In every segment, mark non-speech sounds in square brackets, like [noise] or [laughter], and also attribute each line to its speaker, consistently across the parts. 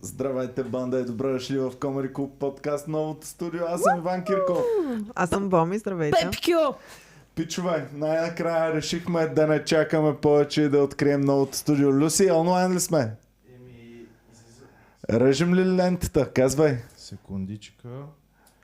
Speaker 1: Здравейте, банда и добре дошли в Комери Клуб подкаст новото студио. Аз съм Иван Кирков.
Speaker 2: Аз съм Боми, здравейте.
Speaker 3: Пепкю!
Speaker 1: Пичове, най-накрая решихме да не чакаме повече и да открием новото студио. Люси, онлайн ли сме? Режем ли лентата? Казвай.
Speaker 4: Секундичка.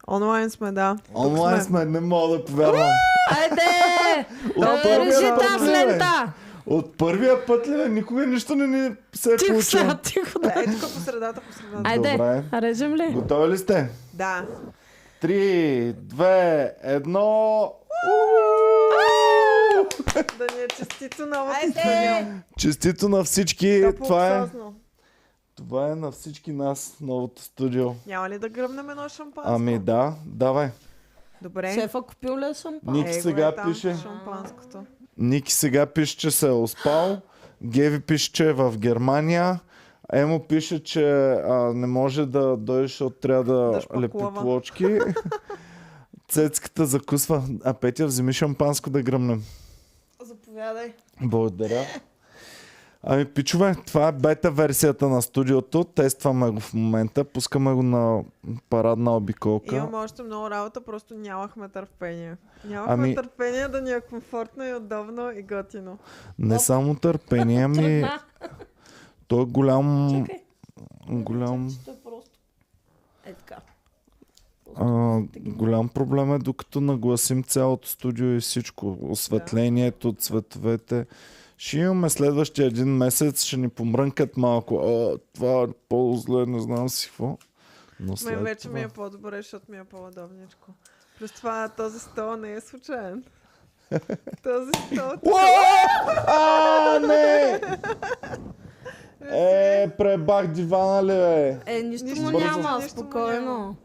Speaker 2: Онлайн сме, да.
Speaker 1: Онлайн
Speaker 2: сме.
Speaker 1: сме, не мога да повярвам.
Speaker 3: Айде!
Speaker 1: От първия
Speaker 3: Режи
Speaker 1: път
Speaker 3: там
Speaker 1: ли, бе?
Speaker 3: лента!
Speaker 1: От първия път ли? бе? Никога нищо не ни се е
Speaker 3: Тихо
Speaker 1: получило.
Speaker 3: сега, тихо да.
Speaker 2: Е, тук по средата, по средата.
Speaker 3: Айде,
Speaker 1: Добре.
Speaker 3: режем ли?
Speaker 1: Готови ли сте?
Speaker 2: Да.
Speaker 1: Три, две, едно.
Speaker 2: Да ни е честито новото
Speaker 3: Айде!
Speaker 1: Честито на всички.
Speaker 2: студио.
Speaker 1: Това е,
Speaker 2: Топло-обсъзно.
Speaker 1: това е на всички нас новото студио.
Speaker 2: Няма ли да гръмнем едно шампанско?
Speaker 1: Ами да, давай.
Speaker 2: Добре.
Speaker 3: Е. Шефа купил ли шампан?
Speaker 1: Ник
Speaker 2: Е, го
Speaker 1: сега
Speaker 2: е там,
Speaker 1: пише.
Speaker 2: Шампанското.
Speaker 1: Ники сега пише, че се е успал. Геви пише, че е в Германия. Емо пише, че а, не може да дойде, защото трябва да,
Speaker 2: Да
Speaker 1: да
Speaker 2: шпаклова.
Speaker 1: лепи плочки. [laughs] Цецката закусва. А Петя, вземи шампанско да гръмнем.
Speaker 2: Заповядай.
Speaker 1: Благодаря. Ами, пичове, това е бета версията на студиото. Тестваме го в момента. Пускаме го на парадна обиколка.
Speaker 2: Имам още много работа, просто нямахме търпение. Нямахме
Speaker 1: Ами-
Speaker 2: търпение да ни е комфортно и удобно и готино.
Speaker 1: Не само търпение, ами...
Speaker 3: Тръгна.
Speaker 1: Той е голям...
Speaker 3: Чакай.
Speaker 1: Голям...
Speaker 3: Ще е просто. Е така.
Speaker 1: А, голям проблем е докато нагласим цялото студио и всичко. Осветлението, цветовете. Ще имаме следващия един месец, ще ни помрънкат малко. А, това е по-зле, не знам си какво. Но след
Speaker 2: Мен вече ми е
Speaker 1: това...
Speaker 2: по-добре, защото ми е по-удобничко. Плюс това този стол не
Speaker 1: [laughs]
Speaker 2: е случайен. този стол
Speaker 1: Уа! А, не! Е, пребах дивана ли, бе?
Speaker 3: Е, нищо му
Speaker 2: Нищо
Speaker 3: няма,
Speaker 2: бързо.
Speaker 3: спокойно.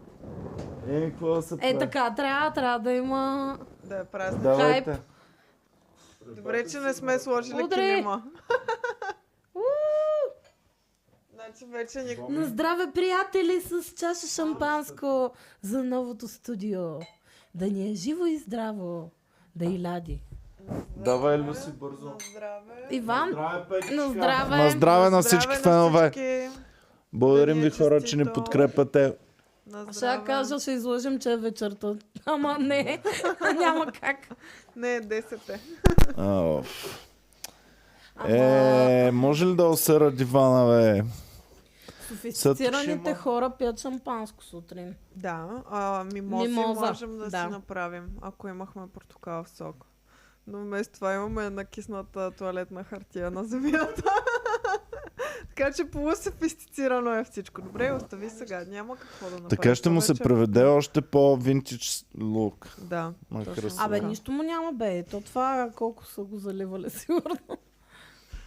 Speaker 1: Е, какво да се
Speaker 3: Е,
Speaker 1: прави?
Speaker 3: така, трябва, трябва да има...
Speaker 2: да е празен.
Speaker 1: Давайте.
Speaker 3: хайп.
Speaker 2: Добре, че не сме сложили
Speaker 3: Удри!
Speaker 2: [laughs] килима. Значи вече никога.
Speaker 3: На здраве, приятели, с чаша шампанско за новото студио. Да ни е живо и здраво. Да и лади.
Speaker 1: Давай, Люси, бързо.
Speaker 2: Здраве.
Speaker 3: Иван,
Speaker 1: Здраве, Петичка.
Speaker 3: на здраве.
Speaker 1: На здраве на
Speaker 2: Здраве
Speaker 1: всички фенове.
Speaker 2: всички.
Speaker 1: Благодарим
Speaker 2: Да ни е
Speaker 1: ви хора, че ни
Speaker 2: честито.
Speaker 1: подкрепяте.
Speaker 2: На
Speaker 3: Ще
Speaker 2: здраве.
Speaker 3: кажа, ще излъжем, че е вечерта. Ама не, няма как.
Speaker 2: Не, 10-те.
Speaker 1: Ау. Е, може ли да осера дивана, бе? Сега ще
Speaker 3: Софистицираните
Speaker 1: има-
Speaker 3: хора пият шампанско сутрин.
Speaker 2: Да, а, мимози
Speaker 3: Мимоза,
Speaker 2: можем да,
Speaker 3: да.
Speaker 2: си направим, ако имахме портокалов сок. Но вместо това имаме накисната туалетна хартия на земята. [laughs] така че полусофистицирано е всичко. Добре, остави сега. Няма какво да направим.
Speaker 1: Така ще му се
Speaker 2: Вече-
Speaker 1: преведе още по-винтич лук.
Speaker 2: Да.
Speaker 1: На
Speaker 2: Точно.
Speaker 1: кръст.
Speaker 3: Абе,
Speaker 2: Да.
Speaker 3: нищо му няма бе. То това колко са го заливали сигурно.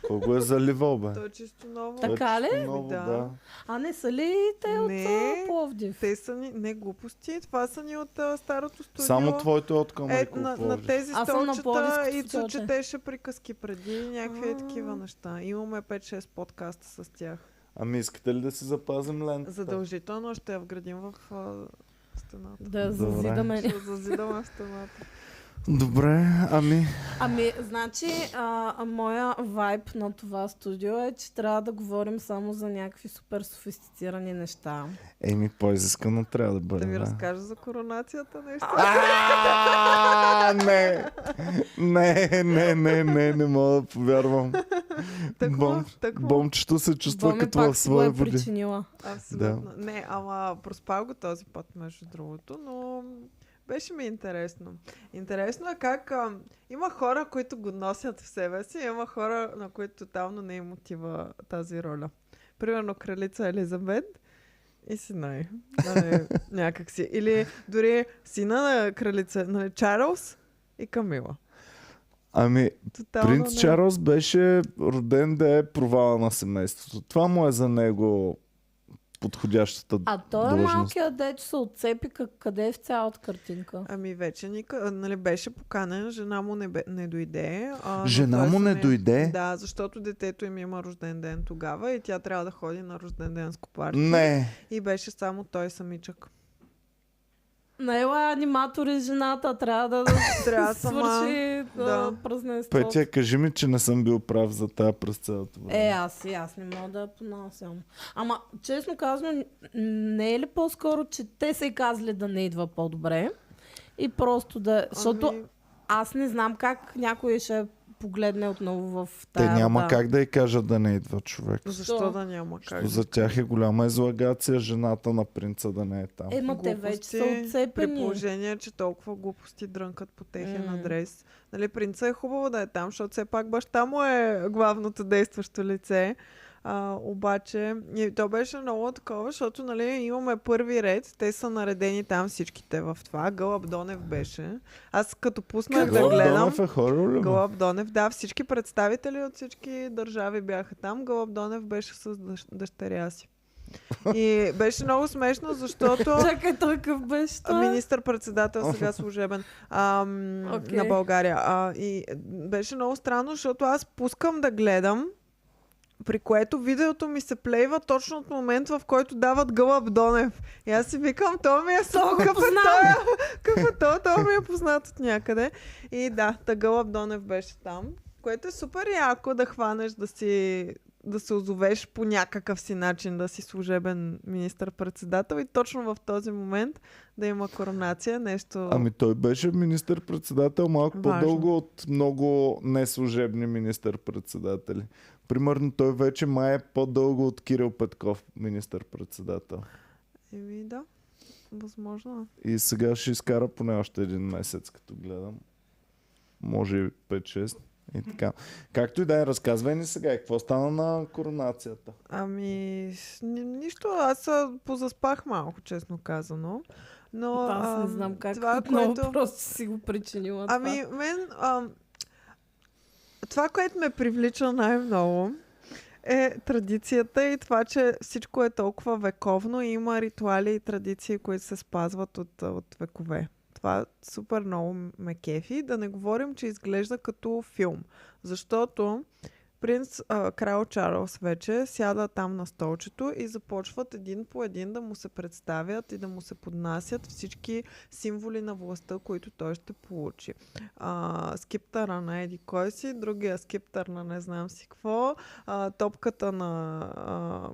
Speaker 1: Кой го е заливал, бе?
Speaker 2: То е чисто ново.
Speaker 1: Той е
Speaker 3: Така ли?
Speaker 1: Ново,
Speaker 2: Да.
Speaker 1: да.
Speaker 3: А не са ли те от
Speaker 2: Не.
Speaker 3: а, Пловдив?
Speaker 2: Те са ни, не глупости, това са ни от а, старото студио.
Speaker 1: Само твоето е от към
Speaker 2: е,
Speaker 1: Майкъл
Speaker 2: на, на
Speaker 1: Пловдив.
Speaker 2: тези
Speaker 3: Аз съм на
Speaker 2: столчета
Speaker 3: Пловдивското
Speaker 2: Ицо
Speaker 3: столче.
Speaker 2: четеше приказки преди и някакви
Speaker 3: А.
Speaker 2: е такива неща. Имаме 5-6 подкаста с тях.
Speaker 1: Ами искате ли да си запазим лентата?
Speaker 2: Задължително ще я вградим в а, стената.
Speaker 3: Да
Speaker 1: Добре.
Speaker 3: зазидаме.
Speaker 2: Ще я зазидаме в стената.
Speaker 1: Добре, ами...
Speaker 3: Ами, значи, а, а, моя вайб на това студио е, че трябва да говорим само за някакви супер софистицирани неща.
Speaker 1: Еми, по-изискано трябва да
Speaker 2: Да
Speaker 1: бъде.
Speaker 2: ви разкажа за коронацията нещо.
Speaker 1: А, не. Не, не, не, не, не мога да повярвам.
Speaker 2: Тъкмо,
Speaker 1: Бом,
Speaker 2: тъкмо.
Speaker 1: бомчето се чувства
Speaker 3: Боми
Speaker 1: като
Speaker 3: пак
Speaker 1: в
Speaker 3: си го
Speaker 1: своя
Speaker 3: е
Speaker 1: води.
Speaker 3: причинила.
Speaker 2: Абсолютно. Не, ама проспал го този път, между другото, но беше ми интересно. Интересно е как а, има хора, които го носят в себе си, има хора, на които тотално не им отива тази роля. Примерно кралица Елизабет и сина й. Нали, някак си. Или дори сина на кралица, нали, Чарлз и Камила.
Speaker 1: Ами,
Speaker 2: Тотално
Speaker 1: принц
Speaker 2: не.
Speaker 1: Чарлз беше роден да е провала на семейството. Това му е за него подходящата
Speaker 3: А той е
Speaker 1: длъжност.
Speaker 3: малкият дет, че се отцепи къ- къде е в цялата картинка.
Speaker 2: Ами вече ника, нали, беше поканен, жена му не, бе, не дойде. А, но
Speaker 1: Жена
Speaker 2: той
Speaker 1: му не
Speaker 2: самия-
Speaker 1: дойде?
Speaker 2: Да, защото детето им има рожден ден тогава и тя трябва да ходи на рожден денско парти.
Speaker 1: Не,
Speaker 2: И беше само той самичък.
Speaker 3: Не, ела, аниматор и жената трябва да
Speaker 2: Трябва сама.
Speaker 3: свърши да.
Speaker 2: Да.
Speaker 3: празненството.
Speaker 1: Петя, кажи ми, че не съм бил прав за тая през цялото време.
Speaker 3: Е, аз и аз не мога да я понасям. Ама, честно казано, не е ли по-скоро, че те са и казали да не идва по-добре? И просто да... Защото
Speaker 2: Ами,
Speaker 3: аз не знам как някой ще я погледне отново в
Speaker 1: Те
Speaker 3: тая...
Speaker 1: няма
Speaker 3: да.
Speaker 1: как да й кажат да не идва човек.
Speaker 2: Защо да няма как?
Speaker 1: За тях е голяма излагация жената на принца да не е там.
Speaker 3: Ема те вече са
Speaker 2: Глупости, При
Speaker 3: отцепени.
Speaker 2: положение, че толкова глупости дрънкат по техен
Speaker 3: М.
Speaker 2: адрес. Нали, принца е хубаво да е там, защото все пак баща му е главното действащо лице. А, обаче, и то беше много такова, защото нали, имаме първи ред. Те са наредени там всичките в това. Гълъб Донев беше. Аз като пуснах да
Speaker 1: Гълъб
Speaker 2: гледам...
Speaker 1: Донев е хорор ли? бе?
Speaker 2: Гълъб Донев, да, всички представители от всички държави бяха там. Гълъб Донев беше с дъщ- дъщеря си. И беше много смешно,
Speaker 3: [laughs]
Speaker 2: защото
Speaker 3: Чакай, той къв беше той?
Speaker 2: Ами, министър-председател сега служебен ам,
Speaker 3: Окей.
Speaker 2: на България. А, и беше много странно, защото аз пускам да гледам, при което видеото ми се плейва точно от момента, в който дават Гълъб Донев. И аз си викам, то ми е сол, какъв е той, какъв е той, то ми е познат от някъде. И да, та Гълъб Донев беше там, което е супер яко да хванеш да си да се озовеш по някакъв си начин да си служебен министър-председател и точно в този момент да има коронация, нещо...
Speaker 1: Ами той беше министър-председател малко
Speaker 2: Важно.
Speaker 1: по-дълго от много неслужебни министър-председатели. Примерно той вече май е по-дълго от Кирил Петков, министър-председател.
Speaker 2: Еми да, възможно.
Speaker 1: И сега ще изкара поне още един месец, като гледам. Може и 5-6. И така. Както и да е, разказвай ни сега, е, какво стана на коронацията?
Speaker 2: Ами, с- ни, нищо, аз а, позаспах малко, честно казано. Но,
Speaker 3: Аз не
Speaker 2: ам,
Speaker 3: знам как
Speaker 2: това,
Speaker 3: отново
Speaker 2: което...
Speaker 3: просто си го причинила
Speaker 2: Ами, мен... Ам, това, което ме привлича най-много е традицията и това, че всичко е толкова вековно и има ритуали и традиции, които се спазват от, а, от векове. Това супер много ме кефи. Да не говорим, че изглежда като филм. Защото принц а, Крал Чарлз вече сяда там на столчето и започват един по един да му се представят и да му се поднасят всички символи на властта, които той ще получи. А, скиптъра на Еди кой си, другия скиптър на не знам си какво, а, топката на, а,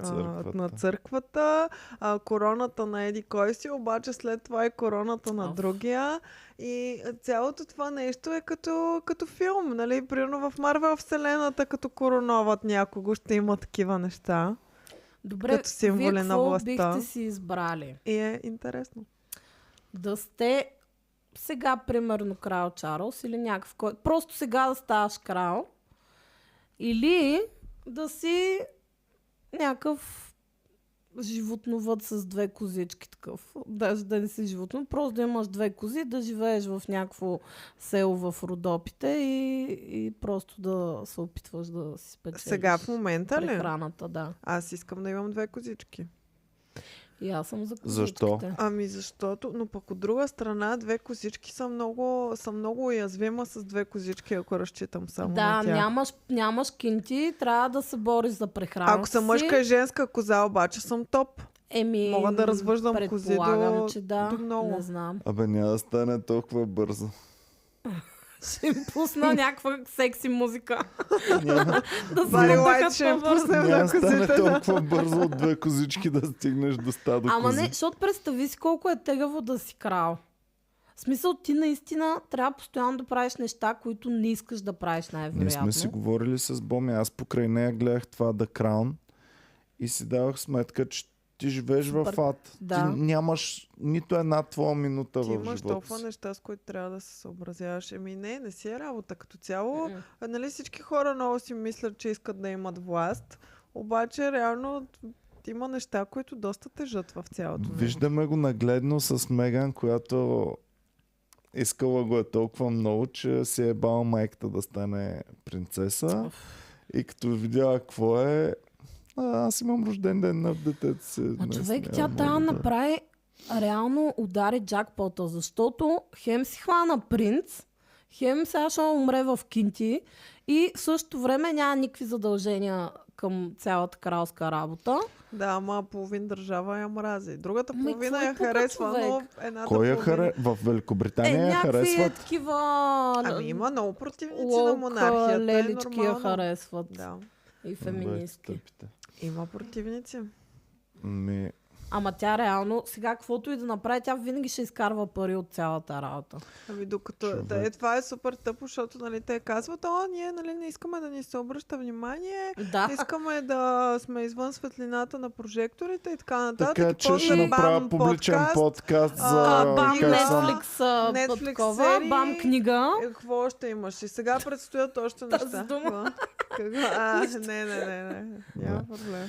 Speaker 2: а,
Speaker 1: Църквата.
Speaker 2: на църквата, а, короната на Еди кой си, обаче след това е короната на
Speaker 3: Оф.
Speaker 2: другия. И цялото това нещо е като, като филм, нали? Примерно в Марвел Вселената, като короноват някого, ще има такива неща.
Speaker 3: Добре,
Speaker 2: като символи
Speaker 3: вие
Speaker 2: на
Speaker 3: какво
Speaker 2: властта.
Speaker 3: бихте си избрали?
Speaker 2: И е интересно.
Speaker 3: Да сте сега, примерно, крал Чарлз или някакъв, кой... просто сега да ставаш крал или да си някакъв животновът с две козички такъв. Даже да не си животно, просто да имаш две кози, да живееш в някакво село в Родопите и, и просто да се опитваш да си спечелиш.
Speaker 2: Сега в момента ли?
Speaker 3: прехраната, да.
Speaker 2: Аз искам да имам две козички.
Speaker 3: И аз съм за козичките.
Speaker 1: Защо?
Speaker 2: Ами защото, но пък от друга страна, две козички са много, са много уязвима с две козички, ако разчитам само
Speaker 3: да,
Speaker 2: на тях.
Speaker 3: нямаш, нямаш кинти, трябва да се бориш за прехрана.
Speaker 2: Ако съм мъжка и женска коза, обаче съм топ.
Speaker 3: еми,
Speaker 2: мога да развъждам кози
Speaker 3: предполагам,
Speaker 2: до-
Speaker 3: че да,
Speaker 2: до много.
Speaker 3: Не знам. [laughs]
Speaker 1: Абе няма да стане толкова бързо.
Speaker 3: Ще им
Speaker 2: [laughs]
Speaker 3: пусна някаква секси музика. [laughs] да се
Speaker 2: Бари лайт
Speaker 3: натъкат
Speaker 2: ще им
Speaker 3: по-бързо.
Speaker 2: пуснем
Speaker 1: Няма
Speaker 2: на
Speaker 1: да стане
Speaker 2: козите. да.
Speaker 1: толкова бързо от две козички да стигнеш до стадо
Speaker 3: Ама
Speaker 1: кози.
Speaker 3: не, защото представи си колко е тегаво да си крал. В смисъл, ти наистина трябва постоянно да правиш неща, които не искаш да правиш
Speaker 1: Ние
Speaker 3: най-вероятно.
Speaker 1: сме си говорили с Боми. Аз покрай нея гледах това The Crown и си давах сметка, че ти живееш
Speaker 3: Супер.
Speaker 1: в ад.
Speaker 3: Да.
Speaker 1: Ти нямаш нито една твоя минута
Speaker 2: Ти
Speaker 1: в
Speaker 2: имаш
Speaker 1: живота
Speaker 2: толкова
Speaker 1: си.
Speaker 2: неща, с които трябва да се съобразяваш. Еми не, не си е работа. Като цяло,
Speaker 3: М-м.
Speaker 2: а, нали всички хора много си мислят, че искат да имат власт, обаче реално има неща, които доста тежат в цялото. нещо.
Speaker 1: Виждаме го нагледно с Меган, която искала го е толкова много, че си е бала майката да стане принцеса. И като видяла какво е, а, аз имам рожден ден на детето си.
Speaker 3: А
Speaker 1: днес,
Speaker 3: човек,
Speaker 1: няма
Speaker 3: тя
Speaker 1: мога
Speaker 3: тая
Speaker 1: да-
Speaker 3: направи реално удари джакпота, защото хем си хвана принц, хем сега ще умре в кинти и в същото време няма никакви задължения към цялата кралска работа.
Speaker 2: Да, ама половин държава я мрази. Другата
Speaker 3: Ами,
Speaker 2: половина
Speaker 3: какво
Speaker 2: я
Speaker 3: е пука,
Speaker 2: харесва, но
Speaker 3: човек?
Speaker 2: едната
Speaker 1: Кой я
Speaker 2: половина...
Speaker 1: харе... В
Speaker 3: е,
Speaker 1: Великобритания я
Speaker 3: някакви
Speaker 1: харесват.
Speaker 3: такива...
Speaker 2: Ами има много противници на
Speaker 3: лока,
Speaker 2: монархията.
Speaker 3: лелички
Speaker 2: е
Speaker 3: я
Speaker 2: нормално.
Speaker 3: харесват.
Speaker 2: Да.
Speaker 3: И
Speaker 1: Феминистки.
Speaker 3: феминистки.
Speaker 2: Има противници.
Speaker 1: Ми,
Speaker 3: Ама тя реално, сега каквото и да направи, тя винаги ще изкарва пари от цялата работа.
Speaker 2: Ами докато...
Speaker 1: Човек.
Speaker 2: Да, е, това е супер тъпо, защото нали, те казват, о, ние нали, не искаме да ни се обръща внимание,
Speaker 3: Да.
Speaker 2: искаме да сме извън светлината на прожекторите и така нататък.
Speaker 1: така е,
Speaker 2: И
Speaker 1: че
Speaker 2: после
Speaker 1: ще направя
Speaker 2: бам,
Speaker 1: публичен подкаст за...
Speaker 2: а,
Speaker 3: А, бам,
Speaker 1: как
Speaker 2: книга.
Speaker 1: съм-
Speaker 3: Netflix, а,
Speaker 2: Netflix
Speaker 3: подкова,
Speaker 2: серии.
Speaker 3: бам, книга.
Speaker 2: Е, Какво още имаш? И сега предстоят още
Speaker 3: Тази
Speaker 2: неща.
Speaker 3: дума.
Speaker 2: Какво? Какво?
Speaker 3: [laughs]
Speaker 2: А, не, не, не, не. Няма проблем.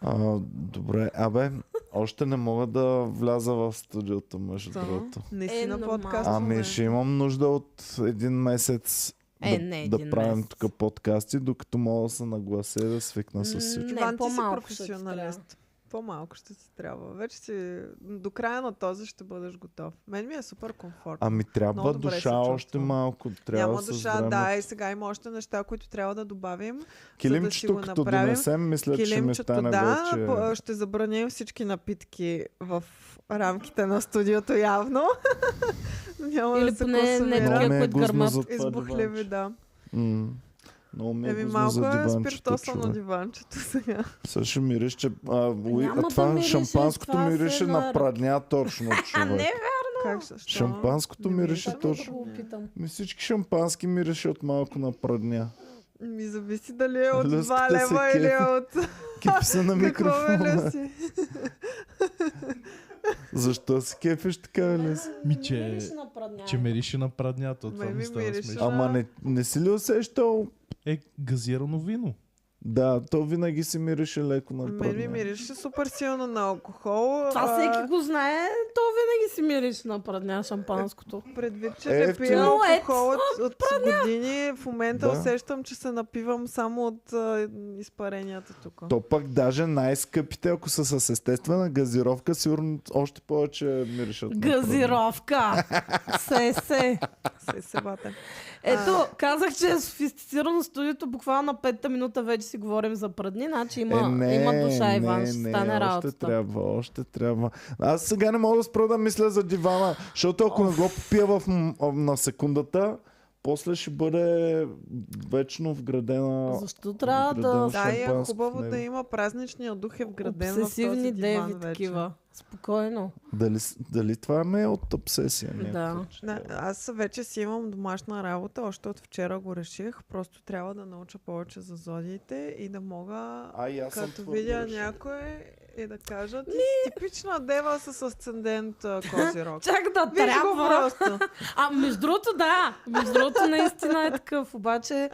Speaker 1: А, добре, абе, още не мога да вляза в студиото, между
Speaker 2: Защо?
Speaker 1: другото.
Speaker 2: Не си
Speaker 3: Е,
Speaker 2: на
Speaker 3: нормално.
Speaker 2: подкаст. в
Speaker 1: Ами
Speaker 2: момента.
Speaker 1: ще имам нужда от един месец
Speaker 3: Е,
Speaker 1: да,
Speaker 3: не един
Speaker 1: да правим
Speaker 3: месец.
Speaker 1: тук подкасти, докато мога да се наглася и да свикна с
Speaker 3: М,
Speaker 1: всичко.
Speaker 3: Не,
Speaker 2: Иван, ти си
Speaker 3: по-малко ще ти
Speaker 2: професионалист. По-малко ще ти трябва. Вече си... До края на този ще бъдеш готов. Мен ми е супер комфортно.
Speaker 1: Ами трябва
Speaker 2: Много добре се
Speaker 1: душа още
Speaker 2: чувствам.
Speaker 1: малко. Трябва
Speaker 2: Няма
Speaker 1: с
Speaker 2: душа,
Speaker 1: време.
Speaker 2: да, и сега има още неща, които трябва да добавим.
Speaker 1: Килимчето,
Speaker 2: за да си го
Speaker 1: като
Speaker 2: направим.
Speaker 1: донесем, мисля, че ми
Speaker 2: Килимчето,
Speaker 1: стане
Speaker 2: да, б-
Speaker 1: вече.
Speaker 2: ще забраним всички напитки в рамките на студиото явно. [laughs] Няма
Speaker 3: Или
Speaker 2: да се
Speaker 3: поне не
Speaker 2: консумира.
Speaker 3: такива,
Speaker 1: Много ми е
Speaker 3: които
Speaker 1: гузно
Speaker 3: гърмат.
Speaker 1: за това
Speaker 2: Избухливи,
Speaker 1: диванче.
Speaker 2: да.
Speaker 1: М, Много ми е
Speaker 2: Еми
Speaker 1: гузно
Speaker 2: малко
Speaker 1: за
Speaker 2: е
Speaker 1: диванчето,
Speaker 2: спиртосано
Speaker 1: човек.
Speaker 2: диванчето сега.
Speaker 1: Сега ще мирише, че... А, Луи-
Speaker 3: Няма
Speaker 1: а
Speaker 3: да
Speaker 1: това
Speaker 3: мирише,
Speaker 1: шампанското
Speaker 3: това се
Speaker 1: мирише на
Speaker 3: на-
Speaker 1: прадня
Speaker 3: [laughs]
Speaker 1: точно, човек.
Speaker 2: Как ще? що?
Speaker 1: Шампанското
Speaker 2: Не ми е
Speaker 1: мирише
Speaker 2: така.
Speaker 1: точно.
Speaker 3: го опитам.
Speaker 1: Ми всички шампански мирише от малко на прадня.
Speaker 2: Ми зависи дали е от
Speaker 1: Люската
Speaker 2: 2
Speaker 1: се
Speaker 2: лева или е
Speaker 1: кефи.
Speaker 2: от...
Speaker 1: Кипи се на
Speaker 2: [laughs] Какво е
Speaker 1: микрофона.
Speaker 2: Люси?
Speaker 1: Защо се кефиш така, Лес?
Speaker 4: Ми, че- Че
Speaker 3: ме...
Speaker 4: мирише на прадня, то това
Speaker 2: Ме ми
Speaker 4: ми стана
Speaker 2: мирише.
Speaker 4: смешно.
Speaker 1: Ама не, не си ли усещал?
Speaker 4: Е, газирано вино.
Speaker 1: Да, то винаги си мирише леко на
Speaker 2: Мен Ами, ми
Speaker 1: прадня.
Speaker 2: мирише супер силно на алкохол.
Speaker 3: Това
Speaker 2: а,
Speaker 3: всеки го знае, то винаги си мириш на прадня шампанското.
Speaker 2: Предвид, че
Speaker 1: Е,
Speaker 2: не
Speaker 1: ето.
Speaker 2: пия алкохол от, от години, в момента
Speaker 1: Да.
Speaker 2: усещам, че се напивам само от а, изпаренията тук.
Speaker 1: То пък даже най-скъпите, ако са с естествена газировка, сигурно още повече миришат. на
Speaker 3: Газировка! се, се.
Speaker 2: Се себата.
Speaker 3: Ето, казах, че е софистицирано студиото, буквално на петата минута вече си говорим за прадни, значи
Speaker 1: празно.
Speaker 3: има, има душа, Иван, ще стане
Speaker 1: още
Speaker 3: работата.
Speaker 1: трябва, още трябва. Аз сега не мога да спра да мисля за дивана, защото ако не го пия в, м- на секундата, после ще бъде вечно вградена
Speaker 3: Защо трябва
Speaker 1: Градено.
Speaker 3: да
Speaker 2: Да, и е
Speaker 1: шампанско в
Speaker 2: хубаво
Speaker 1: него.
Speaker 2: да има празничния дух е вграден в този
Speaker 3: обсесивни
Speaker 2: диван
Speaker 3: деви
Speaker 2: вече.
Speaker 3: такива? Спокойно.
Speaker 1: Дали, с- дали това ме е от обсесия?
Speaker 3: Да.
Speaker 2: Да, аз вече си имам домашна работа, още от вчера го реших. Просто трябва да науча повече за зодиите и да мога,
Speaker 1: А, и аз съм
Speaker 2: като
Speaker 1: твърдо
Speaker 2: видя
Speaker 1: решил.
Speaker 2: някой, и да кажа, ти си типична дева с асцендент а, Козирог.
Speaker 3: Чак да
Speaker 2: Виж го
Speaker 3: трябва.
Speaker 2: просто.
Speaker 3: А, между другото, да. Между другото, наистина е такъв. Обаче,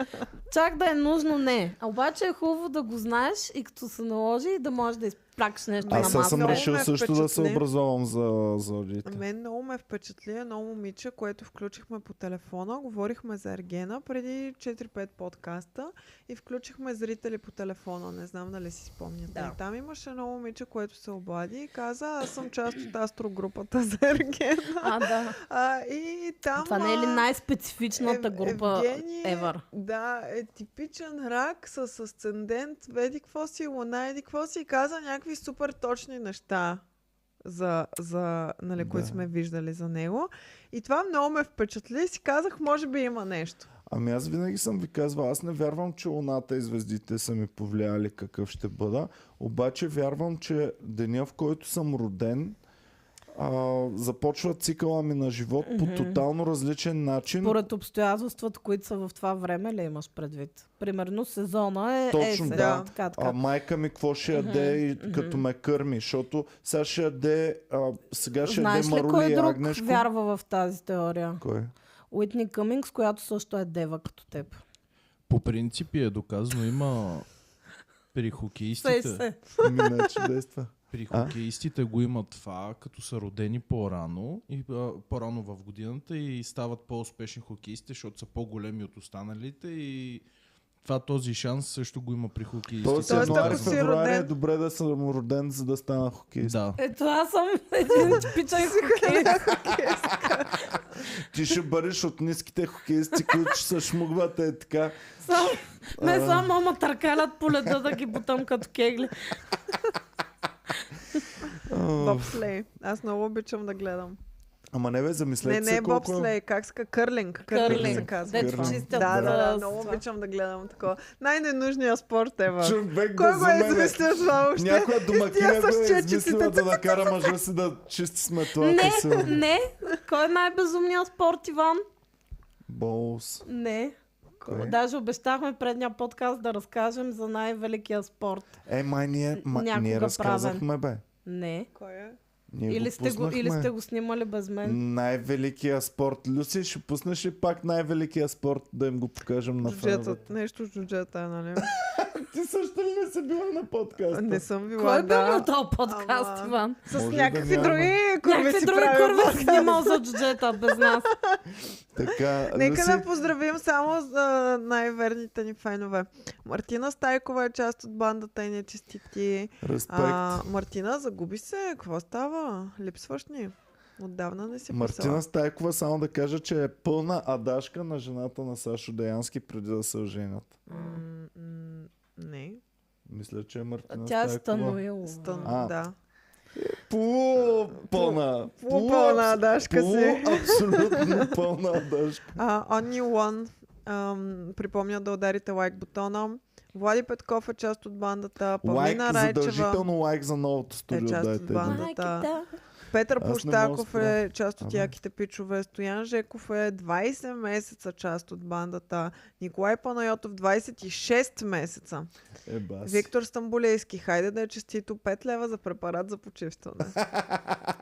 Speaker 3: чак да е нужно, не. А Обаче е хубаво да го знаеш и като се наложи да можеш да изплакаш нещо на
Speaker 1: Аз сега
Speaker 3: масата.
Speaker 1: съм
Speaker 2: Много
Speaker 1: решил
Speaker 2: ме
Speaker 1: също да се
Speaker 2: впечатли.
Speaker 1: образовам за зодиите.
Speaker 2: Мен много ме впечатли едно момиче, което включихме по телефона. Говорихме за Ергена преди 4-5 подкаста и включихме зрители по телефона. Не знам дали си спомняте.
Speaker 3: Да.
Speaker 2: И там имаше едно момиче, което се обади и каза, аз съм част от астрогрупата за Ергена.
Speaker 3: А, да.
Speaker 2: А, и там...
Speaker 3: Това не е ли
Speaker 2: а,
Speaker 3: най-специфичната
Speaker 2: Ев-
Speaker 3: група
Speaker 2: Евгений
Speaker 3: ever?
Speaker 2: Да, е типичен рак с асцендент, веди какво си, луна, еди какво си, и каза някакви супер точни неща, за, за, нали, които
Speaker 1: Да.
Speaker 2: сме виждали за него. И това много ме впечатли и си казах, може би има нещо. [laughs]
Speaker 1: Ами аз винаги съм ви казвал, аз не вярвам, че Луната и звездите са ми повлияли какъв ще бъда, обаче вярвам, че деня в който съм роден, а, започва цикъла ми на живот по
Speaker 3: Мгм.
Speaker 1: тотално различен начин.
Speaker 3: Поред обстоятелствата, които са в това време, ли имаш предвид? Примерно сезона е
Speaker 1: Точно,
Speaker 3: есен.
Speaker 1: да.
Speaker 3: Така, така.
Speaker 1: А майка ми какво ще яде и като ме кърми, защото сега ще яде, а, сега ще
Speaker 3: Знаеш
Speaker 1: яде
Speaker 3: ли кой
Speaker 1: марули и
Speaker 3: друг
Speaker 1: агнешко.
Speaker 3: вярва в тази теория?
Speaker 1: Кой?
Speaker 3: Уитни Къмингс, която също е дева като теб.
Speaker 4: По принцип е доказано, има при хокеистите.
Speaker 3: Се, се.
Speaker 1: Мина, Ами че действа.
Speaker 4: При
Speaker 1: А?
Speaker 4: хокеистите го има това, като са родени по-рано, и, а, по-рано в годината и стават по-успешни хокеисти, защото са по-големи от останалите и Това този шанс също го има при
Speaker 5: е
Speaker 4: хокеистите.
Speaker 1: Тоест,
Speaker 2: Тоест,
Speaker 1: януари,
Speaker 2: ако си
Speaker 1: февруари е
Speaker 2: роден-
Speaker 1: добре да съм роден, за да стана хокеист.
Speaker 4: Да.
Speaker 3: Ето аз Е, съм един типичен хокей.
Speaker 1: Ти ще бъдеш от ниските хокеисти, които ще се шмугват е така.
Speaker 3: Сам, не
Speaker 1: А.
Speaker 3: само мама търкалят по леда да ги бутам като кегли.
Speaker 1: А,
Speaker 2: Бобслей. Аз много обичам да гледам.
Speaker 1: Ама не бе,
Speaker 2: Не,
Speaker 1: замислете
Speaker 2: не
Speaker 1: се колко... е-
Speaker 2: бобслей, как ска кърлинг. Кърлинг се
Speaker 3: Кърлинг.
Speaker 2: казва.
Speaker 3: Дето
Speaker 1: Кърлинг.
Speaker 3: чистят.
Speaker 2: Да, да, да,
Speaker 3: с-
Speaker 2: много обичам да гледам такова. Най-ненужният спорт е в.
Speaker 1: Човек
Speaker 2: Кой
Speaker 1: да
Speaker 2: го е
Speaker 1: замеря.
Speaker 2: измислил това въобще?
Speaker 1: Някоя домакиня
Speaker 2: с
Speaker 1: го е
Speaker 2: чечетите.
Speaker 1: измислила да накара мъжа си да чисти сметлата си.
Speaker 3: Не, не. Кой е най-безумният спорт, Иван?
Speaker 1: Боус.
Speaker 3: Не.
Speaker 1: Кой?
Speaker 3: Даже обещахме предния подкаст да разкажем за най-великия спорт.
Speaker 1: Е, май ние, май,
Speaker 3: Някога
Speaker 1: ние
Speaker 3: правен.
Speaker 1: разказахме, бе.
Speaker 3: Не.
Speaker 2: Кой е?
Speaker 1: Ние
Speaker 3: Или сте, го, или
Speaker 1: пуснахме.
Speaker 3: сте го снимали без мен.
Speaker 1: Най-великия спорт. Люси, ще пуснеш ли пак най-великия спорт да им го покажем на феновете?
Speaker 2: Джуджетът. Нещо с джуджета е,
Speaker 1: [laughs]
Speaker 2: нали?
Speaker 1: Ти също ли не си била на подкаста?
Speaker 2: Не съм била,
Speaker 3: Кой е бил
Speaker 2: да.
Speaker 3: на този подкаст,
Speaker 2: Ама-
Speaker 3: Иван?
Speaker 2: С
Speaker 1: Може и да
Speaker 2: някакви
Speaker 1: няма.
Speaker 2: други курви
Speaker 3: Някакви
Speaker 2: си
Speaker 3: други
Speaker 2: правим
Speaker 3: курва
Speaker 2: подкаст.
Speaker 1: [laughs]
Speaker 3: снимал за джуджета без нас.
Speaker 1: Така,
Speaker 2: Нека
Speaker 1: Люси,
Speaker 2: да поздравим само за най-верните ни фенове. Мартина Стайкова е част от бандата и нечестити.
Speaker 1: респект.
Speaker 2: А, Мартина, загуби се. Какво става? Липсваш ни. Отдавна не си
Speaker 1: Мартина
Speaker 2: писала.
Speaker 1: Стайкова само да кажа, че е пълна адашка на жената на Сашо Деянски преди да се оженят.
Speaker 2: М, м, не.
Speaker 1: Мисля, че е Мартина
Speaker 3: Тя е
Speaker 1: Стайкова.
Speaker 3: стануила.
Speaker 2: Стън,
Speaker 1: А.
Speaker 2: да.
Speaker 1: Полупълна.
Speaker 2: Пълна дашка си.
Speaker 1: Абсолютно пълна адашка.
Speaker 2: А, Only One. Ам, припомня да ударите лайк бутона. Влади Петков е част от бандата.
Speaker 1: Лайк,
Speaker 2: Павлина Райчева.
Speaker 1: задължително лайк за
Speaker 3: Е,
Speaker 1: новото студио.
Speaker 2: част от
Speaker 1: Дайте един.
Speaker 2: банда.
Speaker 3: Майката.
Speaker 2: Петър
Speaker 1: Аз не мога да
Speaker 2: Площаков
Speaker 1: спра.
Speaker 2: е част от
Speaker 1: Абе.
Speaker 2: яките пичове. Стоян Жеков е 20 месеца част от бандата. Николай Панайотов 26 месеца.
Speaker 1: Е, баси.
Speaker 2: Виктор Стамбулейски. Хайде да е честито 5 лева за препарат за почивстване.
Speaker 1: [laughs]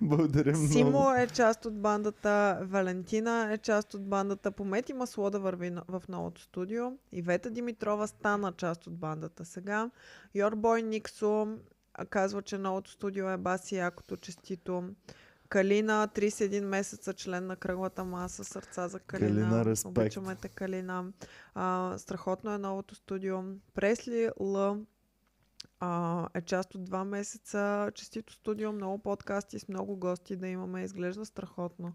Speaker 1: Благодаря много.
Speaker 2: Симо е част от бандата, Валентина е част от бандата, Помет и Масло да върви на- в новото студио, Ивета Димитрова стана част от бандата сега, Йорбой Никсо а, казва, че новото студио е баси якото честито, Калина, 31 месеца член на кръглата маса, сърца за Калина.
Speaker 1: Калина, респект.
Speaker 2: Обичаме те, Калина. А, страхотно е новото студио. Пресли Л а, е част от два месеца. Честито студио, много подкасти с много гости да имаме. Изглежда страхотно.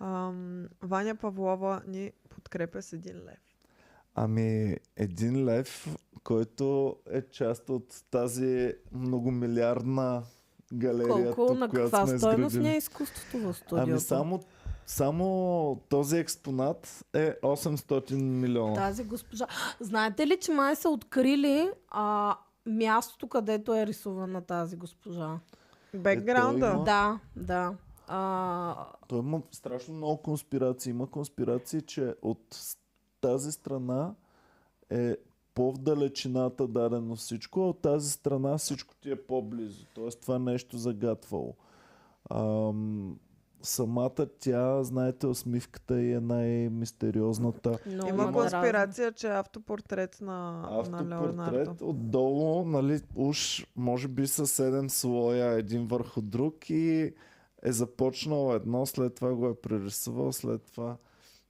Speaker 2: Ам, Ваня Павлова ни подкрепя с един
Speaker 1: Е,
Speaker 2: лев.
Speaker 1: Ами, един лев, който е част от тази многомилиардна галерия,
Speaker 3: Колко,
Speaker 1: тук,
Speaker 3: на
Speaker 1: която
Speaker 3: каква
Speaker 1: сме
Speaker 3: стойност
Speaker 1: изградили.
Speaker 3: не е изкуството в студиото?
Speaker 1: Ами само, само този експонат е 800 милиона.
Speaker 3: Тази госпожа. Знаете ли, че май са открили а, мястото, където е рисувана тази госпожа?
Speaker 2: Бекграунда.
Speaker 1: има.
Speaker 3: Да, да. А,
Speaker 1: Той има страшно много конспирации. Има конспирации, че от с- тази страна е по-в далечината дадено всичко, а от тази страна всичко ти е по-близо. Тоест това нещо загатвало. Ам, самата тя, знаете, усмивката й е най-мистериозната.
Speaker 3: но
Speaker 2: Има
Speaker 1: Има
Speaker 2: конспирация, че е автопортрет на, на Леонардо.
Speaker 1: Автопортрет отдолу, нали, уж може би са седем слоя един върху друг и е започнал едно, след това го е прерисувал, след това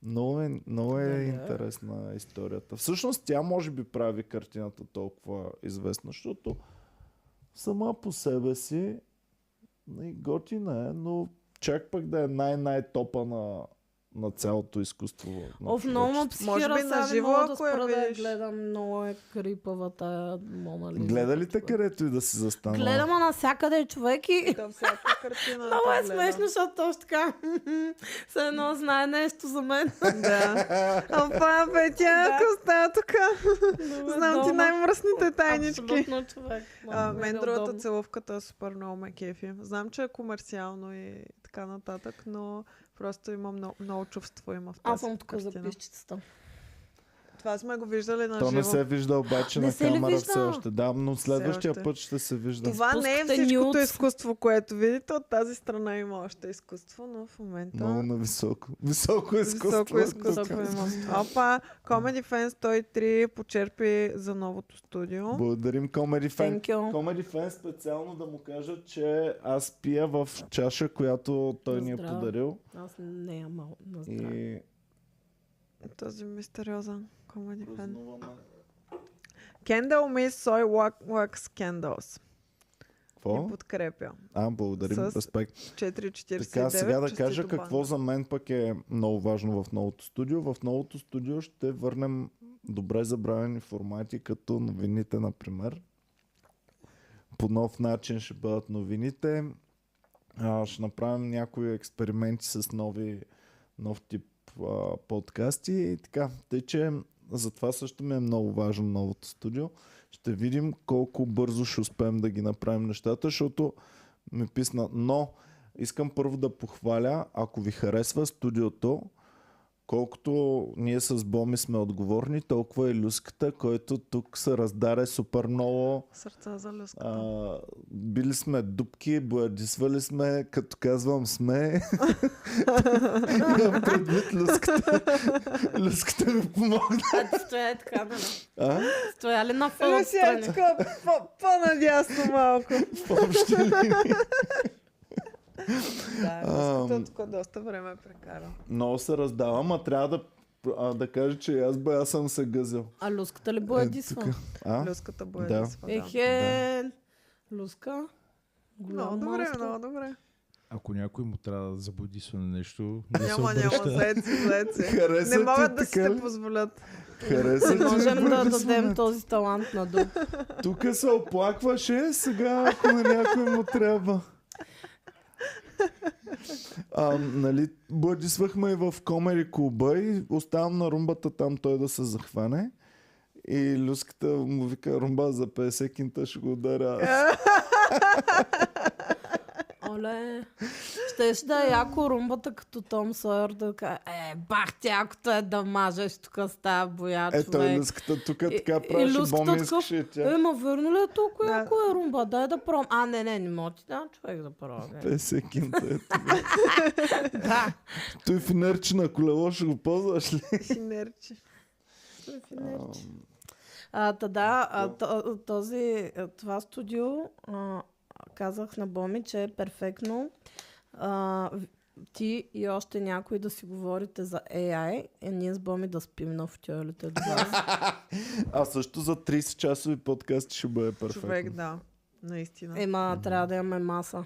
Speaker 1: много е, много е
Speaker 3: Да, да.
Speaker 1: интересна историята. Всъщност тя може би прави картината толкова известна, защото сама по себе си нали, готина е, но чак пък да е най-най-топа на, на цялото изкуство. на
Speaker 3: Оф, много ме
Speaker 1: човечеството.
Speaker 2: Може
Speaker 3: психира
Speaker 2: би на
Speaker 3: сега, не
Speaker 2: живо,
Speaker 3: мога да
Speaker 2: ако я
Speaker 3: спра да я
Speaker 2: видиш.
Speaker 3: гледам. Много е крипава тая Мона Лиза.
Speaker 1: Гледа ли те където и да си застанала?
Speaker 3: Гледам навсякъде е човек и...
Speaker 2: Към Е, всяка картина.
Speaker 3: Много е
Speaker 2: гледа.
Speaker 3: смешно, защото точно така... Все едно знае нещо за мен.
Speaker 2: Да. Опа, Петя,
Speaker 3: Да.
Speaker 2: ако става е тук, знам ти
Speaker 3: Дома.
Speaker 2: най-мръсните тайнички.
Speaker 3: е Абсолютно човек.
Speaker 2: А,
Speaker 3: Много ми е
Speaker 2: мен другата
Speaker 3: неудобно.
Speaker 2: целувката е супер много ме кефи. Знам, че е комерциално и така нататък, но просто има много, много чувство има в тази
Speaker 3: Аз съм тук за
Speaker 2: картина.
Speaker 3: пищицата.
Speaker 2: Това сме го виждали на
Speaker 1: То
Speaker 2: живо.
Speaker 1: не се вижда обаче
Speaker 3: Не
Speaker 1: на
Speaker 3: се ли
Speaker 1: камера
Speaker 3: вижда?
Speaker 1: все още. Да, но следващия
Speaker 2: още.
Speaker 1: път ще се вижда.
Speaker 2: Това не е
Speaker 3: Изпускате
Speaker 2: всичкото
Speaker 3: нюдс.
Speaker 2: изкуство, което видите. От тази страна има още изкуство, но в момента...
Speaker 1: Много на високо. Високо изкуство.
Speaker 2: е Високо изкуство
Speaker 1: Тук.
Speaker 2: има. Опа, Comedy Fan 103 почерпи за новото студио.
Speaker 1: Благодарим Comedy Fan.
Speaker 3: Thank you.
Speaker 1: Comedy Fan специално да му кажа, че аз пия в чаша, която той ни е
Speaker 3: Здраво.
Speaker 1: подарил.
Speaker 3: Аз не е мал. На здраве.
Speaker 1: И
Speaker 2: Този мистериозен. Comedy fan.
Speaker 1: Празнуваме.
Speaker 2: Candle Miss Soy Wax- Wax Candles.
Speaker 1: Какво?
Speaker 2: И подкрепя.
Speaker 1: А, благодарим,
Speaker 2: С-
Speaker 1: респект.
Speaker 2: 4,49.
Speaker 1: Така, сега да
Speaker 2: честито
Speaker 1: кажа
Speaker 2: банда.
Speaker 1: какво за мен пък е много важно в новото студио. В новото студио ще върнем добре забравени формати, като новините, например. По нов начин ще бъдат новините. А, ще направим някои експерименти с нови, нов тип а, подкасти и така. Тъй, че затова също ми е много важно новото студио. Ще видим колко бързо ще успеем да ги направим нещата, защото ми писна. Но искам първо да похваля, ако ви харесва студиото, колкото ние с Боми сме отговорни, толкова и Люската, който тук се раздаре супер много.
Speaker 2: Сърца за люската.
Speaker 1: А, били сме дупки, боядисвали сме, като казвам сме. Имам предвид люската. люската ми помогна.
Speaker 3: Ето стоя е така, да.
Speaker 1: А?
Speaker 3: Стоя ли на фона
Speaker 2: Люси е
Speaker 3: отстрани?
Speaker 2: така по- по-надясно малко.
Speaker 1: В общи линии. [laughs]
Speaker 2: Да,
Speaker 1: Ам.
Speaker 2: люската тук доста време е прекара.
Speaker 1: Много се раздавам, а трябва да, а, да кажа, че аз бе, аз съм се гъзил.
Speaker 3: А люската ли
Speaker 1: Е,
Speaker 3: боядисва? е,
Speaker 1: тука. А?
Speaker 2: Люската боядисва. Да.
Speaker 3: Ехе, люска.
Speaker 2: Много
Speaker 3: Голямо
Speaker 2: добре,
Speaker 3: майсто.
Speaker 2: много добре.
Speaker 4: Ако някой му трябва да забуди на нещо, не се
Speaker 2: Няма,
Speaker 4: обръща.
Speaker 2: няма, заедци,
Speaker 1: [laughs]
Speaker 2: заедци.
Speaker 1: Хареса
Speaker 2: Не
Speaker 1: ти
Speaker 2: могат да си
Speaker 1: така
Speaker 2: те
Speaker 1: ли?
Speaker 2: позволят. [laughs]
Speaker 1: Хареса е
Speaker 3: Не
Speaker 1: ти
Speaker 3: можем да
Speaker 1: боядисването?
Speaker 3: дадем този талант на друг.
Speaker 1: Тук се оплакваше, сега ако на някой му трябва. А, нали, бъдисвахме и в Комери клуба и оставам на румбата там той да се захване. И люската му вика, румба за 50 кинта ще го
Speaker 3: Е,
Speaker 1: ударя. аз».
Speaker 3: Оле, щеш да е яко румбата като Том Сойер да каже, е, бах ти, якото е да мажеш тук с тази боя,
Speaker 1: Е, той
Speaker 3: човек.
Speaker 1: люската тук
Speaker 3: И-
Speaker 1: така
Speaker 3: и
Speaker 1: правеше,
Speaker 3: люската
Speaker 1: боми
Speaker 3: такъв,
Speaker 1: искаше и
Speaker 3: Е,
Speaker 1: тя.
Speaker 3: ма верно ли е толкова
Speaker 2: Да.
Speaker 3: яко е румба? Дай да пробвам. А, не, не, не мога ти да човек да пробвам.
Speaker 1: 50 кинта е това.
Speaker 3: [laughs] да.
Speaker 1: Той финерче на колело ще го ползваш ли?
Speaker 2: Синерче.
Speaker 3: А, та да, а, то- този, а, това студио, а, казах на Боми, че е перфектно. А, в- ти и още някой да си говорите за AI, а ние с Боми да спим на футюрите до вас.
Speaker 1: А също за 30 часови подкаст ще бъде перфектно.
Speaker 2: Човек, да. Наистина.
Speaker 3: Ема, трябва да имаме маса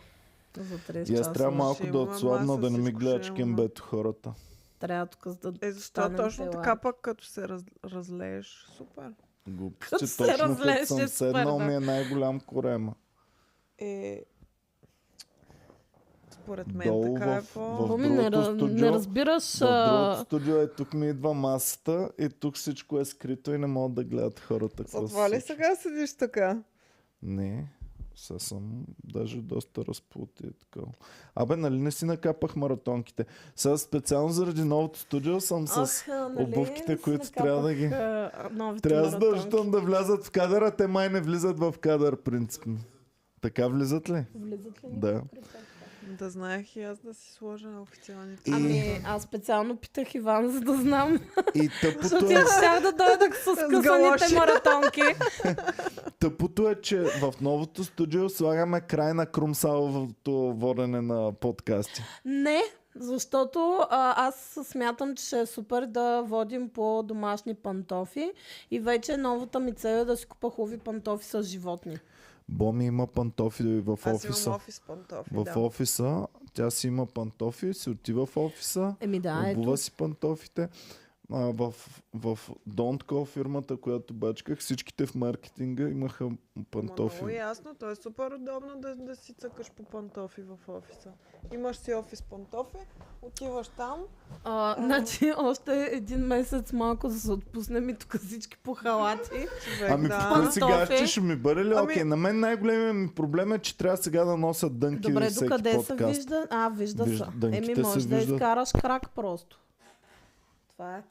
Speaker 3: за 30
Speaker 1: И аз
Speaker 3: часа.
Speaker 1: трябва малко
Speaker 2: ще
Speaker 1: да
Speaker 2: имаме
Speaker 1: отслабна,
Speaker 2: маса,
Speaker 1: да не ми
Speaker 2: всичко
Speaker 1: гледат
Speaker 2: ще
Speaker 1: шкембето хората.
Speaker 3: Трябва тук за да
Speaker 2: Е, защо
Speaker 3: станем
Speaker 2: точно
Speaker 3: пила.
Speaker 2: така пък, като се раз, разлееш? Супер.
Speaker 1: Глупости,
Speaker 3: Като се
Speaker 1: точно като
Speaker 3: разлезеш,
Speaker 1: съм
Speaker 3: е
Speaker 1: седнал
Speaker 3: супер, да.
Speaker 1: ми е най-голям корема.
Speaker 2: Е, според мен
Speaker 1: Долу
Speaker 2: така е
Speaker 1: в-
Speaker 2: по...
Speaker 1: в
Speaker 3: Боми, не,
Speaker 1: другото
Speaker 3: ра-
Speaker 1: студио-
Speaker 3: не разбираш...
Speaker 1: В другото
Speaker 3: а,
Speaker 1: студио е тук ми идва масата и тук всичко е скрито и не могат да гледат хората. какво се
Speaker 2: Затова ли
Speaker 1: случва.
Speaker 2: сега седиш така?
Speaker 1: Не, сега съм даже доста разплути. Абе, нали не си накапах маратонките? Сега специално заради новото студио съм с...
Speaker 3: Ах, а, нали,
Speaker 1: обувките,
Speaker 3: си
Speaker 1: които трябва да ги-
Speaker 3: накапах, а, новите
Speaker 1: Трябва задължително
Speaker 3: маратонки.
Speaker 1: да влязат в кадъра, те май не влизат в кадър принципно. Така влизат ли?
Speaker 3: Влизат ли ни
Speaker 1: Да.
Speaker 3: при теб?
Speaker 2: Да знаех и аз да си сложа на официалните.
Speaker 3: Ами, аз специално питах Иван, за да знам.
Speaker 1: И
Speaker 3: Защото
Speaker 1: тъпото е,
Speaker 3: я щях да дойда [laughs] с късаните
Speaker 2: галоши.
Speaker 3: маратонки.
Speaker 1: тъпото е, че в новото студио слагаме край на крумсаловото водене на подкасти.
Speaker 3: [laughs] Не, защото а, аз смятам, че ще е супер да водим по домашни пантофи. И вече новата ми цел е да си купа хубави пантофи с животни.
Speaker 1: Боми има пантофи да и в
Speaker 2: Аз имам
Speaker 1: офиса.
Speaker 2: офис пантофи,
Speaker 1: В
Speaker 2: да.
Speaker 1: офиса тя си има пантофи, си отива в офиса,
Speaker 3: Еми да, е ето.
Speaker 1: обува си пантофите. А, в, в Don't Call фирмата, която бачках, всичките в маркетинга имаха
Speaker 2: Ма много
Speaker 1: пантофи.
Speaker 2: ясно, то е супер удобно да, да си цъкаш по пантофи в офиса. Имаш си офис пантофи, отиваш там,
Speaker 3: А, значи още един месец малко да се отпуснем и тук всички по халати.
Speaker 2: човек,
Speaker 1: Ами по
Speaker 2: да.
Speaker 1: принцип сега
Speaker 3: Пантофи.
Speaker 1: ще, ще ми бъде ли?
Speaker 2: Ами-
Speaker 1: Окей, на мен най-големият ми проблем е, че трябва сега да нося дънки
Speaker 3: Добре,
Speaker 1: всеки
Speaker 3: докъде се
Speaker 1: подкаст.
Speaker 3: вижда? А, вижда,
Speaker 1: Вижда-
Speaker 3: се. Еми,
Speaker 1: дънките
Speaker 3: може
Speaker 1: се
Speaker 3: да
Speaker 1: виждат.
Speaker 3: изкараш крак просто. Това е.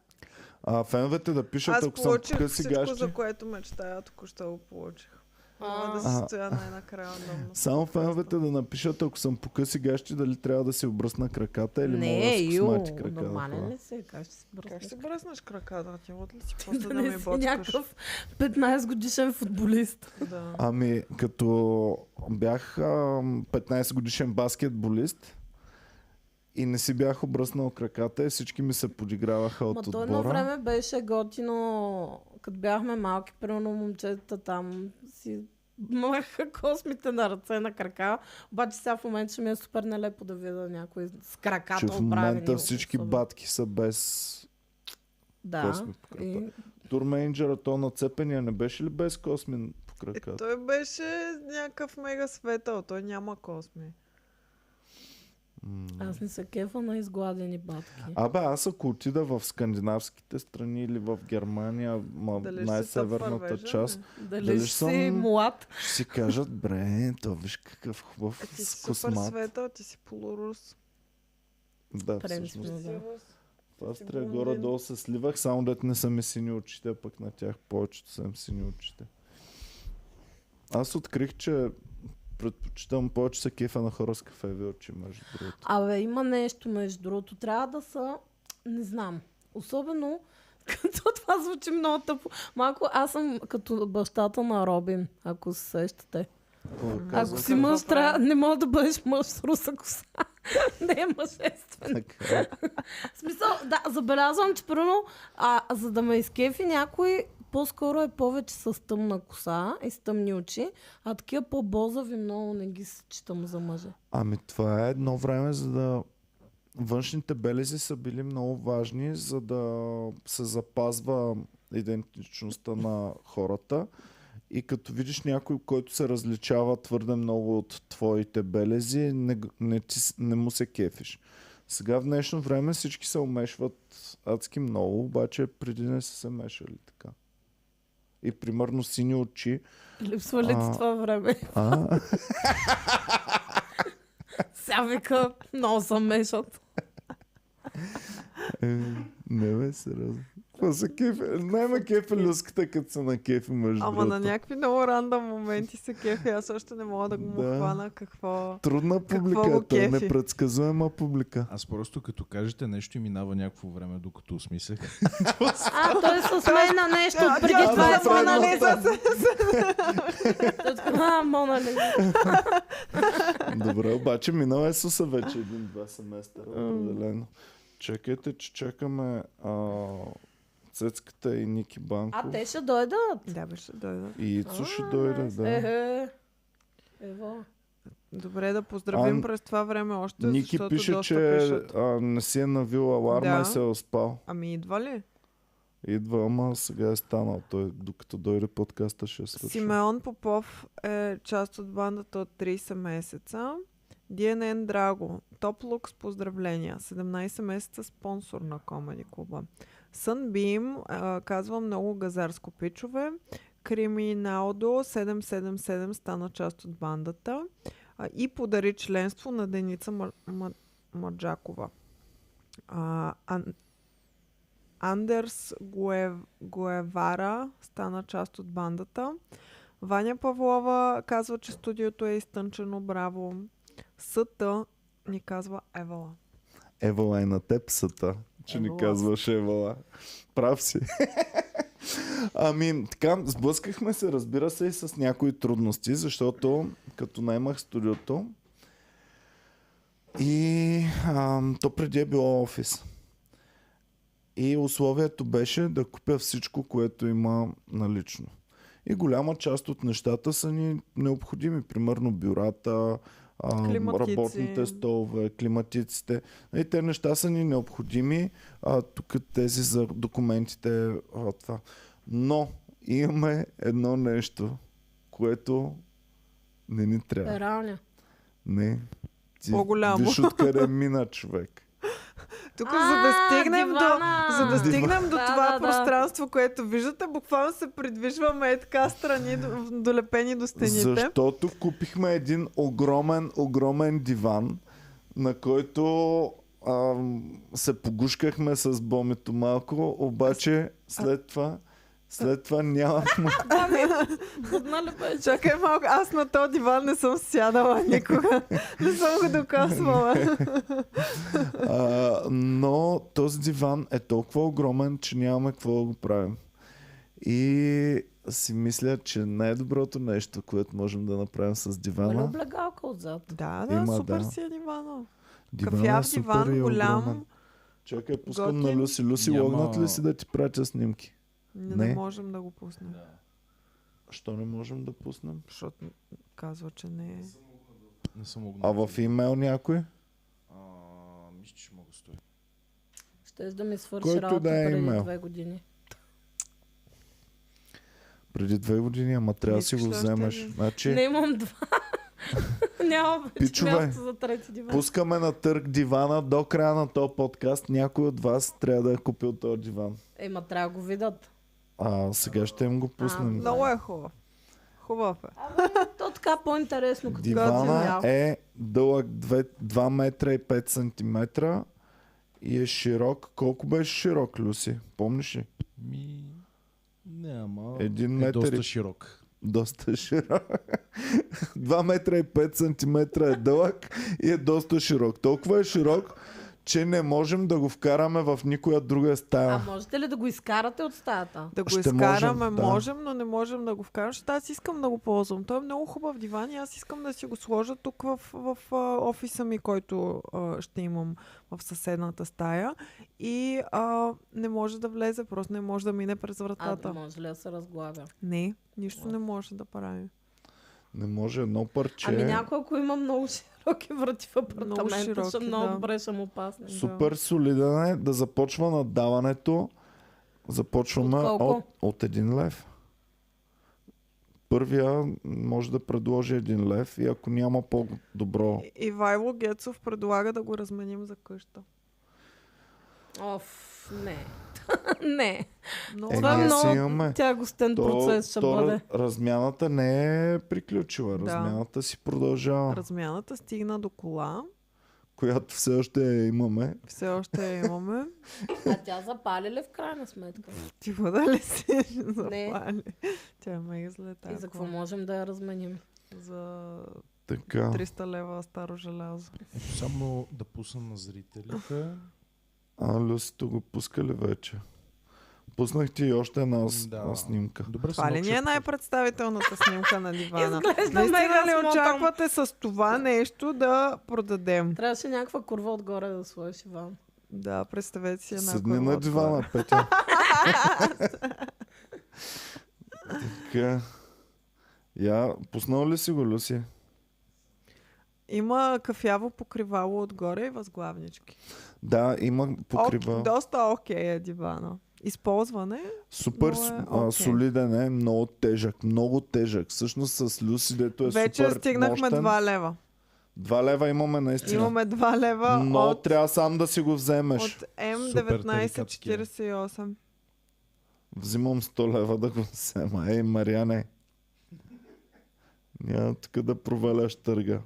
Speaker 1: А феновете да пишат,
Speaker 2: Аз
Speaker 1: ако съм
Speaker 2: получих
Speaker 1: тук
Speaker 2: всичко,
Speaker 1: сега ще...
Speaker 2: за което мечтая, току-що го получих.
Speaker 3: А.
Speaker 2: Мога да
Speaker 1: А.
Speaker 2: си стоя най-накрая удобно.
Speaker 1: Само феновете да напишат, ако съм по къси гащи, дали трябва да си обръсна краката или мога
Speaker 3: Не,
Speaker 1: да си
Speaker 3: ю,
Speaker 1: космати крака. да
Speaker 3: нормален
Speaker 1: ходя.
Speaker 3: ли си? Как ще си бръснеш?
Speaker 2: Как ще бръснеш краката ти? От ли
Speaker 3: [laughs]
Speaker 2: си
Speaker 3: да,
Speaker 2: после да, ми
Speaker 3: не си
Speaker 2: боткаш?
Speaker 3: някакъв 15 годишен футболист.
Speaker 2: Да.
Speaker 1: Ами, като бях ам, 15 годишен баскетболист И не си бях обръснал краката и всички ми се подиграваха
Speaker 3: Ма
Speaker 1: от
Speaker 3: то
Speaker 1: отбора.
Speaker 3: едно време беше готино, като бяхме малки, примерно момчетата там си махаха космите на ръце, на крака. Обаче сега в момента ще ми е супер нелепо да видя някой с краката
Speaker 1: че в
Speaker 3: оправени,
Speaker 1: момента всички
Speaker 3: особено.
Speaker 1: батки са без
Speaker 3: да.
Speaker 1: косми по кръвта.
Speaker 3: и...
Speaker 1: турменджера, то на цепения не беше ли без космин по
Speaker 2: Е,
Speaker 1: краката?
Speaker 2: той беше някакъв мега светъл, той няма косми.
Speaker 1: М.
Speaker 3: Аз не се кефа на изгладени батки.
Speaker 1: Абе, аз ако отида в скандинавските страни или в Германия, ма,
Speaker 2: Дали ще е се
Speaker 1: най-северната
Speaker 2: първежа,
Speaker 1: част,
Speaker 2: бе?
Speaker 3: Дали,
Speaker 1: дали
Speaker 3: ще
Speaker 1: съм-
Speaker 3: си млад?
Speaker 1: ще си кажат, бре, то виж какъв хубав
Speaker 2: Е, ти си
Speaker 1: с
Speaker 2: супер
Speaker 1: космат.
Speaker 2: светъл, ти си полурус.
Speaker 1: Да,
Speaker 3: Принципно,
Speaker 1: всъщност.
Speaker 3: да.
Speaker 1: В Австрия
Speaker 2: Блондин.
Speaker 1: горе-долу се сливах, само дет не са ми сини очите, а пък на тях повечето са им сини очите. Аз открих, че предпочитам повече се кефа на хора с кафеви очи, между другото.
Speaker 3: Абе, има нещо между другото. Трябва да са, не знам, особено [laughs] като това звучи много тъпо. Малко аз съм като бащата на Робин, ако се сещате. Ако си
Speaker 2: какво
Speaker 3: мъж,
Speaker 2: прави?
Speaker 3: трябва, не мога да бъдеш мъж с руса коса. [laughs] не е мъжествен.
Speaker 1: Така.
Speaker 3: В смисъл, да, забелязвам, че първо, а, за да ме изкефи някой, по-скоро е повече с тъмна коса и с тъмни очи, а такива по-бозави много не ги считам за мъже.
Speaker 1: Ами това е едно време, за да външните белези са били много важни, за да се запазва идентичността на хората. И като видиш някой, който се различава твърде много от твоите белези, не, г- не, ти, с- не му се кефиш. Сега в днешно време всички се умешват адски много, обаче преди не са се мешали така. И примерно сини очи.
Speaker 3: Липсва ли ти
Speaker 1: А.
Speaker 3: това време?
Speaker 1: А,
Speaker 3: [laughs] Сега вика, много се мешат.
Speaker 1: Е, не бе, сериозно. Какво се кефи? Не ме кефи люската, като се на кефи между
Speaker 2: Ама на
Speaker 1: другото.
Speaker 2: някакви много рандъм моменти се кефи, аз още не мога да го му
Speaker 1: Да.
Speaker 2: хвана какво...
Speaker 1: Трудна е,
Speaker 2: Какво го
Speaker 1: публиката,
Speaker 2: кефи?
Speaker 1: непредсказуема публика.
Speaker 4: Аз просто като кажете нещо и минава някакво време, докато осмислях.
Speaker 3: А, той с мен на нещо
Speaker 2: Тя-
Speaker 3: преди
Speaker 2: тя-
Speaker 3: това е
Speaker 2: тя-
Speaker 3: Мона
Speaker 2: тя-
Speaker 3: Лиза. Той така, А, Мона Лиза.
Speaker 1: Добре, обаче минал е суса вече един-два семестъра, определено. Чакайте, че чакаме а, Цецката и Ники
Speaker 3: А,
Speaker 1: Банков.
Speaker 3: те ще дойдат.
Speaker 2: Да, беше дойда.
Speaker 1: И Ицо ще дойде,
Speaker 2: е,
Speaker 1: да.
Speaker 3: Ехе. е. Ево.
Speaker 2: Добре, да поздравим
Speaker 1: А,
Speaker 2: през това време още,
Speaker 1: Ники
Speaker 2: защото
Speaker 1: пише,
Speaker 2: доста
Speaker 1: че
Speaker 2: пишат.
Speaker 1: а, не си е навил аларма
Speaker 2: Да.
Speaker 1: и се е успал.
Speaker 2: Ами идва ли?
Speaker 1: Идва, ама сега е станал. Той, докато дойде подкаста, ще свърши.
Speaker 2: Симеон Попов е част от бандата от 30 месеца. DNN Драго. Топ лук с поздравления. 17 месеца спонсор на Комеди клуба. Sunbeam а, казва много газарско пичове. Криминалдо 777 стана част от бандата а, и подари членство на Деница Мар- Ма- Марджакова. А, Ан- Андерс Гуев... Гуевара стана част от бандата. Ваня Павлова казва, че студиото е изтънчено, браво. Съта ни казва Евала.
Speaker 1: Евала е на тепсата, че ни
Speaker 2: Евала.
Speaker 1: казваш Евала. Прав си. [laughs] Ами, така, сблъскахме се, разбира се, и с някои трудности, защото като наймах студиото и ам, то преди е било офис. И условието беше да купя всичко, което има налично. И голяма част от нещата са ни необходими. Примерно бюрата, ам,
Speaker 2: Климатици.
Speaker 1: работните столове, климатиците. И те неща са ни необходими. А, тук тези за документите, а, това. Но имаме едно нещо, което не ни трябва.
Speaker 3: Пералня.
Speaker 1: Не. Ти
Speaker 2: По-голямо.
Speaker 1: Виж откъде мина човек.
Speaker 2: Тук,
Speaker 3: А,
Speaker 2: за да стигнем до,
Speaker 3: дивана!
Speaker 2: за да
Speaker 1: Диван.
Speaker 2: стигнем до
Speaker 3: Да,
Speaker 2: това
Speaker 3: да, да.
Speaker 2: пространство, което виждате, буквално се придвижваме е така страни, до- долепени до стените.
Speaker 1: Защото купихме един огромен, огромен диван, на който ам, се погушкахме с бомито малко, обаче след това, след това нямахме...
Speaker 3: Будна ли Нали беше?
Speaker 2: Чакай малко, аз на този диван не съм сядала никога. [laughs] не съм го докосвала.
Speaker 1: А, но този диван е толкова огромен, че нямаме какво да го правим. И си мисля, че най-доброто нещо, което можем да направим с
Speaker 3: Има ли
Speaker 1: дивана,
Speaker 3: облегалка отзад?
Speaker 2: да, да,
Speaker 1: Има,
Speaker 2: супер
Speaker 1: да.
Speaker 2: си е дивана. Кафяв диван,
Speaker 1: огромен.
Speaker 2: голям.
Speaker 1: Чакай, пускам на
Speaker 2: готин.
Speaker 1: Люси. Люси,
Speaker 4: Няма-
Speaker 1: логнат ли си да ти пратя снимки?
Speaker 2: Не,
Speaker 1: Не.
Speaker 2: не можем да го пуснем.
Speaker 1: Що не можем да пуснем?
Speaker 2: Защото казва, че не е.
Speaker 4: Не съм
Speaker 1: А
Speaker 4: огнал.
Speaker 1: в имейл някой?
Speaker 4: А, мисля, че мога да стоя.
Speaker 3: Ще да ми свърши
Speaker 1: Който
Speaker 3: работа
Speaker 1: да е
Speaker 3: преди
Speaker 1: имал.
Speaker 3: две години.
Speaker 1: Преди две години, ама трябва да си
Speaker 2: Искаш
Speaker 1: го
Speaker 2: ли още
Speaker 1: вземеш.
Speaker 2: един?
Speaker 1: Значи,
Speaker 3: Не имам два. [laughs] Няма вече
Speaker 1: Пичове.
Speaker 3: място за трети диван.
Speaker 1: пускаме на търг дивана до края на този подкаст. Някой от вас трябва да е купил този диван.
Speaker 3: Ема Е, трябва да го видят.
Speaker 1: А сега ще им го пуснем.
Speaker 2: Много е хубав. Хубав е.
Speaker 3: То така по-интересно като
Speaker 1: Дивана
Speaker 3: като
Speaker 1: е дълъг 2, 2 метра и 5 сантиметра и е широк. Колко беше широк, Люси? Помниш ли?
Speaker 4: Ми... Не, ама...
Speaker 1: Един
Speaker 4: е
Speaker 1: метър и-
Speaker 4: доста широк.
Speaker 1: Доста [laughs] широк. 2 метра и 5 сантиметра е дълъг и е доста широк. Толкова е широк, че не можем да го вкараме в никоя друга
Speaker 3: А
Speaker 1: стая.
Speaker 3: можете ли да го изкарате от стаята?
Speaker 2: Да го
Speaker 1: Ще
Speaker 2: изкараме,
Speaker 1: можем, да.
Speaker 2: можем, но не можем да го вкарам, защото аз искам да го ползвам. Той е много хубав диван и аз искам да си го сложа тук в, в, а, офиса ми, който а, ще имам в съседната стая. И а, не може да влезе, просто не може да мине през
Speaker 3: А,
Speaker 2: вратата.
Speaker 3: може ли да се разглавя?
Speaker 2: не, нищо не може да прави.
Speaker 1: Не може едно парче.
Speaker 3: Ами някой, ако има много [laughs] широки врати в
Speaker 2: Много
Speaker 3: апартамента, много
Speaker 2: широки,
Speaker 3: ще много
Speaker 2: да.
Speaker 3: добре ще му пасне.
Speaker 1: Супер солиден е да започва наддаването. Започваме
Speaker 3: От
Speaker 1: от,
Speaker 3: колко?
Speaker 1: от, един лев. Първия може да предложи един лев и ако няма по-добро...
Speaker 2: И- И Вайло Гецов предлага да го разменим за къща.
Speaker 3: Оф, не. [laughs] не.
Speaker 2: Много
Speaker 1: Е,
Speaker 3: Това
Speaker 1: ние
Speaker 3: е
Speaker 1: си
Speaker 3: много
Speaker 1: имаме.
Speaker 3: тягостен процес ще
Speaker 1: то
Speaker 3: бъде.
Speaker 1: размяната не е приключила.
Speaker 2: Да.
Speaker 1: Размяната си продължава,
Speaker 2: размяната стигна до кола.
Speaker 1: която все още я имаме.
Speaker 2: Все още я имаме. [laughs]
Speaker 3: А тя запали ли в крайна сметка?
Speaker 2: Ти вода ли си
Speaker 3: Не.
Speaker 2: запали? Тя е ме излета.
Speaker 3: И за какво можем да я разменим?
Speaker 2: За
Speaker 1: Така.
Speaker 2: 300 лева старо желязо.
Speaker 4: Само да пусна на зрителите.
Speaker 1: А Люсито го пуска ли вече? Пуснах ти и още една с-
Speaker 4: Да.
Speaker 1: една снимка.
Speaker 4: Добре,
Speaker 2: Това ли
Speaker 4: Синок,
Speaker 2: ни
Speaker 4: ще
Speaker 2: е най-представителната снимка на дивана?
Speaker 3: Изглежда
Speaker 2: Наистина
Speaker 3: мега
Speaker 2: ли
Speaker 3: смотан.
Speaker 2: очаквате с това нещо да продадем?
Speaker 3: Трябваше някаква курва отгоре да сложиш Иван.
Speaker 2: Да, представете си една
Speaker 1: Седни
Speaker 2: кола
Speaker 1: на
Speaker 2: [laughs]
Speaker 1: дивана, Петя. така. Я, пуснал ли си го, Люси?
Speaker 2: Има кафяво покривало отгоре и възглавнички.
Speaker 1: Да, има покрива.
Speaker 2: Ок, доста окей е дивана. Използване?
Speaker 1: Супер
Speaker 2: но е
Speaker 1: с- а,
Speaker 2: окей.
Speaker 1: солиден е, много тежък, много тежък. Всъщност с Люси, дето е
Speaker 2: Вече
Speaker 1: супер
Speaker 2: стигнахме
Speaker 1: мощен.
Speaker 2: 2 лева.
Speaker 1: Два лева имаме наистина.
Speaker 2: Имаме 2 лева
Speaker 1: Но
Speaker 2: от,
Speaker 1: трябва сам да си го вземеш.
Speaker 2: от
Speaker 4: Супер тарикатски.
Speaker 2: М1948.
Speaker 1: Взимам 100 лева да го взема. Ей, Мариане. Няма тук да проваляш търга.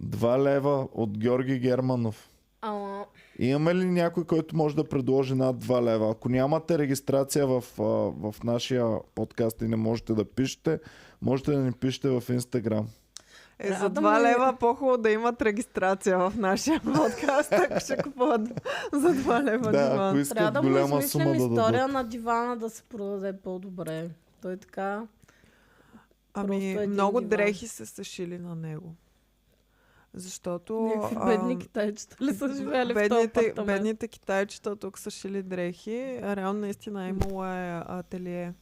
Speaker 1: Два лева от Георги Германов.
Speaker 3: Ама,
Speaker 1: Имаме ли някой, който може да предложи над 2 лева? Ако нямате регистрация в, а, в нашия подкаст и не можете да пишете, можете да ни пишете в Инстаграм.
Speaker 2: Е, за
Speaker 3: Радвам
Speaker 2: 2
Speaker 3: ли?
Speaker 2: лева по-хубаво да имат регистрация в нашия подкаст, ако ще купуват [laughs] за 2 лева
Speaker 1: Да, ако
Speaker 2: диван.
Speaker 1: искат
Speaker 3: трябва да му
Speaker 1: голяма
Speaker 3: измислим
Speaker 1: сума да
Speaker 3: история
Speaker 1: дадат.
Speaker 3: на дивана да се продаде по-добре. Той така... Просто
Speaker 2: Ами,
Speaker 3: един
Speaker 2: много
Speaker 3: диван.
Speaker 2: дрехи са се шили на него. Защото...
Speaker 3: Някакви
Speaker 2: а,
Speaker 3: бедни китайчета ли са живели в този
Speaker 2: бедните,
Speaker 3: апартамент?
Speaker 2: бедните китайчета тук са шили дрехи. А, Реално наистина е имало е ателие,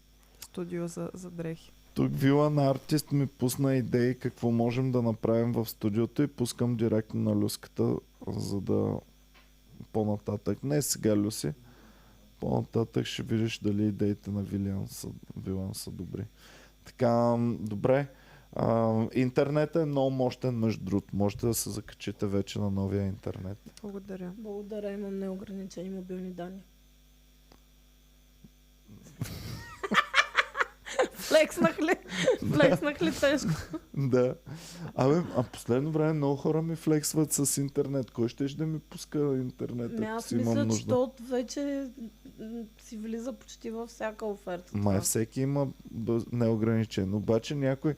Speaker 2: студио за, за дрехи.
Speaker 1: Тук вила на артист ми пусна идеи какво можем да направим в студиото и пускам директно на Люската, за да по-нататък. Не сега, Люси. По-нататък ще видиш дали идеите на Вилиан са, Вилан са добри. Така, м, добре. А, интернет е много мощен, между другото. Можете да се закачите вече на новия интернет.
Speaker 3: [laughs]
Speaker 2: Благодаря.
Speaker 3: Благодаря, имам неограничени мобилни данни. Флекснах ли? Флекснах ли тежко?
Speaker 1: Да. Абе, а последно време много хора ми флексват с интернет. Кой ще да ми пуска интернет,
Speaker 3: Ами
Speaker 1: ако
Speaker 3: аз
Speaker 1: си имам
Speaker 3: мисля, че
Speaker 1: нужда?
Speaker 3: то вече м, си влиза почти във всяка оферта.
Speaker 1: Май всеки има бъ- неограничен. Обаче някой...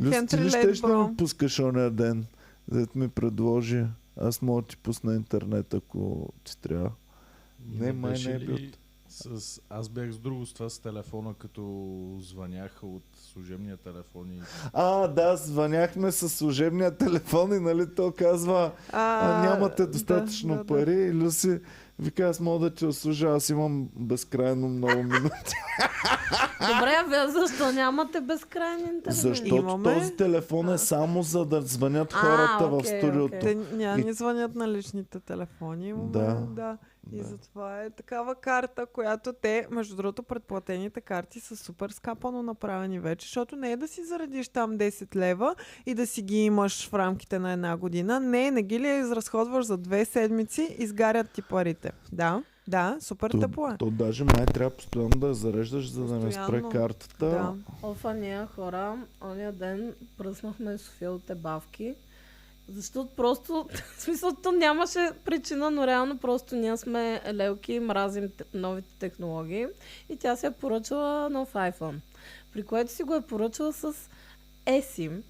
Speaker 1: Люс, ти
Speaker 2: Хентри
Speaker 1: ли щеш да
Speaker 2: Лейдбро.
Speaker 1: ми пускаш оня ден? Зад ми предложи. Аз мога да ти пусна интернет, ако ти трябва.
Speaker 4: Ми
Speaker 1: Не, май
Speaker 4: беше
Speaker 1: не е
Speaker 4: ли
Speaker 1: бил.
Speaker 4: С, аз бях с друго с това с телефона, като звъняха от служебния телефон и
Speaker 1: А, да, звъняхме с служебния телефон и нали то казва, а, нямате достатъчно
Speaker 2: да, да,
Speaker 1: пари и Люси вика, аз мога да те услужа, аз имам безкрайно много минути.
Speaker 3: Добре, а вие защо нямате безкрайен интернет?
Speaker 1: Защото
Speaker 2: Имаме.
Speaker 1: този телефон е само за да звънят
Speaker 3: А,
Speaker 1: хората в
Speaker 3: окей,
Speaker 1: студиото.
Speaker 2: Те
Speaker 3: окей.
Speaker 2: няма Е, ни звънят на личните телефони. Имаме,
Speaker 1: Да,
Speaker 2: да, да. И
Speaker 1: да.
Speaker 2: затова е такава карта, която те, между другото, предплатените карти са супер скапано направени вече, защото не е да си заредиш там 10 лева и да си ги имаш в рамките на една година. Не, не ги ли изразходваш за две седмици, изгарят ти парите. Да, да, супер тъпо е.
Speaker 1: То, то даже май трябва постоянно да я зареждаш, за да не спре
Speaker 2: Постоянно.
Speaker 1: картата.
Speaker 2: Да.
Speaker 3: Офа, ние хора, ония ден пръснахме София от бавки. Защото просто, [laughs] в смисъл, то нямаше причина, но реално просто ние сме лелки и мразим те- новите технологии. И тя си е поръчала нов iPhone, при което си го е поръчала с eSIM.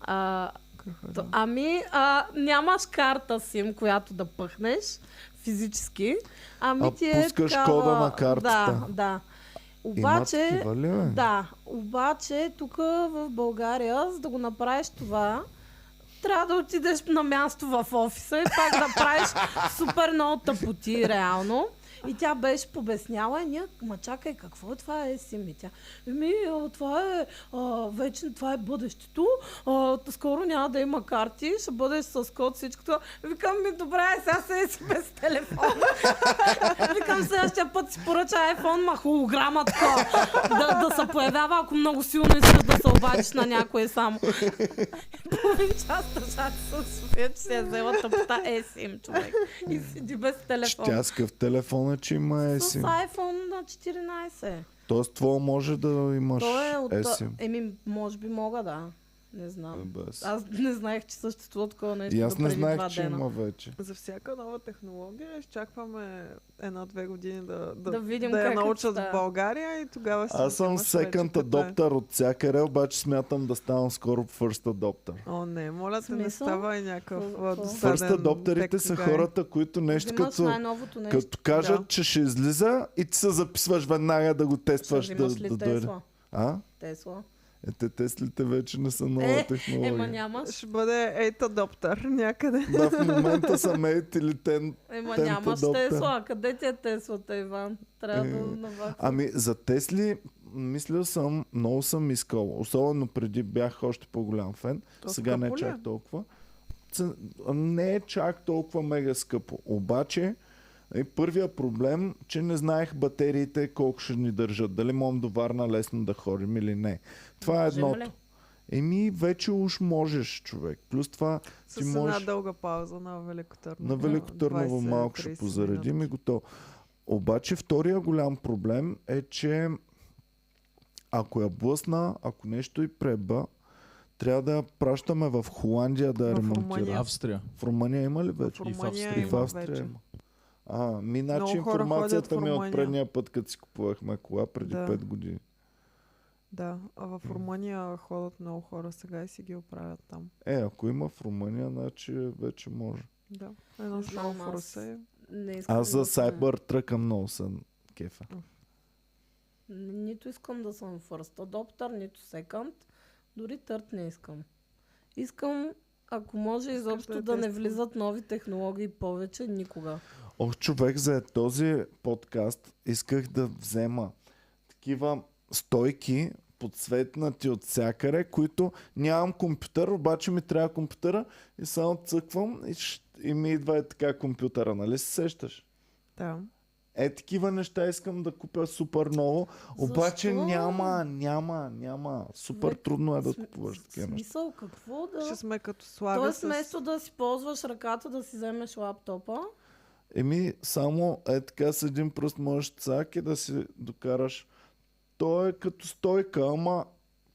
Speaker 3: А,
Speaker 2: Какво е
Speaker 3: то,
Speaker 2: да?
Speaker 3: ами, а, нямаш карта SIM, която да пъхнеш физически. Ами
Speaker 1: А
Speaker 3: ти е
Speaker 1: пускаш
Speaker 3: такава-
Speaker 1: кода на картата.
Speaker 3: Да, да.
Speaker 1: Има
Speaker 3: Обаче,
Speaker 1: такива ли, бе?
Speaker 3: да, обаче тук в България, за да го направиш това, трябва да отидеш на място в офиса и пак да правиш супер много тъпоти, реално. И тя беше побесняла и ние, ма чакай, какво е това е Сими? Тя, ми, това е а, вече, това е бъдещето, а, скоро няма да има карти, ще бъдеш с код всичко това. Викам ми, добре, сега се е си без телефон. Викам следващия път си поръча iPhone, ма холограма така. Да, да се появява, ако много силно искаш да се обадиш на някой само. Половин час държати с София, че си е взела тъпта есим, човек. И седи без телефон.
Speaker 1: Тя с къв телефон е, че има
Speaker 3: С
Speaker 1: eSIM.
Speaker 3: iPhone на 14.
Speaker 1: Тоест, това може да имаш
Speaker 3: Той е от...
Speaker 1: eSIM.
Speaker 3: Еми, може би мога да. Не знам.
Speaker 1: Без.
Speaker 3: Аз не знаех, че съществува такова нещо.
Speaker 1: И аз
Speaker 3: до
Speaker 1: не
Speaker 3: преди два
Speaker 1: знаех, че
Speaker 3: дена.
Speaker 1: има вече.
Speaker 2: За всяка нова технология изчакваме една-две години да, да,
Speaker 3: Да видим
Speaker 2: да я
Speaker 3: как е
Speaker 2: научат в
Speaker 3: става.
Speaker 2: България и тогава си
Speaker 1: Аз съм
Speaker 2: взимаш вече
Speaker 1: second
Speaker 2: каква е.
Speaker 1: adopter от всякъде, обаче смятам да ставам скоро first adopter.
Speaker 2: О, не, моля те, не
Speaker 3: Смисъл?
Speaker 2: става и някакъв
Speaker 3: Какво-
Speaker 2: а,
Speaker 3: какво?
Speaker 2: досаден
Speaker 1: First адоптерите
Speaker 2: тек
Speaker 1: са
Speaker 2: тогава.
Speaker 1: хората, които нещо
Speaker 3: Взимаш
Speaker 1: като...
Speaker 3: най-новото нещо.
Speaker 1: Като кажат,
Speaker 2: Да.
Speaker 1: че ще излиза и ти се записваш веднага да го
Speaker 3: Ще
Speaker 1: тестваш да,
Speaker 3: взимаш ли
Speaker 1: да дойде.
Speaker 3: Тесла?
Speaker 1: А?
Speaker 3: Тесла.
Speaker 1: Е, те теслите вече не са нова
Speaker 3: Е,
Speaker 1: технология.
Speaker 3: Ема нямаш.
Speaker 2: Ще бъде ейт адоптер някъде.
Speaker 1: Да, в момента са мейт или тен.
Speaker 3: Ема
Speaker 1: Темпо
Speaker 2: е
Speaker 3: нямаш
Speaker 1: доктор.
Speaker 3: Тесла. Къде ти е Теслата, Иван? Трябва
Speaker 1: Е,
Speaker 3: да наваксаш.
Speaker 1: Ами за Тесли, мислил съм, много съм искал. Особено преди бях още по-голям фен.
Speaker 2: То
Speaker 1: Сега не е
Speaker 2: скъпо ли е?
Speaker 1: чак толкова. Ц- Не е чак толкова мега скъпо. Обаче, е първия проблем, че не знаех батериите колко ще ни държат. Дали можем до Варна лесно да ходим или не. Това е
Speaker 3: Можем ли?
Speaker 1: едното. Еми, вече уж можеш, човек. Плюс това,
Speaker 2: С
Speaker 1: ти
Speaker 2: една
Speaker 1: можеш...
Speaker 2: дълга пауза на Велико Търново.
Speaker 1: На Велико Търново
Speaker 2: 20-30
Speaker 1: малко ще
Speaker 2: минути.
Speaker 1: позаредим и готово. Обаче втория голям проблем е, че ако я блъсна, ако нещо и преба, трябва да я пращаме в Холандия да я
Speaker 2: В
Speaker 1: ремонтира.
Speaker 2: Румъния.
Speaker 4: Австрия.
Speaker 1: В Румъния има ли
Speaker 2: В
Speaker 1: вече?
Speaker 4: И в
Speaker 2: Румъния
Speaker 4: Австрия.
Speaker 1: И в
Speaker 2: има
Speaker 1: Австрия
Speaker 2: вече.
Speaker 1: има. А, ми значи
Speaker 2: Много хора ходят
Speaker 1: информацията
Speaker 2: в
Speaker 1: ми е от
Speaker 2: Румъния.
Speaker 1: предния път, като си купувахме кола преди
Speaker 2: Да.
Speaker 1: 5 години.
Speaker 2: Да, а в Румъния ходят много хора сега и си ги оправят там.
Speaker 1: Е, ако има в Румъния, значи вече може.
Speaker 2: Да. Едно шоу
Speaker 3: Знам
Speaker 2: в
Speaker 3: аз.
Speaker 2: Русе.
Speaker 3: Не искам
Speaker 1: Аз за
Speaker 3: да съм-
Speaker 1: Cybertruck много съм кефа.
Speaker 3: Н- Нито искам да съм first adopter, нито second. Дори търт не искам. Искам, ако може
Speaker 2: Искаш
Speaker 3: изобщо
Speaker 2: да я
Speaker 3: да, не
Speaker 2: тествам.
Speaker 3: влизат нови технологии повече никога.
Speaker 1: Ох, човек, за този подкаст исках да взема такива стойки, подсветнати от всякъде, които нямам компютър, обаче ми трябва компютъра и само цъквам и, щ- и ми идва е така компютъра, нали се сещаш?
Speaker 2: Да.
Speaker 1: Е, такива неща искам да купя супер много, обаче
Speaker 3: Защо?
Speaker 1: няма, няма, няма. Супер
Speaker 3: Човек,
Speaker 1: трудно е да
Speaker 3: См-
Speaker 1: купуваш
Speaker 3: в
Speaker 1: такива неща.
Speaker 3: Смисъл, какво да...
Speaker 2: Ще сме като слага
Speaker 3: Тоест,
Speaker 2: с...
Speaker 3: вместо да си ползваш ръката, да си вземеш лаптопа,
Speaker 1: Еми, само е така с един пръст можеш цак и да си докараш. Той е като стойка, ама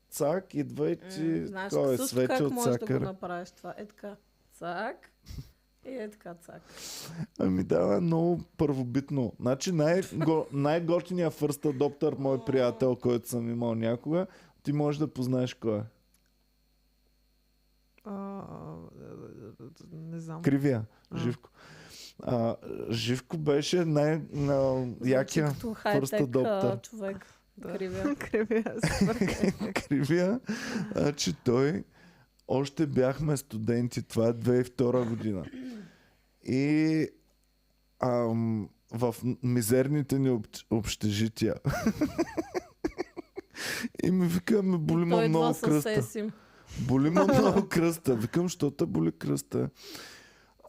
Speaker 1: цак, идва и ти
Speaker 3: М, знаеш
Speaker 1: такова е
Speaker 3: също
Speaker 1: свети
Speaker 3: как
Speaker 1: от
Speaker 3: можеш да
Speaker 1: всякъде.
Speaker 3: го направиш това. Е така, цак. И е така, цак.
Speaker 1: Ами да, е много първобитно. Значи
Speaker 3: [laughs]
Speaker 1: най-го, най-готиният first adopter, мой приятел, който съм имал някога, ти можеш да познаеш кой е.
Speaker 2: А, а, а, а, не знам.
Speaker 1: Кривия,
Speaker 2: [laughs] А.
Speaker 1: Живко. А, Живко беше
Speaker 3: Значи
Speaker 1: най-якия
Speaker 3: Звучи като
Speaker 1: first
Speaker 3: хай-тек,
Speaker 1: adopter.
Speaker 3: а, човек.
Speaker 2: Да.
Speaker 3: Кривия.
Speaker 2: Кривия
Speaker 1: [laughs]
Speaker 2: се.
Speaker 1: кривия, а, че той още бяхме студенти, това е 2002 година. И ам, в мизерните ни об, общежития. [laughs] И ми вика, ме боли ма
Speaker 3: Той е идва
Speaker 1: много
Speaker 3: с
Speaker 1: кръста.
Speaker 3: сеси.
Speaker 1: Боли ма много кръста. Викам, що те боли кръста?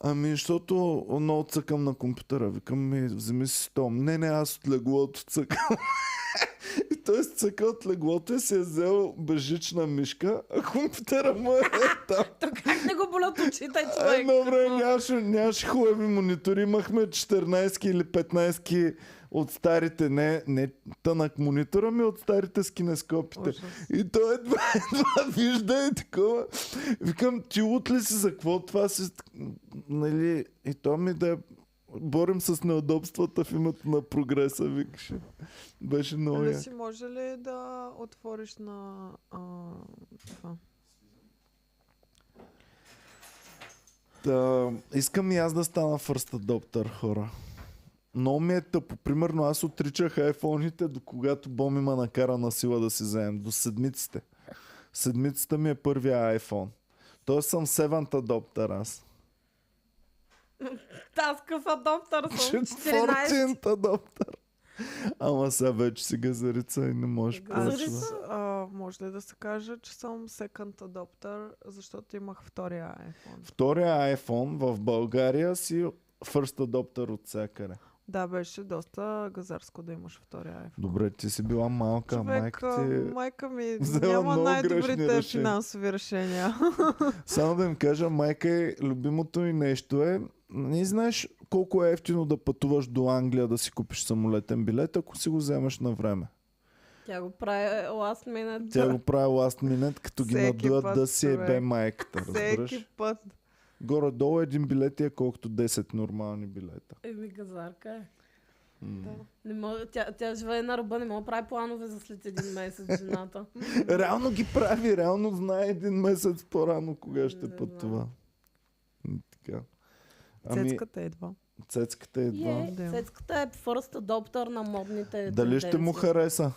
Speaker 1: Ами, защото много цъкам на компютъра. Викам, ми, вземи си стом. Не, не, аз от леглото цъкам. [laughs] И той се цъка от леглото и си е взел бежична мишка, а компютъра му е там.
Speaker 3: То как [laughs] не го болят очите, човек?
Speaker 1: Едно време
Speaker 3: Какво?
Speaker 1: нямаше, нямаше хубави монитори. Имахме 14 или 15 от старите, не, не тънък монитор, ами от старите с кинескопите.
Speaker 2: Ужас.
Speaker 1: И той едва, [laughs] едва вижда и такова. Викам, ти лут ли си за какво това си? Нали, и то ми да борим с неудобствата в името на прогреса, викаше. Беше много
Speaker 2: Не
Speaker 1: яко.
Speaker 2: Нали си може ли да отвориш на а, това?
Speaker 1: Та, искам и аз да стана first adopter, хора. Много ми е тъпо. Примерно аз отричах айфоните до когато Бом има накара на сила да си вземем. До седмиците. Седмицата ми е първия айфон. Тоест съм seventh adopter аз.
Speaker 3: Таскав адоптър съм. 14.
Speaker 1: 14th adopter. Ама сега вече си газарица и не можеш
Speaker 3: Газарица?
Speaker 1: повече. да.
Speaker 2: Аз а, може ли да се каже, че съм second adopter, защото имах втория iPhone.
Speaker 1: Втория айфон в България си first adopter от всякъде.
Speaker 2: Да, беше доста газарско да имаш втория iPhone.
Speaker 1: Добре, ти си била малка,
Speaker 2: Човек,
Speaker 1: майка ти... е
Speaker 2: а, майка ми
Speaker 1: взела
Speaker 2: няма
Speaker 1: много грешни
Speaker 2: най-добрите
Speaker 1: решения.
Speaker 2: финансови решения.
Speaker 1: Само да им кажа, майка е любимото ми нещо е, не знаеш колко е ефтино да пътуваш до Англия да си купиш самолетен билет, ако си го вземеш на време.
Speaker 3: Тя го прави last minute.
Speaker 1: Тя е го прави last minute, като ги
Speaker 2: Всеки
Speaker 1: надуят
Speaker 2: път,
Speaker 1: да си
Speaker 2: човек.
Speaker 1: ебе майката, [laughs] разбираш?
Speaker 2: Всеки път.
Speaker 1: Горе-долу един билет е колкото 10 нормални билета.
Speaker 3: Еми, газарка е. Не може, тя, тя живее на ръба, не мога да прави планове за след
Speaker 1: [laughs]
Speaker 3: един месец жената.
Speaker 1: Реално ги прави, реално знае един месец по-рано кога
Speaker 3: Не
Speaker 1: ще
Speaker 3: знам.
Speaker 1: пътува. И Така. Ами,
Speaker 2: Цецката едва.
Speaker 1: цецката едва.
Speaker 3: Е,
Speaker 2: Да.
Speaker 3: Цецката е first adopter на модните
Speaker 1: Дали ще му
Speaker 3: тенденции.
Speaker 1: хареса?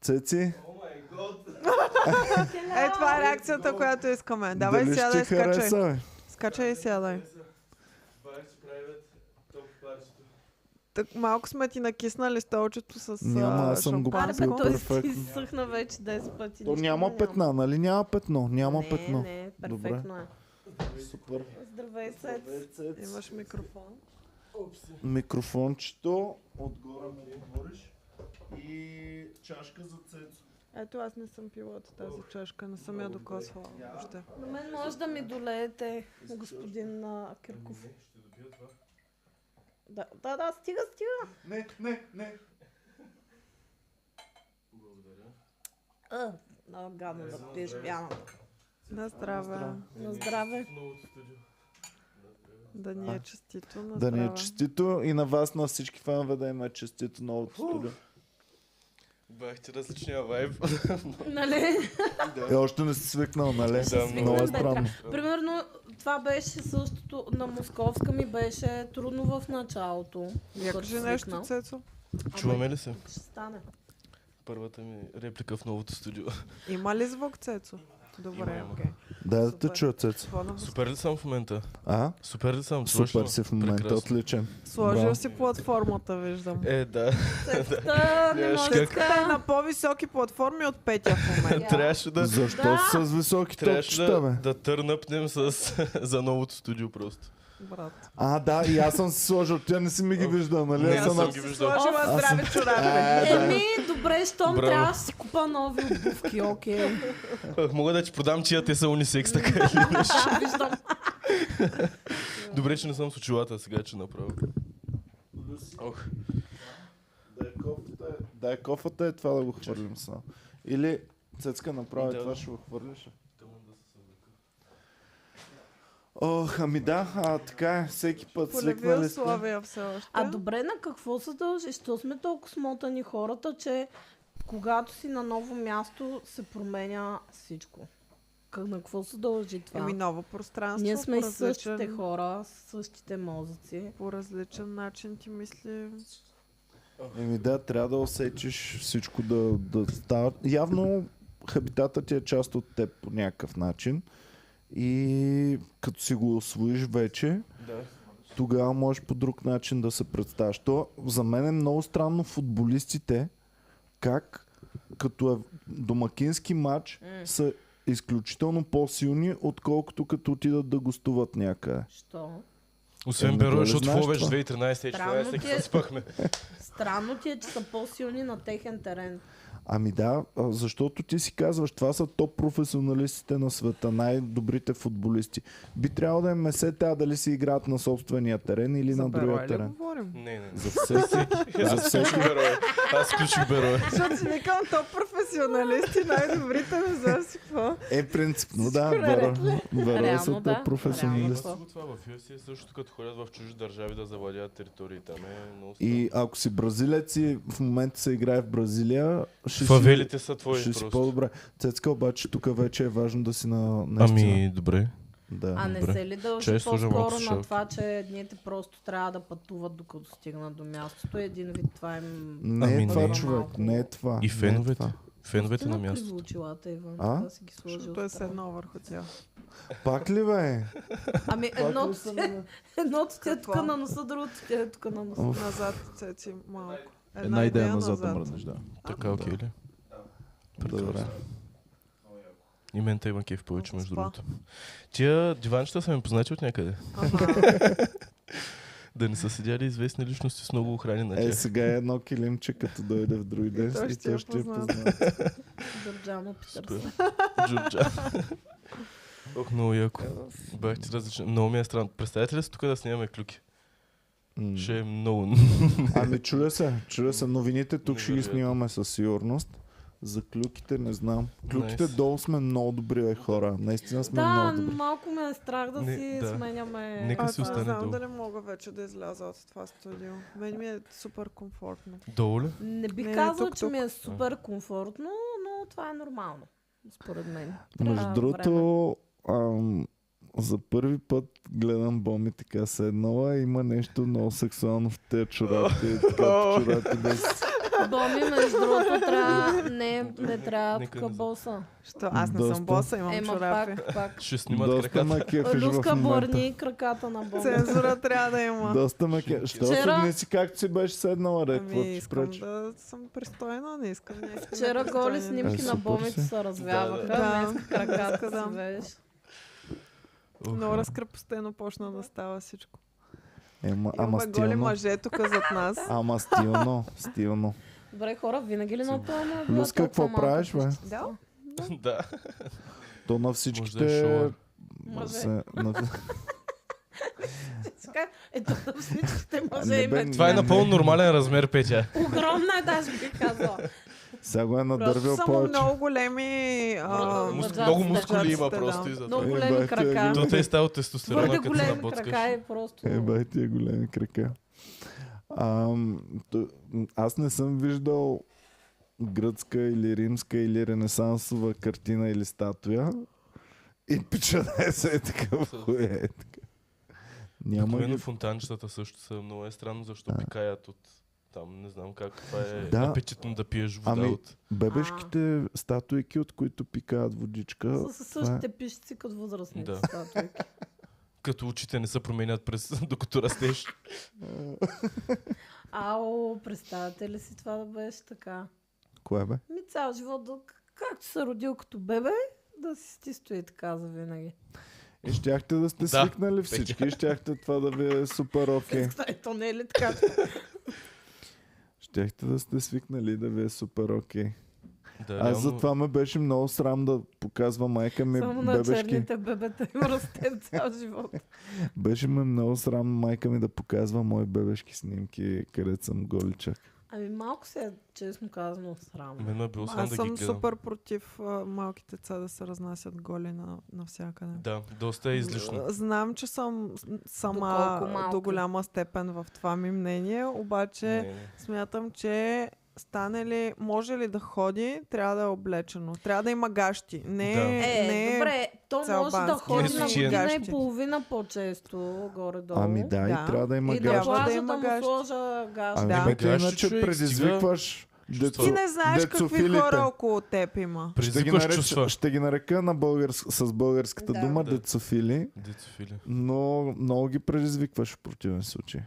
Speaker 1: Цеци?
Speaker 2: Е, това е реакцията, която искаме. Давай
Speaker 1: Дали
Speaker 2: сядай,
Speaker 1: ще хареса?
Speaker 2: скачай.
Speaker 1: бе?
Speaker 2: Скачай и сядай. Так, малко сме ти накиснали столчето с
Speaker 1: Няма,
Speaker 2: а,
Speaker 1: аз съм го
Speaker 3: Аре, бе,
Speaker 2: шампанско.
Speaker 1: купил.
Speaker 3: той си
Speaker 1: перфектно.
Speaker 3: изсъхна вече 10 пъти.
Speaker 1: То
Speaker 3: нищо
Speaker 1: няма петна, нали? Няма петно. Няма
Speaker 3: не,
Speaker 1: петно.
Speaker 3: Не,
Speaker 1: Добре.
Speaker 3: перфектно е.
Speaker 1: Супер.
Speaker 3: Здравей, Сец.
Speaker 2: Имаш микрофон.
Speaker 1: Микрофончето. Отгоре ми го отвориш. И чашка за цецо.
Speaker 2: Ето аз не съм пила от тази чашка, не съм я докосвала още.
Speaker 3: На мен може да ми долеете, господин а, Кирков. Да, да, да, стига, стига.
Speaker 1: Не, не, не.
Speaker 3: А, много гадно да пиеш пяна.
Speaker 2: На здраве.
Speaker 3: На здраве.
Speaker 2: Да ни е честито, на
Speaker 1: Да ни е
Speaker 2: здраве.
Speaker 1: честито и на вас, на всички фенове да има честито новото студио.
Speaker 5: Бяхте различния вайб.
Speaker 4: Ами.
Speaker 3: Нали?
Speaker 1: Е, още не си свикнал, нали?
Speaker 5: Да, много.
Speaker 1: Много е
Speaker 3: Да,
Speaker 1: странно.
Speaker 3: Примерно това беше същото на московска ми беше трудно в началото.
Speaker 2: Я
Speaker 3: докато
Speaker 2: кажи
Speaker 3: свикна.
Speaker 2: нещо, Цецо.
Speaker 5: Чуваме ли се?
Speaker 3: Ще стане.
Speaker 5: Първата ми реплика в новото студио.
Speaker 2: Има ли звук, Цецо? Добре,
Speaker 5: има.
Speaker 2: окей.
Speaker 1: Дай да те
Speaker 2: Супер.
Speaker 1: чуя, цецо.
Speaker 2: Какво да му
Speaker 5: Супер ли съм в момента?
Speaker 1: А?
Speaker 5: Супер ли съм? Чуваш
Speaker 1: Супер
Speaker 5: ли?
Speaker 1: си в момента,
Speaker 5: Прекрасно.
Speaker 1: отличен. Браво.
Speaker 2: Сложил си платформата, виждам.
Speaker 5: Е, да.
Speaker 3: Та, не
Speaker 5: Нямаш
Speaker 3: може
Speaker 5: как.
Speaker 2: Та е
Speaker 3: така.
Speaker 2: на по-високи платформи от Петя в момента.
Speaker 5: Трябваше да...
Speaker 1: Защо
Speaker 3: Да.
Speaker 1: с високи
Speaker 5: Трябваше
Speaker 1: топчета, бе?
Speaker 5: да, да търнъпнем с, за новото студио просто.
Speaker 2: Брат.
Speaker 1: А, да, и аз съм си сложил. Тя не си ми ги вижда, нали?
Speaker 5: Не,
Speaker 1: Аз съм
Speaker 5: аз
Speaker 1: на
Speaker 5: съм
Speaker 2: Аз
Speaker 5: ги
Speaker 2: си
Speaker 5: виждал.
Speaker 2: Сложила
Speaker 1: Аз
Speaker 2: здрави чорапи.
Speaker 3: Еми, добре, щом
Speaker 5: Браво.
Speaker 3: трябва да си купа нови обувки, окей.
Speaker 5: Ах, Мога да ти продам чия те са унисекс, така или
Speaker 3: [laughs]
Speaker 5: иначе.
Speaker 3: Виждам.
Speaker 5: Добре, че не съм с очилата сега, че направо. Ох,
Speaker 1: Дай кофата е, дай кофата е това да го хвърлим само. Или Цецка направи
Speaker 5: Да.
Speaker 1: това, ще го хвърлиш. ли? Ох, ами да, а, така е, всеки път
Speaker 2: Полеви
Speaker 1: свикнали сте.
Speaker 2: условия все още.
Speaker 3: А добре, на какво се дължи? Що сме толкова смотани хората, че когато си на ново място се променя всичко. Как- На какво се дължи това?
Speaker 2: Еми Ами, ново пространство.
Speaker 3: Ние сме и
Speaker 2: по различен,
Speaker 3: същите хора, същите мозъци.
Speaker 2: По различен начин ти мисли.
Speaker 1: Еми да, трябва да усечиш всичко да, да става. Явно хабитата ти е част от теб по някакъв начин. И като си го освоиш вече,
Speaker 4: Да.
Speaker 1: тогава можеш по друг начин да се представиш. То за мен е много странно футболистите как като е домакински матч са изключително по-силни, отколкото като отидат да гостуват някъде.
Speaker 3: Що?
Speaker 1: Е,
Speaker 4: Освен
Speaker 1: не
Speaker 4: Берой,
Speaker 1: го ли
Speaker 4: защото
Speaker 1: знаеш
Speaker 4: Фло беше
Speaker 1: това?
Speaker 4: 2013 и
Speaker 3: Странно
Speaker 4: 2014,
Speaker 3: ти
Speaker 4: като
Speaker 3: е.
Speaker 4: се спъхме.
Speaker 3: Странно ти е, че са по-силни на техен терен.
Speaker 1: Ами да, а, защото ти си казваш, това са топ професионалистите на света, най-добрите футболисти. Би трябвало да им е се тя дали си играят на собствения терен или
Speaker 2: За
Speaker 1: на
Speaker 2: Берой
Speaker 1: другия
Speaker 2: ли
Speaker 1: терен.
Speaker 2: говорим?
Speaker 4: Не, не,
Speaker 5: [laughs]
Speaker 4: не.
Speaker 1: За всеки.
Speaker 4: Аз включих Берой. Аз включих Берой.
Speaker 2: Защото си викам топ професионалисти, най-добрите ми за си какво.
Speaker 1: Е, принципно, да,
Speaker 3: Всичко
Speaker 1: Веро. Веро
Speaker 3: Реално,
Speaker 1: са
Speaker 3: да.
Speaker 1: топ
Speaker 3: Реално.
Speaker 1: професионалисти.
Speaker 4: Аз го Ами, това в UFC също като ходят в чужди държави да завладяват територии. Там е много странно.
Speaker 1: И ако си бразилец и в момента се играе в Бразилия, ще
Speaker 4: Фавелите са
Speaker 1: си,
Speaker 4: твои
Speaker 1: ще си
Speaker 4: просто.
Speaker 1: по-добре. Цецка, обаче тук вече е важно да си на наистина.
Speaker 4: Ами, добре.
Speaker 1: Да.
Speaker 3: А не
Speaker 4: добре.
Speaker 3: се ли дължи
Speaker 4: Чай, сложа малко
Speaker 3: по-скоро на
Speaker 4: слушалки.
Speaker 3: това, че едните просто трябва да пътуват докато стигнат до мястото? Един вид това им...
Speaker 1: Не е
Speaker 4: Ами,
Speaker 1: това,
Speaker 4: не.
Speaker 1: човек. Не е това.
Speaker 4: И
Speaker 1: Не е
Speaker 4: феновете.
Speaker 1: това.
Speaker 4: Феновете е на
Speaker 3: място.
Speaker 4: мястото.
Speaker 3: Иван,
Speaker 1: А?
Speaker 3: да си ги сложил.
Speaker 2: Защото е с едно върху тях.
Speaker 1: Пак ли бе?
Speaker 3: Ами
Speaker 1: Пак ли
Speaker 3: едното
Speaker 1: съм
Speaker 3: ти,
Speaker 1: на-
Speaker 3: едното ти е тук
Speaker 2: Какво?
Speaker 3: на носа, другото ти е тук на носа.
Speaker 2: Назад, цеци, малко. Една,
Speaker 5: Една идея назад да мръднеш, да.
Speaker 4: Така, окей ли?
Speaker 1: Добре.
Speaker 4: И мен те има кеф повече, между
Speaker 2: Спа.
Speaker 4: другото. Тия диванчета са ми познати от някъде.
Speaker 2: Ага.
Speaker 4: [laughs] Да не са седяли известни личности с много охрани на
Speaker 1: Е,
Speaker 4: тях.
Speaker 1: сега е едно килимче, като дойде в други ден
Speaker 2: той
Speaker 1: и
Speaker 2: ще
Speaker 1: той
Speaker 2: я
Speaker 1: ще я
Speaker 2: познае.
Speaker 1: познае.
Speaker 3: Държавно Питърсън.
Speaker 4: Джорджа. Ох, много яко. Бях ти различен. Много ми е странно. Представете ли си тук да снимаме клюки?
Speaker 1: М.
Speaker 4: Ще е много.
Speaker 1: Ами чуя се, чуя се. Новините тук ще ги
Speaker 4: Невероятно.
Speaker 1: снимаме със сигурност. За клюките не знам. Клюките
Speaker 4: Nice.
Speaker 1: долу сме много добри бе, хора. Наистина сме
Speaker 3: Да,
Speaker 1: много добри.
Speaker 3: малко ме е страх да
Speaker 4: Не,
Speaker 3: си
Speaker 4: да.
Speaker 3: сменяме...
Speaker 4: Нека
Speaker 2: Аз
Speaker 4: си
Speaker 2: не
Speaker 4: остане
Speaker 2: знам
Speaker 4: долу.
Speaker 2: дали мога вече да изляза от това студио. Мен ми е супер комфортно.
Speaker 4: Долу ли?
Speaker 3: Не
Speaker 2: Не,
Speaker 3: би казал,
Speaker 2: тук,
Speaker 3: че
Speaker 2: тук.
Speaker 3: ми е супер комфортно, но това е нормално. Според мен.
Speaker 1: Между
Speaker 3: Трябва време.
Speaker 1: другото, ам, за първи път гледам Боми така се еднала. Има нещо много сексуално в тези чорапи.
Speaker 4: [laughs]
Speaker 1: Така чорапи без...
Speaker 3: Боми, между другото, трябва... Не, не трябва
Speaker 4: Нека
Speaker 3: тук
Speaker 4: не
Speaker 3: боса.
Speaker 2: Що, аз не
Speaker 1: Доста.
Speaker 2: съм боса, имам
Speaker 3: Ема
Speaker 2: чорапи.
Speaker 3: пак, пак.
Speaker 4: Ще снимат
Speaker 1: Доста
Speaker 4: краката.
Speaker 1: ме кефиш в
Speaker 3: Люска
Speaker 1: момента.
Speaker 3: бърни краката на Боми.
Speaker 2: Цензура трябва да има.
Speaker 1: Доста ме кефиш. Що се
Speaker 3: Вчера-
Speaker 1: гнеси както си беше седнала, ре, какво
Speaker 2: Ами
Speaker 1: ти
Speaker 2: искам
Speaker 1: пречи?
Speaker 2: да съм пристойна, не искам някакви
Speaker 3: Вчера голи
Speaker 2: непристойни
Speaker 1: Е,
Speaker 3: снимки на
Speaker 1: супер
Speaker 3: Бомито
Speaker 1: си.
Speaker 3: се развяваха.
Speaker 4: Да,
Speaker 2: да.
Speaker 3: Днес краката
Speaker 2: Да.
Speaker 3: си беше.
Speaker 4: Ох,
Speaker 2: Много разкрепостено почна да става всичко.
Speaker 1: Ема, ама
Speaker 2: Имаме голи
Speaker 1: стилно.
Speaker 2: мъже тук зад нас.
Speaker 1: [laughs] Ама стилно, стилно.
Speaker 3: Добре, хора, винаги ли на това не е била
Speaker 1: Люска, какво
Speaker 3: толкова малка
Speaker 1: правиш, бе?
Speaker 3: къщица?
Speaker 2: Да,
Speaker 4: Да.
Speaker 1: То на
Speaker 4: Може да е
Speaker 1: всичките...
Speaker 4: шоуър.
Speaker 3: Мъже.
Speaker 1: се- на-
Speaker 3: [laughs] Сега, ето на всичките мъже
Speaker 1: Не,
Speaker 3: им
Speaker 1: бе,
Speaker 3: е
Speaker 4: Това е
Speaker 1: не, не.
Speaker 4: напълно нормален размер, Петя.
Speaker 3: огромна е, даже бих казала.
Speaker 1: Сега го е надървил
Speaker 2: Просто само
Speaker 1: повече.
Speaker 2: много големи... а,
Speaker 4: Мус-
Speaker 3: мъжаците,
Speaker 4: Много мускули има
Speaker 2: мъжаците,
Speaker 4: просто
Speaker 2: да.
Speaker 4: и за
Speaker 3: Много
Speaker 4: това.
Speaker 1: Е,
Speaker 3: големи
Speaker 1: бай, тя
Speaker 3: крака.
Speaker 1: е
Speaker 4: То те е става
Speaker 3: Твърде
Speaker 4: тестостерона, като се
Speaker 3: големи крака
Speaker 4: наботкаш.
Speaker 3: и просто...
Speaker 1: Е, бай, тия големи крака. Ам, т- м, аз не съм виждал гръцка или римска или ренесансова картина или статуя. И пича да е се е такъв хуе. Е така. Няма
Speaker 4: Обикновено
Speaker 1: ги.
Speaker 4: фонтанчетата също са много е странно, защо
Speaker 1: Да.
Speaker 4: пикаят от там, не знам как. Това е
Speaker 1: Да.
Speaker 4: апетитно да пиеш вода
Speaker 1: Ами,
Speaker 4: от...
Speaker 1: Бебешките статуйки, от които пикаят водичка.
Speaker 3: С същите пишци като възрастните
Speaker 4: Да.
Speaker 3: статуйки.
Speaker 4: Като очите не се променят през, [laughs] докато растеш.
Speaker 3: Ау, представяте ли си това да беше така?
Speaker 1: Кое бе?
Speaker 3: Ми цял живот, да- както се е родил като бебе, да си ти стои така за винаги.
Speaker 1: И щяхте да сте
Speaker 4: Да,
Speaker 1: свикнали всички, и щяхте това да ви е супер окей.
Speaker 3: Ето не е ли така?
Speaker 1: Щяхте да сте свикнали да ви е супер окей.
Speaker 4: Да,
Speaker 1: Аз за това ме беше много срам да показва майка ми
Speaker 3: Само на
Speaker 1: Ами, бебешки.
Speaker 3: черните бебета им расте цял живот.
Speaker 1: Беше ме много срам майка ми да показва мои бебешки снимки, където съм голичък.
Speaker 3: Ами малко се е, честно казано, срамно.
Speaker 4: Мен ме е било срам
Speaker 2: Аз
Speaker 4: да ги
Speaker 2: съм
Speaker 4: гледам.
Speaker 2: супер против а, малките деца да се разнасят голи на, навсякъде.
Speaker 4: Да, доста е излишно.
Speaker 2: Знам, че съм с- сама
Speaker 3: Доколко малки.
Speaker 2: до голяма степен в това ми мнение, обаче
Speaker 4: Не, не.
Speaker 2: смятам, че стане ли, може ли да ходи, трябва да е облечено. Трябва да има гащи. Не,
Speaker 4: Да.
Speaker 3: Е,
Speaker 2: не
Speaker 3: добре, то може да
Speaker 2: цалбански.
Speaker 3: ходи
Speaker 4: Не
Speaker 3: на
Speaker 4: случайно.
Speaker 3: година и
Speaker 2: Гащите.
Speaker 3: половина по-често, горе-долу.
Speaker 1: Ами да,
Speaker 2: да.
Speaker 1: и трябва да има
Speaker 3: и да
Speaker 2: гащи.
Speaker 1: гаджет.
Speaker 2: Трябва да
Speaker 3: плажа
Speaker 2: има
Speaker 3: да му
Speaker 2: гащи.
Speaker 3: сложа гащи.
Speaker 1: Ами
Speaker 2: Да.
Speaker 1: бе, ти
Speaker 4: Гащи,
Speaker 1: иначе
Speaker 4: човек,
Speaker 1: предизвикваш децо,
Speaker 2: Ти не знаеш какви
Speaker 1: децофилите.
Speaker 2: хора около теб
Speaker 1: Ще
Speaker 2: има.
Speaker 1: ги,
Speaker 4: Предизвикваш чувства.
Speaker 1: нареча, ще ги нарека на българск, с българската
Speaker 2: Да.
Speaker 1: дума
Speaker 4: Да.
Speaker 1: децофили,
Speaker 4: Децофили.
Speaker 1: но много ги предизвикваш в противен случай.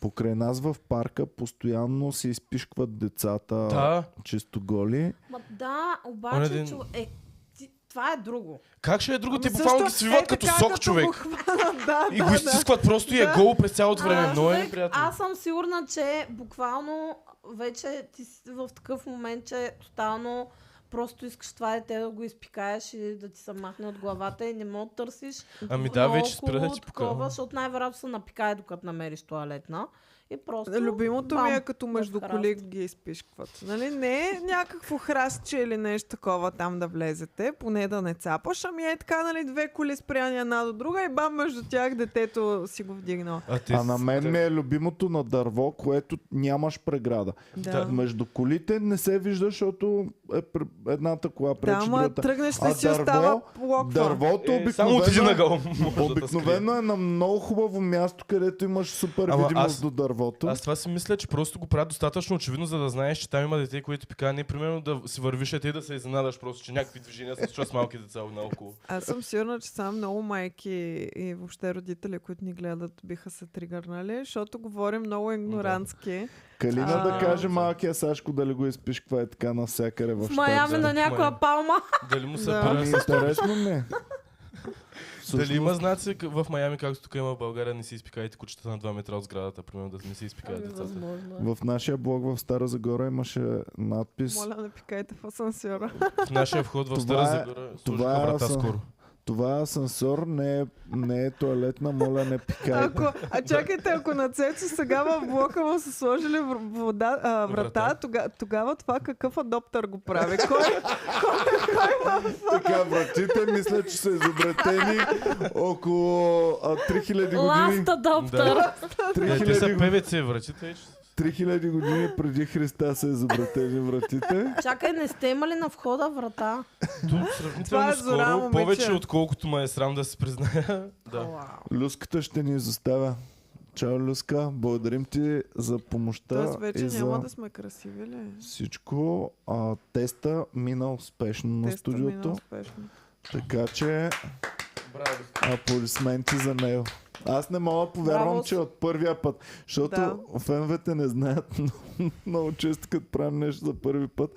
Speaker 1: Покрай нас в парка постоянно се изпишкват децата
Speaker 4: Да.
Speaker 1: чисто голи.
Speaker 3: Ма, да,
Speaker 4: Оня
Speaker 3: обаче,
Speaker 4: ден-
Speaker 3: чу... е, ти... това е друго.
Speaker 4: Как ще е друго?
Speaker 2: Ами
Speaker 4: Те
Speaker 2: също,
Speaker 4: буквално ги свиват
Speaker 2: е
Speaker 4: като
Speaker 2: така,
Speaker 4: сок,
Speaker 2: като
Speaker 4: човек.
Speaker 2: го хванат, [laughs] да,
Speaker 4: И
Speaker 2: да,
Speaker 4: го
Speaker 2: да.
Speaker 4: изтискват просто и е
Speaker 2: Да.
Speaker 4: гол през цялото време.
Speaker 3: Аз
Speaker 4: Много е
Speaker 3: човек,
Speaker 4: неприятно.
Speaker 3: Аз съм сигурна, че буквално вече ти си в такъв момент, че тотално просто искаш това дете да го изпикаеш и да ти се махне от главата и не мога да търсиш.
Speaker 4: Ами да,
Speaker 3: много
Speaker 4: вече спира да
Speaker 3: хубаво
Speaker 4: ти пука.
Speaker 3: такова, защото най-вероятно се напикае, докато намериш туалетна. И просто...
Speaker 2: Любимото
Speaker 3: бам.
Speaker 2: ми е като между
Speaker 3: храст.
Speaker 2: колик ги изпишкват. Нали? Не е някакво храстче или нещо такова там да влезете, поне да не цапаш, ами е така, нали, две коли спряни една до друга и бам между тях детето си го вдигнал.
Speaker 4: А, те
Speaker 1: А на
Speaker 4: с-
Speaker 1: мен ми е любимото на дърво, което нямаш преграда.
Speaker 2: Да.
Speaker 1: Между колите не се вижда, защото е пр- едната кола
Speaker 2: Да,
Speaker 1: пречи
Speaker 2: ама е
Speaker 1: другата.
Speaker 2: тръгнеш
Speaker 1: А
Speaker 2: ли си остава локва.
Speaker 1: Дървото
Speaker 4: Е, само от един
Speaker 1: обикновено,
Speaker 4: ъгъл. [laughs] може да те скрие.
Speaker 1: обикновено е на много хубаво място, където имаш супер
Speaker 4: Ама
Speaker 1: видимост
Speaker 4: аз-
Speaker 1: до дървото.
Speaker 4: Аз това си мисля, че просто го правят достатъчно очевидно, за да знаеш, че там има дете, което пика. Не, примерно да си вървиш, а ти да се изненадаш просто, че някакви движения се случват с малки деца наоколо.
Speaker 2: Аз съм сигурна, че са много майки и въобще родители, които ни гледат, биха се тригърнали, защото говорим много игнорантски.
Speaker 1: Калина
Speaker 2: А.
Speaker 1: да каже малкия Сашко дали го изпишква е така навсякъде в
Speaker 3: В
Speaker 1: щата.
Speaker 3: Майами на някоя
Speaker 4: Майами.
Speaker 3: палма.
Speaker 4: Дали му се
Speaker 2: Да.
Speaker 4: пира
Speaker 1: Ами
Speaker 4: с...
Speaker 1: интересно ми [laughs] е.
Speaker 4: Дали
Speaker 1: Всъщност,
Speaker 4: има знаци к- в Майами, както тук има в България, не си изпикайте кучета на 2 метра от сградата, примерно да не си изпикаят
Speaker 2: Ами,
Speaker 4: децата.
Speaker 3: Възможно. е.
Speaker 1: в нашия блог в Стара Загора имаше надпис
Speaker 2: Моля, не пикайте в асансьора.
Speaker 4: В нашия вход в
Speaker 1: Това
Speaker 4: Стара
Speaker 1: е-
Speaker 4: Загора служиха
Speaker 1: това е
Speaker 4: врата
Speaker 1: аса- [laughs]
Speaker 4: скоро.
Speaker 1: Това е асансьор, не е, не е туалетна, моля не
Speaker 2: [laughs]
Speaker 1: пикайте.
Speaker 2: Ако, а чакайте, ако на Цецо сега в блока му са сложили вр- вода, а, врата,
Speaker 4: Врата.
Speaker 2: тога, тогава това какъв адоптър го прави? Кой,
Speaker 1: Така, вратите мисля, че са изобретени около а, 3000 години.
Speaker 3: Ласт доптор.
Speaker 4: Да. Е, Те са
Speaker 1: 3000 години.
Speaker 4: ПВЦ връчите.
Speaker 1: 3000 години преди Христа са изобретени вратите.
Speaker 3: Чакай, не сте имали на входа врата?
Speaker 4: Тук
Speaker 2: Това е
Speaker 4: сравнително
Speaker 2: Зора,
Speaker 4: скоро,
Speaker 2: момиче.
Speaker 4: повече отколкото ме е срам да се призная. [laughs] Да.
Speaker 3: Уау.
Speaker 1: Люската ще ни изоставя. Чао, Люска. Благодарим ти за помощта
Speaker 2: [laughs] Тоест вече
Speaker 1: и за
Speaker 2: няма да сме красиви ли?
Speaker 1: всичко. А, теста мина успешно на
Speaker 2: Теста мина
Speaker 1: студиото,
Speaker 2: успешно.
Speaker 1: така че
Speaker 4: Браво.
Speaker 1: аплодисменти за него. Аз не мога да повярвам,
Speaker 3: Браво.
Speaker 1: че от първия път, защото
Speaker 2: Да.
Speaker 1: феновете не знаят [laughs] но много често, като правим нещо за първи път,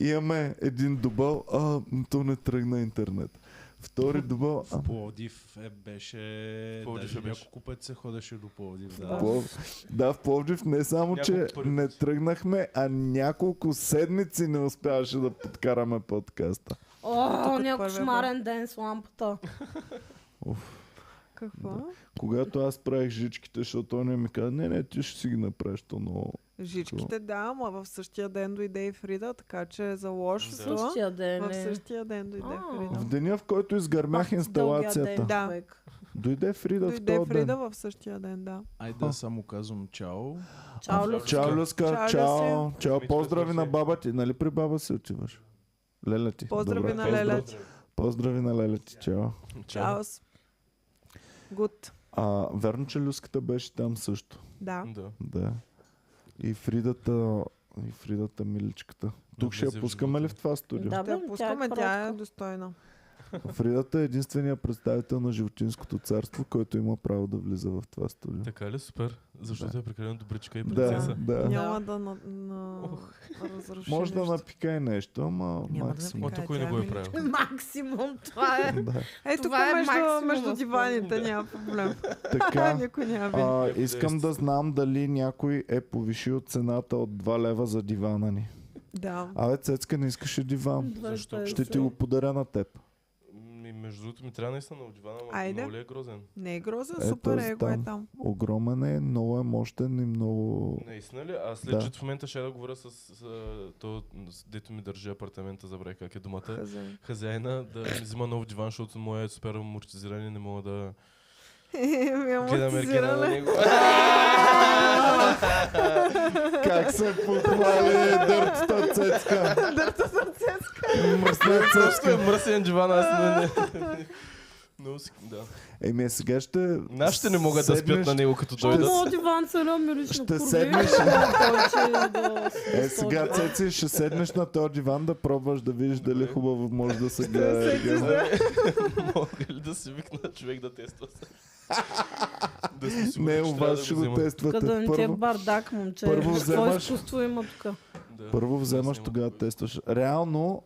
Speaker 1: имаме един дубъл, а то не тръгна интернет. Втори дубъл, а
Speaker 5: В Пловдив е, беше...
Speaker 4: Пловдив
Speaker 5: даже
Speaker 4: е беше.
Speaker 5: Няколко пъти се ходеше до Пловдив. Да.
Speaker 2: Да.
Speaker 1: Плов... Да, в Пловдив не само, че
Speaker 4: Няколко първи
Speaker 1: не
Speaker 4: пъти.
Speaker 1: тръгнахме, а няколко седмици не успяваше да подкараме подкаста.
Speaker 3: О,
Speaker 2: Тук
Speaker 3: някой
Speaker 2: първия
Speaker 3: кошмарен ден с лампата.
Speaker 2: Какво?
Speaker 1: Когато аз правих жичките, защото той не ми каза, не, не, ти ще си ги направиш, то много.
Speaker 2: Жичките да, ама в същия ден дойде и Фрида, така че е за лошото
Speaker 3: Същия ден
Speaker 2: в
Speaker 3: е.
Speaker 2: същия ден дойде
Speaker 3: А.
Speaker 1: В
Speaker 2: Фрида.
Speaker 1: деня, в който изгърмях
Speaker 3: Пак дългия
Speaker 1: инсталацията,
Speaker 3: ден,
Speaker 2: Да.
Speaker 3: човек.
Speaker 1: дойде Фрида в
Speaker 2: Дойде
Speaker 1: този
Speaker 2: Фрида
Speaker 1: ден.
Speaker 2: в същия ден, да.
Speaker 5: Айде само казвам чао.
Speaker 3: Чао, Люси.
Speaker 1: Чао,
Speaker 2: Чао,
Speaker 1: Люска, чао, чао, поздрави на баба ти. Нали при баба си отиваш? Леля ти.
Speaker 2: Поздрави
Speaker 1: Добре.
Speaker 2: на Леля.
Speaker 1: Поздрави на Леля ти, чао.
Speaker 4: Чао.
Speaker 2: Чао. Гуд.
Speaker 1: А, верно, че Люската беше там също.
Speaker 2: Да.
Speaker 4: Да.
Speaker 1: Да. И Фридата, и Фридата миличката. Тук ще
Speaker 4: влезе
Speaker 1: я
Speaker 4: в
Speaker 1: пускаме ли в
Speaker 4: живота.
Speaker 1: това студио?
Speaker 3: Да,
Speaker 2: Да,
Speaker 3: бе,
Speaker 2: я пускаме,
Speaker 3: тя е
Speaker 2: тя е
Speaker 3: кротка.
Speaker 2: достойна.
Speaker 1: Фридата е единствения представител на животинското царство, който има право да влиза в това студио.
Speaker 4: Така ли? Супер. Защото е прекалено добричка и
Speaker 1: Да,
Speaker 4: принцеса.
Speaker 1: да.
Speaker 2: Няма да на, на... разруши
Speaker 1: Може да
Speaker 2: нещо.
Speaker 1: напикае нещо, ама
Speaker 2: Няма да
Speaker 1: максимум.
Speaker 4: Ма
Speaker 2: Така е,
Speaker 4: тук и не
Speaker 2: тя
Speaker 4: го
Speaker 2: е
Speaker 4: е правил.
Speaker 3: Максимум, това е.
Speaker 1: Да.
Speaker 2: Е, тук
Speaker 3: Това е
Speaker 2: между,
Speaker 3: максимума
Speaker 2: между
Speaker 3: в
Speaker 2: диваните
Speaker 4: плана.
Speaker 2: няма проблем. [laughs]
Speaker 1: Така,
Speaker 2: Никой няма винаги.
Speaker 1: а, искам да знам дали някой е повишил цената от 2 лева за дивана ни.
Speaker 2: Да.
Speaker 1: Абе, Цецка, не искаше диван.
Speaker 4: Защо?
Speaker 1: Ще ти го подаря на теб.
Speaker 4: Ми, Ами, между другото ми трябва наистина на дивана, ама
Speaker 2: Айде.
Speaker 4: много ли е грозен?
Speaker 2: Не е грозен,
Speaker 1: Е,
Speaker 2: супер
Speaker 1: този
Speaker 2: его е
Speaker 1: там.
Speaker 2: там.
Speaker 1: Огромен е, много е мощен и много...
Speaker 4: Наистина ли? Аз
Speaker 1: Да.
Speaker 4: след че в момента ще я да говоря с, с, а, то, с дето ми държи апартамента, забравих как е думата.
Speaker 2: Хазен.
Speaker 4: Хазяина да ми взима нов диван, защото моя е супер амортизиран и не мога да...
Speaker 2: Ми
Speaker 5: Гледам Еркена на
Speaker 2: амортизираме.
Speaker 5: него.
Speaker 4: [laughs]
Speaker 1: Как се похвали дъртата
Speaker 2: [laughs]
Speaker 1: цецка?
Speaker 2: Дърта съм цецка.
Speaker 1: Мръсна
Speaker 5: Просто е
Speaker 1: цецка.
Speaker 5: мръсен диван, аз не...
Speaker 4: [laughs]
Speaker 5: не- Много си... Да.
Speaker 1: Еми а сега ще...
Speaker 5: Нашите не могат да спят
Speaker 1: седнеш-
Speaker 5: на него, като
Speaker 3: О,
Speaker 5: дойдат.
Speaker 3: моят диван се едно мириш на
Speaker 1: Ще
Speaker 3: курви.
Speaker 1: седнеш.
Speaker 3: Повече да се
Speaker 1: Е, сега,
Speaker 3: насочи.
Speaker 1: Цеци, ще седнеш на този диван да пробваш да видиш дали хубаво може да се гледа.
Speaker 2: Седиш,
Speaker 1: Ергена.
Speaker 2: да.
Speaker 5: [laughs] Мога ли да си викна човек да тества?
Speaker 1: [laughs]
Speaker 5: да сме сигурни,
Speaker 1: Не,
Speaker 5: че
Speaker 1: у
Speaker 5: трябва
Speaker 1: вас
Speaker 5: да
Speaker 1: ще
Speaker 5: го
Speaker 1: го
Speaker 5: взема.
Speaker 3: Тук да
Speaker 1: тествате
Speaker 3: не ти е
Speaker 1: първо.
Speaker 3: бардак, момче.
Speaker 1: първо
Speaker 3: Какво
Speaker 1: вземаш-
Speaker 3: изкуство има тук?
Speaker 5: Да.
Speaker 1: Първо вземаш,
Speaker 5: Аз
Speaker 1: тогава
Speaker 5: нямам
Speaker 1: тестваш. Реално,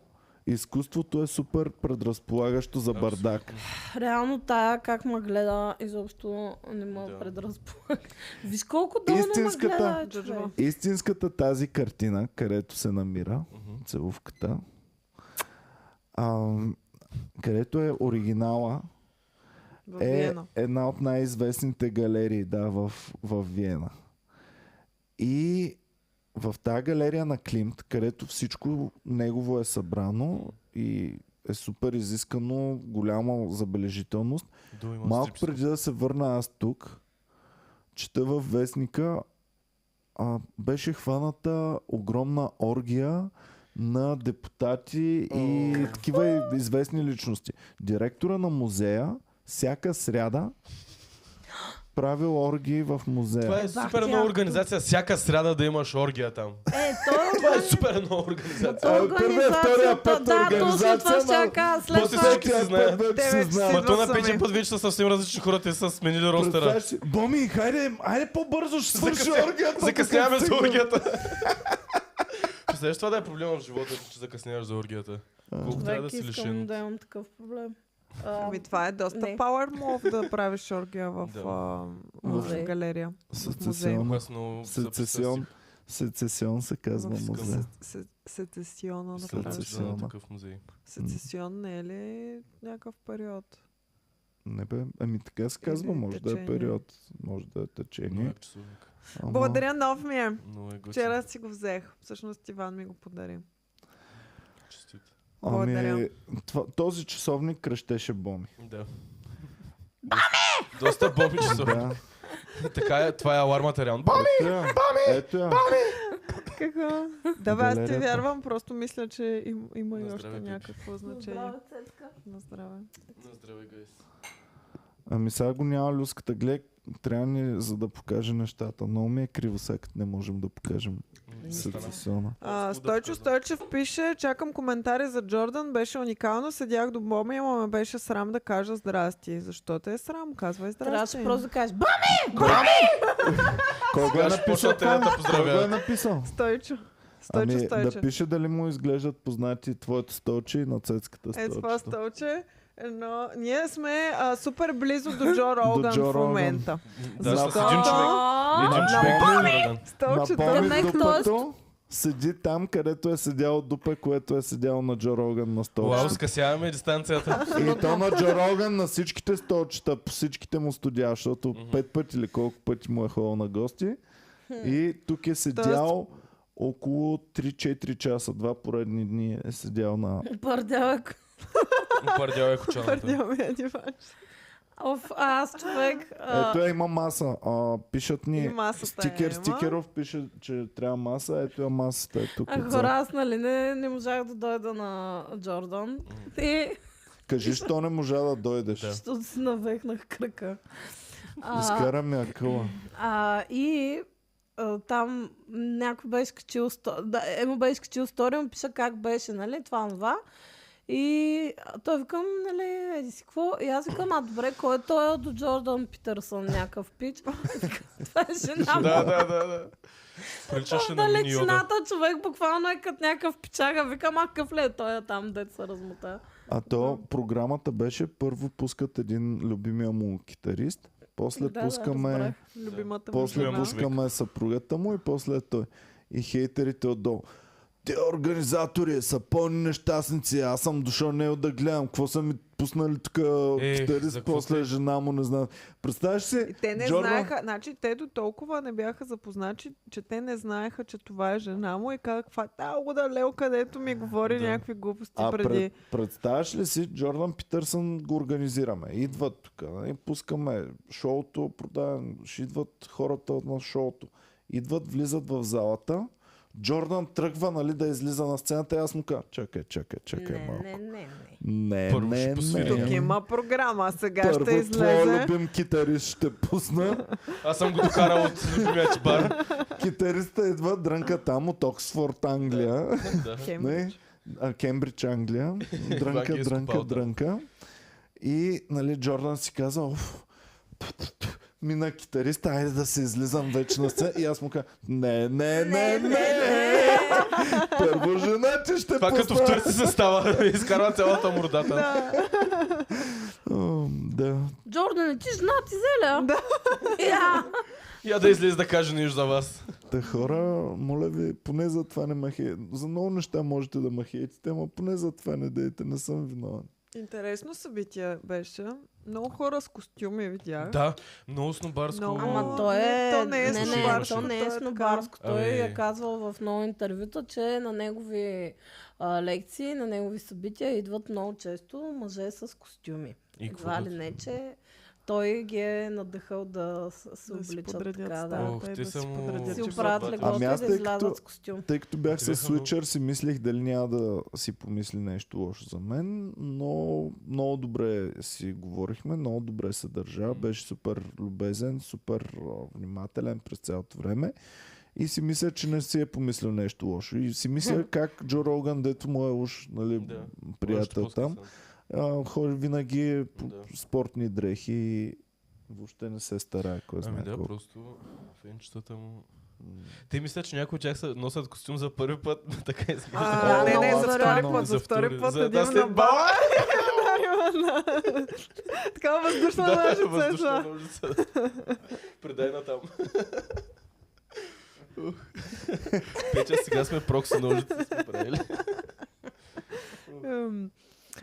Speaker 1: изкуството е супер предразполагащо за бардак.
Speaker 3: Реално тая, как ме гледа, изобщо не ме
Speaker 5: Да.
Speaker 3: да. предразполага. Виж колко дълно ме
Speaker 1: Истинската-
Speaker 3: гледа,
Speaker 2: Джорджо.
Speaker 3: човек.
Speaker 1: Истинската тази картина, където се намира целувката, а, където е оригинала,
Speaker 2: В
Speaker 1: е
Speaker 2: Виена.
Speaker 1: една от най-известните галерии да, в, в Виена. И в тази галерия на Климт, където всичко негово е събрано и е супер изискано, голяма забележителност.
Speaker 5: Да, има
Speaker 1: Малко
Speaker 5: стрипс.
Speaker 1: преди да се върна аз тук, чета във вестника, а, беше хваната огромна оргия на депутати и такива и- известни личности. Директора на музея всяка сряда правил оргии в
Speaker 5: Това
Speaker 1: музея.
Speaker 5: е
Speaker 3: Бах
Speaker 5: супер
Speaker 3: ти,
Speaker 5: нова
Speaker 3: ако.
Speaker 5: организация. Всяка сряда да имаш оргия там.
Speaker 3: Е, той
Speaker 5: Това е супер нова организация.
Speaker 1: Е, първия, втория път
Speaker 3: да,
Speaker 1: организация,
Speaker 3: точно това ще
Speaker 1: ма-
Speaker 3: я кажа след
Speaker 5: после
Speaker 3: това.
Speaker 5: всеки
Speaker 1: е
Speaker 5: се знае.
Speaker 1: вече
Speaker 2: Те вече си-
Speaker 5: Ма то на
Speaker 2: Идвам
Speaker 5: петия
Speaker 2: сами.
Speaker 5: път вече са съвсем различни хора. Те са сменили ростера.
Speaker 1: Представяш Е, си, Боми, хайде, хайде по-бързо, ще свърши
Speaker 5: Закъсня-
Speaker 1: оргията.
Speaker 5: Закъсняваме
Speaker 1: докато
Speaker 5: за
Speaker 1: стигнем.
Speaker 5: оргията. [laughs] Представяш това да е проблема в живота, че закъсняваш за оргията. Колко трябва да
Speaker 3: Човек,
Speaker 5: си
Speaker 3: искам
Speaker 5: лишен.
Speaker 3: да имам такъв проблем. А,
Speaker 2: Ами това е доста
Speaker 3: не.
Speaker 2: power move да правиш оргия в,
Speaker 5: Да.
Speaker 2: а, в
Speaker 3: Музей.
Speaker 2: галерия.
Speaker 1: Сецесион.
Speaker 5: Аз много
Speaker 1: Сецесион. Сецесион се казва
Speaker 2: В
Speaker 1: музея.
Speaker 2: се- се- Сецесиона да
Speaker 5: Искам да
Speaker 2: правиш.
Speaker 5: отида на
Speaker 1: Сецесион.
Speaker 5: такъв музей.
Speaker 2: Сецесион не е ли някакъв период?
Speaker 1: Не бе, ами така се казва,
Speaker 2: Или
Speaker 1: може да е
Speaker 2: течение.
Speaker 1: период, може да е
Speaker 5: Много
Speaker 1: течение.
Speaker 5: е часовник.
Speaker 1: Ама...
Speaker 2: Благодаря, нов ми е.
Speaker 5: Много е готин.
Speaker 2: Вчера си го взех. Всъщност Иван ми го подари.
Speaker 5: Честит.
Speaker 1: Ами,
Speaker 2: Благодаря.
Speaker 1: това, този часовник кръщеше боми.
Speaker 5: Да. Доста боми часовник.
Speaker 1: Да.
Speaker 5: Така е, това е алармата реално.
Speaker 1: Ето я, ето я.
Speaker 2: Какво? Да, бе, аз ти
Speaker 1: Галерията.
Speaker 2: вярвам, просто мисля, че им, има и
Speaker 5: На
Speaker 2: още
Speaker 5: здраве, Пипи.
Speaker 2: някакво значение.
Speaker 3: Здраве, Цецка.
Speaker 2: На здраве.
Speaker 5: На здраве, гайс.
Speaker 1: Ами сега го няма люската глед, трябва ни за да покаже нещата. Много ми е криво сега, като не можем да покажем сенсационна.
Speaker 2: А,
Speaker 5: да
Speaker 2: Стойчо
Speaker 5: показвам.
Speaker 2: Стойчев пише, чакам коментари за Джордан, беше уникално, седях до боми, ама ме беше срам да кажа здрасти. Защо те е срам? Казвай
Speaker 3: Трябваше
Speaker 2: здрасти.
Speaker 3: просто да кажеш, ба,
Speaker 1: Кой го е
Speaker 5: Сега ще
Speaker 1: написал
Speaker 5: почна те да
Speaker 1: това?
Speaker 5: те поздравя.
Speaker 1: Кой го е написал?
Speaker 2: Стойчо. Стойчо
Speaker 1: Ами
Speaker 2: Стойчев.
Speaker 1: да пише дали му изглеждат познати твоето столче и на цецката
Speaker 2: Е, това
Speaker 1: столче.
Speaker 2: стълче. Но ние сме а, супер близо до Джо Роган
Speaker 1: Джо
Speaker 2: в
Speaker 1: Роган.
Speaker 2: момента.
Speaker 5: Да, с
Speaker 1: Знам.
Speaker 5: един човек.
Speaker 3: «А,
Speaker 5: Един човек. Роган.
Speaker 1: На
Speaker 2: Стълчето.
Speaker 1: Боми
Speaker 3: Демек,
Speaker 1: дупето седи там, където е седял дупе, което е седял на Джо Роган на столче.
Speaker 5: Уау, скъсяваме дистанцията.
Speaker 1: И то на Джо Роган на всичките столчета, по всичките му студия, защото пет пъти или колко пъти му е ходил на гости. И тук е седял около 3-4 часа, два поредни дни е седял на...
Speaker 3: Бърдявък.
Speaker 5: Пардял е кучаната.
Speaker 2: Твърдяваме я диван.
Speaker 3: Оф, аз човек. а,
Speaker 1: Ето я Е, има маса. А, пишат
Speaker 2: И
Speaker 1: ни...
Speaker 2: масата
Speaker 1: Стикер,
Speaker 2: е, ема.
Speaker 1: стикеров пише, че трябва маса. Ето я масата е тук.
Speaker 3: А
Speaker 1: отзад.
Speaker 3: хора, аз нали не, не можах да дойда на Джордан. И [laughs]
Speaker 1: Кажи, що не можа да дойдеш.
Speaker 5: Да.
Speaker 3: защото си навехнах кръка. А,
Speaker 1: Изкара ми акъла.
Speaker 3: а, и а, там някой беше качил... сто- Да, емо беше качил стори, му пиша как беше, нали, това, това. И а, той викам, нали, еди си какво? И аз викам, а добре, кой е той до Джордан Питърсън, някакъв пич? [laughs] това е жена му.
Speaker 5: Да, да, да, да. Приличаше на мини йога.
Speaker 3: Далечината човек буквално е като някакъв пичага. Викам, а къв ли е той там, дет се размота.
Speaker 1: А то програмата беше първо пускат един любимия му китарист, после
Speaker 3: Да, да,
Speaker 1: пускаме,
Speaker 3: разбрах.
Speaker 2: Любимата му
Speaker 5: Ами,
Speaker 1: после
Speaker 2: жена.
Speaker 5: Любимия му
Speaker 1: пускаме съпругата му и после той. И хейтерите отдолу. те организатори са пълни нещастници, аз съм дошъл него да гледам, какво са ми пуснали тук
Speaker 5: Ех, за
Speaker 1: китарист,
Speaker 5: какво
Speaker 1: после
Speaker 5: те-
Speaker 1: жена му не знам. Представяш си,
Speaker 2: И те не
Speaker 1: Джордан-
Speaker 2: знаеха, значи те до толкова не бяха запознати, че те не знаеха, че това е жена му и как каква та луда лел, където ми е говори
Speaker 5: Да.
Speaker 2: някакви глупости
Speaker 1: А
Speaker 2: преди.
Speaker 1: пред, представяш ли си, Джордан Питърсън го организираме. Идват тук, нали? пускаме шоуто, продавам, ще идват хората на шоуто. Идват, влизат в залата, Джордан тръгва нали, да излиза на сцената и аз му кажа, чакай, чакай, чакай
Speaker 3: не,
Speaker 1: малко.
Speaker 3: не, не, не.
Speaker 1: Не,
Speaker 5: Първо
Speaker 1: не,
Speaker 5: ще
Speaker 1: не.
Speaker 5: посвиря.
Speaker 2: Тук има програма, сега
Speaker 1: Първо
Speaker 2: ще
Speaker 1: твоя
Speaker 2: излезе.
Speaker 1: любим китарист ще пусна.
Speaker 5: Аз съм го докарал от любимия ти бар.
Speaker 1: Китариста идва, дрънка там от Оксфорд, Англия.
Speaker 5: Да.
Speaker 2: Хем,
Speaker 1: Не, а, Кембридж, Англия.
Speaker 5: Това ги
Speaker 1: Дрънка,
Speaker 5: е
Speaker 1: дрънка,
Speaker 5: изкопал, да.
Speaker 1: дрънка. И нали, Джордан си каза, оф, мина китариста, айде да се излизам вече на сцена. И аз му казвам, не, не, не, не, не, първо жена ти ще
Speaker 5: Това като в
Speaker 1: пусна.
Speaker 5: Търси се става, изкарва цялата мордата.
Speaker 1: О, Да,
Speaker 3: Джордан, е ти жена ти зеля?
Speaker 2: Да.
Speaker 3: Я.
Speaker 5: Я да излезе да каже нещо за вас.
Speaker 1: Та хора, моля ви, поне за това не махе. За много неща можете да махеете, ама поне за това не дейте, не съм виновен.
Speaker 2: Интересно събитие беше. Много хора с костюми видях.
Speaker 5: Да, много снобарско.
Speaker 2: Много.
Speaker 3: Ама то е...
Speaker 2: то не е
Speaker 3: не, не,
Speaker 2: снобарско,
Speaker 3: то не
Speaker 2: то е
Speaker 3: е
Speaker 2: така.
Speaker 3: снобарско. Той
Speaker 5: Ами-
Speaker 3: е казвал в много интервюта, че на негови а, лекции, на негови събития идват много често мъже с костюми.
Speaker 5: И
Speaker 3: Едва
Speaker 5: какво?
Speaker 3: ли не, че той ги е надъхал да с- се
Speaker 2: Да си
Speaker 3: обличат
Speaker 2: подредят
Speaker 3: така, да.
Speaker 2: стаята
Speaker 5: Ох,
Speaker 2: и
Speaker 5: те
Speaker 2: да си
Speaker 5: са му-
Speaker 2: подредят
Speaker 3: Си
Speaker 5: Значи,
Speaker 3: оправят
Speaker 5: брат,
Speaker 1: ами
Speaker 3: леглото
Speaker 1: аз
Speaker 3: и да
Speaker 1: тъй
Speaker 3: излязат
Speaker 1: като-
Speaker 3: с
Speaker 2: [laughs]
Speaker 3: костюм.
Speaker 1: Тъй като бях с
Speaker 5: Интересно, но-
Speaker 1: Switcher, си мислех дали няма да си помисли нещо лошо за мен, но много добре си говорихме, много добре се държа, беше супер любезен, супер а, внимателен през цялото време. И си мисля, че не си е помислил нещо лошо. И си мисля как Джо Роган, дето му е уж нали,
Speaker 5: Да.
Speaker 1: приятел
Speaker 5: Още
Speaker 1: там,
Speaker 5: по-скъсен.
Speaker 1: а, ходи винаги е по
Speaker 5: Да.
Speaker 1: спортни дрехи и въобще не се старае, кой знае
Speaker 5: Ами да,
Speaker 1: колко.
Speaker 5: просто фенчетата му...
Speaker 1: М.
Speaker 5: Те мислят, че някои от тях са, носят костюм за първи път, така изглежда.
Speaker 2: А,
Speaker 3: Да,
Speaker 2: не, не,
Speaker 3: много
Speaker 2: за втори
Speaker 3: вероятно.
Speaker 2: път, за втори път
Speaker 5: за-
Speaker 2: един
Speaker 5: да,
Speaker 2: на [laughs] бал.
Speaker 5: след бала.
Speaker 2: Такава въздушна
Speaker 5: Да,
Speaker 2: ножица.
Speaker 5: въздушна
Speaker 2: за-
Speaker 5: ножица. Предай на там. Ух. Петя, сега сме прокси ножица сме правили.
Speaker 2: Ем,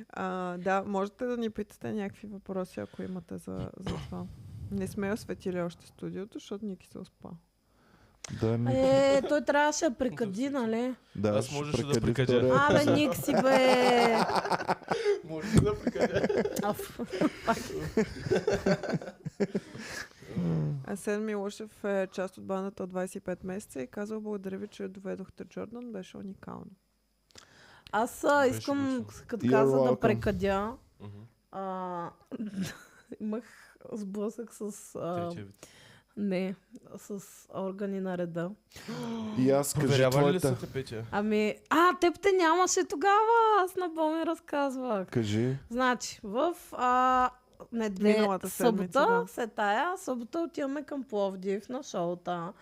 Speaker 2: А, да, можете да ни питате някакви въпроси, ако имате за, за това. Не сме осветили още студиото, защото Ники се успа.
Speaker 1: Да, ми...
Speaker 3: Е, той трябваше да прикади, нали?
Speaker 1: да,
Speaker 5: Аз
Speaker 1: ще
Speaker 5: можеше да
Speaker 1: прекъде
Speaker 5: прекъдя.
Speaker 1: втория
Speaker 3: Абе,
Speaker 1: епизод.
Speaker 3: ник си бе!
Speaker 2: [laughs]
Speaker 5: Може ли да прикажа.
Speaker 3: Аф.
Speaker 2: А Сен Милошев е част от бандата от 25 месеца и казал благодаря ви, че доведохте Джордан, беше уникално.
Speaker 3: Аз а,
Speaker 5: Беше
Speaker 3: искам,
Speaker 5: вкусно.
Speaker 3: като
Speaker 1: You're
Speaker 3: каза да
Speaker 1: welcome.
Speaker 3: прекадя, а, [laughs] имах сблъсък с... А,
Speaker 5: Третия е вид.
Speaker 3: не, с органи на реда.
Speaker 1: И аз кажа
Speaker 5: Проверявали ли
Speaker 1: твоята.
Speaker 5: са те, Петя?
Speaker 3: Ами, а, теб те нямаше тогава, аз на Боми разказвах.
Speaker 1: Кажи.
Speaker 3: Значи, в а, неделя,
Speaker 2: Миналата седмица,
Speaker 3: събота,
Speaker 2: да.
Speaker 3: се тая, събота отиваме към Пловдив на шоута.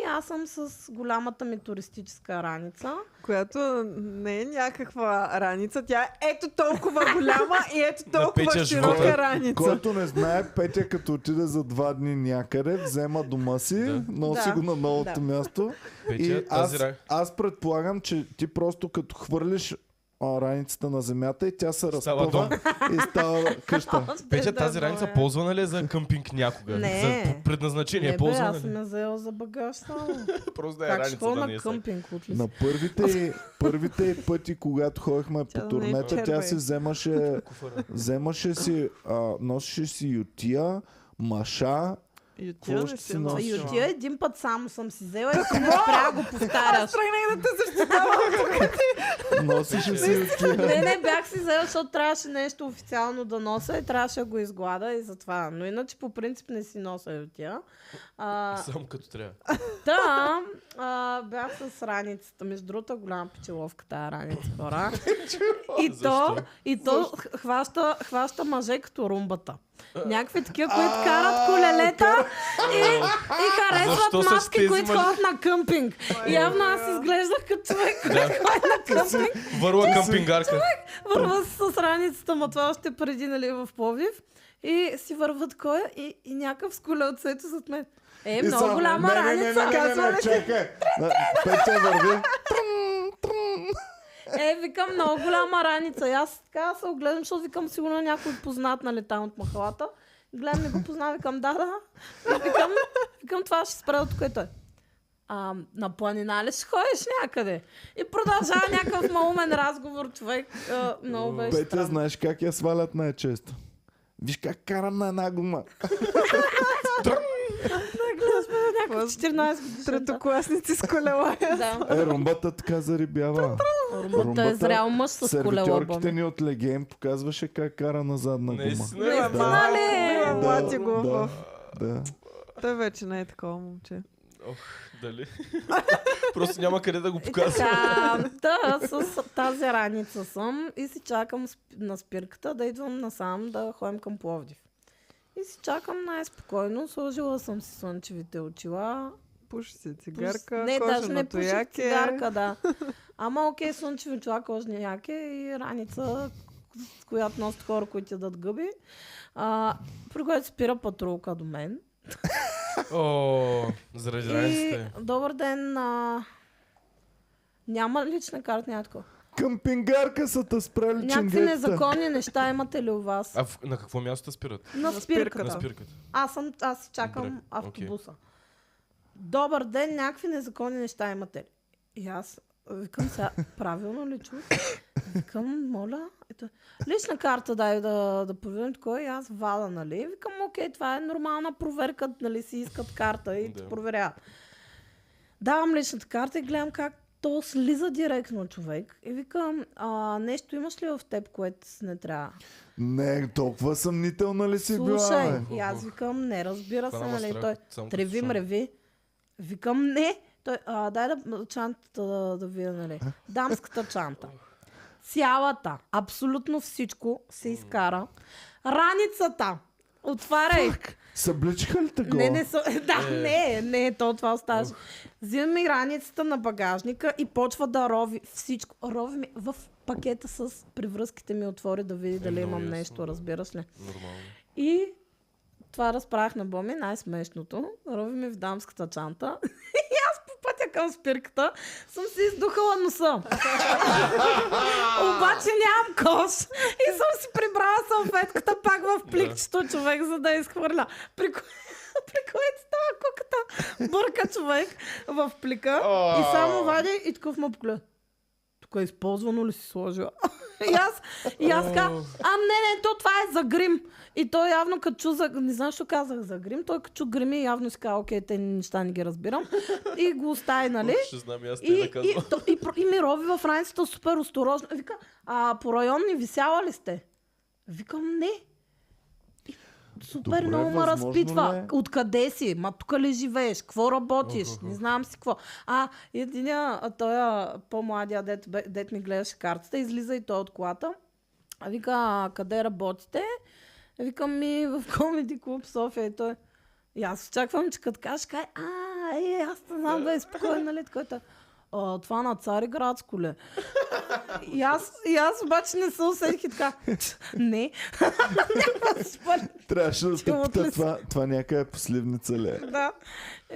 Speaker 3: И аз съм с голямата ми туристическа раница.
Speaker 2: Която не е някаква раница, тя е ето толкова голяма и ето толкова
Speaker 5: Напечеш
Speaker 1: вода.
Speaker 2: широка раница.
Speaker 1: Който не знае, Петя като отиде за два дни някъде, взема дома си,
Speaker 5: Да.
Speaker 1: носи
Speaker 3: Да.
Speaker 1: го на новото
Speaker 3: Да.
Speaker 1: място. И
Speaker 5: Петя,
Speaker 1: аз,
Speaker 5: тази ра...
Speaker 1: аз предполагам, че ти просто като хвърлиш а, раницата на земята и тя се
Speaker 5: Става
Speaker 1: разпъва и става къща.
Speaker 5: Петя, тази раница ползвана ли е за къмпинг някога?
Speaker 3: Е, Не.
Speaker 5: За п- предназначение
Speaker 3: Не бе,
Speaker 5: е ползвана
Speaker 3: аз
Speaker 5: ли?
Speaker 3: съм я заела за багаж само.
Speaker 5: Просто да е
Speaker 3: как ще
Speaker 5: раница,
Speaker 3: ходя
Speaker 5: да не
Speaker 3: на
Speaker 5: е сек.
Speaker 3: къмпинг от ли
Speaker 1: На първите, й- първите й пъти, когато ходихме
Speaker 2: Тя да
Speaker 1: по
Speaker 2: не
Speaker 1: турнета, тя
Speaker 2: изчерпа
Speaker 1: си
Speaker 2: и.
Speaker 1: вземаше,
Speaker 5: Куфара.
Speaker 1: вземаше си, а, носеше си ютия, маша,
Speaker 2: И от
Speaker 1: Какво
Speaker 2: тя не
Speaker 1: ще
Speaker 2: си
Speaker 1: си
Speaker 2: носи.
Speaker 1: носи?
Speaker 3: И отия един път само съм си взела и си не спря да го повтаряш.
Speaker 2: Тръгнах да те защитавам.
Speaker 1: носеше си ютия.
Speaker 3: Не, не, бях си взела, защото трябваше нещо официално да нося и трябваше да го изглада и затова. Но иначе по принцип не си нося и отия. А,
Speaker 5: Само като трябва.
Speaker 3: да, а, бях с раницата. Между другото, голяма печеловка тая раница, хора. И то,
Speaker 5: Защо?
Speaker 3: и то х- хваща, хваща мъже като румбата. Някакви такива, които карат колелета и, и харесват
Speaker 5: Защо са
Speaker 3: маски,
Speaker 5: тези
Speaker 3: които
Speaker 5: мъже?
Speaker 3: ходят на къмпинг. Явно аз изглеждах като човек, [laughs] който ходи на къмпинг.
Speaker 5: Върла къмпингарка.
Speaker 3: Върва с раницата, ма това още преди, нали, в Пловдив. И си върват кой и, и някакъв с колелцето зад мен. Е,
Speaker 1: И
Speaker 3: много
Speaker 1: само,
Speaker 3: голяма
Speaker 1: не, не, не, не,
Speaker 3: раница,
Speaker 1: не, не, не,
Speaker 3: казва ли?
Speaker 1: Чакай. Петя върви. Тръм, тръм,
Speaker 3: Е, викам, много голяма раница. И аз така се огледам, защото викам, сигурно е някой познат, нали, там от махалата. Гледам, не го познавам, викам, да, да. И Викам, викам, това ще спре от което е. А, на планина ли ще ходиш някъде? И продължава някакъв малумен разговор, човек. А, много беше
Speaker 1: Петя,
Speaker 3: странно.
Speaker 1: знаеш как я свалят най-често? Виж как карам на една гума.
Speaker 3: Някакъв 14 годишен. да.
Speaker 2: Третокласници с колела.
Speaker 3: [laughs] Да.
Speaker 1: Е, румбата така зарибява.
Speaker 3: Румбата е зрял мъж с колела.
Speaker 1: Сервитьорките ни от Легем показваше как кара на задна гума.
Speaker 5: Наистина. е
Speaker 3: Не,
Speaker 5: Да.
Speaker 3: нали?
Speaker 2: Мила, млати го
Speaker 1: да,
Speaker 2: в...
Speaker 1: да.
Speaker 2: Той вече не е такова момче.
Speaker 5: Ох, дали? [laughs] Просто няма къде да го показвам.
Speaker 3: Е, Така, да, с тази раница съм и си чакам сп- на спирката да идвам насам да ходим към Пловдив. И си чакам най-спокойно, сложила съм си слънчевите очила.
Speaker 2: Пуши си
Speaker 3: Пуш-
Speaker 2: цигарка,
Speaker 3: не, даже не
Speaker 2: коженото
Speaker 3: пуших
Speaker 2: яке.
Speaker 3: цигарка, да. Ама окей, слънчеви очила, кожни яке и раница, с която носят хора, които ядат гъби. А, при което спира патрулка до мен.
Speaker 5: О, заради
Speaker 3: И,
Speaker 5: раниците.
Speaker 3: добър ден, а... няма лична карта, няма такова.
Speaker 1: Къмпингарка са те спрели
Speaker 3: Някакви
Speaker 1: ченгетата.
Speaker 3: незаконни неща имате ли у вас?
Speaker 5: А в- на какво място те спират?
Speaker 3: на
Speaker 2: спирката.
Speaker 3: спирката.
Speaker 5: На спирката.
Speaker 3: Аз, съм, аз си чакам
Speaker 5: Добре,
Speaker 3: автобуса. Добър ден, някакви незаконни неща имате ли? И аз викам сега, правилно ли чух? Викам, моля. Ето, лична карта дай да, да погледнем кой и аз вала, нали? Викам, окей, това е нормална проверка, нали си искат карта и
Speaker 5: Да.
Speaker 3: да. проверя. Давам личната карта и гледам как то слиза директно човек. И викам, а, нещо имаш ли в теб, което не трябва?
Speaker 1: Не, толкова съмнителна ли си Е, била,
Speaker 3: Слушай,
Speaker 1: бе?
Speaker 3: и аз викам, не, разбира се,
Speaker 5: Това ме
Speaker 3: нали,
Speaker 5: страх,
Speaker 3: той
Speaker 5: само като
Speaker 3: треви,
Speaker 5: чуем.
Speaker 3: мреви. Викам, не, той, а, дай да чантата да, да видя, нали. Дамската чанта. Цялата, абсолютно всичко се изкара. Раницата, отваряй.
Speaker 1: Събличиха ли те го?
Speaker 3: Не, не, са, [laughs]
Speaker 5: Е.
Speaker 3: да, не, не, то това оставаше. Взимам и раницата на багажника и почва да рови всичко. Рови ми в пакета с привръзките ми отвори да види дали
Speaker 5: Е, много
Speaker 3: имам
Speaker 5: ясно, да.
Speaker 3: нещо, разбираш ли.
Speaker 5: Нормално.
Speaker 3: И това разправях на Боми, най-смешното. Рови ми в дамската чанта. [laughs] И аз по пътя към спирката съм си издухала носа. Обаче нямам кош. И съм си прибрала салфетката пак в пликчето човек, за да я изхвърля. При, ко... [laughs] при което става куката. Бърка човек в плика и само вади и такъв му погледа. Тук е използвано ли си сложила? [laughs] и аз, и аз ка, а не, не, то това е за грим. И той явно като чу за... Не знам, що казах за грим. Той като чу грими, явно си каза, окей, те неща не ги разбирам. И го остави, нали?
Speaker 5: Ще знам и аз те
Speaker 4: е
Speaker 3: И,
Speaker 5: да
Speaker 3: и,
Speaker 5: казвам.
Speaker 3: то, и, про- и ми рови в раницата супер осторожно. Вика, а по районни висяла ли сте? Викам, не. И Супер
Speaker 1: Добре,
Speaker 3: много ме
Speaker 1: възможно
Speaker 3: разпитва.
Speaker 1: ли е?
Speaker 3: Откъде си? Ма тук ли живееш? Какво работиш?
Speaker 5: Ох, ох, ох.
Speaker 3: Не знам си какво. А, единия, а, той по-младия дет, бе- дет ми гледаше картата, излиза и той от колата. А вика, а, къде работите? Викам ми в [laughs] Комеди Клуб София и той. И аз очаквам, че като кажеш, кай, а, е, аз не знам да е спокоен, нали, така той, а, това на Цариградско ли? е? и, аз, и аз обаче не се усетих и така, «Тс, не, [laughs] няма да спър.
Speaker 1: Трябваше да те
Speaker 3: Чувам
Speaker 1: пита
Speaker 3: ли се?
Speaker 1: това, това някъде посливница ли е?
Speaker 3: Да.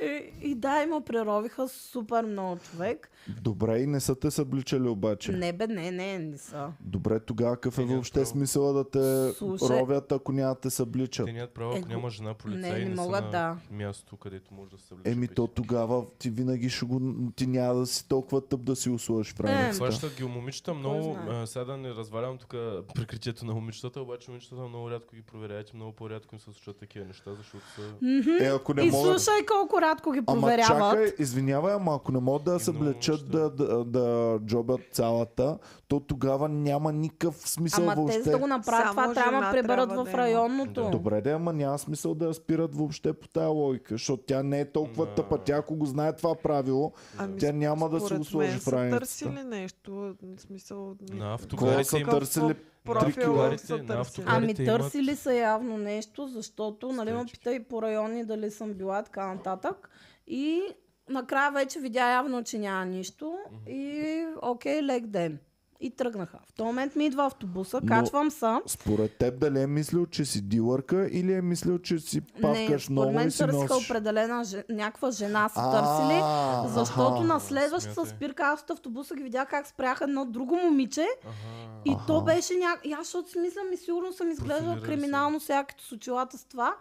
Speaker 3: И, и да, има преровиха супер много човек.
Speaker 1: Добре, и не са те събличали обаче.
Speaker 3: Не бе, не, не, не са.
Speaker 1: Добре, тогава какъв е
Speaker 5: Един
Speaker 1: въобще
Speaker 5: право.
Speaker 1: смисъла да те
Speaker 3: Слушай.
Speaker 1: ровят, ако няма да те събличат?
Speaker 5: Те нямат право,
Speaker 3: Е,
Speaker 5: ако
Speaker 3: го-
Speaker 5: няма жена полицай
Speaker 3: не,
Speaker 5: и
Speaker 3: не
Speaker 5: не са
Speaker 3: могат,
Speaker 5: на
Speaker 3: да.
Speaker 5: място, където може да се влече.
Speaker 1: Еми то тогава ти винаги ще го... Ти няма да си толкова тъп да си услуеш в раницата.
Speaker 5: Хващат ги момичета много.
Speaker 3: знае?
Speaker 5: а, Сега да не развалям тук прикритието на момичетата, обаче момичетата много рядко ги проверяват и много по-рядко им се случват такива неща, защото са...
Speaker 1: Е, ако не
Speaker 3: и
Speaker 1: могат...
Speaker 3: слушай колко рядко ги
Speaker 1: Ама
Speaker 3: проверяват.
Speaker 1: чакай, извинявай, ама ако не могат да се
Speaker 5: много
Speaker 1: блечат
Speaker 5: ще.
Speaker 1: да, да, да джобят цялата, то тогава няма никакъв смисъл
Speaker 3: Ама
Speaker 1: въобще.
Speaker 3: те за да го
Speaker 2: Само
Speaker 3: направят, това трябва да
Speaker 2: жена
Speaker 3: приберат
Speaker 2: трябва
Speaker 3: в
Speaker 2: да има.
Speaker 3: районното.
Speaker 5: Да.
Speaker 1: Добре, да, ама няма смисъл да я спират въобще по тая логика, защото тя не е толкова
Speaker 5: Да.
Speaker 1: тъпа. Тя ако го знае това правило,
Speaker 2: Ами,
Speaker 1: тя няма да се
Speaker 2: според
Speaker 1: го сложи
Speaker 2: мен
Speaker 1: в
Speaker 2: са
Speaker 1: раницата.
Speaker 2: търсили нещо, в смисъл...
Speaker 5: На
Speaker 1: Колко
Speaker 5: автогарите
Speaker 1: са
Speaker 5: им-
Speaker 1: търсили
Speaker 2: профил
Speaker 5: автогарите,
Speaker 2: са
Speaker 5: на
Speaker 2: търсили.
Speaker 5: автогарите.
Speaker 3: Ами
Speaker 5: Българите имат-
Speaker 3: търсили са явно нещо, защото нали, ме
Speaker 5: Стечки.
Speaker 3: пита и по райони дали съм била така нататък. И накрая вече видя явно, че няма нищо. И окей, лек ден. и тръгнаха. В този момент ми идва автобуса,
Speaker 1: Но-
Speaker 3: качвам се.
Speaker 1: Според теб дали е мислил, че си дилърка или е мислил, че си
Speaker 3: Не,
Speaker 1: павкаш
Speaker 3: според
Speaker 1: много
Speaker 3: мен
Speaker 1: и си
Speaker 3: търсиха
Speaker 1: носиш?
Speaker 3: определена, же- някаква жена са
Speaker 1: А,
Speaker 3: търсили,
Speaker 1: аха.
Speaker 3: защото на следващата
Speaker 5: Смятай.
Speaker 3: спирка аз от автобуса ги видях как спряха едно друго момиче
Speaker 5: Аха.
Speaker 3: и то беше някакво... И аз защото си мислям и сигурно съм изглеждала
Speaker 5: Профилирали се.
Speaker 3: криминално сега като с очилата с това.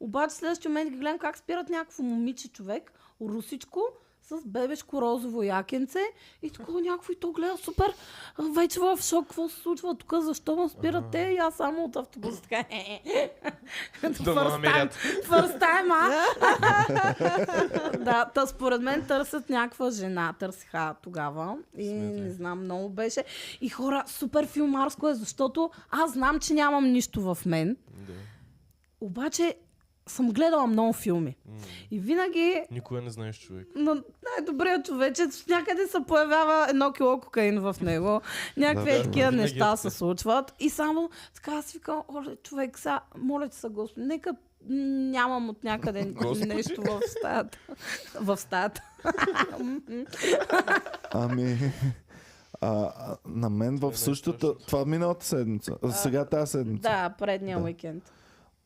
Speaker 3: Обаче следващия момент ги гледам как спират някакво момиче човек, русичко, с бебешко розово якенце и такова някакво и то гледа супер, а, вече в шок, какво се случва тук, защо ме спират те и аз само от автобуса така. [laughs] е,
Speaker 5: Да ме намерят.
Speaker 3: First time, а? да, та според мен търсят някаква жена. Търсиха тогава. И
Speaker 5: Смятай.
Speaker 3: не знам, много беше. И хора, супер филмарско е, защото аз знам, че нямам нищо в мен.
Speaker 5: Да.
Speaker 3: Обаче съм гледала много филми.
Speaker 5: М.
Speaker 3: И винаги
Speaker 5: Никога не знаеш човек.
Speaker 3: на най-добрият човечец някъде се появява едно кило кокаин в него. Някакви
Speaker 1: Да,
Speaker 3: да,
Speaker 1: да.
Speaker 3: такива
Speaker 5: Винаги
Speaker 3: неща
Speaker 5: е
Speaker 3: се
Speaker 5: така.
Speaker 3: случват. И само така аз викам, оле, човек, сега, моля ти се, Господи, нека м, нямам
Speaker 1: [laughs]
Speaker 3: от някъде
Speaker 5: Господи.
Speaker 3: нещо в стаята. в стаята.
Speaker 1: Ами, [laughs] а, а, на мен в същата... Това е миналата седмица. А, сега тази седмица.
Speaker 3: да, предния
Speaker 1: Да.
Speaker 3: уикенд.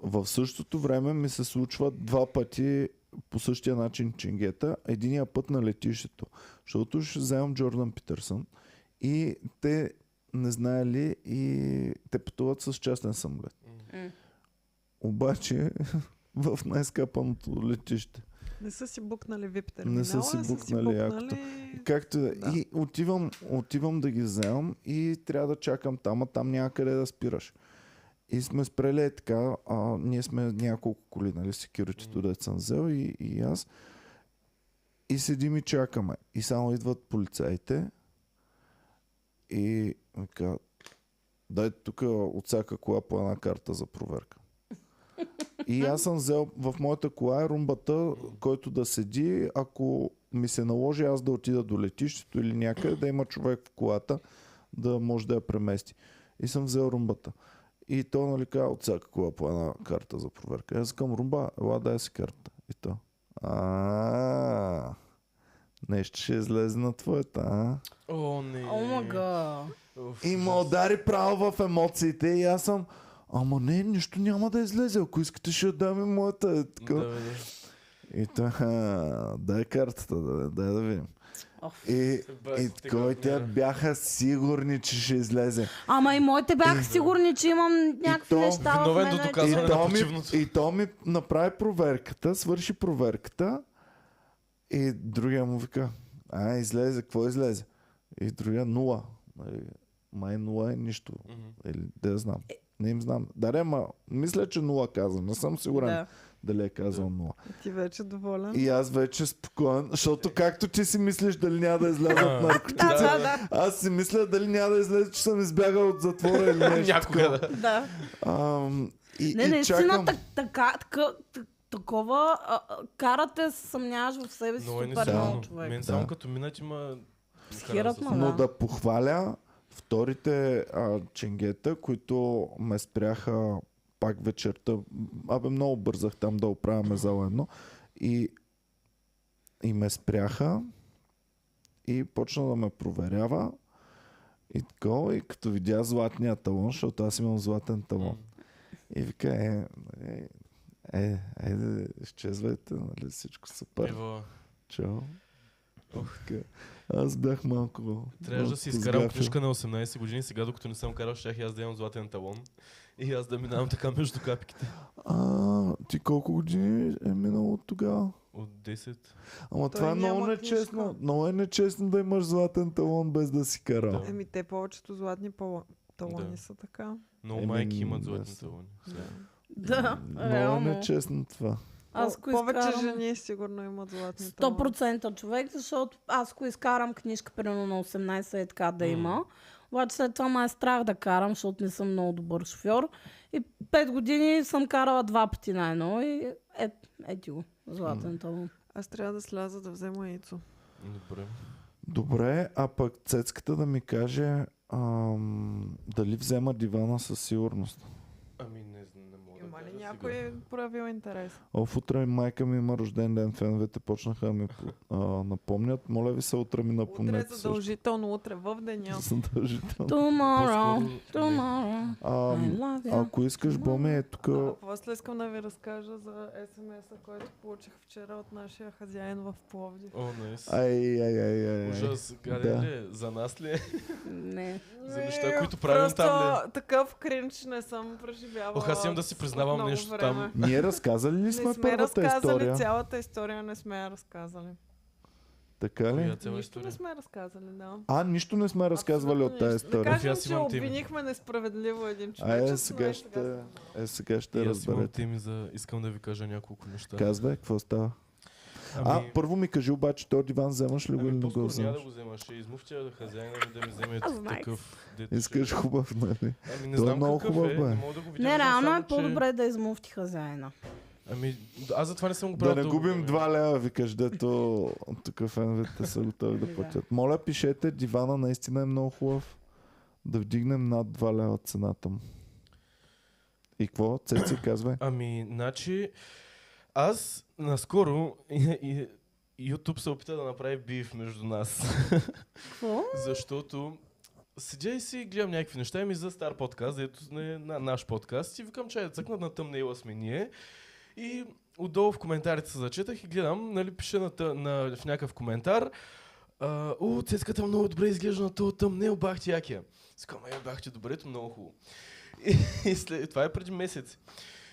Speaker 1: В същото време ми се случват два пъти по същия начин чингета. Единия път на летището, защото ще вземам Джордан Питърсън и те не знаели и те пътуват с частен самолет.
Speaker 3: М.
Speaker 1: Обаче [laughs] в най-скъпаното летище.
Speaker 2: Не са си букнали вип терминала,
Speaker 1: Не са си букнали якото. Както да. И отивам, отивам да ги вземам и трябва да чакам там, а там някъде да спираш. И сме спрели е така, а, ние сме няколко коли, нали, секюритито, mm. да съм взел и, и аз. И седим и чакаме. И само идват полицаите и вика, дайте тук от всяка кола по една карта за проверка. И аз съм взел в моята кола е румбата, който да седи, ако ми се наложи аз да отида до летището или някъде, да има човек в колата, да може да я премести. И съм взел румбата. И то, нали, каза, от всяка кола по една карта за проверка. Аз към румба, ела дай си карта. И то. А, нещо ще излезе на твоята, а?
Speaker 5: О, не.
Speaker 3: О, мага.
Speaker 5: Уф,
Speaker 1: И ме удари право в емоциите и аз съм, ама не, нищо няма да излезе. Ако искате, ще я дам и моята. Е, така.
Speaker 5: Да, бе, да.
Speaker 1: И той, «Ха, [laughs] дай картата, да, дай да видим.
Speaker 3: Оф.
Speaker 1: И,
Speaker 5: Бах,
Speaker 1: и
Speaker 5: така
Speaker 1: кой те
Speaker 5: отмира.
Speaker 1: бяха сигурни, че ще излезе.
Speaker 3: Ама и моите бяха сигурни, че имам някакви
Speaker 1: то-
Speaker 3: неща в
Speaker 5: Виновен
Speaker 3: мен.
Speaker 5: до
Speaker 3: вече.
Speaker 5: доказване. Казване
Speaker 1: и,
Speaker 5: на
Speaker 1: то ми,
Speaker 5: противното.
Speaker 1: и то ми направи проверката, свърши проверката и другия му вика, а, излезе, какво излезе? И другия, нула. Нали, Май нула е нищо.
Speaker 5: Мгм.
Speaker 1: Или да я знам. Не им знам. Даре, ама мисля, че нула каза. Не съм сигурен
Speaker 3: Да.
Speaker 1: дали е казал нула.
Speaker 2: Ти вече доволен.
Speaker 1: И аз вече спокоен, защото както ти си мислиш дали няма да излязат
Speaker 5: А.
Speaker 1: наркотици,
Speaker 3: Да, да, да,
Speaker 1: аз си мисля дали няма да излезе, че съм избягал от затвора или нещо.
Speaker 5: Е, Някога да.
Speaker 3: да.
Speaker 1: Ам, и,
Speaker 3: Не,
Speaker 1: и
Speaker 3: наистина
Speaker 1: чакам.
Speaker 3: так, така, така, так, такова а, а, карате се съмняваш в себе си
Speaker 5: Много е
Speaker 3: супер
Speaker 1: несигурно.
Speaker 3: много
Speaker 5: несилно.
Speaker 3: човек.
Speaker 5: Мен само
Speaker 1: Да.
Speaker 5: като минат има...
Speaker 3: Схират ме,
Speaker 1: Но
Speaker 3: да.
Speaker 1: да похваля вторите а, ченгета, които ме спряха пак вечерта. Абе, много бързах там да оправяме зала едно. И, и ме спряха и почна да ме проверява. И така, и като видя златния талон, защото аз имам златен талон. И вика, е, е, е, е, изчезвайте, нали, всичко
Speaker 4: Е,
Speaker 1: супер.
Speaker 5: Ева,
Speaker 1: Чао. Така. Аз бях малко.
Speaker 5: трябваше да си
Speaker 1: малко
Speaker 5: изкарам
Speaker 1: сгафил.
Speaker 5: книжка на 18 години, сега докато не съм карал, щях и аз да имам златен талон. И аз да минавам така между капките.
Speaker 1: А, ти колко години е минало от тогава?
Speaker 5: От 10.
Speaker 1: Ама
Speaker 2: Той
Speaker 1: това е много
Speaker 2: няма
Speaker 1: нечестно.
Speaker 2: книжка.
Speaker 1: Много е нечестно да имаш златен талон без да си карал.
Speaker 5: Да.
Speaker 2: Еми, те повечето златни пала- талони
Speaker 5: Да.
Speaker 2: са така.
Speaker 5: Много
Speaker 1: Еми,
Speaker 5: майки
Speaker 1: да
Speaker 5: имат златни
Speaker 1: Е, са.
Speaker 5: талони.
Speaker 3: Да,
Speaker 1: много е
Speaker 3: реално.
Speaker 1: нечестно това.
Speaker 3: Аз
Speaker 2: По-
Speaker 3: ако
Speaker 2: повече
Speaker 3: изкарам...
Speaker 2: жени сигурно имат златни талони.
Speaker 3: 100% човек, защото аз ако изкарам книжка, примерно на 18 е така да
Speaker 5: М.
Speaker 3: има. Обаче след това ме е страх да карам, защото не съм много добър шофьор. И 5 години съм карала два пъти на едно и е, е ти го, златен талон.
Speaker 2: Аз трябва да сляза да взема яйцо.
Speaker 5: Добре.
Speaker 1: Добре, а пък цецката да ми каже ам, дали взема дивана със сигурност.
Speaker 5: Ами не, зн- не мога да
Speaker 2: Има Едва ли някой е проявил интерес.
Speaker 1: О, в утре майка ми има рожден ден, феновете почнаха да ми а, напомнят. Моля ви се, утре ми
Speaker 2: Утре е
Speaker 1: напомнете също.
Speaker 2: задължително, утре в деня.
Speaker 1: [laughs] Задължително.
Speaker 3: Tomorrow,
Speaker 4: По-скоро-
Speaker 3: tomorrow.
Speaker 1: А,
Speaker 3: I love you.
Speaker 1: ако искаш, Боми, е тук.
Speaker 2: А, после искам да ви разкажа за смс-а, който получих вчера от нашия хазяин в Пловдив.
Speaker 4: О, найс.
Speaker 1: Ай, ай, ай, ай. ай.
Speaker 4: Ужас, гаден
Speaker 1: Да.
Speaker 4: ли е? За нас ли е?
Speaker 3: Не.
Speaker 4: За неща,
Speaker 2: Ми,
Speaker 4: които правим
Speaker 2: просто
Speaker 4: там
Speaker 2: Такъв кринч не съм преживявала.
Speaker 4: Ох, аз имам да си
Speaker 2: от
Speaker 4: признавам
Speaker 2: много
Speaker 4: нещо
Speaker 2: време.
Speaker 4: там.
Speaker 1: Ние разказали ли
Speaker 2: Не
Speaker 1: сме,
Speaker 2: сме
Speaker 1: първата
Speaker 2: разказали
Speaker 1: история?
Speaker 2: цялата история, не сме я разказали.
Speaker 1: Така ли?
Speaker 4: Коя цяла
Speaker 2: Нищо не
Speaker 4: история?
Speaker 2: сме разказали, да.
Speaker 1: А, нищо не сме разказвали
Speaker 2: Абсолютно
Speaker 1: от тази
Speaker 2: нищо.
Speaker 1: история.
Speaker 2: Да кажем,
Speaker 4: Аз
Speaker 2: че
Speaker 4: имам тим.
Speaker 2: обвинихме несправедливо един човек.
Speaker 1: А е, сега ще, е, сега ще
Speaker 4: И аз имам
Speaker 1: разберете.
Speaker 4: теми за... Искам да ви кажа няколко неща.
Speaker 1: Казвай, какво става?
Speaker 4: Ами-
Speaker 1: А, първо ми кажи обаче, този диван вземаш ли го или
Speaker 4: Ами
Speaker 1: не
Speaker 4: по-скоро
Speaker 1: го
Speaker 4: няма да
Speaker 1: вземаш?
Speaker 4: го взема, ще измъвтя хазяина ми да ми вземе
Speaker 3: Аз знаех.
Speaker 4: такъв дето.
Speaker 1: Искаш
Speaker 4: ще-
Speaker 1: хубав, нали?
Speaker 4: Ами не
Speaker 1: Е, Той е
Speaker 4: знам
Speaker 1: много
Speaker 4: какъв
Speaker 1: хубав,
Speaker 4: е,
Speaker 1: бе.
Speaker 4: не мога да го видя.
Speaker 3: Не,
Speaker 4: знам
Speaker 3: реално е
Speaker 4: само, че-
Speaker 3: по-добре да измувти хазяина.
Speaker 2: Е,
Speaker 4: Ами, да, аз затова не съм го правил.
Speaker 1: Да не
Speaker 4: дълго
Speaker 1: губим
Speaker 4: време.
Speaker 1: 2 лева, викаш, дето тук феновете са готови да
Speaker 3: Да.
Speaker 1: платят. Моля, пишете, дивана наистина е много хубав. Да вдигнем над 2 лева цената му. И какво? Цеци, казвай.
Speaker 4: Ами, значи, аз наскоро и- и- YouTube се опита да направи бив между нас,
Speaker 3: Какво?
Speaker 4: [laughs] защото седя и си гледам някакви неща и ми за стар подкаст, дето не е на наш подкаст и викам, че е цъкнат на тъмнейла сме ние. И отдолу в коментарите се зачетах и гледам, нали, пише на, тъ- на, в някакъв коментар а, О, цецката много добре изглежда на този тъмнел, бах ти якия. Скам, е, бах ти добре, то много хубаво. И, [laughs] и след, това е преди месец.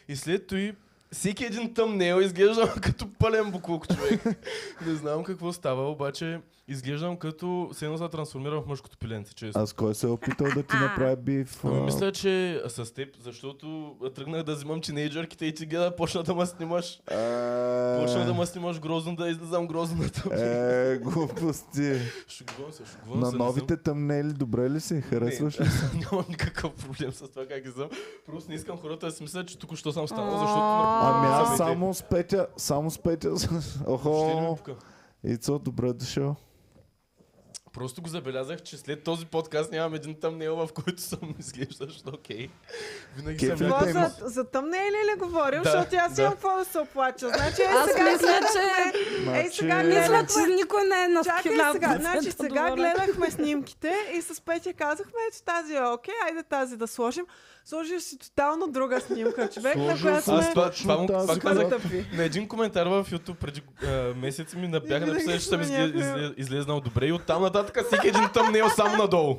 Speaker 4: И след това всеки един тъмнел изглеждам [laughs] като пълен буклук човек. [laughs] Не знам какво става, обаче изглеждам като се едно се трансформирам в мъжкото пиленце, честно.
Speaker 1: Аз кой се е опитал да ти направи биф?
Speaker 4: Ами
Speaker 1: а,
Speaker 4: мисля, че с теб, защото тръгнах да взимам тинейджърките и ти гледа, почна да ме снимаш.
Speaker 1: е,
Speaker 4: Почна да ме снимаш грозно, да излизам грозно на тъм. [laughs]
Speaker 1: Е, глупости.
Speaker 4: Шугувам се, шугувам
Speaker 1: На
Speaker 4: се. не съм-
Speaker 1: новите тъмнели добре ли си? Харесваш ли?
Speaker 4: [laughs] Нямам никакъв проблем с това как ги съм. Просто не искам хората да си мислят, че тук що съм станал,
Speaker 3: А.
Speaker 4: защото... на-
Speaker 1: Ами аз
Speaker 4: Самите.
Speaker 1: само с Петя, само с Петя.
Speaker 4: Въобще не ми
Speaker 1: Охо,
Speaker 4: пука.
Speaker 1: Ицо, добре дошъл.
Speaker 4: Просто го забелязах, че след този подкаст нямам един тъмнел, в който съм [laughs] изглеждаш окей. Винаги съм
Speaker 1: Кефи ли
Speaker 2: Това
Speaker 1: те има?
Speaker 2: за, за тъмнели ли говорил,
Speaker 4: Да,
Speaker 2: защото аз
Speaker 4: да.
Speaker 2: имам какво да се оплача. Значи, ей
Speaker 3: Аз
Speaker 2: сега
Speaker 3: мисля,
Speaker 2: гледахме- Ей сега
Speaker 1: Значи-
Speaker 3: Мисля,
Speaker 2: гледахме...
Speaker 3: че никой не е на
Speaker 2: Чакай
Speaker 3: 1000%
Speaker 2: сега, значи сега
Speaker 3: добре.
Speaker 2: гледахме снимките и с Петя казахме, че тази е окей, айде тази да сложим. Сложиш си тотално друга снимка, човек, на
Speaker 1: Сложил
Speaker 2: която
Speaker 1: съм
Speaker 4: Аз
Speaker 2: сме
Speaker 4: това, това, му,
Speaker 1: тази
Speaker 4: това
Speaker 1: сутрин.
Speaker 4: казах
Speaker 2: тъпи.
Speaker 4: на един коментар в YouTube преди а, месец ми на- бяха
Speaker 2: винаги
Speaker 4: написали, че съм
Speaker 2: сме
Speaker 4: излез,
Speaker 2: някои-
Speaker 4: излез, излезнал добре и оттам нататък всеки един тъмнел само надолу.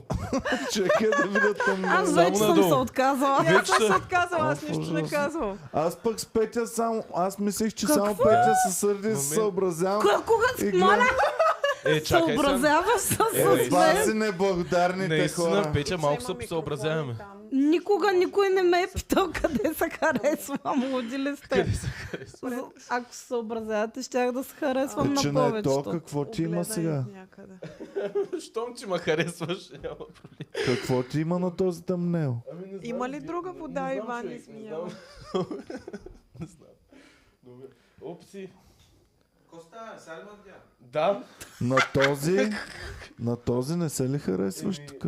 Speaker 1: Чакай да видя тъмнели.
Speaker 3: Аз
Speaker 4: Само
Speaker 3: вече съм
Speaker 4: надолу.
Speaker 3: се отказала.
Speaker 2: Не, аз
Speaker 4: Вече
Speaker 2: съм се
Speaker 4: са-
Speaker 2: отказала, аз
Speaker 1: О,
Speaker 2: нищо не
Speaker 1: ужасно.
Speaker 2: казвам.
Speaker 1: Аз пък с Петя само... Аз мислех, че
Speaker 3: Какво?
Speaker 1: само Петя се сърди и се
Speaker 4: Момент.
Speaker 1: съобразявам.
Speaker 3: Кога- Кога
Speaker 1: И
Speaker 3: моля,
Speaker 1: гледам,
Speaker 4: Е, чакай сега.
Speaker 3: съобразяваш се
Speaker 4: Е,
Speaker 3: с
Speaker 1: това
Speaker 3: мен.
Speaker 1: си неблагодарните
Speaker 4: Наистина,
Speaker 1: хора.
Speaker 4: Петя, Е, малко
Speaker 2: Взема
Speaker 4: се съобразяваме.
Speaker 2: микрофона там.
Speaker 3: Никога никой не ме е питал къде се харесвам. Луди ли сте?
Speaker 4: Къде се харесва?
Speaker 3: За- Ако се съобразявате, щях да се харесвам
Speaker 1: Е, че
Speaker 3: на
Speaker 1: не е то,
Speaker 3: повечето.
Speaker 1: какво ти има
Speaker 2: Огледай
Speaker 1: сега?
Speaker 2: някъде.
Speaker 4: Щом, че ме харесваш, е, няма проблем.
Speaker 1: Какво ти има на този тъмнел?
Speaker 4: Ами, не знам,
Speaker 2: Има ли
Speaker 4: не-
Speaker 2: друга
Speaker 4: не-
Speaker 2: вода,
Speaker 4: не знам,
Speaker 2: Иван,
Speaker 4: човек, не
Speaker 2: извинявай.
Speaker 4: знам. [laughs] Не знам. Добре. Опси.
Speaker 6: Коста, сега ли ме видя?
Speaker 4: Да,
Speaker 1: На този... На този не се ли харесваш
Speaker 4: Еми,
Speaker 1: тук?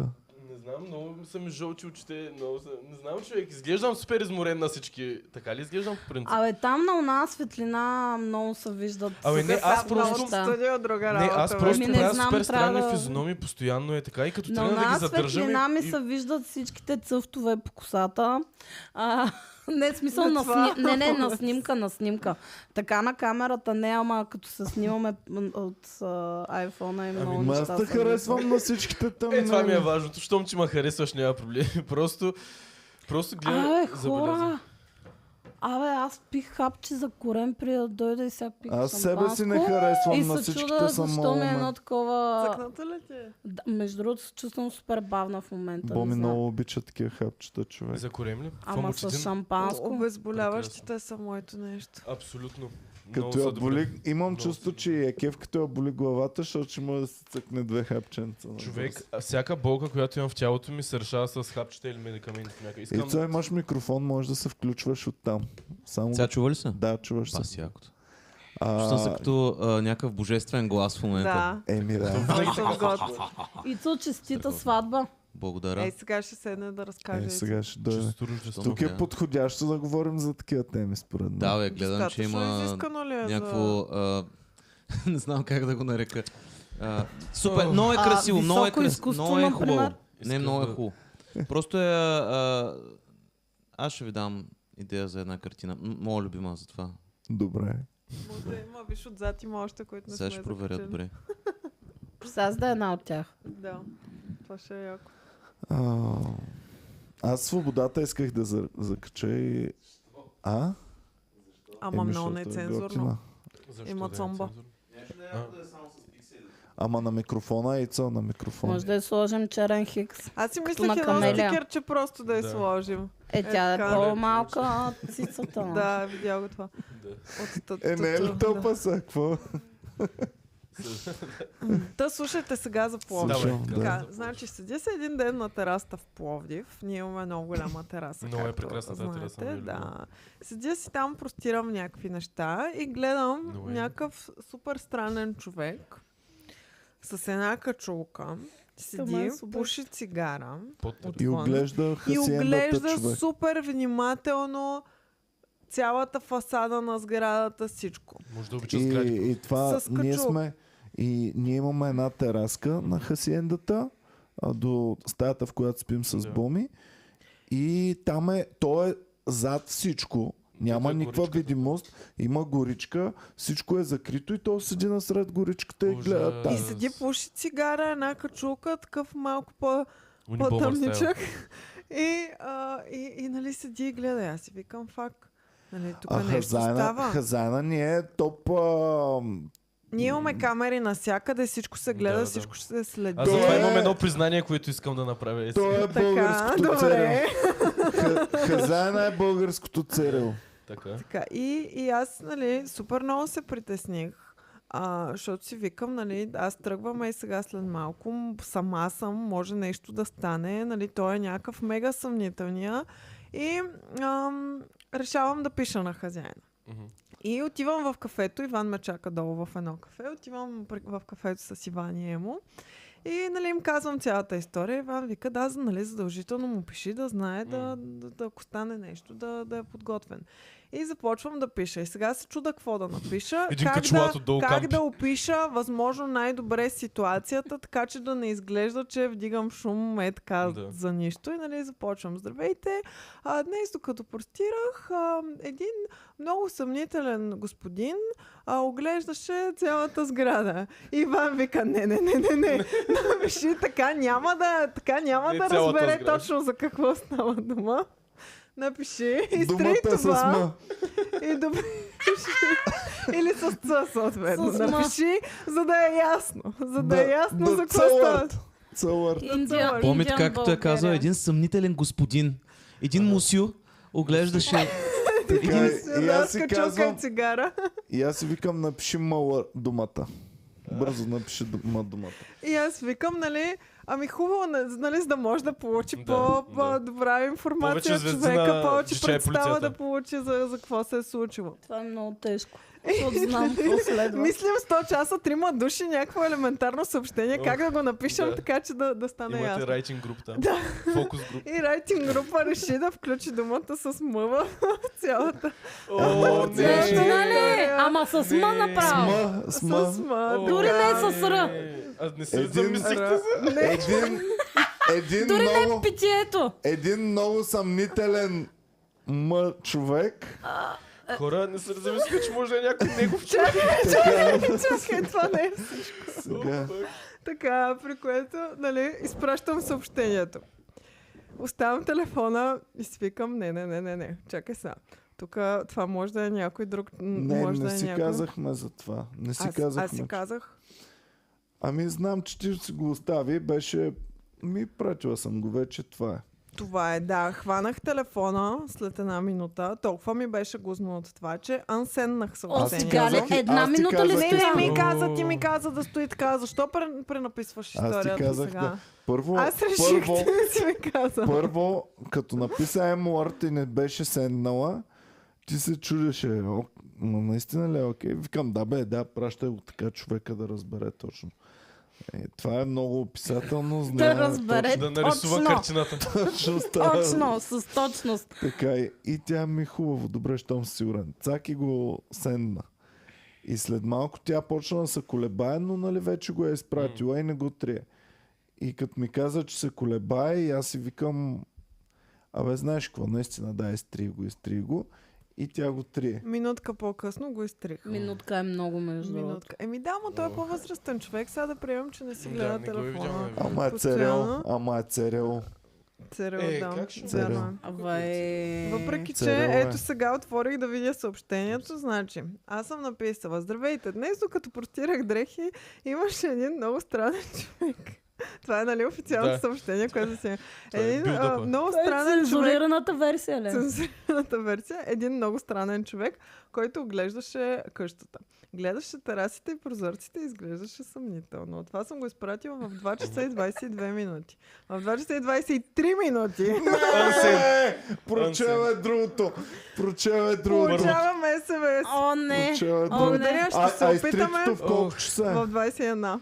Speaker 4: не знам, много са ми жълти очите, много са... Не знам, човек, изглеждам супер изморен на всички. Така ли изглеждам по принцип?
Speaker 3: Абе, там на една светлина много се виждат.
Speaker 4: Абе, не,
Speaker 3: сега
Speaker 4: аз
Speaker 3: са
Speaker 4: просто-
Speaker 3: много
Speaker 2: От
Speaker 3: неща.
Speaker 2: е студио друга
Speaker 4: Не,
Speaker 2: работа.
Speaker 4: аз
Speaker 2: бе.
Speaker 4: просто
Speaker 3: Ами не
Speaker 4: правя
Speaker 3: знам,
Speaker 4: супер странни
Speaker 3: трябва да-
Speaker 4: физиономии, постоянно е така и като
Speaker 3: На
Speaker 4: трябва да
Speaker 3: една
Speaker 4: ги задържам
Speaker 3: светлина ми
Speaker 4: и...
Speaker 3: се виждат всичките цъфтове по косата. А, [laughs] не, е. в смисъл
Speaker 2: На
Speaker 3: на,
Speaker 2: това.
Speaker 3: сни... не, не, на снимка, на снимка. Така на камерата не, ама като се снимаме м, от а, айфона и много
Speaker 1: Ама Ами, аз
Speaker 3: неща.
Speaker 1: те
Speaker 3: са
Speaker 1: харесвам на всичките тъмнели.
Speaker 4: Е, това ми е важното, щом, че ме харесваш, няма проблем. [laughs] Просто... Просто
Speaker 3: ми.
Speaker 4: гледам...
Speaker 1: Е,
Speaker 3: Абе,
Speaker 4: забелязвам.
Speaker 3: хора! Абе, аз пих хапче за корен, при да дойде и сега пих
Speaker 1: Аз себе си не
Speaker 3: шампанско.
Speaker 1: харесвам на
Speaker 3: И се чуда
Speaker 1: всичките са
Speaker 3: защо ми е едно
Speaker 1: малумен.
Speaker 3: такова...
Speaker 2: Цъкната ли ти? е?
Speaker 3: Да, между другото се чувствам супер бавна в момента.
Speaker 1: Боми
Speaker 3: не знам.
Speaker 1: много обича такива хапчета, човек.
Speaker 4: За корем ли? Това
Speaker 3: Ама
Speaker 4: му
Speaker 3: с
Speaker 4: четин?
Speaker 2: О,
Speaker 3: шампанско.
Speaker 2: Обезболяващите са моето нещо.
Speaker 4: Абсолютно. Много
Speaker 1: Като
Speaker 4: са
Speaker 1: я
Speaker 4: добри.
Speaker 1: боли, имам
Speaker 4: Много
Speaker 1: чувство,
Speaker 4: са
Speaker 1: че я кеф, като я боли главата, защото ще може да се цъкне две хапченца. нали? на
Speaker 4: Човек, а всяка болка, която имам в тялото ми, се решава с хапчета или медикаменти. някак.
Speaker 1: И
Speaker 4: Искам...
Speaker 1: това имаш микрофон, може да се включваш оттам. Само
Speaker 6: Сега чува ли се?
Speaker 1: да, чуваш се.
Speaker 6: Бас якото. Чувствам се
Speaker 1: А,
Speaker 6: като а, някакъв
Speaker 4: е,
Speaker 6: божествен глас в момента.
Speaker 2: Да. Ами,
Speaker 1: еми да.
Speaker 2: Аз съм готова.
Speaker 3: И то честита сватба.
Speaker 6: Благодаря.
Speaker 2: Ей,
Speaker 3: Е,
Speaker 2: сега ще седне да [laughs] разкаже.
Speaker 1: Е, сега ще дойде.
Speaker 5: Чисто руждество.
Speaker 1: Тук е
Speaker 6: да.
Speaker 1: подходящо да говорим за такива теми, според мен.
Speaker 6: Да, бе, гледам, че
Speaker 2: Достатъчно
Speaker 6: има
Speaker 2: изискано ли е за...
Speaker 6: някакво... а, [laughs] Не знам как да го нарека. А, Супер, много е
Speaker 3: А,
Speaker 6: красиво, много е
Speaker 3: високо
Speaker 6: красиво,
Speaker 3: изкуство,
Speaker 6: много е
Speaker 3: например?
Speaker 6: хубаво. Не,
Speaker 5: Искам
Speaker 6: много е
Speaker 5: да-
Speaker 6: хубаво. Просто е... а, Аз ще ви дам идея за една картина. М- Моя любима за това.
Speaker 1: Добре.
Speaker 2: Може да има, виж отзад има още, които не
Speaker 6: Сега
Speaker 2: сме
Speaker 6: ще проверя
Speaker 2: закачили.
Speaker 6: добре.
Speaker 3: Сега да е една от тях.
Speaker 2: Да, това ще е яко.
Speaker 1: А, аз свободата исках да за, закача и... А?
Speaker 2: Ама
Speaker 1: Еми,
Speaker 2: много не е
Speaker 1: защото
Speaker 2: цензурно.
Speaker 1: готина.
Speaker 5: Защо
Speaker 2: Има
Speaker 5: да е
Speaker 2: цомба.
Speaker 5: цензурно?
Speaker 1: Ама на микрофона и цел на микрофона.
Speaker 3: Може да я сложим черен хикс.
Speaker 2: Аз си
Speaker 3: Като
Speaker 2: мислех
Speaker 3: на
Speaker 2: едно
Speaker 3: камелия.
Speaker 2: стикерче просто да я
Speaker 5: Да.
Speaker 2: сложим.
Speaker 3: Е, тя е
Speaker 2: така, да.
Speaker 3: по-малка
Speaker 2: [laughs]
Speaker 3: от цицата. нали?
Speaker 2: Да, видя го това.
Speaker 5: Да.
Speaker 2: От тъ-
Speaker 1: Е, не е
Speaker 2: тъ-
Speaker 1: ли
Speaker 2: да.
Speaker 1: тълпа са? Какво?
Speaker 2: Та слушайте сега за Пловдив.
Speaker 5: Давай,
Speaker 1: Слушам, да.
Speaker 5: казвай за
Speaker 2: Така,
Speaker 5: Пловдив.
Speaker 2: значи седя се един ден на тераста в Пловдив. Ние имаме много голяма тераса.
Speaker 5: Много е
Speaker 2: както
Speaker 5: прекрасна тази тераса,
Speaker 2: знаете,
Speaker 5: много я
Speaker 2: Да.
Speaker 5: любя.
Speaker 2: Седя си там, простирам някакви неща и гледам
Speaker 5: Много е.
Speaker 2: някакъв супер странен човек с една качулка. Седи,
Speaker 3: е супер.
Speaker 2: пуши цигара
Speaker 5: Под
Speaker 1: И
Speaker 2: Отвън.
Speaker 1: оглежда
Speaker 2: и
Speaker 1: хасиендата
Speaker 2: оглежда
Speaker 1: човек.
Speaker 2: супер внимателно цялата фасада на сградата, всичко.
Speaker 5: Може да
Speaker 1: И,
Speaker 5: обича сгради.
Speaker 1: и това
Speaker 2: С
Speaker 1: ние
Speaker 2: качул.
Speaker 1: сме... И ние имаме една тераска на хасиендата а, до стаята, в която спим с
Speaker 5: Да.
Speaker 1: Боми. И там е... То е зад всичко. Няма
Speaker 5: Тук е
Speaker 1: никаква
Speaker 5: горичката.
Speaker 1: видимост. Има горичка. Всичко е закрито и то седи насред горичката и
Speaker 5: Ужас.
Speaker 1: гледа
Speaker 2: И
Speaker 1: там.
Speaker 5: Аз-
Speaker 2: седи, пуши цигара, една качулка, такъв малко по-
Speaker 5: Уни бомър стайл.
Speaker 2: по-тъмничък. [laughs] И, а, и, и, нали седи и гледа. И Аз си викам фак. Нали, тук
Speaker 1: А
Speaker 2: нещо
Speaker 1: хазана,
Speaker 2: става.
Speaker 1: хазана ни е топ... А,
Speaker 2: Ние имаме камери навсякъде, всичко се гледа,
Speaker 5: Да, да.
Speaker 2: всичко ще се следи.
Speaker 5: Аз затова
Speaker 1: Е.
Speaker 5: имам едно признание, което искам да направя. Е,
Speaker 1: той
Speaker 5: сега.
Speaker 1: е
Speaker 2: Така,
Speaker 1: българското
Speaker 2: добре.
Speaker 1: церел. Ха- Хазана е българското церел.
Speaker 5: Така.
Speaker 2: Така, и, и аз, нали, супер много се притесних. А, защото си викам, нали, аз тръгвам и сега след малко, м, сама съм, може нещо да стане, нали, той е някакъв мега съмнителния. И ам, решавам да пиша на хазяина.
Speaker 5: Мгм.
Speaker 2: И отивам в кафето, Иван ме чака долу в едно кафе, отивам при- в кафето с Иван и Емо. И нали, им казвам цялата история. Иван вика, да, за- нали, задължително му пиши да знае, да, да, да ако стане нещо, да, да е подготвен. И започвам да пиша. И сега се чуда какво да напиша.
Speaker 5: [laughs] Един
Speaker 2: как
Speaker 5: качулат
Speaker 2: да,
Speaker 5: отдолу
Speaker 2: как
Speaker 5: кампи.
Speaker 2: да опиша възможно най-добре ситуацията, така че да не изглежда, че вдигам шум е така
Speaker 5: Да.
Speaker 2: за нищо. И нали, започвам. Здравейте! А, днес, докато простирах, а, един много съмнителен господин а, оглеждаше цялата сграда. Иван вика, не, не, не, не, не.
Speaker 1: [laughs]
Speaker 2: Напиши, така няма да, така няма
Speaker 5: Не
Speaker 2: да
Speaker 5: цялата
Speaker 2: разбере
Speaker 5: сграда.
Speaker 2: точно за какво става дума. Напиши, изтри
Speaker 1: Думата е с
Speaker 2: това
Speaker 1: ма.
Speaker 2: и допиши. Или с ц, съответно.
Speaker 3: С м.
Speaker 2: Напиши, за да е ясно. За да, е ясно за какво става.
Speaker 1: цълърт. Цълърт.
Speaker 3: Индия,
Speaker 6: Помните
Speaker 3: Индиан
Speaker 6: както е казал
Speaker 3: България.
Speaker 6: един съмнителен господин. Един мусю оглеждаше...
Speaker 1: Така, е. и
Speaker 2: Да,
Speaker 1: аз
Speaker 2: с
Speaker 1: си
Speaker 2: качулка
Speaker 1: казвам,
Speaker 2: и цигара.
Speaker 1: и аз си викам, напиши мала думата. Бързо напиши дума думата.
Speaker 2: И аз викам, нали, ами хубаво, на- нали, за да може да получи
Speaker 5: Да,
Speaker 2: по,
Speaker 5: да.
Speaker 2: по-добра информация
Speaker 5: Повече
Speaker 2: от
Speaker 5: звезди
Speaker 2: човека,
Speaker 5: на
Speaker 2: повече
Speaker 5: DJ
Speaker 2: представа
Speaker 5: полицията.
Speaker 2: да получи за, за какво се е случило.
Speaker 3: Това е много тежко. Защото
Speaker 2: [laughs]
Speaker 3: знам какво следва.
Speaker 2: Мислим 100 часа, трима души, някакво елементарно съобщение,
Speaker 5: Ох,
Speaker 2: как да го напишем,
Speaker 5: да.
Speaker 2: така че да, да стане
Speaker 5: Имате
Speaker 2: ясно.
Speaker 5: райтинг груп там.
Speaker 2: Да.
Speaker 5: Фокус груп.
Speaker 2: И райтинг група реши да включи думата с мъва [laughs] цялата.
Speaker 5: О,
Speaker 1: не.
Speaker 3: Нещо,
Speaker 5: не.
Speaker 3: нали? Ама с
Speaker 5: Не.
Speaker 3: ма направо.
Speaker 1: Сма,
Speaker 2: С
Speaker 1: сма.
Speaker 2: мъ.
Speaker 5: О,
Speaker 3: Дори не е
Speaker 5: да,
Speaker 3: с Р.
Speaker 5: А не се
Speaker 1: Един
Speaker 5: замислихте за...
Speaker 1: Един, един
Speaker 3: Дори не
Speaker 1: много,
Speaker 3: питието.
Speaker 1: един много съмнителен м човек.
Speaker 5: Хора, не се замислиха, че може да е някой негов човек.
Speaker 1: Така,
Speaker 2: Чакай, това не е
Speaker 1: сега.
Speaker 2: Така, при което, нали, изпращам съобщението. Оставям телефона и свикам, не, не, не, не, не, чакай сега. Тук това може да е някой друг, м,
Speaker 1: Не,
Speaker 2: може
Speaker 1: не
Speaker 2: да е
Speaker 1: си
Speaker 2: някой.
Speaker 1: казахме за това. Не си
Speaker 2: аз,
Speaker 1: казахме.
Speaker 2: аз си
Speaker 1: че-
Speaker 2: казах.
Speaker 1: Ами знам, че ти си го остави. Беше... Ми пратила съм го вече, това е.
Speaker 2: Това е, да. Хванах телефона след една минута. Толкова ми беше гузно от това, че ансеннах
Speaker 3: О,
Speaker 1: Аз ти
Speaker 2: съобщението.
Speaker 3: сега ли?
Speaker 1: казах и-
Speaker 3: Една
Speaker 1: аз ти ами,
Speaker 3: минута ли
Speaker 1: казах,
Speaker 2: Не,
Speaker 1: че-
Speaker 2: не
Speaker 3: стоя?
Speaker 2: ми каза, ти ми каза да стои така. Защо пре- пренаписваш
Speaker 1: Аз ти
Speaker 2: историята
Speaker 1: казах
Speaker 2: сега?
Speaker 1: да. Първо,
Speaker 2: Аз реших,
Speaker 1: първо,
Speaker 2: че си ми каза.
Speaker 1: първо, като написа M-Word и не беше седнала, ти се чудеше, «О, ма наистина ли е окей? Викам, да бе, да, пращай го така човека да разбере точно. Е, това е много описателно.
Speaker 3: Да
Speaker 1: знам,
Speaker 3: разбере
Speaker 5: Да нарисува
Speaker 3: точно.
Speaker 5: картината.
Speaker 1: [laughs] Точно става.
Speaker 3: Точно, с точност.
Speaker 1: Така и, и тя ми е хубаво, добре, щом си сигурен. Цак и го сендна. И след малко тя почна да се колебае, но нали вече го е изпратила и не го трие. И като ми каза, че се колебае, и аз си викам, абе знаеш какво, наистина да, изтри го, изтри го. И тя го трие.
Speaker 2: Минутка по-късно го изтрих.
Speaker 3: Минутка е много между другото.
Speaker 2: Минутка. Еми да, но той е по-възрастен човек. Сега да приемем, че не си
Speaker 5: Да,
Speaker 2: гледа
Speaker 5: не го е видял, не е
Speaker 2: телефона.
Speaker 5: видял.
Speaker 1: Ама е церел,
Speaker 2: Постоянно.
Speaker 1: ама е церел.
Speaker 2: Церел,
Speaker 5: Е,
Speaker 2: да.
Speaker 5: как ще-
Speaker 2: Вярно е.
Speaker 1: Церел.
Speaker 3: Абе,
Speaker 2: Въпреки, че
Speaker 1: Церел е.
Speaker 2: ето сега отворих да видя съобщението, значи аз съм написала Здравейте, днес докато простирах дрехи, имаше един много странен [laughs] човек. Това е нали официалното
Speaker 5: Да.
Speaker 2: съобщение, което си...
Speaker 5: Това е
Speaker 2: Един а,
Speaker 5: билдъпа.
Speaker 2: много
Speaker 3: Това е
Speaker 2: странен човек
Speaker 3: цензурираната версия, ли?
Speaker 2: цензурираната версия, един много странен човек, който оглеждаше къщата. Гледаше терасите и прозорците и изглеждаше съмнително. От Това съм го изпратила в 2 часа и 22 минути. В 2 часа и 23 минути
Speaker 1: Е, Прочела е другото. Прочела е другото.
Speaker 2: получаваме СМС.
Speaker 3: О, не.
Speaker 1: Прочела е
Speaker 3: О,
Speaker 1: другото.
Speaker 2: Благодаря,
Speaker 3: не.
Speaker 2: ще
Speaker 1: А,
Speaker 2: се
Speaker 1: а
Speaker 2: опитаме
Speaker 1: изтритото в колко часа е?
Speaker 2: в 21.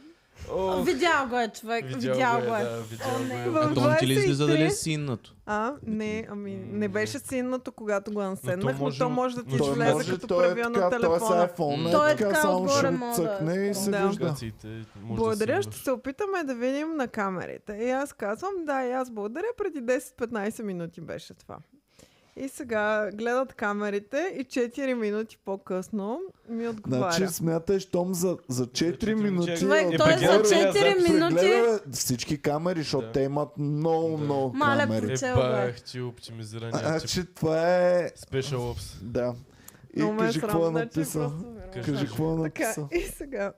Speaker 5: О,
Speaker 3: Видял го е човек. Видял го е.
Speaker 5: да, видял го
Speaker 2: В
Speaker 5: е.
Speaker 6: Антон, ти ли излиза дали е
Speaker 2: 23.
Speaker 6: синнато?
Speaker 2: А, не, ами не беше синнато, когато го
Speaker 5: Но
Speaker 2: анседнах,
Speaker 5: то
Speaker 2: но
Speaker 5: може-
Speaker 2: то може да ти
Speaker 5: но то
Speaker 1: Той
Speaker 2: излезе
Speaker 1: може,
Speaker 2: като
Speaker 1: той е
Speaker 2: превия на
Speaker 1: така, той е с
Speaker 2: телефона.
Speaker 1: iPhone,
Speaker 3: Той
Speaker 1: е
Speaker 3: е
Speaker 1: така,
Speaker 3: така
Speaker 1: само ще
Speaker 3: отгоре
Speaker 1: го
Speaker 3: мога да
Speaker 1: цъкне и се
Speaker 2: Да.
Speaker 1: вижда.
Speaker 5: Гъците, може да
Speaker 2: Благодаря,
Speaker 5: си
Speaker 2: ще
Speaker 5: имаш.
Speaker 2: се опитаме да видим на камерите. И аз казвам, да, и аз благодаря, преди 10-15 минути беше това. И сега гледат камерите и 4 минути по-късно ми отговаря.
Speaker 1: Значи смятай, щом за, за 4
Speaker 5: четири
Speaker 1: минути...
Speaker 5: минути.
Speaker 3: Човек,
Speaker 1: е
Speaker 3: той
Speaker 5: прегледа
Speaker 1: отгоре,
Speaker 3: за
Speaker 5: ли я
Speaker 3: 4
Speaker 5: запис?
Speaker 3: минути.
Speaker 1: прегледа всички камери, защото
Speaker 5: Да.
Speaker 1: те имат много,
Speaker 5: Да.
Speaker 1: много
Speaker 3: Мале,
Speaker 1: камери.
Speaker 3: пред-
Speaker 5: Е,
Speaker 3: Чел го е.
Speaker 5: бах ти оптимизирания тип.
Speaker 1: Значи това е...
Speaker 5: Special Ops.
Speaker 1: Да. И
Speaker 2: Много ме е
Speaker 1: кажи
Speaker 2: срам,
Speaker 1: какво е
Speaker 2: значи
Speaker 1: написал.
Speaker 2: просто верно.
Speaker 1: Кажи какво е
Speaker 2: Така,
Speaker 1: написал.
Speaker 2: и сега.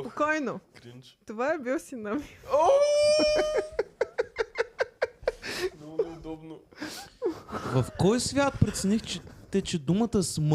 Speaker 2: Спокойно.
Speaker 5: Кринч.
Speaker 2: Това е бил сина ми.
Speaker 5: Много неудобно.
Speaker 6: В кой свят прецених, че, те, че думата см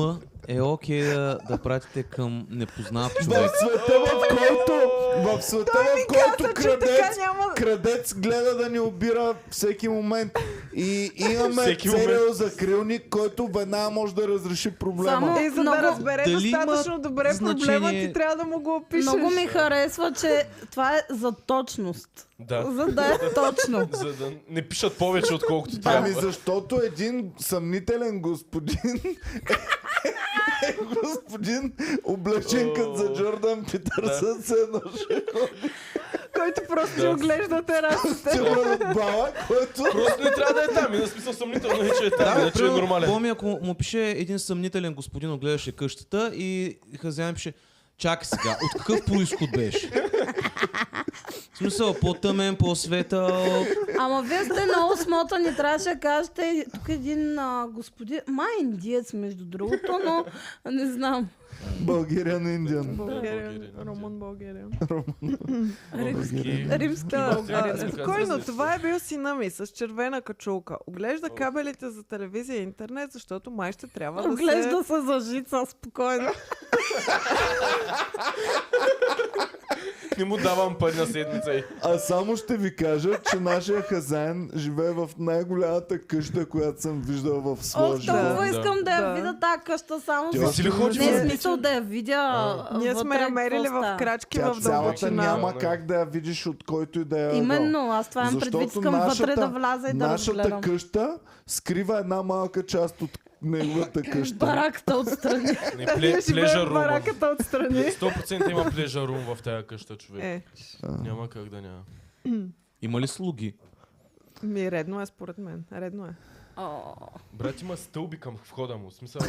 Speaker 6: е окей да, да пратите към непознат
Speaker 1: В
Speaker 2: Е,
Speaker 6: човек?
Speaker 1: света, в който... В света, в който
Speaker 2: Каза, че Значи, така
Speaker 1: крадец...
Speaker 2: няма...
Speaker 1: Крадец гледа да ни обира всеки момент. И имаме
Speaker 5: Всеки
Speaker 1: церел закрилник, който веднага може да разреши проблема.
Speaker 3: Само-
Speaker 2: И за да
Speaker 3: Много-
Speaker 2: разбере
Speaker 6: Дали има
Speaker 2: достатъчно добре проблема, ти
Speaker 6: значение-
Speaker 2: трябва да му го опишеш.
Speaker 3: Много ми харесва, че това е за точност.
Speaker 5: Да.
Speaker 3: За да е точно.
Speaker 5: За да не пишат повече, отколкото трябва.
Speaker 1: Ами защото един съмнителен господин е господин облечен като за Джордан Питърсън се ноше
Speaker 2: Който просто
Speaker 5: Да.
Speaker 2: да. оглежда терасите.
Speaker 1: от бала, който
Speaker 5: Просто не трябва да е там. И на смисъл съмнително е, че е там.
Speaker 6: Да, значи
Speaker 5: Иначе е нормален.
Speaker 6: Боми, ако му пише един съмнителен господин, огледаше къщата и хазяин пише Чакай сега, от какъв происход беше? В смисъл, по-тъмен, по-светъл.
Speaker 3: Ама вие сте много смотани, трябваше да кажете тук е един а, господин, май индиец между другото, но не знам.
Speaker 1: българин индиан.
Speaker 2: Българин,
Speaker 5: Българин, да.
Speaker 2: Румън Българин.
Speaker 5: Българин.
Speaker 3: Римски
Speaker 2: Да,
Speaker 5: Българин.
Speaker 2: а, Спокойно, това е бил сина ми с червена качулка. Оглежда кабелите за телевизия и интернет, защото май ще трябва да
Speaker 3: Оглежда
Speaker 2: се...
Speaker 3: се за жица, спокойно.
Speaker 5: Не му давам пари на седмица. и-
Speaker 1: А само ще ви кажа, че нашия хазаен живее в най-голямата къща, която съм виждал в своя
Speaker 3: Ох,
Speaker 1: живот.
Speaker 3: толкова искам да
Speaker 2: Да.
Speaker 3: я видя тази къща, само
Speaker 1: Тя
Speaker 3: за...
Speaker 5: си ли ходи,
Speaker 3: Не е
Speaker 5: бе?
Speaker 3: смисъл да я видя а,
Speaker 2: Ние сме
Speaker 3: вътре,
Speaker 2: я мерили
Speaker 3: какво
Speaker 2: в
Speaker 3: става.
Speaker 2: крачки
Speaker 1: Тя
Speaker 2: в
Speaker 1: цялата
Speaker 5: дълбочина.
Speaker 2: дълбочина.
Speaker 1: няма как да я видиш от който и да я е ъгъл.
Speaker 3: Именно, аз това имам
Speaker 1: Защото
Speaker 3: предвид, искам вътре да вляза и да
Speaker 1: нашата
Speaker 3: разгледам.
Speaker 1: къща скрива една малка част от неговата къща.
Speaker 3: Бараката отстрани.
Speaker 5: Не,
Speaker 2: А ние
Speaker 5: Е, пле-
Speaker 2: живеем
Speaker 5: плежа Е.
Speaker 2: в
Speaker 5: рума.
Speaker 2: бараката отстрани.
Speaker 5: 100% има плежа рум в тая къща, човек.
Speaker 2: нали? Е,
Speaker 5: Няма как да няма.
Speaker 6: Има ли слуги?
Speaker 2: ми редно е според мен. Редно е.
Speaker 3: О,
Speaker 5: Брат, има стълби към входа му. В смисъл,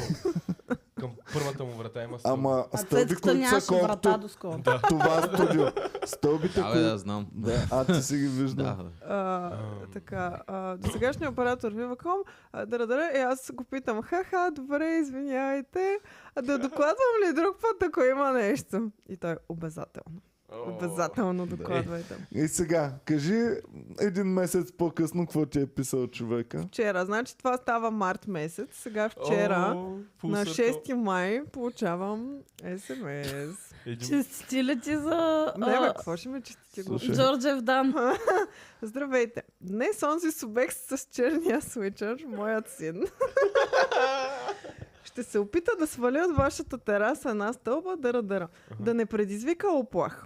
Speaker 5: към първата му врата има стълби.
Speaker 1: Ама
Speaker 3: А
Speaker 1: стълби,
Speaker 3: цецката
Speaker 1: които
Speaker 3: нямаше
Speaker 1: са
Speaker 3: врата
Speaker 1: колкото
Speaker 3: доскоро.
Speaker 1: това студио. Стълбите,
Speaker 6: Да, бе, да,
Speaker 1: които...
Speaker 6: знам.
Speaker 1: Да, а ти си ги
Speaker 6: Да,
Speaker 1: виждал.
Speaker 6: да.
Speaker 2: А, така, а, сегашния оператор Viva.com, а, да, да, да, и аз го питам, ха-ха, добре, извинявайте, а да докладвам ли друг път, ако има нещо? И той, обязателно,
Speaker 5: О,
Speaker 2: обязателно докладвайте.
Speaker 1: И сега, кажи един месец по-късно какво ти е писал човека.
Speaker 2: Вчера, значи това става март месец, сега вчера,
Speaker 5: о,
Speaker 2: на
Speaker 5: пулсърто.
Speaker 2: 6 май, получавам
Speaker 4: [laughs]
Speaker 2: СМС.
Speaker 5: Един
Speaker 3: Честити ли ти за...
Speaker 2: Не, бе,
Speaker 3: а,
Speaker 2: какво ще ме честите го?
Speaker 1: Слушай.
Speaker 3: Джорджев Дан.
Speaker 2: Здравейте! Днес онзи субект с черния свичър, моят син, [laughs] ще се опита да свали от вашата тераса една стълба дъра-дъра. Да не предизвика оплах.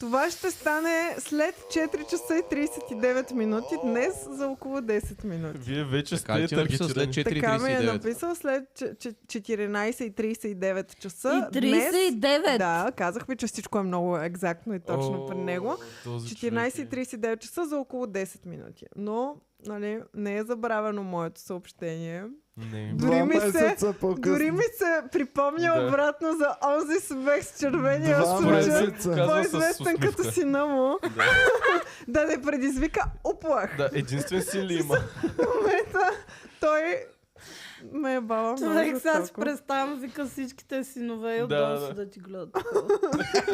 Speaker 2: Това ще стане след 4 часа и 39 минути, днес за около 10 минути.
Speaker 4: Вие вече
Speaker 6: Така ли
Speaker 4: сте
Speaker 6: ти е написал след
Speaker 4: таргетирани.
Speaker 6: 4.39?
Speaker 2: Така ми е написал след че- че- 14.39 часа.
Speaker 3: И
Speaker 2: Днес,
Speaker 3: 39.
Speaker 2: да, казах ви, че всичко е много екзактно и точно при него.
Speaker 4: този човек е-
Speaker 2: 14.39 часа за около 10 минути. Но, нали, не е забравено моето съобщение.
Speaker 4: Не.
Speaker 2: Дори
Speaker 1: Два
Speaker 2: ми се-
Speaker 1: месеца по-късно.
Speaker 2: Дори ми се припомня
Speaker 4: Да.
Speaker 2: обратно за онзи смех с червения
Speaker 1: Два
Speaker 2: случай.
Speaker 1: месеца.
Speaker 4: Казва с
Speaker 2: По-известен
Speaker 4: усмивка.
Speaker 2: е като сина му. [laughs] да не предизвика уплах.
Speaker 4: Да, единствен си ли има?
Speaker 2: В момента той ме е бала много
Speaker 3: Човек, сега си
Speaker 2: жестоко.
Speaker 3: представям, вика всичките синове и
Speaker 4: Да,
Speaker 3: отдолу
Speaker 4: да.
Speaker 3: си да ти гледат.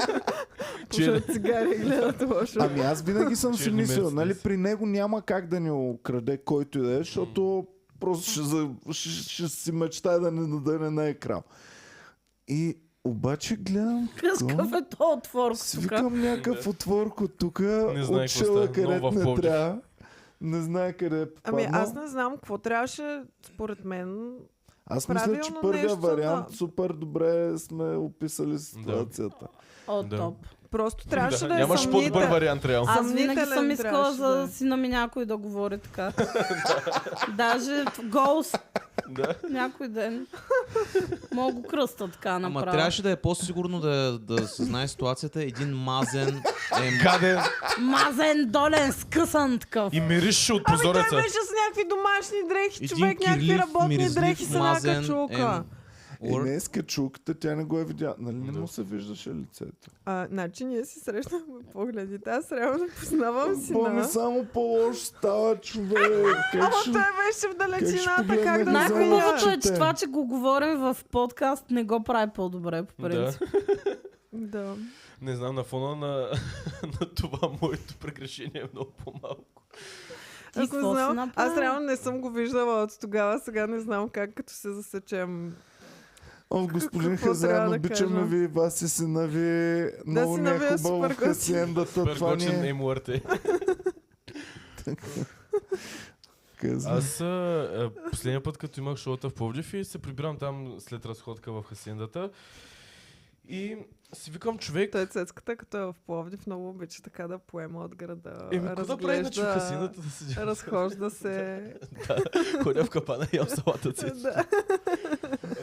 Speaker 4: Че-
Speaker 2: Пушат цигари и гледат лошо.
Speaker 1: Ами аз винаги съм си
Speaker 4: Черни
Speaker 1: мислил,
Speaker 4: мерцедес.
Speaker 1: нали, при него няма как да ни украде който и да е, защото просто ще, за- ще, ще си мечтае да не надъне на екран. И обаче гледам
Speaker 3: Къскав е то отвор тук.
Speaker 1: Свикам някакъв отворко от тук,
Speaker 4: Не знае какво
Speaker 1: отшела
Speaker 4: става.
Speaker 1: където
Speaker 4: Много в
Speaker 1: не
Speaker 4: Пловдив.
Speaker 1: трябва. Не знае къде е
Speaker 2: Ами
Speaker 1: попаднал.
Speaker 2: аз не знам какво трябваше, според мен.
Speaker 1: Аз мисля, че
Speaker 2: правилно
Speaker 1: първия
Speaker 2: нещо,
Speaker 1: вариант
Speaker 2: да.
Speaker 1: супер добре сме описали ситуацията.
Speaker 3: О,
Speaker 4: Да.
Speaker 3: топ.
Speaker 2: Просто трябваше да,
Speaker 4: да,
Speaker 2: е
Speaker 4: нямаш по-добър
Speaker 2: съмнителен.
Speaker 4: вариант реално.
Speaker 3: Аз
Speaker 2: Съмнителен
Speaker 3: винаги съм искала
Speaker 2: трябваше да
Speaker 3: за
Speaker 2: е.
Speaker 3: сина ми някой да говори
Speaker 4: [laughs]
Speaker 3: така. Даже голс
Speaker 4: Да.
Speaker 3: някой ден. Мога го кръста така
Speaker 6: Ама
Speaker 3: направо.
Speaker 6: трябваше да е по-сигурно да, да се знае ситуацията. Един мазен е
Speaker 4: Гаден
Speaker 3: Мазен, долен, скъсан такъв.
Speaker 4: и мирише от
Speaker 2: Ами той
Speaker 4: прозореца.
Speaker 2: беше с някакви домашни дрехи,
Speaker 6: Един
Speaker 2: човек, някакви
Speaker 6: кирлив,
Speaker 2: работни
Speaker 6: миризлив,
Speaker 2: дрехи са на
Speaker 6: мазен,
Speaker 2: качулка.
Speaker 6: ем,
Speaker 1: И
Speaker 6: Or-
Speaker 1: Е, не с качулката, тя не го е видя. Нали не
Speaker 4: Да.
Speaker 1: му се виждаше лицето?
Speaker 2: А, значи ние си срещнахме погледите. Аз реално познавам
Speaker 1: Боми,
Speaker 2: сина.
Speaker 1: само по-лошо става човек. Как
Speaker 2: [laughs] Ама
Speaker 1: ще...
Speaker 2: той беше в далечината,
Speaker 1: погледне
Speaker 2: как да
Speaker 1: назад?
Speaker 2: го
Speaker 3: Най-хубавото
Speaker 2: видя?
Speaker 3: е, че
Speaker 1: Чете.
Speaker 3: това, че го говорим в подкаст, не го прави по-добре, по принцип.
Speaker 2: Да.
Speaker 4: Не знам, на фона на, [laughs] на това моето прегрешение е много по-малко.
Speaker 3: Ти
Speaker 2: Ако
Speaker 3: какво си
Speaker 2: знам,
Speaker 3: направил?
Speaker 2: аз реално не съм го виждала от тогава, сега не знам как като се засечем.
Speaker 1: О, господин
Speaker 2: Какво трябва
Speaker 1: Хазан,
Speaker 2: да
Speaker 1: обичаме
Speaker 2: кажа?
Speaker 1: ви, вас и сина ви. Много ни
Speaker 2: сина
Speaker 1: е
Speaker 2: ви е
Speaker 1: хубаво
Speaker 2: супер
Speaker 1: в хасиендата. Това ни е...
Speaker 4: Пъргочен
Speaker 1: [laughs]
Speaker 4: неймуърт е.
Speaker 1: Казвам.
Speaker 4: Аз а, а, последния път, като имах шоута в Пловдив и се прибирам там след разходка в Хасендата и си викам човек,
Speaker 2: Той цецката, като е в Пловдив, много обича така да поема от града.
Speaker 4: еми какво да прави иначе в Хасендата да седя?
Speaker 2: разхожда се.
Speaker 4: Ходя в капана и ям салатата си.
Speaker 2: да.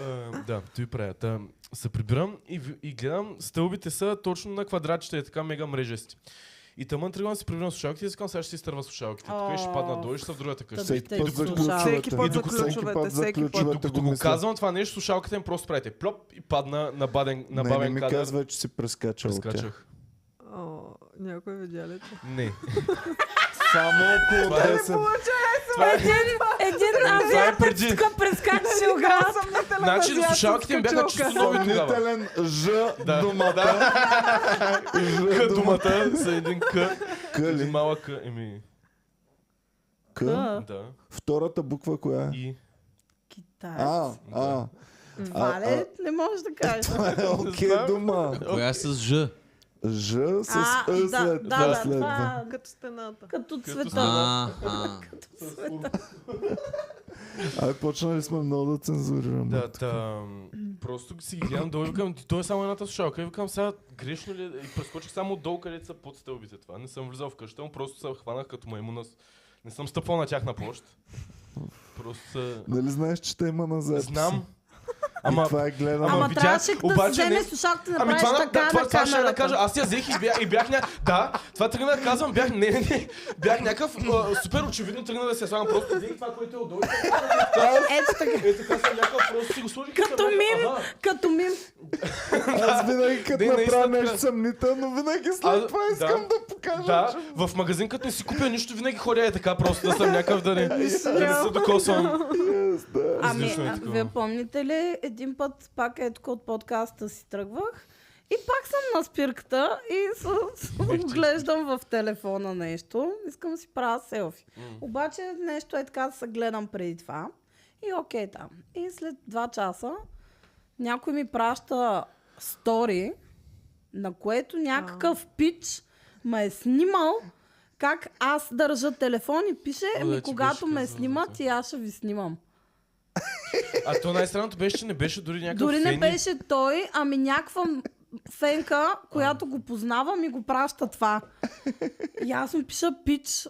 Speaker 4: А, да, той правя. Та, се прибирам и, ви- и гледам, стълбите са точно на квадратчета, е така мега мрежести. И тъмън тръгвам да си прибирам слушалките и искам, сега ще си изтърва слушалките. Тук и ще падна,
Speaker 3: О,
Speaker 4: докато ще са в другата къща.
Speaker 1: Всеки
Speaker 3: Тъй
Speaker 1: път
Speaker 3: като
Speaker 1: за ключовете.
Speaker 3: слушалките.
Speaker 2: Всеки път
Speaker 1: И
Speaker 2: за
Speaker 1: докато- всеки
Speaker 2: ключовете,
Speaker 1: път за
Speaker 2: всеки път.
Speaker 1: ключовете
Speaker 4: Докато
Speaker 1: го
Speaker 4: го
Speaker 1: мисля.
Speaker 4: казвам това нещо, слушалката им просто правите плоп и падна на баден,
Speaker 1: не,
Speaker 4: на
Speaker 1: не
Speaker 4: бавен
Speaker 1: ми
Speaker 4: кадър.
Speaker 1: казва, че си прескачал от тях.
Speaker 4: Прескачах.
Speaker 2: О, някой видя ли?
Speaker 4: Не.
Speaker 1: Само около
Speaker 4: Това е-
Speaker 1: 10.
Speaker 4: [laughs] Това е
Speaker 3: Един, един
Speaker 4: това е
Speaker 3: авиатор
Speaker 4: преди.
Speaker 3: тук прескачаше оградата.
Speaker 4: Значи слушалките им бяха чисто нови тогава.
Speaker 1: Съмнителен Ж
Speaker 4: Да.
Speaker 1: думата.
Speaker 4: [laughs]
Speaker 1: Ж
Speaker 4: К
Speaker 1: думата.
Speaker 4: думата за един К. Един
Speaker 1: Къли.
Speaker 4: малък К. Еми,
Speaker 1: К.
Speaker 4: да.
Speaker 1: Втората буква коя е?
Speaker 4: И.
Speaker 1: А,
Speaker 2: е,
Speaker 3: Китай.
Speaker 1: а.
Speaker 3: Вале, не можеш да кажеш.
Speaker 1: Това е окей
Speaker 4: знам.
Speaker 1: дума.
Speaker 6: Коя е с Ж?
Speaker 1: Ж с
Speaker 3: А,
Speaker 1: Ъ
Speaker 3: да,
Speaker 1: след
Speaker 3: да,
Speaker 1: това
Speaker 3: да,
Speaker 1: следва.
Speaker 3: това е
Speaker 2: Като стената.
Speaker 3: като цвета.
Speaker 6: А, а.
Speaker 1: Абе, почнали сме много да цензурираме.
Speaker 4: Да, та, м, просто си ги гледам долу и викам, той е само едната слушалка. И викам сега, грешно ли е? И прескочих само долу, където са под стълбите това. Не съм влизал в къща, но просто се хванах като маймуна. с- Не съм стъпвал на тях на площ. Просто се-
Speaker 1: Нали знаеш, че те има на запис?
Speaker 4: Знам.
Speaker 1: Ама...
Speaker 4: Ама
Speaker 1: Това е гледам.
Speaker 3: Ама
Speaker 4: видях,
Speaker 3: трябваше да си
Speaker 4: обаче
Speaker 3: вземе
Speaker 4: не-
Speaker 3: слушалката да
Speaker 4: Ами
Speaker 3: направиш
Speaker 4: това, на,
Speaker 3: така
Speaker 4: да, това,
Speaker 3: на
Speaker 4: това ще да кажа.
Speaker 3: камерата.
Speaker 4: Аз я взех и бях, и бях ня... Да, това тръгна да казвам, бях, не, не, не, бях някакъв а, супер очевидно тръгна да се слагам. Просто взех това, което е отдолу. и
Speaker 3: Ето така.
Speaker 4: Е, така съм някакъв, просто си го сложих. и
Speaker 3: Като
Speaker 4: съм,
Speaker 3: мим.
Speaker 4: аха.
Speaker 3: Като мим.
Speaker 1: Аз винаги като
Speaker 4: Не, наистина
Speaker 1: направя
Speaker 4: така.
Speaker 1: нещо съмнително, винаги
Speaker 4: А,
Speaker 1: след това
Speaker 4: да.
Speaker 1: искам да покажа.
Speaker 4: Да,
Speaker 1: че-
Speaker 4: в магазин, като не си купя нищо, винаги ходя е така, просто да съм някакъв да не, да не се докосвам.
Speaker 1: Yes, да.
Speaker 3: Ами,
Speaker 4: Излишно е
Speaker 3: а,
Speaker 4: такова.
Speaker 3: вие помните ли, един път пак е тук от подкаста си тръгвах и пак съм на спирката и с- с-
Speaker 4: Е,
Speaker 3: гледам в телефона нещо. Искам да си правя селфи. Обаче нещо е така да се гледам преди това. И окей там. И след 2 часа някой ми праща стори, на което някакъв пич ме е снимал как аз държа телефон и пише,
Speaker 4: да,
Speaker 3: ами
Speaker 4: ти
Speaker 3: когато
Speaker 4: беше
Speaker 3: ме
Speaker 4: казала
Speaker 3: снимат и аз ще ви снимам.
Speaker 4: А то най-странното беше, че не беше дори някакъв
Speaker 3: Дори не
Speaker 4: фени.
Speaker 3: беше той, ами някаква Сенка, която го познава, ми го праща това. И аз му пиша пич.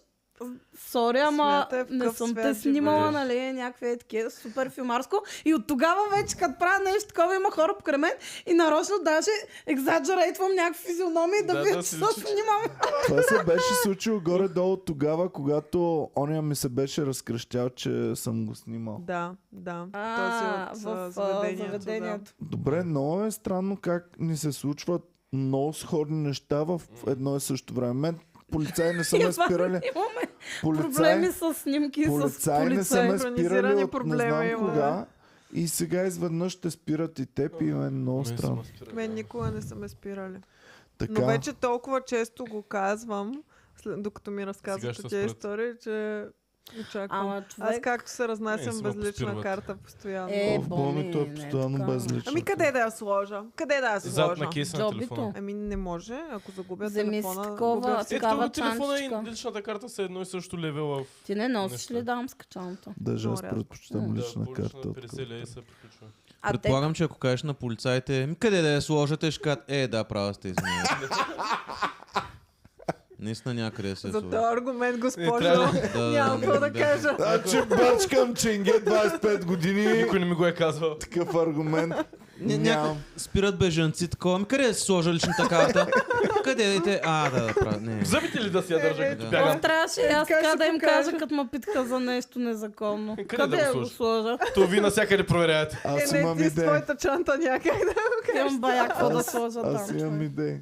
Speaker 3: Сори, ама
Speaker 2: Смятай е в
Speaker 3: не
Speaker 2: къв
Speaker 3: съм те
Speaker 2: свят
Speaker 3: снимала,
Speaker 5: живееш.
Speaker 3: нали, някакви е такива, супер филмарско. И от тогава вече, като правя нещо такова, има хора покрай мен и нарочно даже екзаджерейтвам някакви физиономии да,
Speaker 5: Да,
Speaker 3: да видя,
Speaker 5: да,
Speaker 3: че
Speaker 5: си
Speaker 3: се
Speaker 5: личи,
Speaker 2: [laughs]
Speaker 5: че-
Speaker 3: снимам.
Speaker 1: Това се беше случило горе-долу тогава, когато оня ми се беше разкръщял, че съм го снимал.
Speaker 2: Да, да.
Speaker 3: А,
Speaker 2: Този е от
Speaker 3: в
Speaker 2: а,
Speaker 3: а,
Speaker 2: заведението.
Speaker 3: заведението.
Speaker 1: Добре, много е странно как ни се случват много сходни неща в едно и също време. Мен полицаи
Speaker 4: [laughs]
Speaker 1: не са ме
Speaker 3: Иван,
Speaker 1: спирали.
Speaker 3: Имаме
Speaker 1: Полицаи,
Speaker 3: проблеми с снимки, с
Speaker 1: полицаи не
Speaker 3: полицаи.
Speaker 1: са ме
Speaker 2: Синхронизирани
Speaker 1: спирали от не
Speaker 2: проблеми
Speaker 1: знам
Speaker 2: има,
Speaker 1: кога. И сега изведнъж ще спират и теб и мен е много
Speaker 5: Мен
Speaker 1: странно.
Speaker 5: съм
Speaker 2: Да.
Speaker 5: спирал,
Speaker 2: Мен
Speaker 5: да.
Speaker 2: никога не са ме спирали. Но
Speaker 1: Така,
Speaker 2: вече толкова често го казвам, след, докато ми разказват
Speaker 5: ще
Speaker 2: тези
Speaker 5: спрат.
Speaker 2: истории, че очаквам.
Speaker 3: Ама
Speaker 2: Аз
Speaker 3: човек...
Speaker 2: както се
Speaker 5: Не,
Speaker 2: разнасям
Speaker 5: се
Speaker 2: без лична
Speaker 5: опоспирват.
Speaker 2: карта постоянно.
Speaker 3: Е,
Speaker 1: в бомито е
Speaker 3: Боми, не е
Speaker 1: постоянно
Speaker 3: така.
Speaker 1: безлично.
Speaker 2: ами къде да я сложа? Къде да я
Speaker 5: Зад
Speaker 2: сложа?
Speaker 5: на кейса на
Speaker 3: Джобито.
Speaker 5: телефона.
Speaker 2: Ами не може, ако загубя
Speaker 3: Вземи си
Speaker 2: телефона.
Speaker 3: такова.
Speaker 2: губя
Speaker 5: Е,
Speaker 2: всичко.
Speaker 3: Такава
Speaker 5: тук телефона и
Speaker 3: чанчичка.
Speaker 5: личната карта са едно и също левела в...
Speaker 3: Ти не носиш
Speaker 5: Нещо.
Speaker 3: ли дамска чанта?
Speaker 1: Даже аз
Speaker 2: Добре.
Speaker 1: предпочитам лична
Speaker 5: да,
Speaker 1: карта.
Speaker 5: карта.
Speaker 1: от
Speaker 5: Преселя и
Speaker 1: карта.
Speaker 5: се приключва.
Speaker 3: А те,
Speaker 6: Предполагам, че ако кажеш на полицаите, ми къде да я сложите, ще кажат, е, да, права
Speaker 2: [laughs]
Speaker 6: сте, извинявайте. Наистина някъде да се е
Speaker 2: За
Speaker 6: сложи.
Speaker 2: този аргумент, госпожо,
Speaker 5: Е, трябва
Speaker 2: няма какво да кажа.
Speaker 1: Значи бачкам ченге 25 години.
Speaker 5: Никой не ми го е казвал.
Speaker 1: Такъв аргумент
Speaker 6: Ня-
Speaker 1: нямам.
Speaker 6: някак- Спират бежанци, такова, ми къде да се сложа личната карта? Къде да те... А, да, да, права, не.
Speaker 5: Зъбите ли да си я държа, като
Speaker 1: Е,
Speaker 6: Да.
Speaker 5: бягам?
Speaker 3: аз трябваше и аз
Speaker 2: Как
Speaker 3: така
Speaker 2: ще
Speaker 3: да им
Speaker 2: покажа?
Speaker 3: кажа, като ме питаха за нещо незаконно.
Speaker 5: Къде
Speaker 3: Къде
Speaker 5: да
Speaker 3: я
Speaker 5: го
Speaker 3: го
Speaker 5: сложа?
Speaker 3: сложа?
Speaker 1: е.
Speaker 5: То ви навсякъде проверявате.
Speaker 1: Аз
Speaker 2: е,
Speaker 1: имам
Speaker 2: не, ти с
Speaker 1: идея.
Speaker 2: твоята чанта някак да го кажеш.
Speaker 3: Имам бая какво да
Speaker 1: Аз-
Speaker 3: сложа
Speaker 1: Аз
Speaker 3: там.
Speaker 1: имам
Speaker 3: човек.
Speaker 1: идеи.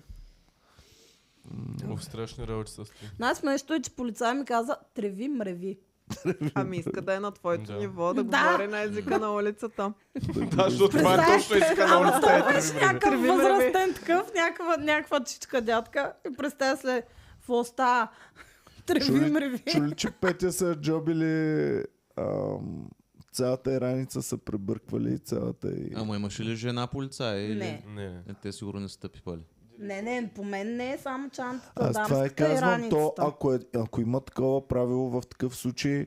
Speaker 5: О, страшни работи са стои.
Speaker 3: Най-смешното е, че полицай ми каза, треви мреви.
Speaker 2: [laughs] Ами иска да е на твоето
Speaker 5: Да.
Speaker 2: ниво, да,
Speaker 3: Да.
Speaker 2: говори на езика на улицата.
Speaker 5: Да, защото това е
Speaker 3: Представяш
Speaker 5: точно иска на улицата. е,
Speaker 3: Беше
Speaker 5: треви време.
Speaker 3: някакъв
Speaker 2: Треви мреви.
Speaker 3: възрастен такъв, някаква, някаква чичка дядка. И представя се, фоста, [laughs] треви
Speaker 1: Чули,
Speaker 3: мреви.
Speaker 1: чули, че Петя са джобили ам, цялата и раница са пребърквали и цялата и...
Speaker 6: Ама имаше ли жена полицай? Или...
Speaker 3: Не.
Speaker 5: Не, не.
Speaker 6: Е, Те сигурно не са тъпи пали.
Speaker 3: Не, не, по мен не е само чантата,
Speaker 1: Аз това е
Speaker 3: дамската и
Speaker 1: казвам, то,
Speaker 3: раницата.
Speaker 1: ако, е, ако има такова правило в такъв случай,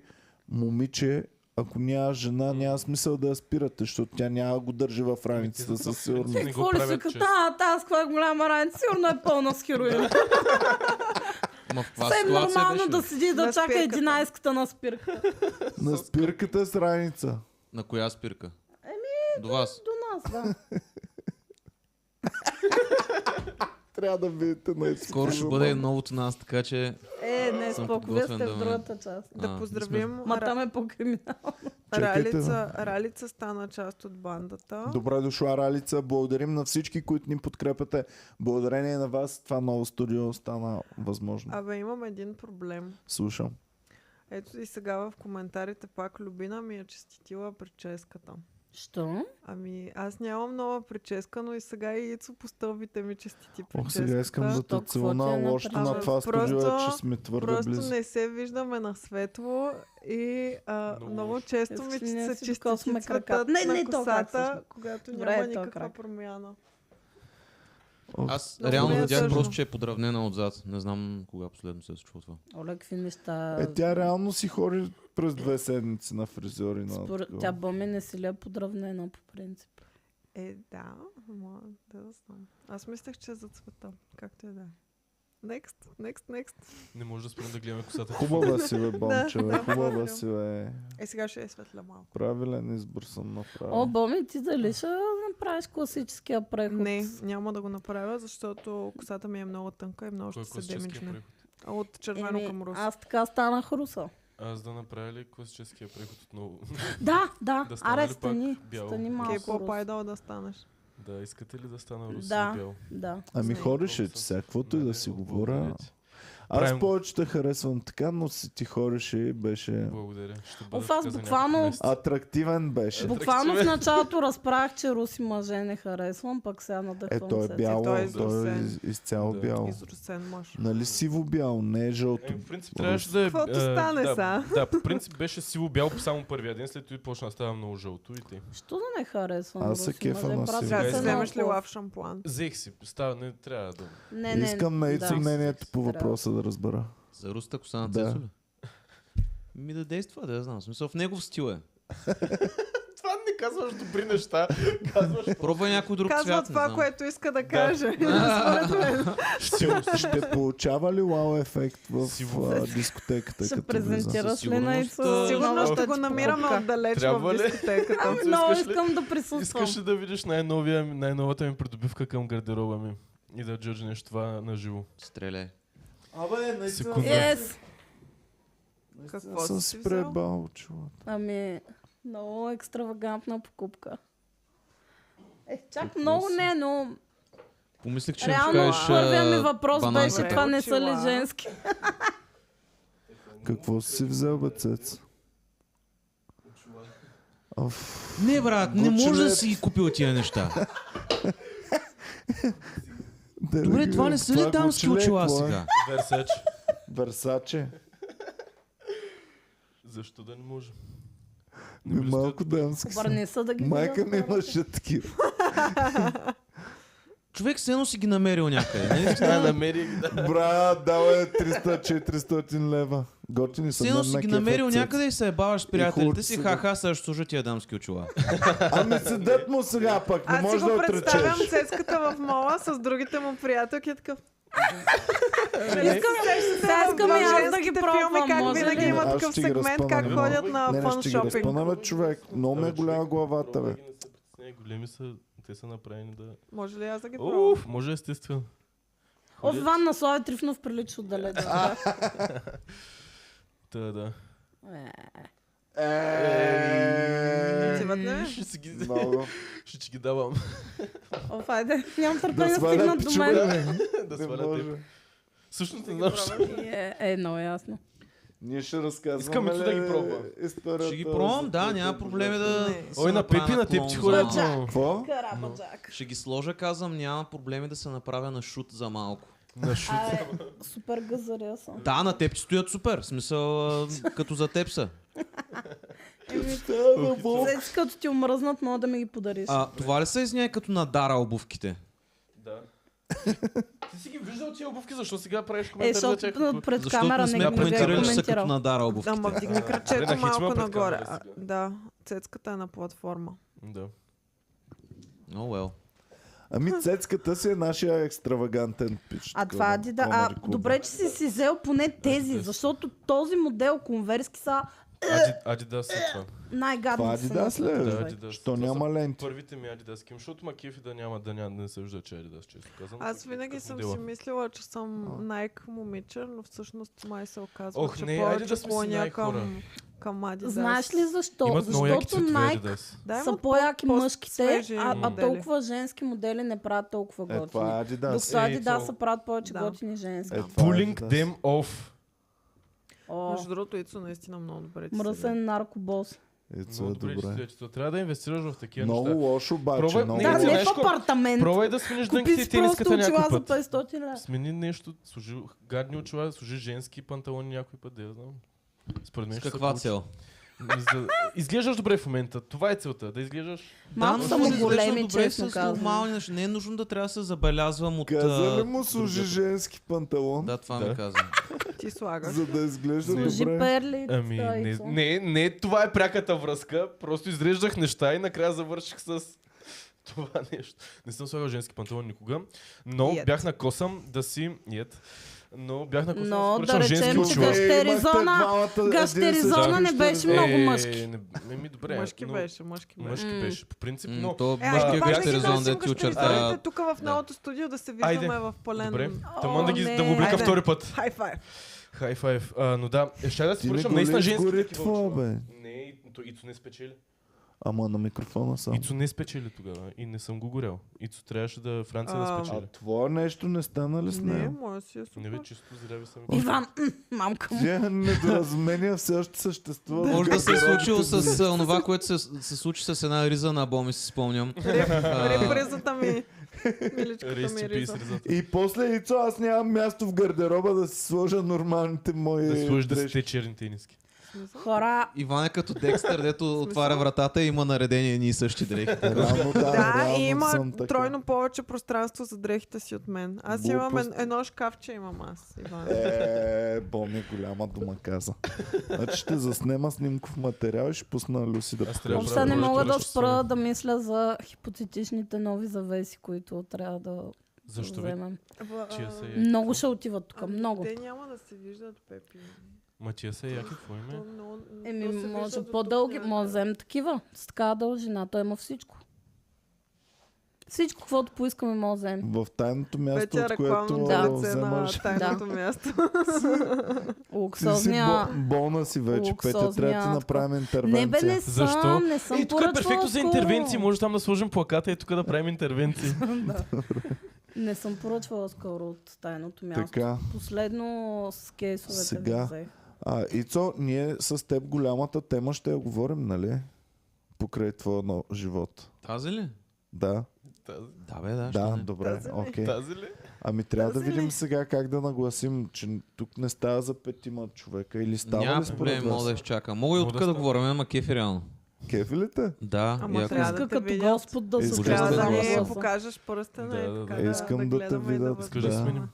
Speaker 1: момиче, ако няма жена, няма смисъл да я спирате, защото тя няма да го държи в
Speaker 6: Ами
Speaker 1: раницата със сигурност.
Speaker 5: Не го
Speaker 3: Какво ли си
Speaker 5: правят
Speaker 3: като
Speaker 5: често.
Speaker 3: тази, тази каква е голяма раница, сигурно е пълна с хероин.
Speaker 6: Ама в каква
Speaker 3: Съвсем
Speaker 6: ситуация
Speaker 3: нормално
Speaker 6: беше?
Speaker 3: да седи и да
Speaker 2: На
Speaker 3: чака
Speaker 2: спирката.
Speaker 3: 11-ката на спирка.
Speaker 1: На спирката с раница.
Speaker 6: На коя спирка? Еми... До вас.
Speaker 3: До нас, да.
Speaker 1: Трябва да видите на
Speaker 6: Скоро ще бъде новото нас, така че...
Speaker 3: [laughs] Е, не,
Speaker 6: Съм
Speaker 3: споко, вие сте
Speaker 6: подготвен да
Speaker 3: в
Speaker 6: ме-
Speaker 3: другата част.
Speaker 6: А,
Speaker 2: Да
Speaker 6: не
Speaker 2: поздравим
Speaker 3: Ма
Speaker 2: Ра-
Speaker 3: там е по-криминал.
Speaker 1: Чакайте,
Speaker 2: Ралица. Ралица стана част от бандата.
Speaker 1: Добре дошла, Ралица. Благодарим на всички, които ни подкрепяте. Благодарение на вас това ново студио стана възможно.
Speaker 2: Абе, имам един проблем.
Speaker 1: Слушам.
Speaker 2: Ето и сега в коментарите пак Любина ми е честитила прическата.
Speaker 3: Що?
Speaker 2: Ами, аз нямам нова прическа, но и сега и Ицо по стълбите ми честити
Speaker 1: Ох,
Speaker 2: прическата.
Speaker 1: сега искам да те
Speaker 3: толкова
Speaker 1: целуна
Speaker 3: ти е
Speaker 1: лошото на това
Speaker 2: направила.
Speaker 1: студио, е,
Speaker 2: Просто-
Speaker 1: че сме твърде
Speaker 2: Просто
Speaker 1: близо.
Speaker 2: не се виждаме на светло и а,
Speaker 5: Много
Speaker 2: много,
Speaker 5: лошо.
Speaker 2: често
Speaker 3: Искаш
Speaker 2: ми
Speaker 3: ли ние да
Speaker 2: се
Speaker 3: си
Speaker 2: чисти
Speaker 3: докосваме
Speaker 2: цветът
Speaker 3: краката? Не,
Speaker 2: на
Speaker 3: не, то крак
Speaker 2: косата,
Speaker 3: всъщност.
Speaker 2: когато
Speaker 3: Добре, е
Speaker 2: няма
Speaker 3: то
Speaker 2: никаква
Speaker 3: крак.
Speaker 2: промяна.
Speaker 1: Ох,
Speaker 6: Аз
Speaker 2: Много
Speaker 6: реално
Speaker 2: ми е
Speaker 6: видях
Speaker 2: тъжно.
Speaker 6: просто, че е подравнена отзад. Не знам кога последно се е случило това.
Speaker 3: Оля, какви неща...
Speaker 1: Е, тя реално си хори през две седмици на фризьори. На
Speaker 3: Според...
Speaker 1: такова.
Speaker 3: Тя Боми не си ли е подравнена по принцип?
Speaker 2: Е, да, ама да да знам. Аз мислех, че е за цвета, както и да е. Next, next, next.
Speaker 5: Не може да спрем да гледаме
Speaker 3: [laughs]
Speaker 5: косата.
Speaker 1: Хубава си, бе, бомче, бе.
Speaker 2: Да,
Speaker 1: Хубава
Speaker 2: да.
Speaker 1: си, бе.
Speaker 2: Е, сега ще е светла малко.
Speaker 1: Правилен избор съм
Speaker 3: О,
Speaker 1: направил.
Speaker 3: Боми, ти дали ще направиш класическия преход?
Speaker 2: Е, Не, няма да го направя, защото косата ми е много тънка и много
Speaker 5: Кой
Speaker 2: ще
Speaker 5: е
Speaker 2: се
Speaker 5: класическия
Speaker 2: демиджне.
Speaker 5: преход?
Speaker 2: От червено
Speaker 3: Еми,
Speaker 2: към руса.
Speaker 3: аз така станах руса.
Speaker 5: Аз да направя ли класическия преход отново?
Speaker 3: Да, да.
Speaker 5: Да стане
Speaker 3: Аре,
Speaker 5: ли пак
Speaker 3: стани.
Speaker 5: бяло?
Speaker 3: Стани малко
Speaker 2: Кей-поп
Speaker 3: рус.
Speaker 2: айдол да станеш.
Speaker 5: Да, искате ли да стана руси
Speaker 3: Да.
Speaker 5: и бял?
Speaker 3: Да.
Speaker 1: Ами
Speaker 2: знам.
Speaker 1: хореше, че сега каквото и да
Speaker 5: Нали,
Speaker 1: си говоря.
Speaker 5: благодаря ти. Правим
Speaker 1: Аз
Speaker 5: го.
Speaker 1: повече те харесвам така, но си ти хореше и беше...
Speaker 5: Благодаря. Ще бъда
Speaker 3: Оф, аз
Speaker 5: така за
Speaker 3: буквално-
Speaker 5: няколко месеца.
Speaker 1: Атрактивен беше.
Speaker 3: Буквално в
Speaker 5: човек.
Speaker 3: началото разправях, че руси мъже не харесвам, пък сега
Speaker 1: Е,
Speaker 3: надъхвам
Speaker 1: той е
Speaker 3: се.
Speaker 1: бяло,
Speaker 2: той е
Speaker 1: той е
Speaker 2: изросен.
Speaker 1: из- изцяло
Speaker 5: Да.
Speaker 1: бяло.
Speaker 2: Изрусен мъж.
Speaker 1: Нали сиво бяло, не е жълто.
Speaker 5: Е, в принцип трябваше да е...
Speaker 2: Каквото
Speaker 5: е,
Speaker 2: стане,
Speaker 5: да,
Speaker 2: са.
Speaker 5: Да, по принцип беше сиво бял само първия ден, след това почна да става много жълто и те.
Speaker 3: Що да не харесвам
Speaker 1: Аз
Speaker 3: руси
Speaker 1: се кефа
Speaker 3: мъже?
Speaker 1: на
Speaker 3: Пратя
Speaker 1: сега.
Speaker 2: Трябва
Speaker 5: Сега
Speaker 2: да
Speaker 3: се
Speaker 2: си вземеш ли
Speaker 3: малко.
Speaker 2: лав шампуан?
Speaker 5: Взех си, става, не трябва да...
Speaker 3: Не, не.
Speaker 1: Искам на Ицо
Speaker 3: да.
Speaker 1: мнението по въпроса да разбера.
Speaker 6: За руста коса на
Speaker 1: Да.
Speaker 6: Цецо ли? Ми да действа, да я знам. В Смисъл, в негов стил е.
Speaker 5: Това не
Speaker 4: казваш добри неща, казваш
Speaker 1: Е,
Speaker 6: Пробвай някой друг
Speaker 2: Казва
Speaker 6: цвят, не
Speaker 2: това,
Speaker 6: знам.
Speaker 2: което иска да каже.
Speaker 1: [laughs]
Speaker 2: Според мен.
Speaker 1: Ще, ще получава ли вау ефект в а, дискотеката?
Speaker 3: Ще
Speaker 1: като
Speaker 6: със
Speaker 3: презентираш ли
Speaker 6: сигурност,
Speaker 3: на
Speaker 6: а,
Speaker 3: Ицо?
Speaker 2: Сигурно ще го намираме отдалеч в
Speaker 4: Трябва ли?
Speaker 1: [laughs]
Speaker 2: дискотеката.
Speaker 4: Ами,
Speaker 3: Много
Speaker 4: Искаш ли-
Speaker 3: искам да присъствам.
Speaker 4: Искаш ли да видиш най-новия, ми- най-новата ми придобивка към гардероба ми? И да джаджнеш това на живо.
Speaker 6: Стреляй.
Speaker 1: Абе,
Speaker 4: наистина. Секунда.
Speaker 3: Yes.
Speaker 2: Какво
Speaker 1: Съм
Speaker 2: си
Speaker 1: си
Speaker 2: взел?
Speaker 1: пребал, чувак.
Speaker 3: Ами, много екстравагантна покупка. Е, чак много не, но
Speaker 6: Помислих, че
Speaker 3: реално
Speaker 6: ще кажеш
Speaker 3: първият ми
Speaker 6: а,
Speaker 3: въпрос
Speaker 6: бананката.
Speaker 3: беше това не са ли
Speaker 2: Очила.
Speaker 3: женски.
Speaker 4: е,
Speaker 1: Какво си взел, бе, Цец? Оф.
Speaker 6: Не, брат, не
Speaker 1: Гучи
Speaker 6: може да
Speaker 1: лед.
Speaker 6: си ги купил тия неща.
Speaker 1: Дали
Speaker 6: Добре,
Speaker 1: ги- е?
Speaker 6: това не са ли дамски
Speaker 1: Гучи лед,
Speaker 6: очила
Speaker 1: какво е?
Speaker 6: сега?
Speaker 4: Версач.
Speaker 1: Версаче.
Speaker 4: Защо да не може? Не
Speaker 1: Ми
Speaker 4: ми ли
Speaker 1: малко дамски са.
Speaker 3: Обърни се да ги
Speaker 1: Майка
Speaker 3: видя.
Speaker 1: ми имаше такива.
Speaker 6: Човек все едно си ги намерил някъде. Не?
Speaker 4: Тя намери да.
Speaker 1: Брат, давай 300-400 е лева. Готини са
Speaker 6: Все едно
Speaker 1: мен
Speaker 6: си
Speaker 1: ме
Speaker 6: ги
Speaker 1: кефят,
Speaker 6: намерил
Speaker 1: Цец.
Speaker 6: някъде и се ебаваш с приятелите
Speaker 1: хубаво,
Speaker 6: си.
Speaker 1: че сега-
Speaker 6: Ха-ха, сега ще служа тия дамски очила.
Speaker 1: Ами седят му сега пък, не
Speaker 2: Аз си
Speaker 1: може да
Speaker 2: го представям
Speaker 1: отречеш.
Speaker 2: цецката в мола с другите му приятелки и такъв. "Е,
Speaker 3: Искам, сега искам и аз да ги
Speaker 2: Женските филми,
Speaker 3: пробвам.
Speaker 2: как
Speaker 3: Може
Speaker 2: винаги
Speaker 3: ли?
Speaker 1: има-
Speaker 2: има
Speaker 1: Аз
Speaker 2: такъв
Speaker 1: ще ги
Speaker 2: сегмент, как
Speaker 1: разпъна,
Speaker 2: ходят на
Speaker 1: Не, не,
Speaker 2: фън
Speaker 1: ще ги
Speaker 2: шопинг.
Speaker 1: разпънаме, човек. Много ми е голяма главата, бе.
Speaker 4: Пробвай ги, не се притесняй, Големи са, те са направени да...
Speaker 2: Може ли аз да ги пробвам?
Speaker 4: Уф, може естествено.
Speaker 3: О, Иван на Слави Трифнов прилича отдалеч. Да.
Speaker 4: Та, да.
Speaker 3: Е,
Speaker 2: Цивът не е?
Speaker 4: Ще си ги...
Speaker 1: Много.
Speaker 4: [laughs] Ще ти ги давам. [laughs]
Speaker 3: О, хайде, нямам
Speaker 1: Да
Speaker 3: търпение да
Speaker 1: сваля
Speaker 3: стигнат до
Speaker 1: пичове.
Speaker 3: мен.
Speaker 1: бе.
Speaker 4: да
Speaker 1: Не
Speaker 4: сваля теб.
Speaker 1: може.
Speaker 4: Всъщност не знам, защо.
Speaker 3: Е, е, много ясно.
Speaker 1: Ние ще разказваме
Speaker 4: Искам Ицо да ги
Speaker 1: ли
Speaker 4: пробва.
Speaker 1: историята
Speaker 6: Ще ги
Speaker 1: за
Speaker 6: пробвам, да,
Speaker 1: твоите
Speaker 6: няма проблеми да...
Speaker 2: Не.
Speaker 6: се
Speaker 4: Ой, на
Speaker 6: направя
Speaker 4: Пепи, на теб
Speaker 6: клон
Speaker 4: ти
Speaker 6: за
Speaker 4: ходят.
Speaker 6: малко.
Speaker 3: Джак.
Speaker 1: Какво?
Speaker 3: Карабаджак.
Speaker 6: Ще ги сложа, казвам, няма проблеми да се направя на шут за малко.
Speaker 4: На шут.
Speaker 3: Абе, супер газаря съм.
Speaker 6: Да, на теб ти стоят супер. В смисъл, а, като за теб са.
Speaker 3: Еми,
Speaker 1: Е, Да, бо.
Speaker 3: След като ти омръзнат, мога да ми ги подариш. Е,
Speaker 6: А, това ли са изняй като на дара обувките?
Speaker 4: Да. [laughs] Ти си ги виждал тия обувки, защо сега правиш
Speaker 3: е,
Speaker 4: коментар за
Speaker 3: защото
Speaker 4: тях?
Speaker 3: на- пред
Speaker 6: Защото не
Speaker 3: камера
Speaker 6: сме
Speaker 3: не ги бях
Speaker 6: коментирали, че са като
Speaker 3: коментирал.
Speaker 6: на дара
Speaker 2: Ама
Speaker 6: обувките.
Speaker 2: вдигни кръчето
Speaker 4: Тръгнах и
Speaker 2: малко
Speaker 4: чума пред
Speaker 2: нагоре.
Speaker 4: камера
Speaker 2: А,
Speaker 4: сега.
Speaker 2: Да, цецката е на платформа.
Speaker 4: Да.
Speaker 6: О, well.
Speaker 1: Ами цецката си е нашия екстравагантен пич.
Speaker 3: А това е Adidas. А, добре, че си си взел поне тези, защото този модел конверски са
Speaker 4: Ади- Адидас е това.
Speaker 1: Това
Speaker 3: най-гадни. се
Speaker 1: Адидас ли е?
Speaker 3: носят,
Speaker 4: Да,
Speaker 3: човек.
Speaker 4: Адидас.
Speaker 1: Що
Speaker 4: Това са
Speaker 1: няма ленти?
Speaker 4: Първите ми Адидас ким, защото макефи да няма, да няма, да не се вижда, че е Адидас, често казвам.
Speaker 2: Аз
Speaker 4: Тук е
Speaker 2: винаги
Speaker 4: такъв
Speaker 2: съм
Speaker 4: модела.
Speaker 2: си мислила, че съм Nike момиче, но всъщност май се оказва,
Speaker 4: Ох,
Speaker 2: че
Speaker 4: не, айде
Speaker 2: повече
Speaker 4: да сме си
Speaker 2: клоня
Speaker 4: Nike
Speaker 2: към, към Adidas.
Speaker 3: Знаеш ли защо?
Speaker 4: Имат много яки
Speaker 3: Защото
Speaker 4: цветове
Speaker 3: Nike
Speaker 4: Адидас.
Speaker 2: Да,
Speaker 3: са
Speaker 2: имат
Speaker 3: по-яки
Speaker 2: по-
Speaker 3: мъжките,
Speaker 2: по-свежи
Speaker 3: а, а
Speaker 2: модели.
Speaker 3: толкова женски модели не правят толкова
Speaker 1: Е,
Speaker 3: готини.
Speaker 1: това е
Speaker 3: Докато
Speaker 1: Адидас.
Speaker 4: Е,
Speaker 3: Adidas
Speaker 4: това-
Speaker 3: са правят повече
Speaker 2: Да.
Speaker 3: готини женски.
Speaker 1: Е, това е
Speaker 4: Pulling
Speaker 1: Adidas.
Speaker 4: them off.
Speaker 3: О,
Speaker 2: Между другото, Ицо наистина много добре ти седи.
Speaker 3: мръсен наркобос.
Speaker 1: Ицо е
Speaker 4: Много добре, че
Speaker 1: добре.
Speaker 4: стоят. Трябва да инвестираш в такива
Speaker 1: Много
Speaker 4: неща.
Speaker 1: лошо обаче.
Speaker 4: Пробвай-
Speaker 1: Много
Speaker 4: Не,
Speaker 3: Да,
Speaker 4: не,
Speaker 1: лошо.
Speaker 3: не е
Speaker 4: знаеш
Speaker 3: в
Speaker 4: колко-
Speaker 3: апартамент.
Speaker 4: Пробвай да смениш
Speaker 3: Купи
Speaker 4: дънките и
Speaker 3: си просто
Speaker 4: тениската
Speaker 3: очила за
Speaker 4: някой път.
Speaker 3: 500 лева.
Speaker 4: Смени нещо, служи гадни очила, служи женски панталони някой път, да я знам. Според мен
Speaker 6: С
Speaker 4: ще се
Speaker 6: каква
Speaker 4: получи.
Speaker 6: цел?
Speaker 4: Ми за- Изглеждаш добре в момента. Това е целта. Да изглеждаш
Speaker 3: Малко
Speaker 6: но
Speaker 3: са
Speaker 6: ще
Speaker 3: му
Speaker 6: се изглежда
Speaker 3: големи,
Speaker 6: добре
Speaker 3: честно
Speaker 6: с
Speaker 3: казвам.
Speaker 6: Нормални неща. Не е нужно да трябва да се забелязвам от...
Speaker 1: Каза
Speaker 6: а,
Speaker 1: ли му служи
Speaker 6: другата.
Speaker 1: женски панталон,
Speaker 6: Да, това ми
Speaker 4: Да.
Speaker 6: каза.
Speaker 2: Ти слагаш.
Speaker 1: за да изглежда
Speaker 3: Служи
Speaker 1: добре?
Speaker 3: перли.
Speaker 4: Ами,
Speaker 3: та и
Speaker 4: не,
Speaker 3: цо.
Speaker 4: не, не, това е пряката връзка. Просто изреждах неща и накрая завърших с [laughs] това нещо. Не съм слагал женски панталон никога, но
Speaker 2: Йет.
Speaker 4: бях на косъм да си... Ед, но бях на косъм
Speaker 3: Но,
Speaker 4: да си
Speaker 3: да
Speaker 4: поръчам
Speaker 3: речем,
Speaker 4: женски
Speaker 3: че
Speaker 4: очила.
Speaker 3: беше Гащеризона-
Speaker 1: Е,
Speaker 3: Гащеризона не беше много
Speaker 4: Е,
Speaker 3: мъжки.
Speaker 4: Не, не ми добре.
Speaker 2: Мъжки
Speaker 4: но,
Speaker 2: беше, мъжки беше.
Speaker 4: Мъжки
Speaker 3: М.
Speaker 4: беше, по принцип,
Speaker 6: М,
Speaker 4: но...
Speaker 6: То
Speaker 2: Е,
Speaker 6: мъжкият
Speaker 2: айде, пак
Speaker 6: гащеризон,
Speaker 2: нека да си
Speaker 6: да
Speaker 2: го
Speaker 6: ти очертава.
Speaker 2: гащеризоните тук в новото студио да се виждаме
Speaker 4: Айде.
Speaker 2: в пълен
Speaker 4: Добре,
Speaker 3: О,
Speaker 4: Таман да, ги, да
Speaker 3: не.
Speaker 4: го блика
Speaker 2: Айде.
Speaker 4: втори път.
Speaker 2: хай файв.
Speaker 4: Хай файв. А, но да, е, ще да си
Speaker 1: Ти не
Speaker 4: поръчам
Speaker 1: го
Speaker 4: наистина
Speaker 1: ли
Speaker 4: женски
Speaker 1: изгори
Speaker 4: такива
Speaker 1: това,
Speaker 4: очила.
Speaker 1: бе?
Speaker 4: Не, то- Ицо не спечели.
Speaker 1: Ама на микрофона само.
Speaker 4: Ицо не спечели тогава и не съм го горял. Ицо трябваше да Франция
Speaker 2: А,
Speaker 4: да
Speaker 1: А
Speaker 4: спечели.
Speaker 1: твое нещо не стана ли с
Speaker 2: Не,
Speaker 1: нея?
Speaker 2: моя си е
Speaker 4: Не бе,
Speaker 2: супер.
Speaker 4: чисто здраве съм.
Speaker 3: Иван, м, мамка му.
Speaker 1: Тя недоразумение все още съществува.
Speaker 6: Може да се е
Speaker 1: Гардеробите
Speaker 6: случило
Speaker 1: на
Speaker 6: с а, онова, което се, се случи с една риза на Боми, си спомням. А,
Speaker 2: Репризата ми. Миличката ми
Speaker 4: Рейси пи
Speaker 2: риза.
Speaker 4: срезата.
Speaker 1: И после Ицо, аз нямам място в гардероба да си сложа нормалните мои
Speaker 4: Да сложиш да
Speaker 1: дрежки.
Speaker 4: сте черни тениски.
Speaker 2: смисъл?
Speaker 3: Хора,
Speaker 6: Иван е като Декстър, дето отваря вратата и има наредени едни и същи дрехи.
Speaker 1: Реално, да,
Speaker 2: Да,
Speaker 1: реално
Speaker 2: и има
Speaker 1: съм така.
Speaker 2: тройно повече пространство за дрехите си от мен. Аз
Speaker 1: Глупост.
Speaker 2: имам ед- едно шкафче, имам аз, Иван.
Speaker 1: Е, Боми, голяма дума каза. Значи ще заснема снимков материал и ще пусна Люси да
Speaker 4: Аз
Speaker 1: покажа.
Speaker 4: трябва да
Speaker 3: въобще не
Speaker 4: правя
Speaker 3: мога да
Speaker 4: нещо
Speaker 3: спра
Speaker 4: лично.
Speaker 3: да мисля за хипотетичните нови завеси, които трябва да
Speaker 5: Защо ви?
Speaker 3: вземем.
Speaker 2: Ба,
Speaker 5: Тия са я...
Speaker 3: Много ще отиват Е, тук,
Speaker 2: ами
Speaker 3: много.
Speaker 2: Те няма да се виждат, Пепи.
Speaker 5: Ма тия са я
Speaker 2: То
Speaker 5: какво име?
Speaker 2: много- то
Speaker 3: Еми,
Speaker 2: се
Speaker 3: може
Speaker 2: вижда до тук
Speaker 3: по-дълги,
Speaker 2: някъде.
Speaker 3: може да вземем такива. С такава дължина, той има всичко. Всичко, каквото поискаме, може
Speaker 1: [laughs]
Speaker 3: да вземем.
Speaker 1: В тайното място,
Speaker 2: Петя
Speaker 1: от което
Speaker 2: рекламно
Speaker 3: Да.
Speaker 2: да, на
Speaker 1: вземаш...
Speaker 2: тайното място.
Speaker 1: Ти си
Speaker 3: Луксозния...
Speaker 1: бо- болна си вече, Петя.
Speaker 3: луксозния
Speaker 1: Трябва да ти
Speaker 3: автор.
Speaker 1: направим
Speaker 3: Не бе, не
Speaker 1: интервенция.
Speaker 3: съм,
Speaker 5: Защо?
Speaker 3: не съм
Speaker 5: И тук е
Speaker 3: поръчвала
Speaker 5: перфектно за
Speaker 3: скоро. [laughs]
Speaker 5: интервенции. Може там да сложим плаката и тук да правим интервенции.
Speaker 1: [laughs]
Speaker 3: Не съм поръчвала скоро от тайното място.
Speaker 1: Така.
Speaker 3: Последно с кейсовете ви
Speaker 1: Сега.
Speaker 3: взех.
Speaker 1: А, Ицо, ние с теб голямата тема ще я говорим, нали? Покрай твоя нов живот.
Speaker 6: Тази ли?
Speaker 1: Да,
Speaker 5: Тази,
Speaker 6: Да, бе, да.
Speaker 1: да,
Speaker 6: ще не.
Speaker 1: добре,
Speaker 2: Тази ли?
Speaker 1: окей.
Speaker 5: тази ли?
Speaker 1: Ами трябва да
Speaker 2: Тази
Speaker 1: видим
Speaker 2: ли?
Speaker 1: сега как да нагласим, че тук не става за петима човека или става
Speaker 6: Няма
Speaker 1: ли според
Speaker 6: проблем, мога да
Speaker 1: вас?
Speaker 6: изчакам. Мога и от
Speaker 5: Мога да
Speaker 6: тук да
Speaker 5: стане.
Speaker 6: говорим, ама кефи реално.
Speaker 1: Кефи ли те?
Speaker 6: Да,
Speaker 2: Ама
Speaker 6: яко.
Speaker 2: трябва да
Speaker 3: Иска
Speaker 2: те
Speaker 3: като
Speaker 2: видят.
Speaker 3: Господ да се
Speaker 1: Искам
Speaker 2: Трябва
Speaker 1: Е, да
Speaker 2: да
Speaker 1: ни
Speaker 2: ми
Speaker 1: е
Speaker 3: гласа.
Speaker 2: покажеш пръстена
Speaker 5: Да,
Speaker 2: и
Speaker 5: да, да.
Speaker 2: така. да-
Speaker 1: Искам да те
Speaker 2: гледаме и
Speaker 1: видят.
Speaker 2: Да
Speaker 5: Искаш да
Speaker 1: Да.
Speaker 5: сменим?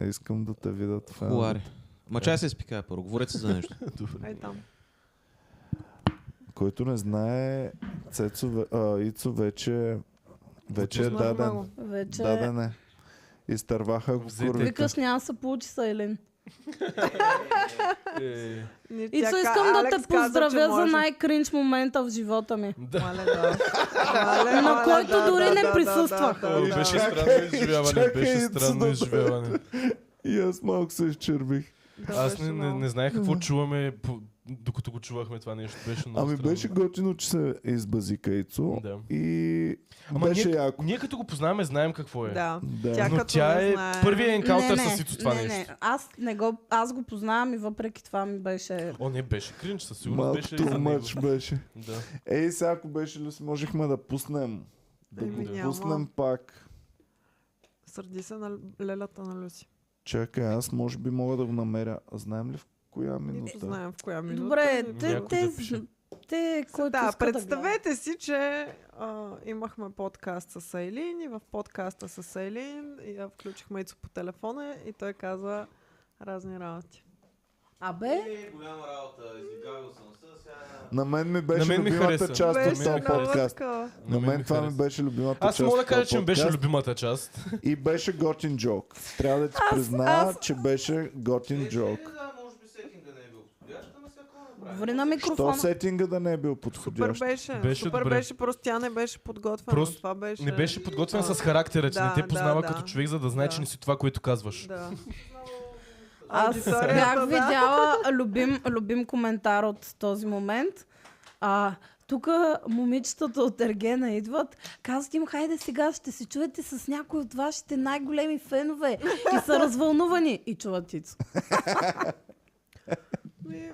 Speaker 1: Е, Искам да те видят. в
Speaker 6: Хуари.
Speaker 1: една-
Speaker 6: Ма чай се изпикай първо, говорете си за нещо.
Speaker 2: бъдат. Ей там.
Speaker 1: Който не знае, Цецо, ве- а, Ицо вече, вече е
Speaker 2: Познах
Speaker 1: даден.
Speaker 2: много.
Speaker 3: Вече...
Speaker 1: Даден е. Изтърваха го
Speaker 5: Взете.
Speaker 1: курвите.
Speaker 3: Викаш, няма да се получи, Сайлин.
Speaker 5: Е,
Speaker 2: Ни
Speaker 3: И
Speaker 2: чака,
Speaker 3: цо искам да
Speaker 2: Алекс каза, че
Speaker 3: те поздравя за
Speaker 2: може.
Speaker 3: най-кринч момента в живота ми.
Speaker 5: Да.
Speaker 2: Мале, да. Мале,
Speaker 3: На
Speaker 2: мале,
Speaker 3: който
Speaker 2: да,
Speaker 3: дори
Speaker 2: да,
Speaker 3: не
Speaker 2: да, да,
Speaker 3: присъствах.
Speaker 2: да, да,
Speaker 5: Ой,
Speaker 2: да.
Speaker 5: беше
Speaker 1: Чакай,
Speaker 5: странно изживяване,
Speaker 1: чакай,
Speaker 5: беше
Speaker 1: Ицо, да.
Speaker 5: странно изживяване.
Speaker 1: И аз малко се изчервих.
Speaker 2: Да,
Speaker 5: Аз
Speaker 2: беше
Speaker 5: не, не,
Speaker 2: много.
Speaker 5: не знаех какво чуваме, по- докато го чувахме това нещо. Беше много
Speaker 1: Ами
Speaker 5: странно.
Speaker 1: беше готино, че се избази Кайцо.
Speaker 5: Да.
Speaker 1: И
Speaker 5: Ама
Speaker 1: беше
Speaker 5: ние,
Speaker 1: яко.
Speaker 5: ние като го познаваме, знаем какво е.
Speaker 2: Да.
Speaker 1: Да.
Speaker 2: Тя
Speaker 5: Но
Speaker 2: като
Speaker 5: тя
Speaker 2: не
Speaker 5: е
Speaker 2: знае.
Speaker 5: първият енкаунтър
Speaker 3: Не, не,
Speaker 5: с Ицо това
Speaker 3: не,
Speaker 5: нещо.
Speaker 3: Не, аз, не го, аз го познавам и въпреки това ми беше...
Speaker 5: О, не, беше кринч, със сигурност
Speaker 1: Малко
Speaker 5: беше и за
Speaker 1: too
Speaker 5: него.
Speaker 1: much беше.
Speaker 5: Да.
Speaker 1: Ей, сега ако беше Люси, можехме да пуснем. Да
Speaker 2: Еми,
Speaker 1: го
Speaker 2: няма.
Speaker 1: пуснем пак.
Speaker 2: Сърди се на лелята на Люси.
Speaker 1: Чакай, аз може би мога да го намеря. А Знаем ли в коя
Speaker 2: Нито
Speaker 1: минута?
Speaker 2: знаем в коя минута.
Speaker 3: Добре,
Speaker 2: нито-
Speaker 3: те,
Speaker 5: Някой
Speaker 3: те,
Speaker 5: да пише.
Speaker 3: те,
Speaker 2: Който
Speaker 3: който
Speaker 2: да,
Speaker 3: иска да
Speaker 2: представете си, че а, имахме подкаст с Айлин и в подкаста с Айлин я включихме Ицо по телефона и той казва разни работи.
Speaker 3: Абе,
Speaker 6: Голяма работа, излегавил съм се, сега...
Speaker 1: На мен ми беше
Speaker 5: На мен ми
Speaker 1: любимата
Speaker 5: хареса.
Speaker 1: част от
Speaker 2: Беше
Speaker 1: този
Speaker 2: много
Speaker 1: подкаст.
Speaker 2: такова.
Speaker 1: На мен това ми
Speaker 5: хареса.
Speaker 1: беше любимата част.
Speaker 5: Аз мога да
Speaker 1: от този
Speaker 5: кажа, че ми беше
Speaker 1: подкаст
Speaker 5: любимата част.
Speaker 1: И беше готин джок. Трябва да ти призная, че беше готин джок.
Speaker 6: Да, може би сетинга не е бил подходящ, ама сега
Speaker 3: говори на
Speaker 1: Що
Speaker 3: микрофона.
Speaker 1: сетинга да не е бил
Speaker 2: Супер
Speaker 1: подходящ?
Speaker 2: беше,
Speaker 5: Беше
Speaker 2: супер
Speaker 5: добре.
Speaker 2: беше, просто тя не беше подготвена.
Speaker 5: Просто
Speaker 2: това беше...
Speaker 5: Не беше подготвен
Speaker 2: Да.
Speaker 5: с характера, че не
Speaker 2: Да,
Speaker 5: те
Speaker 2: да,
Speaker 5: познава
Speaker 2: да.
Speaker 5: като човек, за да знае, че
Speaker 2: Да.
Speaker 5: не си това, което казваш.
Speaker 2: Да.
Speaker 3: [laughs] Аз
Speaker 2: Аудиторията, да.
Speaker 3: бях видяла любим, любим коментар от този момент. А, тук момичетата от Ергена идват, казват им, хайде сега ще се чуете с някой от вашите най-големи фенове и са развълнувани. И чуват Ицо.
Speaker 2: Ми,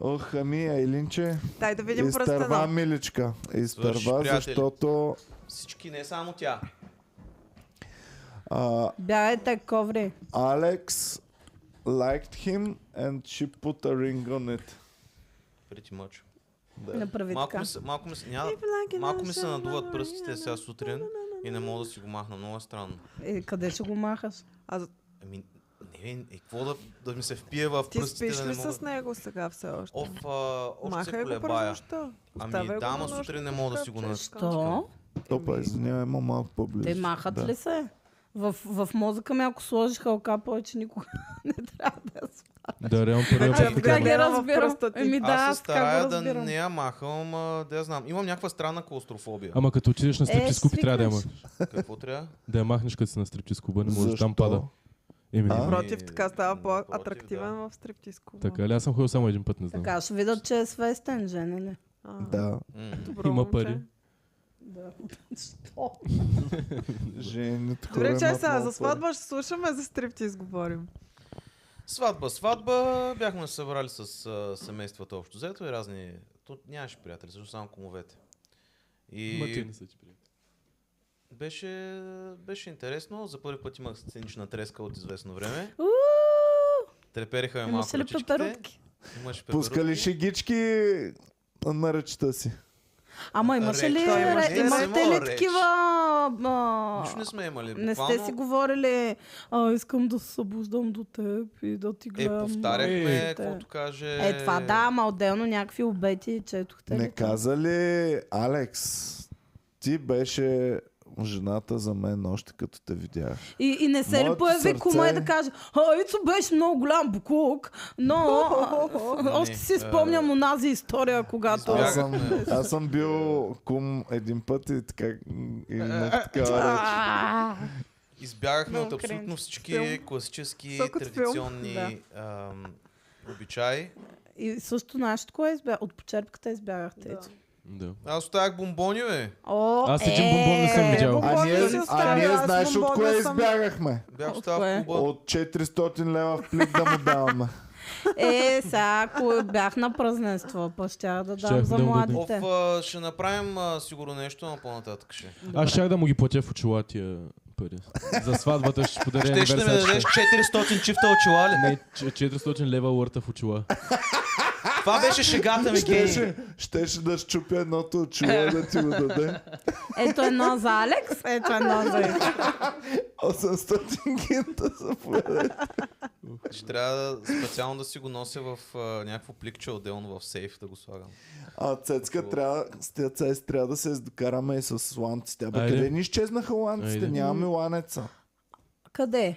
Speaker 1: Ох, ами, Айлинче,
Speaker 2: Дай да видим
Speaker 1: изтърва
Speaker 2: пръстена.
Speaker 1: миличка.
Speaker 6: Свърши,
Speaker 1: Изтърва,
Speaker 6: приятели.
Speaker 1: защото...
Speaker 6: [laughs] Всички, не само тя.
Speaker 1: а,
Speaker 3: Бягайте, коври.
Speaker 1: Alex liked him and she put a ring on it.
Speaker 6: Прети мъчо.
Speaker 3: Направи
Speaker 6: Малко
Speaker 3: така.
Speaker 6: ми се, малко ми се, няма, малко ми се надуват пръстите сега сутрин и не мога да си го махна. Много е странно.
Speaker 3: Е, къде ще го махаш?
Speaker 2: А
Speaker 6: Ами, не бе, е, какво да, да ми се впие в
Speaker 2: ти
Speaker 6: пръстите,
Speaker 2: спиш
Speaker 6: да
Speaker 2: ли
Speaker 6: не мога...
Speaker 2: с него сега все още?
Speaker 6: Оф, а, още е се
Speaker 2: Махай го през
Speaker 6: колебая.
Speaker 2: нощта. Оставяй
Speaker 6: Ами
Speaker 2: го
Speaker 6: да, ама
Speaker 2: на нощ.
Speaker 6: сутрин не мога да си го
Speaker 2: Капчеш.
Speaker 6: нас...
Speaker 3: Що?
Speaker 2: Ами.
Speaker 1: Опа, извинявай, има малко по-близо.
Speaker 3: Те махат
Speaker 1: да.
Speaker 3: ли се? В, в мозъка ми, ако сложиха ока, повече никога не трябва да я
Speaker 4: Да, реално първия
Speaker 2: Значи,
Speaker 4: път
Speaker 2: ако
Speaker 4: така.
Speaker 3: Така
Speaker 2: Така
Speaker 3: ги
Speaker 2: няма в
Speaker 3: разбирам.
Speaker 2: пръста ти.
Speaker 3: Еми да,
Speaker 6: Аз
Speaker 3: аз
Speaker 6: се
Speaker 3: така
Speaker 6: старая
Speaker 3: го
Speaker 6: да
Speaker 3: разбирам.
Speaker 6: не я махам, а, да я знам. Имам някаква странна клаустрофобия.
Speaker 4: Ама като отидеш на стриптиз клуб,
Speaker 3: свикнеш.
Speaker 4: трябва да я махнеш.
Speaker 6: Какво трябва?
Speaker 4: Да я махнеш, като си на стриптиз клуба, не можеш там
Speaker 1: Защо?
Speaker 4: пада. Еми,
Speaker 1: А?
Speaker 4: не.
Speaker 2: Против, така става
Speaker 6: М, Ами, против,
Speaker 2: по-атрактивен в стриптиз клуба.
Speaker 4: така ли? Аз съм ходил само един път, не знам.
Speaker 3: Така, ще видят, че е свестен, жене ли?
Speaker 2: А,
Speaker 1: Да.
Speaker 6: М.
Speaker 2: добро
Speaker 4: Има
Speaker 2: момче.
Speaker 4: пари.
Speaker 3: Да.
Speaker 1: Жените хора
Speaker 2: Добре,
Speaker 1: имат
Speaker 2: чай сега,
Speaker 1: е много
Speaker 2: за сватба ще слушаме, за стриптиз говорим.
Speaker 6: Сватба, сватба. Бяхме се събрали с а, семействата общо. Взето и разни... Тут нямаше приятели, също само кумовете.
Speaker 5: Ма ти
Speaker 6: И
Speaker 5: не са ти приятели.
Speaker 6: беше, беше интересно. За първи път имах сценична треска от известно време.
Speaker 5: Трепериха ми малко
Speaker 3: Имаш Ами ли
Speaker 5: ръчичките.
Speaker 3: пеперутки?
Speaker 5: Имаш
Speaker 1: Пуска ли
Speaker 5: пеперутки.
Speaker 1: шегички на ръчета си?
Speaker 3: Ама имаше ли,
Speaker 5: Реч, той
Speaker 2: имаше.
Speaker 3: ре-
Speaker 2: Не,
Speaker 5: не
Speaker 3: имахте
Speaker 5: има
Speaker 3: ли
Speaker 5: реч.
Speaker 3: такива... а,
Speaker 6: Нищо не сме имали.
Speaker 3: Не сте
Speaker 6: буквално. Е,
Speaker 3: си говорили, а, искам да се събуждам до теб и да ти
Speaker 6: Е,
Speaker 3: гледам.
Speaker 6: повтаряхме,
Speaker 3: очите.
Speaker 6: каквото каже...
Speaker 3: Е, това да, ама отделно някакви обети четохте. ли?
Speaker 1: Не каза ли, Алекс, ти беше жената за мен още като те видях.
Speaker 3: И, и не се ли
Speaker 1: Моето
Speaker 3: появи
Speaker 1: сърце-
Speaker 3: кума и да каже, а, Ицо беше много голям буклук, но а, още си
Speaker 1: е.
Speaker 3: спомням онази история, когато...
Speaker 6: Избягах.
Speaker 1: Аз съм,
Speaker 6: Бягахме.
Speaker 1: аз съм бил кум един път и така... И имах
Speaker 3: Е,
Speaker 1: такава реч.
Speaker 3: А,
Speaker 6: Избягахме
Speaker 3: Много
Speaker 6: от абсолютно
Speaker 3: кринч.
Speaker 6: всички
Speaker 2: Филм.
Speaker 6: класически,
Speaker 2: Сок от филм,
Speaker 6: традиционни ам, обичаи.
Speaker 3: И също нашето кое е избя... От почерпката избягахте. Ицо.
Speaker 5: Да.
Speaker 6: Аз оставях бомбони, бе.
Speaker 3: О,
Speaker 4: Аз един
Speaker 3: е,
Speaker 4: бомбон не съм видял.
Speaker 3: бомбон
Speaker 1: А
Speaker 3: не
Speaker 1: ние,
Speaker 3: си
Speaker 1: а
Speaker 3: оставя,
Speaker 1: ние
Speaker 3: аз
Speaker 1: знаеш от
Speaker 3: бомбон
Speaker 1: кое
Speaker 3: не съм-
Speaker 1: избягахме?
Speaker 6: Бях
Speaker 3: От
Speaker 6: оставал
Speaker 3: кое?
Speaker 6: в клуба.
Speaker 1: От 400 лева в плик да му даваме.
Speaker 3: Е, сега, ако бях на празненство, па щях да дам
Speaker 4: Щяхме
Speaker 3: за
Speaker 4: да му дадем.
Speaker 6: Оф,
Speaker 3: младите.
Speaker 6: а, ще направим а, сигурно нещо, но по-нататък ще.
Speaker 4: Аз щях да му ги платя в очила тия пари. За сватбата ще подаря
Speaker 6: Ще ще ми дадеш 400 чифта очила ли?
Speaker 4: Не, че- 400 лева лърта в очила.
Speaker 6: Това беше шегата ми, гей.
Speaker 1: Щеше, щеше да щупя едното очило и да ти го даде.
Speaker 3: Ето едно за Алекс, ето едно за Ицо.
Speaker 1: 800 гинта за поеда.
Speaker 6: Ще трябва да- специално да си го нося в а, някакво пликче отделно в сейф да го слагам.
Speaker 1: А Цецка трябва, с тия Цец трябва да се докараме и с ланците. Абе,
Speaker 4: Айде.
Speaker 1: къде ни изчезнаха ланците?
Speaker 4: Айде.
Speaker 1: Нямаме ланеца.
Speaker 3: Къде?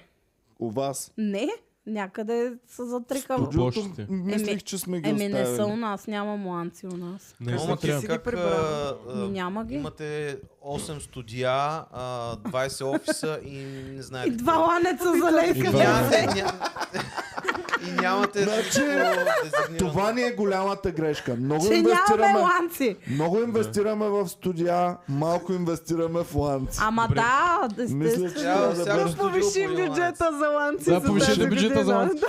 Speaker 1: У вас.
Speaker 3: Не, някъде са затрикам.
Speaker 4: Студио. Бошите.
Speaker 1: мислих, че сме ги
Speaker 3: Еми не са у
Speaker 1: оставили.
Speaker 3: нас, няма муанци у нас.
Speaker 4: Не,
Speaker 6: Ама
Speaker 4: не
Speaker 6: ти
Speaker 4: трябва.
Speaker 2: си- ги
Speaker 6: как,
Speaker 2: прибрал.
Speaker 6: а, а,
Speaker 3: Ми няма ги.
Speaker 6: Имате 8 студия, а, 20 офиса и не
Speaker 3: И
Speaker 6: знаете.
Speaker 3: два ланеца за
Speaker 4: И
Speaker 3: лейка.
Speaker 4: два
Speaker 3: да.
Speaker 6: Нямате, ня... И нямате
Speaker 1: Значи,
Speaker 6: значи,
Speaker 1: Това ни е голямата грешка. Много
Speaker 3: Че нямаме
Speaker 1: инвестираме,
Speaker 3: ланци.
Speaker 1: много инвестираме в студия, малко инвестираме в ланци.
Speaker 3: Ама
Speaker 4: Добре.
Speaker 3: да,
Speaker 1: Мисля,
Speaker 3: естествено.
Speaker 1: че
Speaker 6: Трябва
Speaker 1: трябва да
Speaker 6: всяко
Speaker 1: бъде...
Speaker 2: Да повишим
Speaker 6: по един
Speaker 2: бюджета за ланци
Speaker 4: Да,
Speaker 2: за
Speaker 4: повиши
Speaker 2: тази
Speaker 4: бюджета за
Speaker 2: година.
Speaker 4: ланци.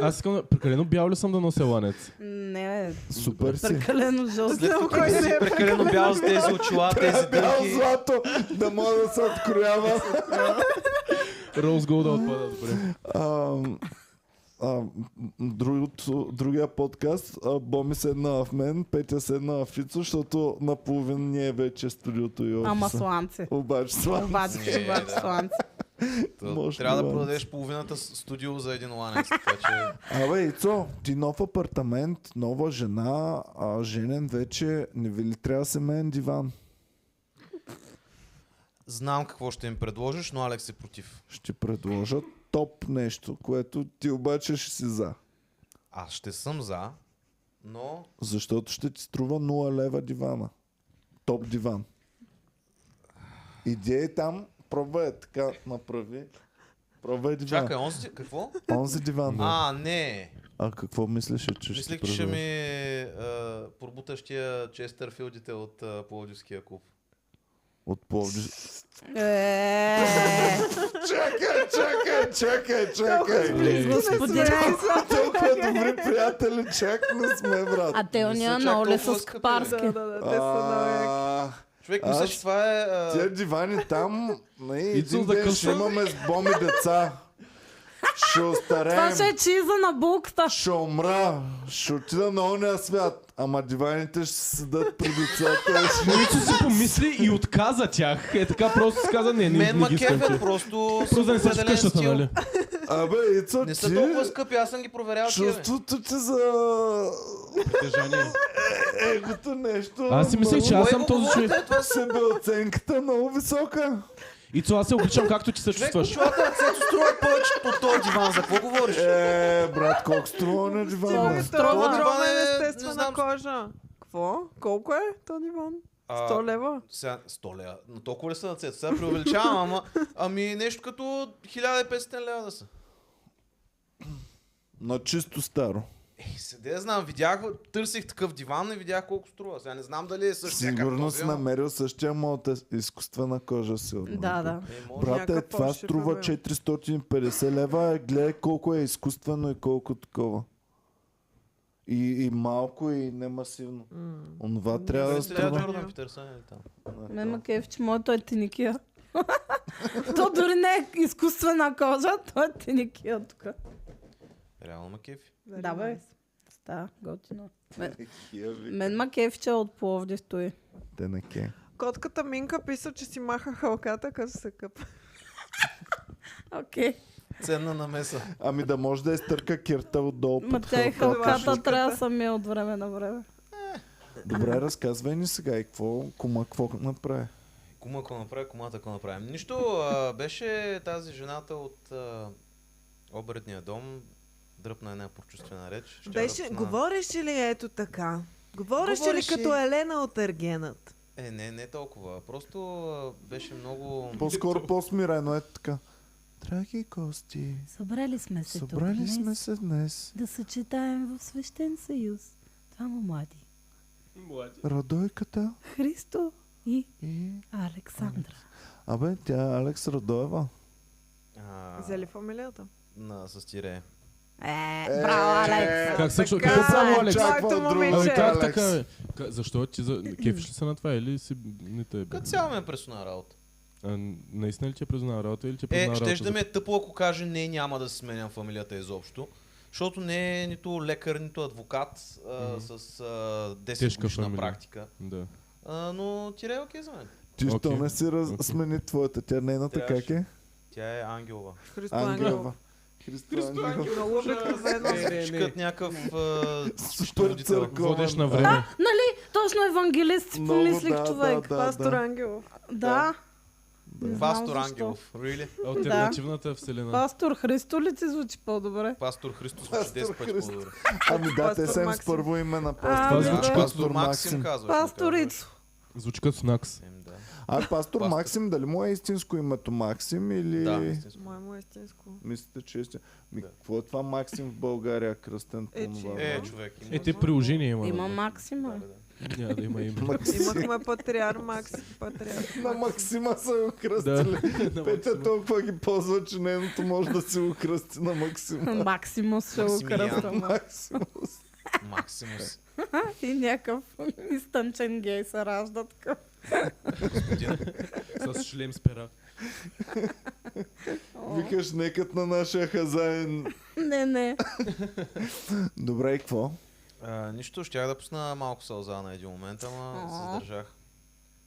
Speaker 4: Аз искам да... Прекалено бял ли съм да нося ланец?
Speaker 3: Не, е,
Speaker 1: Супер си.
Speaker 3: прекалено жълто.
Speaker 6: След
Speaker 2: кой
Speaker 6: като
Speaker 2: не
Speaker 6: си
Speaker 2: е
Speaker 6: прекалено бял с тези очила, тези
Speaker 1: Бяло
Speaker 6: дънки.
Speaker 1: злато, да мога да се откроява.
Speaker 4: Роуз Голда отпада, добре.
Speaker 1: А, а, другото, другия подкаст, а, Боми седна в мен, Петя седна в Фицо, защото наполовин ние вече студиото и офиса.
Speaker 3: Ама сланце.
Speaker 1: Обаче слава.
Speaker 3: Обаче,
Speaker 6: Не,
Speaker 3: обаче
Speaker 6: да.
Speaker 3: сланце.
Speaker 1: Мощно
Speaker 6: Трябва да
Speaker 1: ланец.
Speaker 6: продадеш половината с- студио за един ланец. Така
Speaker 4: [laughs]
Speaker 6: че
Speaker 1: Абе, Ицо, ти нов апартамент, нова жена, а, женен вече, не ви ли трябва семейен диван?
Speaker 6: знам какво ще им предложиш, но Алекс е против.
Speaker 1: Ще предложа топ нещо, което ти обаче ще си за.
Speaker 6: Аз ще съм за, но
Speaker 1: Защото ще ти струва 0 лева дивана. Топ диван. Иди е там, пробвай е така, направи. Пробвай диван.
Speaker 6: чакай, онзи, какво?
Speaker 1: Онзи диван. А,
Speaker 6: А, не.
Speaker 1: а какво мислеше, че
Speaker 6: Мислих,
Speaker 1: ще
Speaker 6: че ще
Speaker 1: правиш?
Speaker 6: ми а, пробутащия Честърфилдите от а, Пловдивския клуб.
Speaker 1: От Пловди...
Speaker 3: Е,
Speaker 1: чакай, чакай, чакай, чакай!
Speaker 3: господине.
Speaker 1: Толкова добри приятели, чак не сме, брат.
Speaker 3: А те уния
Speaker 6: чак
Speaker 3: много ли
Speaker 6: толкова
Speaker 3: са
Speaker 6: скъпи, бе.
Speaker 3: скъпарски?
Speaker 2: Да, да, да, те са много
Speaker 1: А,
Speaker 6: Човек,
Speaker 1: Аз-
Speaker 6: мисля, че това е... а,
Speaker 1: Тия дивани там, не, един
Speaker 4: да
Speaker 1: ден ще
Speaker 4: късаме.
Speaker 1: имаме с боми деца. Ще
Speaker 3: Това ще
Speaker 1: остареем.
Speaker 3: е чиза на булката.
Speaker 1: Ще умра, ще отида на ония свят, ама диваните ще се седат при децата.
Speaker 4: Ницо си помисли и отказа тях. Е така просто си каза, не, не, не,
Speaker 6: Мен ма
Speaker 4: ги искам.
Speaker 6: кефят просто
Speaker 4: Просто да не
Speaker 6: с
Speaker 4: са в
Speaker 6: определен
Speaker 4: къщата,
Speaker 6: стил.
Speaker 4: нали?
Speaker 1: Абе, Ицо, ти
Speaker 6: Не са толкова скъпи, аз съм ги проверял тия, бе.
Speaker 1: чувството ти за
Speaker 4: Притежание.
Speaker 1: [laughs] егото нещо.
Speaker 4: Аз си мислех, че
Speaker 1: много-
Speaker 4: аз
Speaker 6: Кое
Speaker 4: съм
Speaker 6: го
Speaker 4: този човек.
Speaker 6: говорите? Това са
Speaker 1: Себеоценката е много висока.
Speaker 4: Ицо, аз се обичам както ти се
Speaker 6: човек,
Speaker 4: чувстваш.
Speaker 6: очилата на Цецо струват повече от този диван. За какво говориш?
Speaker 1: Е, брат, колко струва на дивана? бе?
Speaker 2: яки. Това
Speaker 6: Струва,
Speaker 2: огромна
Speaker 6: не
Speaker 2: естествена
Speaker 6: знам.
Speaker 2: кожа. Какво? Колко е то диван?
Speaker 6: А,
Speaker 2: 100 лева?
Speaker 6: Сега, 100 лева. На толкова ли са на Цецо? Сега преувеличавам, ама... Ами нещо като 1500 лева да са.
Speaker 1: На чисто старо.
Speaker 6: Ей, Е, седе, знам, видях, търсих такъв диван и видях колко струва. Сега не знам дали е същия
Speaker 1: Сигурно
Speaker 6: както
Speaker 1: си
Speaker 6: този, ама-
Speaker 1: намерил същия мод изкуствена кожа си.
Speaker 3: Да, да.
Speaker 6: Е, може.
Speaker 1: Брате,
Speaker 2: Някакъв
Speaker 1: това
Speaker 2: още
Speaker 1: струва
Speaker 2: проблем.
Speaker 1: 450 лева. Гледай колко е изкуствено и колко такова. И, и малко, и не масивно. Онова трябва да
Speaker 6: Дали трябва
Speaker 1: струва.
Speaker 6: Джордан Питърсън или там?
Speaker 3: Мен ме кеф, че моето е [laughs] теникия. То дори не е изкуствена кожа, то е теникия тук.
Speaker 6: Реално ма кефи.
Speaker 2: Very
Speaker 3: Да, бе.
Speaker 2: nice.
Speaker 3: Ста, готино. Мен, мен ма кефче от Пловдив той.
Speaker 1: е Те не ке.
Speaker 2: Котката Минка писа, че си маха халката, като се къпа.
Speaker 3: Окей.
Speaker 7: Ценна намеса.
Speaker 1: Ами да може да изтърка кирта отдолу
Speaker 3: Ма
Speaker 1: под
Speaker 3: тя и
Speaker 1: хълта.
Speaker 3: халката трябва да са ми от време на време.
Speaker 1: Добре, разказвай ни сега и какво, кума, какво направи.
Speaker 6: Кума, ако направи, кумата, ако направим. Нищо, а, беше тази жената от а, обредния дом, дръпна една прочувствена реч. Ще я
Speaker 2: Беше,
Speaker 6: разпозна.
Speaker 2: говореше ли ето така? Говореше,
Speaker 6: Говореше.
Speaker 2: ли като Елена от Аргенът?
Speaker 6: Е, не, не толкова. Просто а, беше много...
Speaker 2: [laughs]
Speaker 1: По-скоро по-смирено е така. Драги гости,
Speaker 8: Събрали сме се
Speaker 1: събрали
Speaker 8: тук
Speaker 1: сме
Speaker 8: днес
Speaker 1: се днес.
Speaker 8: да съчетаем в свещен съюз двама млади.
Speaker 1: Радойката
Speaker 8: Христо и
Speaker 1: и...
Speaker 8: Александра.
Speaker 1: Абе, тя е Алекс Радоева.
Speaker 6: А,
Speaker 2: Взели фамилията?
Speaker 6: на, с тире.
Speaker 3: Е, браво, Алекс.
Speaker 4: Как се
Speaker 2: Така,
Speaker 4: как само
Speaker 2: е,
Speaker 4: Алекс?
Speaker 2: това е
Speaker 1: Какво
Speaker 2: твоето
Speaker 1: друго?
Speaker 4: Абе,
Speaker 2: момиче.
Speaker 4: как
Speaker 1: Алекс.
Speaker 4: така? бе? Ка- Защо ти за... кефиш ли се на това или си не те е бе?
Speaker 6: Като цяло ме е пресуна работа.
Speaker 4: А, наистина ли ти е признава работа или ти е
Speaker 6: Е,
Speaker 4: признава работа?
Speaker 6: щеш да ме е тъпо, ако каже не, няма да си сменям фамилията изобщо. Защото не е нито лекар, нито адвокат а, mm-hmm. с а, 10
Speaker 4: Тежка
Speaker 6: годишна
Speaker 4: фамилия.
Speaker 6: практика.
Speaker 4: Да.
Speaker 6: А, но тире е окей за мен.
Speaker 1: Ти що
Speaker 4: Окей.
Speaker 1: не си раз...
Speaker 4: Окей.
Speaker 1: смени твоята? Тя нейната как
Speaker 6: Трябваше.
Speaker 1: е?
Speaker 6: Тя е ангелова.
Speaker 2: Христо Ангелова.
Speaker 1: Ангелова. Христо Ангелова.
Speaker 2: Много обикна за едно.
Speaker 4: е,
Speaker 5: Не, не, не.
Speaker 6: Чукат някакъв... а,
Speaker 1: Супер
Speaker 6: родител.
Speaker 4: Водеш
Speaker 1: църковен.
Speaker 4: на време.
Speaker 3: Нали, точно евангелист
Speaker 1: Много,
Speaker 3: мислих
Speaker 1: да,
Speaker 3: човек.
Speaker 1: Да,
Speaker 2: Пастор
Speaker 1: да.
Speaker 2: Ангелов.
Speaker 3: Да. Не знам
Speaker 6: Пастор
Speaker 3: защо.
Speaker 6: Ангелов. Really?
Speaker 4: Альтернативната вселена.
Speaker 3: Пастор Христо ли ти звучи по-добре?
Speaker 6: Пастор Христос
Speaker 1: Пастор
Speaker 6: от 10 пъти
Speaker 1: Христо.
Speaker 6: по-добре.
Speaker 1: Ами да, те
Speaker 2: Пастор
Speaker 1: са им с
Speaker 2: Максим.
Speaker 1: първо име на
Speaker 3: А,
Speaker 1: пастор.
Speaker 4: Това звучи
Speaker 1: Да.
Speaker 4: като
Speaker 6: Пастор Максим казваш. не
Speaker 3: Пастор
Speaker 6: казваш.
Speaker 3: Ицо.
Speaker 4: Звучи като снакс.
Speaker 6: Ем, да.
Speaker 1: А пастор
Speaker 6: Пастор.
Speaker 1: Максим, дали му е истинско името Максим или...
Speaker 6: Да, истинско.
Speaker 2: Май му е истинско.
Speaker 1: Мислите, че е истинско. Ми,
Speaker 6: Да.
Speaker 1: какво е това Максим в България, кръстен по
Speaker 2: Е, че-
Speaker 1: това?
Speaker 6: Е,
Speaker 1: време?
Speaker 6: човек. Има...
Speaker 4: Е, ти приложение има.
Speaker 3: Има
Speaker 4: да.
Speaker 3: Максима.
Speaker 6: Да, да.
Speaker 4: Няма да има име.
Speaker 1: Максим.
Speaker 2: Имахме патриар Макс. Патриар.
Speaker 1: На Максима са го
Speaker 4: Да.
Speaker 1: кръстили. Петя толкова ги ползва, че нейното може да си го кръсти на Максима.
Speaker 3: [laughs] Максимус се
Speaker 6: Максимилиан.
Speaker 3: украсва.
Speaker 1: Максимус.
Speaker 6: Максимус.
Speaker 3: И някакъв изтънчен гей се ражда такъв.
Speaker 4: С шлем с пера.
Speaker 1: Викаш некът на нашия хазаин.
Speaker 3: [laughs] Не, не.
Speaker 1: Добре, и какво?
Speaker 6: А, нищо, щях да пусна малко сълза на един момент, ама се
Speaker 3: О.
Speaker 6: задържах.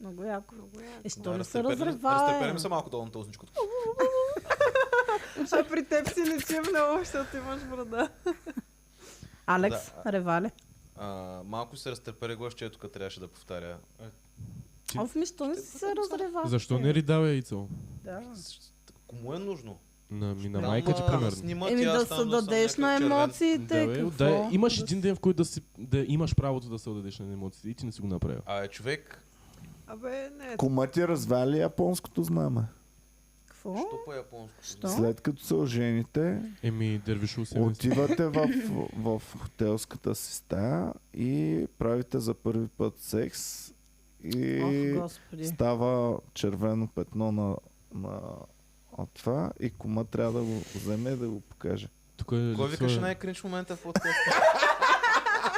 Speaker 3: Много яко.
Speaker 2: Много яко.
Speaker 3: Е,
Speaker 6: Да,
Speaker 3: що не се
Speaker 6: разтреперен-
Speaker 3: разрева,
Speaker 6: разтреперен се малко долу на тълзничкото.
Speaker 2: А при теб си лечи много, защото имаш брада.
Speaker 3: Алекс,
Speaker 6: Да.
Speaker 3: ревале.
Speaker 6: А, малко се разтърпери глас, че ето трябваше да повтаря.
Speaker 4: Ти-
Speaker 3: Оф, ми, що не си се разрева?
Speaker 4: Защо не ридава яйцо?
Speaker 3: Да.
Speaker 6: Кому е нужно?
Speaker 4: На, ми, на
Speaker 6: Там,
Speaker 4: майка ти,
Speaker 6: а,
Speaker 4: примерно.
Speaker 6: снимат
Speaker 3: Еми
Speaker 6: и аз
Speaker 3: да
Speaker 6: там
Speaker 3: се
Speaker 6: съм
Speaker 3: дадеш на
Speaker 6: някакъв червен.
Speaker 3: емоциите.
Speaker 4: Да, бе,
Speaker 3: какво?
Speaker 4: отдай- имаш
Speaker 3: Да
Speaker 4: един ден, в който да, си, да имаш правото да се отдадеш на емоциите и ти не си го направил.
Speaker 6: А, е, човек,
Speaker 2: Абе, не.
Speaker 1: Кума ти развали японското знаме.
Speaker 3: с- Какво?
Speaker 6: що по-японско?
Speaker 3: Що?
Speaker 1: След като се ожените,
Speaker 4: Еми, дървишо се.
Speaker 1: отивате в, в хотелската си стая и правите за първи път секс и
Speaker 3: Ох, господи.
Speaker 1: става червено петно на, на от това и кума трябва да го вземе и да го покаже.
Speaker 4: Тук е
Speaker 6: Кой викаше
Speaker 4: липсва,
Speaker 6: най-кринч в момента в подкаста?
Speaker 3: [laughs]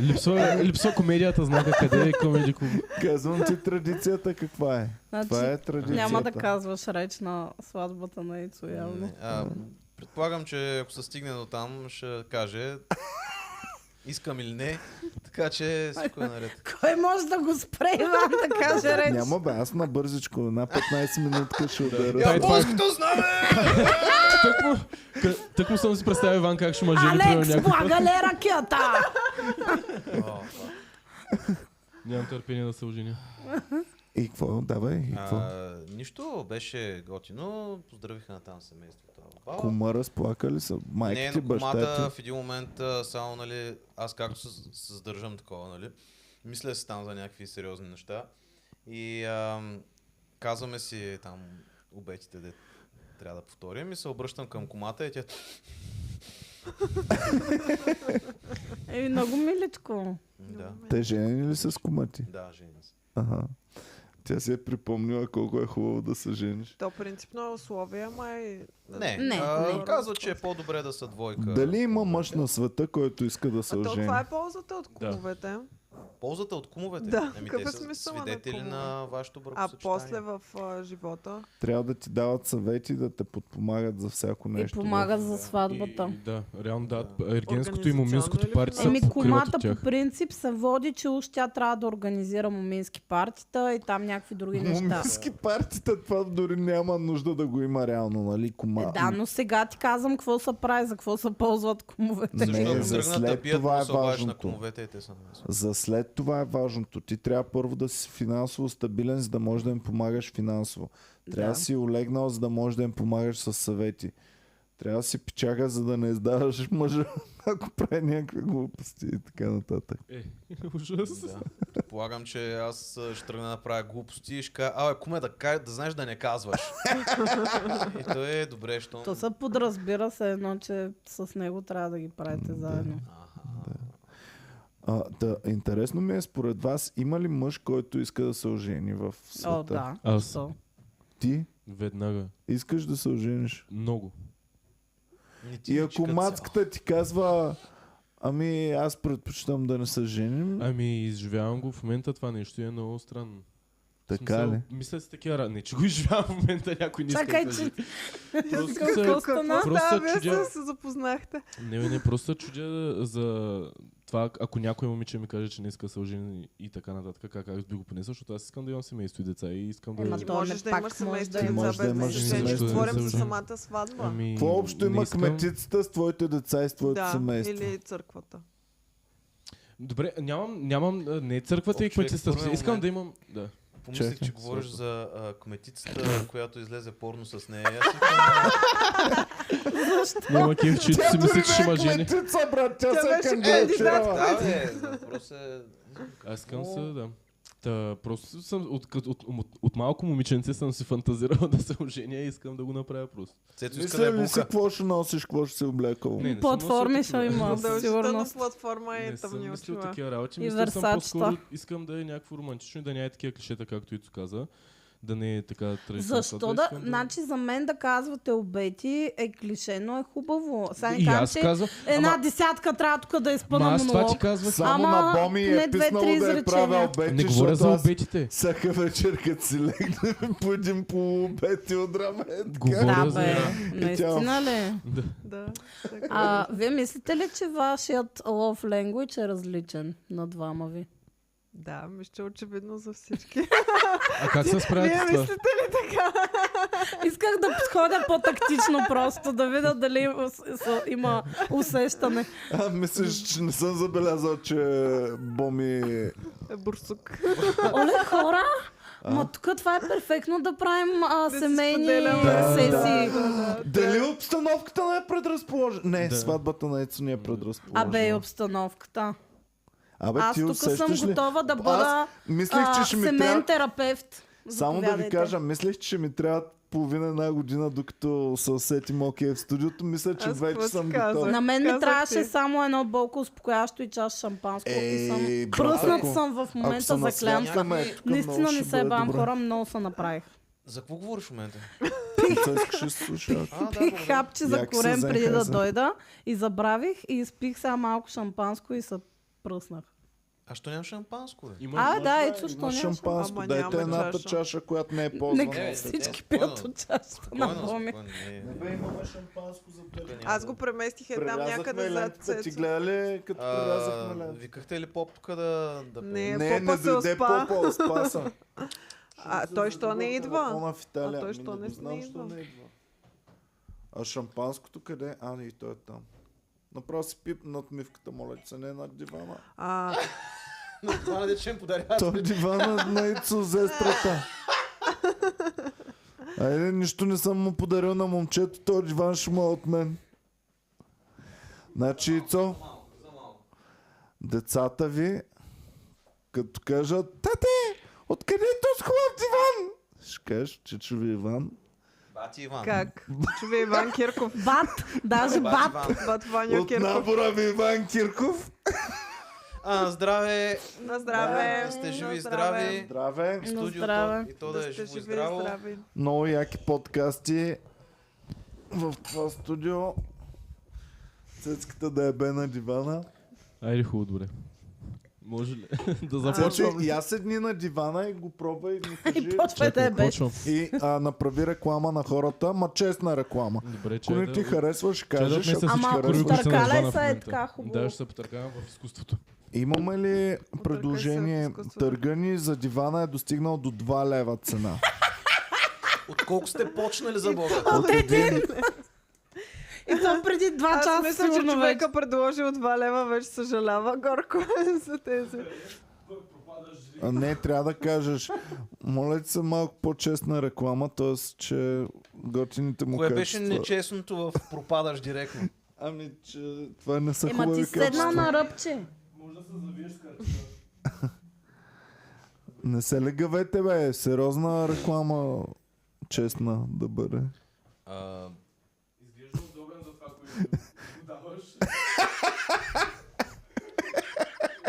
Speaker 4: липсва, липсва комедията, знака къде е комеди клуб.
Speaker 1: Казвам ти традицията каква е. Това
Speaker 3: Значи,
Speaker 1: е традицията.
Speaker 3: няма да казваш реч на сватбата на Ицо, явно.
Speaker 6: Не, а, Предполагам, че ако се стигне до там, ще
Speaker 3: [laughs]
Speaker 6: каже искам или не, така че всичко е наред.
Speaker 3: Кой може да го спре, Иван, да каже реч?
Speaker 1: Няма бе, аз на бързичко, една 15 минутка ще
Speaker 4: Та
Speaker 1: ударя.
Speaker 4: е това.
Speaker 6: Японското знаме!
Speaker 4: Тък му, къ- тък му съм си представил Иван как ще мъже ли примерно
Speaker 3: Алекс,
Speaker 4: някой.
Speaker 3: блага ле ракета!
Speaker 6: О, това.
Speaker 4: Нямам търпение да се оженя.
Speaker 1: И какво? Давай, и какво?
Speaker 6: А, нищо, беше готино. Поздравиха на там семейството. Баба.
Speaker 1: Кума разплака ли са?
Speaker 6: не,
Speaker 1: Майка ти,
Speaker 6: но комата
Speaker 1: баща ти?
Speaker 6: в един момент а, само, нали, аз както се, се задържам такова, нали, мисля си там за някакви сериозни неща и ам, казваме си там обетите, де трябва да повторим и се обръщам към комата и тя
Speaker 3: Еми, много миличко.
Speaker 6: Да,
Speaker 1: Те женени ли са с кума ти?
Speaker 6: да, жени се.
Speaker 1: Ага. Тя си е припомнила колко е хубаво да се жениш.
Speaker 2: То принципно е условие, ама и...
Speaker 6: Не, е
Speaker 3: Не,
Speaker 6: а,
Speaker 3: не.
Speaker 6: казва, че е по-добре да са двойка.
Speaker 1: Дали има мъж на света, който иска да
Speaker 2: А
Speaker 1: се
Speaker 2: то това
Speaker 3: е-
Speaker 1: ожени?
Speaker 2: е ползата от клубовете.
Speaker 6: Ползата от кумовете.
Speaker 2: Да,
Speaker 6: ами
Speaker 2: какъв
Speaker 6: те
Speaker 2: е
Speaker 6: са
Speaker 2: смисълът на
Speaker 6: свидетели
Speaker 2: кумове?
Speaker 6: на вашето
Speaker 2: А
Speaker 6: бракосъчетание.
Speaker 2: после в а, живота.
Speaker 1: Трябва да ти дават съвети, да те подпомагат за всяко
Speaker 3: И
Speaker 1: нещо.
Speaker 3: помагат за
Speaker 4: И,
Speaker 3: сватбата.
Speaker 4: да, реално да. Ергенското и
Speaker 2: Организационно
Speaker 4: моминското
Speaker 2: или
Speaker 4: парти са
Speaker 3: Еми,
Speaker 4: покриват
Speaker 3: Ами, комата
Speaker 4: от тях.
Speaker 3: по принцип се води, че уж тя трябва да организира момински партита и там някакви други неща.
Speaker 1: Момински партита, това дори няма нужда да го има реално, нали? Кома...
Speaker 3: Е, да, но сега ти казвам какво се прави, за какво се ползват кумовете.
Speaker 1: Не,
Speaker 6: Защото
Speaker 1: за
Speaker 6: тръгнат да
Speaker 1: след
Speaker 6: пият,
Speaker 1: това
Speaker 6: но
Speaker 1: е
Speaker 6: се обадиш на
Speaker 1: важното.
Speaker 6: кумовете и те са на месо.
Speaker 1: За след това е важното. Ти трябва първо да си финансово стабилен, за да можеш да им помагаш финансово. Трябва да си олегнал, за да можеш да им помагаш с съвети. Трябва да си печага, за да не издаваш [laughs] мъжа, ако прави някакви глупости и така нататък.
Speaker 4: Ужас.
Speaker 6: Да. Предполагам, че аз а, ще тръгна да направя глупости и ще кажа, абе, куме, да, кай, да знаеш да не
Speaker 2: [laughs]
Speaker 6: казваш. и то е добре, що...
Speaker 3: То се подразбира се едно, че с него трябва да ги правите заедно.
Speaker 1: А, да, интересно ми е, според вас, има ли мъж, който иска да се ожени в света?
Speaker 3: О, да.
Speaker 4: Аз.
Speaker 3: Що?
Speaker 1: Ти
Speaker 4: Веднага.
Speaker 1: искаш да се ожениш?
Speaker 4: Много.
Speaker 6: Не ти
Speaker 1: И
Speaker 6: личи
Speaker 1: ако
Speaker 6: като
Speaker 1: мацката ти казва, ами аз предпочитам да не се женим,
Speaker 4: Ами, изживявам го в момента това нещо и е много странно. В
Speaker 1: така
Speaker 4: смисъл,
Speaker 1: ли?
Speaker 4: Мисля си такива ра- Не, че го изживявам в момента, някой не иска
Speaker 3: Чакай,
Speaker 4: да
Speaker 3: че-
Speaker 4: се
Speaker 3: [laughs]
Speaker 4: жени. Просто
Speaker 3: Какво
Speaker 4: се-
Speaker 3: какво стана?
Speaker 2: Какво
Speaker 4: Просто
Speaker 2: става?
Speaker 4: се
Speaker 2: Вие
Speaker 4: чудя.
Speaker 2: се, се запознахте.
Speaker 4: Не, бе, не, просто се чудя за това, ако някой момиче ми каже, че не иска да се ожени и така нататък, как, как би го понесъл, защото аз искам да имам семейство и деца и искам да...
Speaker 3: Ема
Speaker 2: Ти
Speaker 3: то не
Speaker 2: можеш да
Speaker 3: пак
Speaker 2: имаш
Speaker 3: може
Speaker 2: семейство
Speaker 3: да
Speaker 1: е.
Speaker 2: и
Speaker 1: Може
Speaker 2: деца
Speaker 1: да
Speaker 2: без да
Speaker 1: имаш
Speaker 2: се
Speaker 4: семейство
Speaker 2: жениш.
Speaker 4: и да
Speaker 2: Говорим
Speaker 4: се
Speaker 2: за
Speaker 4: ожени.
Speaker 2: самата сватба.
Speaker 4: Ами,
Speaker 1: Какво общо
Speaker 4: не
Speaker 1: има
Speaker 4: искам-
Speaker 1: кметицата с твоите деца и с твоето
Speaker 2: да,
Speaker 1: семейство?
Speaker 2: или църквата.
Speaker 4: Добре, нямам, нямам, а, не е църквата и
Speaker 6: О, човек,
Speaker 4: кметистата.
Speaker 6: първия
Speaker 4: Искам
Speaker 6: момент.
Speaker 4: да имам,
Speaker 1: [laughs]
Speaker 4: да.
Speaker 6: цял. Помислих,
Speaker 1: Чакай.
Speaker 6: че говориш за а, кметицата,
Speaker 1: [coughs]
Speaker 6: която излезе порно с нея. Аз си помня,
Speaker 4: Няма кеф, че си мисля, че ще
Speaker 1: е
Speaker 4: има жени.
Speaker 1: кметица, брат, тя,
Speaker 2: Тя
Speaker 1: се
Speaker 2: беше кандидатка.
Speaker 1: кандидатира.
Speaker 6: да, бе, въпрос е...
Speaker 4: Аз искам се, да. Та, просто съм, от, от, от, от, от малко момиченце съм си фантазирал [laughs] да се оженя и искам да го направя просто.
Speaker 6: Цето иска да е
Speaker 1: Мисля ли си
Speaker 6: булка.
Speaker 1: какво ще носиш, какво ще си облекал?
Speaker 4: Не, не съм
Speaker 3: Платформи
Speaker 4: носил
Speaker 3: ще
Speaker 4: такива.
Speaker 3: има, със
Speaker 2: Продължителна
Speaker 3: сигурност.
Speaker 2: платформа е
Speaker 4: Не
Speaker 2: и
Speaker 4: съм
Speaker 2: тъмни
Speaker 4: мислил
Speaker 2: очила.
Speaker 4: такива работи.
Speaker 3: И
Speaker 4: Мислил съм
Speaker 3: Versace-та.
Speaker 4: по-скоро искам да е някакво романтично и да няма е такива клишета, както Ицо каза. Да не е така традиционно.
Speaker 3: Защо да? Значи за мен да казвате обети е клише, но е хубаво. Сега не
Speaker 4: И
Speaker 3: казвам,
Speaker 4: аз
Speaker 3: че
Speaker 4: казвам.
Speaker 3: една
Speaker 4: ама-
Speaker 3: десятка трябва тук да
Speaker 4: Ма
Speaker 3: изпъна
Speaker 4: аз това
Speaker 3: монолог.
Speaker 4: ти казвах.
Speaker 1: Само
Speaker 3: Ама,
Speaker 1: на Боми
Speaker 3: поне
Speaker 1: е
Speaker 3: две-три
Speaker 1: писнало да е
Speaker 3: изречения.
Speaker 1: правил обети,
Speaker 4: Не говоря за
Speaker 1: защото аз
Speaker 4: обетите.
Speaker 1: всяка вечер, като си легне по един полуобет и отраме. е така.
Speaker 4: Говоря
Speaker 3: Да,
Speaker 4: за-
Speaker 3: бе.
Speaker 1: И Е, тя-
Speaker 3: Наистина ли?
Speaker 2: Да. така.
Speaker 3: А, вие мислите ли, че вашият love language е различен на двама ви?
Speaker 2: Да, мисля, че е очевидно за всички.
Speaker 4: А как се справят
Speaker 2: Вие
Speaker 4: с това?
Speaker 2: мислите ли така?
Speaker 3: Исках да подходя по-тактично просто, да видя дали има- с- има усещане.
Speaker 1: А, мислиш, че не съм забелязал, че Боми...
Speaker 2: Е, Бурсук.
Speaker 3: Оле, хора! Ма тук това е перфектно да правим а,
Speaker 2: Да си
Speaker 3: семейни
Speaker 2: споделяме.
Speaker 1: Да,
Speaker 3: сесии.
Speaker 1: Дали обстановката не е предразположена? Не,
Speaker 4: Да.
Speaker 1: сватбата на Ецо не е предразположена.
Speaker 3: Абе и обстановката.
Speaker 1: Абе,
Speaker 3: Аз
Speaker 1: ти
Speaker 3: тук съм
Speaker 1: усещаш ли?
Speaker 3: готова да бъда
Speaker 1: Аз мислех,
Speaker 3: а,
Speaker 1: че ще ми
Speaker 3: семен
Speaker 1: трябва...
Speaker 3: терапевт.
Speaker 1: Само да ви
Speaker 3: Заповядайте.
Speaker 1: кажа, мислех, че ще ми трябва половина една година, докато се усетим окей в студиото. Мисля, че
Speaker 2: Аз какво
Speaker 1: вече
Speaker 2: си
Speaker 1: съм
Speaker 2: казах?
Speaker 1: готов.
Speaker 3: На мен ми
Speaker 2: Казах
Speaker 3: трябваше
Speaker 2: ти.
Speaker 3: само едно болко успокояващо и чаш шампанско. и съм...
Speaker 1: Е, брат,
Speaker 3: Пръснат
Speaker 1: ако-
Speaker 3: съм в
Speaker 1: ако се
Speaker 3: момента, заклям се.
Speaker 1: насмяхме, е, тук
Speaker 3: Наистина
Speaker 1: много
Speaker 3: не
Speaker 1: ще
Speaker 3: се
Speaker 1: бъде
Speaker 3: бавам
Speaker 1: добре.
Speaker 3: хора, много се направих.
Speaker 6: За какво говориш в момента?
Speaker 1: Се искаш и слушаш.
Speaker 6: А, да,
Speaker 3: Пих
Speaker 6: благодаря.
Speaker 3: хапче за
Speaker 1: Яко се
Speaker 3: корем преди да
Speaker 1: захайза.
Speaker 3: дойда и забравих и изпих сега малко шампанско и се пръснах.
Speaker 6: А що няма шампанско, бе?
Speaker 4: Има-
Speaker 3: А,
Speaker 4: има-
Speaker 3: да, ето що
Speaker 1: Има
Speaker 3: не е
Speaker 1: шампанско,
Speaker 2: Ама
Speaker 1: дайте
Speaker 2: няма
Speaker 1: едната
Speaker 2: чаша.
Speaker 1: чаша, която не е ползвана.
Speaker 3: Нека
Speaker 6: Е,
Speaker 3: всички
Speaker 6: е,
Speaker 3: пият
Speaker 6: спокойно.
Speaker 3: от чашата на
Speaker 6: Спокойно,
Speaker 3: Боми.
Speaker 6: е спокойно, не, не.
Speaker 1: Бе, имаме шампанско за теб.
Speaker 2: Аз го преместих една Е, някъде зад
Speaker 1: Ти
Speaker 2: цецо.
Speaker 1: гледа ли, като
Speaker 6: А,
Speaker 1: прерязахме лентата?
Speaker 6: Викахте ли попка да... да
Speaker 2: Не,
Speaker 6: пее?
Speaker 2: Е,
Speaker 1: Не,
Speaker 2: попа
Speaker 1: не
Speaker 2: се
Speaker 1: дойде
Speaker 2: успа.
Speaker 1: попа, успа
Speaker 2: [laughs]
Speaker 1: съм.
Speaker 2: А той що не идва?
Speaker 1: Телефона в Италия.
Speaker 2: А той
Speaker 1: Ми
Speaker 2: що
Speaker 1: го
Speaker 2: не
Speaker 1: знам,
Speaker 2: идва?
Speaker 1: що ами не идва. А шампанското къде? А, не, и той е там. Направо си пип над мивката, моля ти се, не е над дивана.
Speaker 2: А,
Speaker 6: На това не е ще им подаря.
Speaker 1: Той дивана на Ицо зестрата. Айде, е, нищо не съм му подарил на момчето, той диван ще му е от мен. Значи, Ицо, децата ви, като кажат, тате, откъде е този хубав диван? Ще кажеш, чичо ви Иван,
Speaker 6: Бати Иван.
Speaker 2: как? Чуве
Speaker 1: [laughs]
Speaker 2: Иван Кирков.
Speaker 3: Бат, даже бат.
Speaker 6: Иван.
Speaker 2: Бат Ваню
Speaker 1: От
Speaker 2: Кирков.
Speaker 1: набора ви Иван Кирков.
Speaker 6: А, здраве!
Speaker 2: На здраве!
Speaker 6: Да сте живи
Speaker 2: на
Speaker 6: и здрави.
Speaker 1: Здраве.
Speaker 3: На
Speaker 6: Студиото.
Speaker 3: здраве.
Speaker 6: И то да,
Speaker 2: сте
Speaker 6: е живо и
Speaker 2: живи и
Speaker 6: здраво.
Speaker 2: здрави.
Speaker 1: Много яки подкасти в това студио. Цецката да е бе на дивана.
Speaker 4: Айде, хубаво, добре. Може ли [laughs] да
Speaker 1: Започвам.
Speaker 4: започвам?
Speaker 1: и аз седни на дивана и го пробвай и ми
Speaker 3: [laughs]
Speaker 1: кажи.
Speaker 3: И почва да е без.
Speaker 4: почвам.
Speaker 1: и а, направи реклама на хората, ма честна реклама.
Speaker 4: Добре, че
Speaker 1: Ако не ти харесва, ще
Speaker 4: Чай да
Speaker 1: кажеш.
Speaker 4: отнеса
Speaker 1: ако ти
Speaker 4: всички
Speaker 3: Ама,
Speaker 4: корови,
Speaker 1: харесва-
Speaker 3: ако
Speaker 4: които са на
Speaker 3: потъркаля
Speaker 4: дивана в
Speaker 3: са е
Speaker 4: момента.
Speaker 3: така хубаво.
Speaker 4: Да, ще се потъркавам в изкуството.
Speaker 1: Имаме ли предложение?
Speaker 2: изкуството.
Speaker 1: Търга ни за дивана е достигнал до 2 лева цена.
Speaker 6: От колко сте почнали за Бога?
Speaker 3: [laughs] От един! И то преди два
Speaker 2: Аз
Speaker 3: часа
Speaker 2: мисля, че
Speaker 3: сигурно вече.
Speaker 2: човека предложи от 2 лева, вече съжалява горко [laughs] за тези.
Speaker 1: А не, трябва да кажеш, моля ти се малко по-честна реклама, т.е. че готините му
Speaker 6: Кое беше
Speaker 1: качества.
Speaker 6: нечестното в пропадаш директно?
Speaker 1: Ами, че това не са
Speaker 3: Ема ти
Speaker 1: хубави
Speaker 3: седна
Speaker 1: качества.
Speaker 3: на ръбче.
Speaker 1: Не се легавете, бе. Сериозна реклама, честна да бъде.
Speaker 6: А,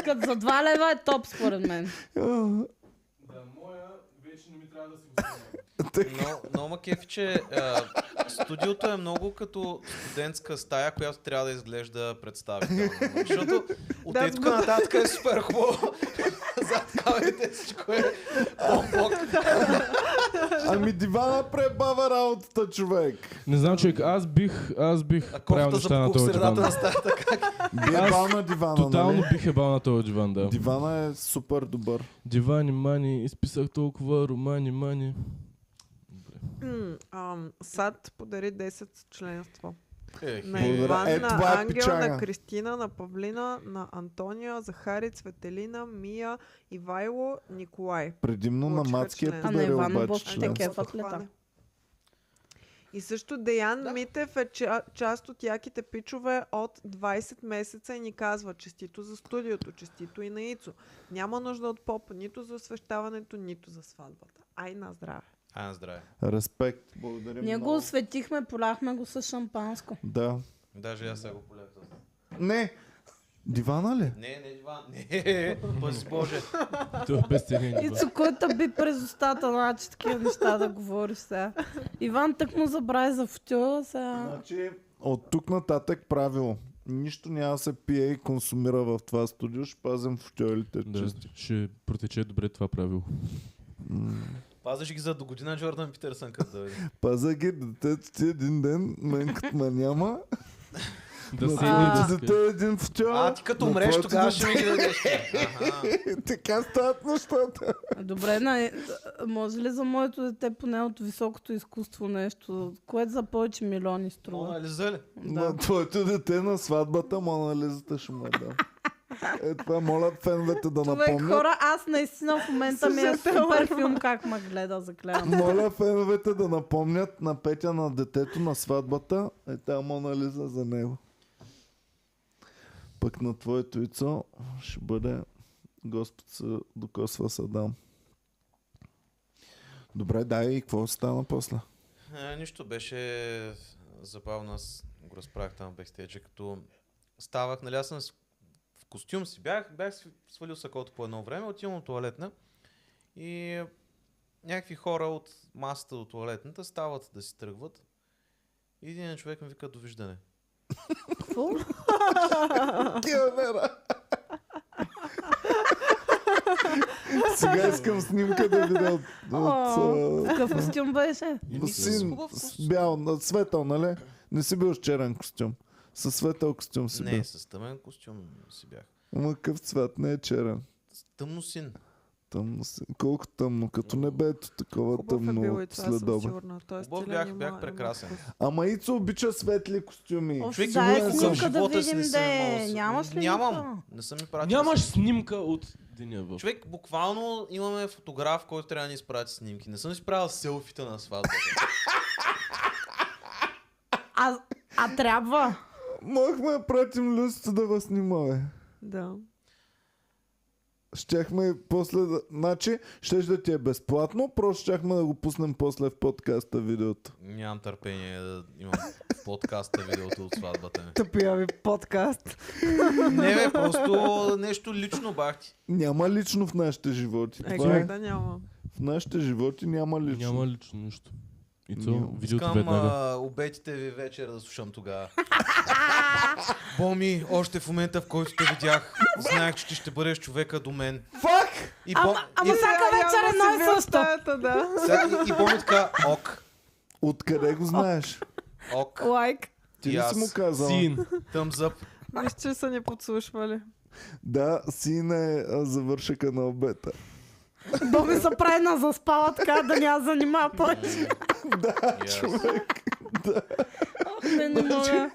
Speaker 3: Като за два лева е топ според мен.
Speaker 1: А,
Speaker 4: Да, моя вече не ми трябва да си го
Speaker 6: Но, но ма кефи, че а, студиото е много като студентска стая, която трябва да изглежда представително. Защото от
Speaker 2: Да,
Speaker 6: да, тук нататък е супер хубаво. [laughs] Зад камерите всичко е бомбок.
Speaker 1: Ами дивана пребава работата, човек.
Speaker 4: Не знам, човек, аз бих, аз
Speaker 6: А
Speaker 4: бих правил
Speaker 6: кофта
Speaker 4: неща на
Speaker 6: запуква в
Speaker 4: този
Speaker 6: средата на
Speaker 4: диван.
Speaker 6: стаята.
Speaker 1: Би е
Speaker 4: Аз
Speaker 1: бал на дивана,
Speaker 4: Тотално
Speaker 1: нали?
Speaker 4: бих е бал на този диван, да.
Speaker 1: Дивана е супер добър.
Speaker 4: Дивани, мани, изписах толкова романи, мани.
Speaker 2: М, ам, Сад подари 10 членство.
Speaker 6: Ех,
Speaker 2: На
Speaker 1: Благодаря.
Speaker 2: Иван,
Speaker 1: Е,
Speaker 2: на
Speaker 1: това е
Speaker 2: Ангел,
Speaker 1: печага.
Speaker 2: на Кристина, на Павлина, на Антония, Захари, Цветелина, Мия, Ивайло, Николай.
Speaker 1: Предимно на
Speaker 2: Получиха
Speaker 1: Мацки е
Speaker 2: член.
Speaker 3: нали? А на
Speaker 1: подарил
Speaker 3: Иван е
Speaker 1: обаче
Speaker 3: Бошков
Speaker 1: член.
Speaker 3: те
Speaker 2: Какво
Speaker 3: кефат ли
Speaker 2: хване?
Speaker 3: там?
Speaker 2: И също Деян да. Митев е ча- част от яките пичове от 20 месеца и ни казва честито за студиото, честито и на Ицо. Няма нужда от поп нито за освещаването, нито за сватбата. Ай на здраве.
Speaker 6: А, на здраве.
Speaker 1: Респект. Благодаря
Speaker 3: Ние го
Speaker 1: много.
Speaker 3: осветихме, поляхме го с шампанско.
Speaker 1: Да.
Speaker 6: Даже аз сега го полях този.
Speaker 1: Не! Дивана ли?
Speaker 6: Не, не, Иван. Не, [laughs] пъс Боже.
Speaker 4: Той е без теня
Speaker 3: И
Speaker 4: диван.
Speaker 3: цукута би през устата, значи такива неща да говориш сега. Иван тък му забрави за футюла, сега...
Speaker 1: Значи, от тук нататък правило. Нищо няма да се пие и консумира в това студио. Ще пазим в тюелите
Speaker 4: Да,
Speaker 1: чисти.
Speaker 4: ще протече добре
Speaker 1: [laughs]
Speaker 4: това правило.
Speaker 6: Пазиш ги за до година Джордан Питерсън като дойде.
Speaker 1: Паза ги, детето ти един ден, мен като ме няма.
Speaker 4: Да се
Speaker 1: А,
Speaker 4: не
Speaker 1: да те един в тюел.
Speaker 6: [laughs] А, ти като
Speaker 1: на
Speaker 6: мреш,
Speaker 1: твоето
Speaker 6: тогава
Speaker 1: дете.
Speaker 6: ще ми ги дадеш. [laughs] Аха.
Speaker 1: [laughs] Така стават нещата.
Speaker 3: Добре, на... може ли за моето дете поне от високото изкуство нещо, което за повече милиони струва?
Speaker 6: Мона Лиза ли?
Speaker 1: На твоето дете на сватбата Монализата ще му я дам. Е, това моля феновете да
Speaker 3: Човек,
Speaker 1: напомнят.
Speaker 3: е хора, аз наистина в момента ми е супер филм как ме гледа, заклевам.
Speaker 1: Моля феновете да напомнят на Петя на детето на сватбата. Е тая Монализа за него. Пък на твоето яйцо ще бъде Господ се докосва Садам. Добре, дай и какво стана после?
Speaker 6: А, Е, нищо, беше забавно, аз го разправях там бекстейджа, като ставах, нали аз съм с- в костюм си бях, бях св- свалил сакото по едно време, отивам от туалетна и някакви хора от масата до туалетната стават да си тръгват и един човек ми вика довиждане.
Speaker 3: Какво?
Speaker 1: Кионера! [laughs] Сега искам снимка да видя от,
Speaker 3: О,
Speaker 1: от а,
Speaker 3: Какъв костюм беше?
Speaker 1: Ами, син, с бял, на светъл, нали? Не си бил с черен костюм. Със светъл костюм си бил.
Speaker 6: Не, с тъмен костюм си бях.
Speaker 1: Ама къв цвят, не е черен.
Speaker 6: С Тъмно син.
Speaker 1: Тъмно си. Колко тъмно, като небето, такова
Speaker 2: Хубав е бил
Speaker 1: тъмно
Speaker 2: и това, съм
Speaker 1: следобе.
Speaker 2: сигурна. Той е
Speaker 6: Хубав
Speaker 2: стилен,
Speaker 6: бях,
Speaker 2: има-
Speaker 6: бях
Speaker 2: има
Speaker 6: прекрасен.
Speaker 2: вкус.
Speaker 1: Ама Ицо обича светли костюми.
Speaker 3: Оф,
Speaker 6: Човек,
Speaker 3: да, е
Speaker 1: сигурен съм,
Speaker 3: снимка да
Speaker 6: живота си не
Speaker 3: видим
Speaker 6: съм
Speaker 3: да
Speaker 6: имал
Speaker 3: е.
Speaker 6: с-
Speaker 3: Нямаш ли
Speaker 6: Нямам.
Speaker 3: никаква?
Speaker 6: Не съм ми пратил.
Speaker 4: Нямаш снимка от деня в...
Speaker 6: Човек, буквално имаме фотограф, който трябва да ни изпрати снимки. Не съм си правил селфита на сватбата.
Speaker 3: А, а трябва.
Speaker 1: Махме да пратим люсто да го снимаме.
Speaker 2: Да.
Speaker 1: Щяхме и после да... Значи, щеше да ти е безплатно, просто щяхме да го пуснем после в подкаста видеото.
Speaker 6: Нямам търпение да имам в подкаста видеото от сватбата ми.
Speaker 2: Тъпия ви подкаст.
Speaker 6: Не, бе, просто нещо лично бахти.
Speaker 1: Няма лично в нашите животи.
Speaker 2: Е,
Speaker 1: Това
Speaker 2: как
Speaker 1: е.
Speaker 2: да няма.
Speaker 1: В нашите животи няма лично.
Speaker 4: Няма лично нищо. Ицо, видеото
Speaker 6: Искам
Speaker 4: веднага.
Speaker 1: нали?
Speaker 6: а, обетите ви вечер да слушам тогава. Боми, още в момента в който те видях, знаех, че ти ще бъдеш човека до мен.
Speaker 2: Фак!
Speaker 6: И, бо...
Speaker 3: ама
Speaker 6: и,
Speaker 3: сега- Всяка вечер едно и също.
Speaker 2: Да.
Speaker 6: сега- и, и Боми така, ок,
Speaker 1: Откъде го знаеш?
Speaker 6: ок,
Speaker 3: Лайк.
Speaker 1: Ти
Speaker 6: И
Speaker 1: ли
Speaker 6: аз.
Speaker 1: си му казал? [laughs]
Speaker 4: Син.
Speaker 6: thumbs up.
Speaker 2: Мисля, че са ни подслушвали.
Speaker 1: Да, син е а, завършъка на обета.
Speaker 3: Боми се прави на заспала така да няма занимава повече.
Speaker 6: Yes.
Speaker 3: Ох, не, не мога.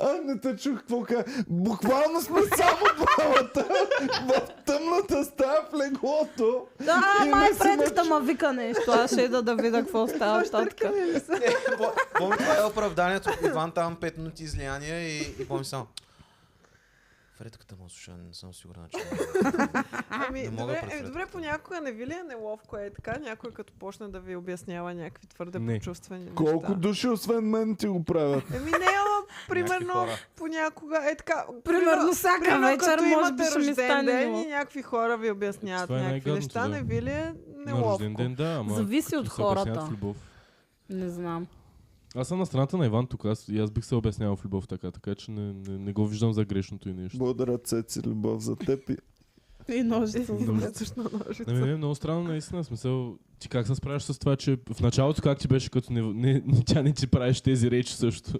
Speaker 1: А, не те чух какво ка... Буквално
Speaker 2: [laughs]
Speaker 1: сме само двамата в тъмната стая в леглото.
Speaker 3: Да,
Speaker 1: И
Speaker 3: май
Speaker 1: не си
Speaker 3: предката ма вика нещо. Аз ще ида да видя какво става
Speaker 2: Щърка
Speaker 3: щатка.
Speaker 2: ли е? ли са?
Speaker 6: Не, Бо- Боми, това е оправданието. Иван там 5 минути излияние и, и Боми само. Фредката му слуша, не съм сигурна, че...
Speaker 2: Ами,
Speaker 6: Не мога
Speaker 2: добре,
Speaker 6: пред
Speaker 2: е,
Speaker 6: Фредката.
Speaker 2: добре, понякога не ви ли е неловко е така, някой като почне да ви обяснява някакви твърде
Speaker 4: Не.
Speaker 2: почувствени неща?
Speaker 1: Колко души освен мен ти го правят?
Speaker 2: Еми
Speaker 4: [laughs]
Speaker 2: не, ама примерно
Speaker 6: хора.
Speaker 2: понякога е така.
Speaker 3: Примерно всяка вечер
Speaker 2: като
Speaker 3: може
Speaker 2: имате
Speaker 3: би ще ми
Speaker 2: рожден
Speaker 3: стане
Speaker 2: ден и
Speaker 3: неловко.
Speaker 2: някакви хора ви обясняват
Speaker 4: Това е
Speaker 2: някакви
Speaker 4: най-гадното,
Speaker 2: неща,
Speaker 4: да.
Speaker 2: не ви ли е
Speaker 4: На рожден
Speaker 2: неловко?
Speaker 4: ден, да, ама
Speaker 3: Зависи от
Speaker 4: като се обясняват
Speaker 3: хората.
Speaker 4: в любов.
Speaker 3: Не знам.
Speaker 4: Аз съм на страната на Иван тук, аз, и аз бих се обяснявал в любов така, така че не, не, не го виждам за грешното и нещо.
Speaker 1: Благодаря, Цеци, любов за теб. и-
Speaker 3: И ножица.
Speaker 4: [laughs]
Speaker 2: Влезеш на
Speaker 4: Не, не,
Speaker 2: ножица.
Speaker 4: Ами не, много странно наистина. в Смисъл, ти как се справяш с това, че в началото как ти беше, като не, не, не, тя не ти правиш тези речи също?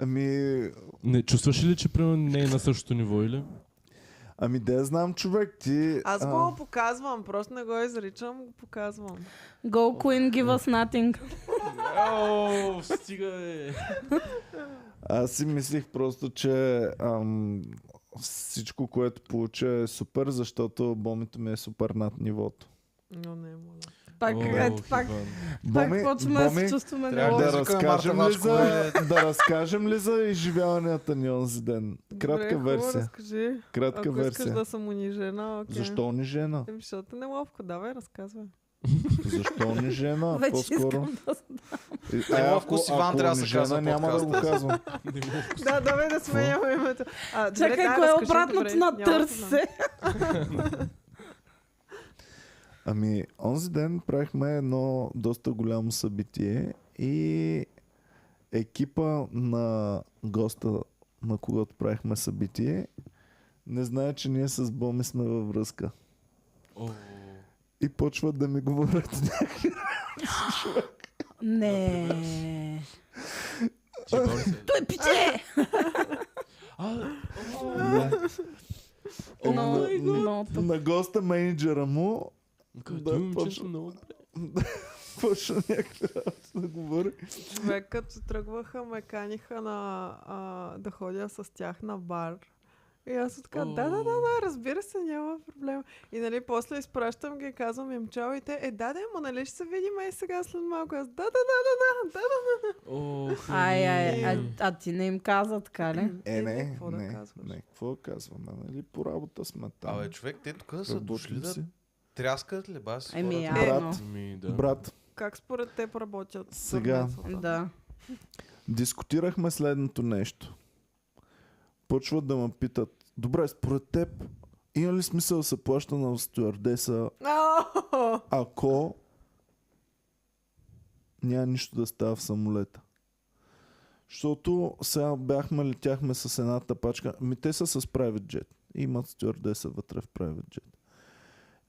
Speaker 1: Ами,
Speaker 4: Не, чувстваш ли, че примерно не е на същото ниво или?
Speaker 1: ами да я знам, човек, ти...
Speaker 2: Аз
Speaker 1: а,
Speaker 2: го показвам, просто не го изричам, го показвам.
Speaker 3: Go Queen, give us nothing.
Speaker 4: О, стига е!
Speaker 1: Аз си мислих просто, че ам, всичко, което получа е супер, защото бомито ми е супер над нивото.
Speaker 2: Но не мога.
Speaker 3: Пак, ето, пак, пак почваме да се чувстваме
Speaker 6: трябва
Speaker 3: неловко.
Speaker 1: да
Speaker 6: Лозика на
Speaker 1: разкажем,
Speaker 6: Марта е-
Speaker 1: ли за,
Speaker 6: Машкова
Speaker 1: да разкажем ли за изживяванията ни онзи ден? Кратка
Speaker 2: Добре, хубаво,
Speaker 1: версия.
Speaker 2: разкажи.
Speaker 1: Кратка
Speaker 2: Ако
Speaker 1: версия.
Speaker 2: искаш да съм унижена, окей.
Speaker 1: Защо ни
Speaker 2: [laughs]
Speaker 1: жена?
Speaker 2: Еми, Защото е неловко, давай, разказвай.
Speaker 1: Защо ни жена?
Speaker 3: Вече
Speaker 1: По-скоро.
Speaker 3: искам
Speaker 1: И-
Speaker 3: да
Speaker 6: Не,
Speaker 1: а,
Speaker 6: Ловко с Иван
Speaker 1: ако
Speaker 6: трябва да
Speaker 1: ни
Speaker 6: се казва
Speaker 1: жена, няма да го
Speaker 6: подкаста.
Speaker 1: казвам.
Speaker 2: Да, давай да сменяме името. А, добре,
Speaker 3: Чакай,
Speaker 2: да,
Speaker 3: кое е
Speaker 2: разкажи,
Speaker 3: обратното
Speaker 2: добре,
Speaker 3: на
Speaker 2: няма да
Speaker 3: търси
Speaker 2: знам.
Speaker 3: се?
Speaker 1: Ами, онзи ден правихме едно доста голямо събитие и екипа на госта, на когото правихме събитие, не знае, че ние с Боми сме във връзка. И почват да ми говорят
Speaker 3: Не.
Speaker 4: Той
Speaker 3: Той пиче! Но, но,
Speaker 1: на, Е, на госта менеджера му Да,
Speaker 4: момичето
Speaker 1: точно.
Speaker 4: много
Speaker 1: почна някакви работи да говори.
Speaker 2: Човек, като тръгваха, ме каниха на, а, да ходя с тях на бар. И аз така, да, да, да, да, разбира се, няма проблем. И нали, после изпращам ги, казвам им чао и те, е, да, да, ма нали ще се видим и сега след малко. Аз, да, да, да, да, да, да, да.
Speaker 4: Ох,
Speaker 3: Ай, ай, а,
Speaker 4: не.
Speaker 3: а ти не им каза така ли?
Speaker 1: Е,
Speaker 2: Е,
Speaker 1: не,
Speaker 2: вие
Speaker 1: не,
Speaker 2: какво да казваш?
Speaker 1: не, какво казваме, нали, по работа сме там.
Speaker 6: Абе, човек, те тук са дошли
Speaker 1: Работим
Speaker 6: да
Speaker 1: си.
Speaker 6: тряскат ли баси
Speaker 2: Ами,
Speaker 3: Еми,
Speaker 6: хората?
Speaker 3: я- Явно.
Speaker 1: Брат,
Speaker 4: Ми, да.
Speaker 1: брат,
Speaker 2: Как според теб работят?
Speaker 1: Сега.
Speaker 2: търменцата?
Speaker 3: Да.
Speaker 1: дискутирахме следното нещо. Почват да ме питат, добре, според теб, има ли смисъл да се плаща на стюардеса,
Speaker 2: Ау!
Speaker 1: ако няма нищо да става в самолета? Защото сега бяхме, летяхме с една тапачка. Ми те са с private jet. Имат стюардеса вътре в private jet.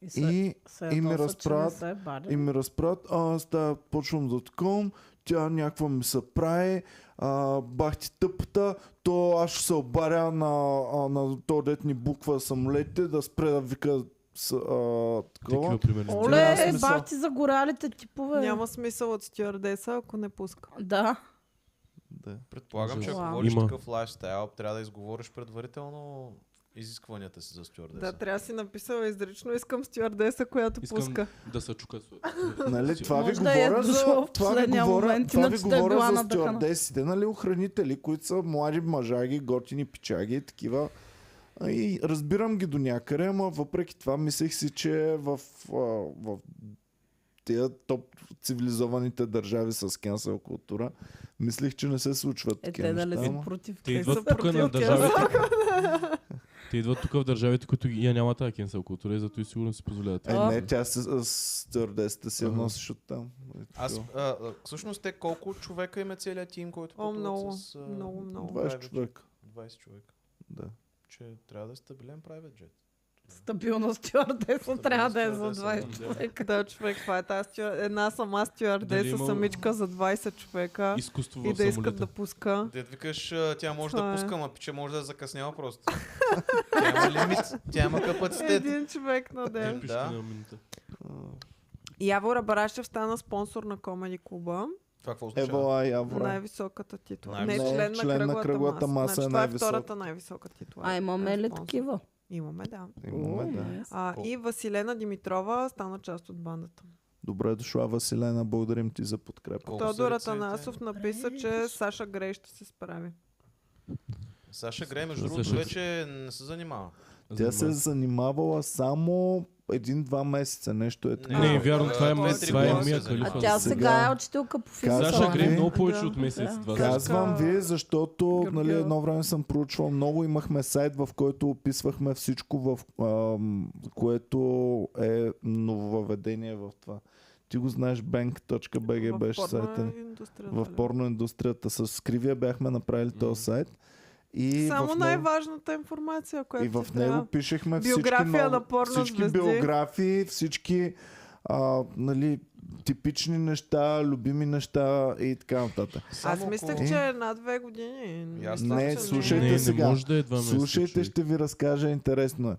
Speaker 3: И, се-
Speaker 1: И
Speaker 3: се
Speaker 1: и ми
Speaker 3: ядоса, че не
Speaker 1: разправят-
Speaker 3: се е барил.
Speaker 1: и ми разправят, а, аз да, почвам да тком, тя някаква ми се прави, а, бах ти тъпта, то аз ще се обаря на, а, на то дет ни буква самолетите, да спре да вика с, а, такова.
Speaker 4: Такива примерни.
Speaker 1: няма
Speaker 3: Оле,
Speaker 1: смисъл.
Speaker 3: бах ти загорялите типове.
Speaker 2: Няма смисъл от стюардеса, ако не пуска.
Speaker 3: Да.
Speaker 1: Да.
Speaker 6: Предполагам, че ако
Speaker 3: Вау.
Speaker 6: водиш
Speaker 4: Има.
Speaker 6: такъв лайфстайл, трябва да изговориш предварително изискванията си за стюардеса.
Speaker 2: Да, трябва да си написала изрично, искам стюардеса, която
Speaker 4: Искам
Speaker 2: пуска.
Speaker 4: да се чука. с-
Speaker 1: Нали,
Speaker 4: с-
Speaker 1: това ви
Speaker 3: Може да я е
Speaker 1: говоря
Speaker 3: дошло
Speaker 1: за,
Speaker 3: в
Speaker 1: това ви
Speaker 3: последния
Speaker 1: говоря,
Speaker 3: момент,
Speaker 1: това ви
Speaker 3: иначе да е била
Speaker 1: говоря за
Speaker 3: надъхана.
Speaker 1: стюардесите, нали, охранители, които са млади мъжаги, готини пичаги и такива. А, И разбирам ги до някъде, ама въпреки това мислех си, че е в, а, в тия топ цивилизованите държави с кенсел култура, мислих, че не се случват
Speaker 3: Е,
Speaker 1: такива
Speaker 3: те да
Speaker 1: неща.
Speaker 3: ли са
Speaker 1: ама-
Speaker 3: против
Speaker 4: Те
Speaker 3: тези?
Speaker 4: идват
Speaker 2: Са
Speaker 4: тук на
Speaker 2: против тя.
Speaker 4: държавите. Те идват тук в държавите, които ги- я няма тази кенсел култура и зато и сигурно си позволяват.
Speaker 1: Е,
Speaker 3: А.
Speaker 1: не, тя с, с стюардесата си я
Speaker 4: Ага.
Speaker 1: носиш оттам. Е, Ето
Speaker 6: Аз,
Speaker 1: това.
Speaker 6: а, а, всъщност те колко човека има целият тим, който
Speaker 2: О, много,
Speaker 6: с... а,
Speaker 2: много, много.
Speaker 1: 20
Speaker 6: private
Speaker 1: човека.
Speaker 6: jet? 20 човека.
Speaker 1: е Да.
Speaker 6: Че трябва да е стабилен private jet.
Speaker 3: Стабилно стюардеса трябва да е за
Speaker 6: стюардеса,
Speaker 3: 20
Speaker 6: да.
Speaker 3: човека.
Speaker 2: Да, човек, това е тази стюар... една сама стюардеса,
Speaker 4: Дали има-
Speaker 2: самичка за 20 човека
Speaker 4: Изкуство
Speaker 2: и
Speaker 4: в
Speaker 2: да искат да
Speaker 4: самолета.
Speaker 2: пуска.
Speaker 6: Дед викаш, а, тя може
Speaker 2: Това
Speaker 6: да
Speaker 2: е.
Speaker 6: пуска, ма пиче може да е закъснява просто. тя има лимит, тя има капацитет.
Speaker 2: Един човек на ден.
Speaker 4: Пишете
Speaker 6: Да.
Speaker 4: на минута.
Speaker 2: Явор Абарашев стана спонсор на Комеди клуба.
Speaker 6: Това
Speaker 1: Е,
Speaker 6: какво означава?
Speaker 1: Евала Явора.
Speaker 2: Най-високата титула. Не,
Speaker 6: Най-висока.
Speaker 2: член,
Speaker 1: Член на
Speaker 2: на кръглата маса. Значи,
Speaker 1: е
Speaker 2: това е
Speaker 1: най-висока.
Speaker 2: втората най-висока титула.
Speaker 3: А имаме
Speaker 2: Е
Speaker 3: ли
Speaker 2: спонсор.
Speaker 3: такива? Е,
Speaker 2: Имаме, да. Е,
Speaker 1: Имаме, Е, да.
Speaker 2: А,
Speaker 6: Кол-
Speaker 2: и Василена Димитрова стана част от бандата.
Speaker 1: Добре дошла, Василена. Благодарим ти за подкрепа.
Speaker 6: Колко са
Speaker 2: Тодор
Speaker 6: ръцете?
Speaker 2: Атанасов написа, че Саша Грей ще се справи.
Speaker 6: Саша Грей, между
Speaker 4: Саша
Speaker 6: другото,
Speaker 4: Грей.
Speaker 6: вече не се занимава.
Speaker 1: Тя се е
Speaker 4: Занимава.
Speaker 1: занимавала само един-два месеца. Нещо е така.
Speaker 4: Не, вярно,
Speaker 6: а,
Speaker 4: това е
Speaker 6: две-три
Speaker 4: месец, това е
Speaker 6: години
Speaker 4: Мия
Speaker 6: се
Speaker 4: Калифа.
Speaker 3: А
Speaker 6: занимава.
Speaker 3: тя
Speaker 1: Сега-
Speaker 3: сега е учителка по
Speaker 1: Казах
Speaker 4: Саша
Speaker 1: Саша
Speaker 4: Грей
Speaker 1: Грей.
Speaker 3: физика.
Speaker 4: много повече
Speaker 2: Да.
Speaker 4: от месец.
Speaker 8: Да.
Speaker 4: два
Speaker 2: Каз-
Speaker 4: месеца.
Speaker 1: Казвам
Speaker 2: Така,
Speaker 1: ви, защото
Speaker 2: Георгиева.
Speaker 1: нали, едно време съм проучвал много. Имахме сайт, в който описвахме всичко, в ам, което е нововъведение в това. Ти го знаеш, bank.bg
Speaker 2: В
Speaker 1: беше
Speaker 2: порно е
Speaker 1: сайта. ни.
Speaker 2: индустрията,
Speaker 1: В
Speaker 2: ли?
Speaker 1: порноиндустрията с Кривия бяхме направили този сайт. И
Speaker 2: Само
Speaker 1: в него,
Speaker 2: най-важната информация, която
Speaker 1: и в
Speaker 2: ти
Speaker 1: него
Speaker 2: трябва.
Speaker 1: пишехме
Speaker 2: Биография
Speaker 1: всички, нов-
Speaker 2: на порно
Speaker 1: всички
Speaker 2: звезди.
Speaker 1: биографии, всички а, нали, типични неща, любими неща и така нататък.
Speaker 2: Аз
Speaker 6: Само
Speaker 2: мислех,
Speaker 6: около-
Speaker 2: че е над две години.
Speaker 6: Аз
Speaker 2: Мислех,
Speaker 1: не,
Speaker 2: че
Speaker 1: слушайте
Speaker 4: не, не
Speaker 1: сега.
Speaker 4: може да е два месеца.
Speaker 1: Слушайте,
Speaker 4: човек.
Speaker 1: ще ви разкажа, интересно е.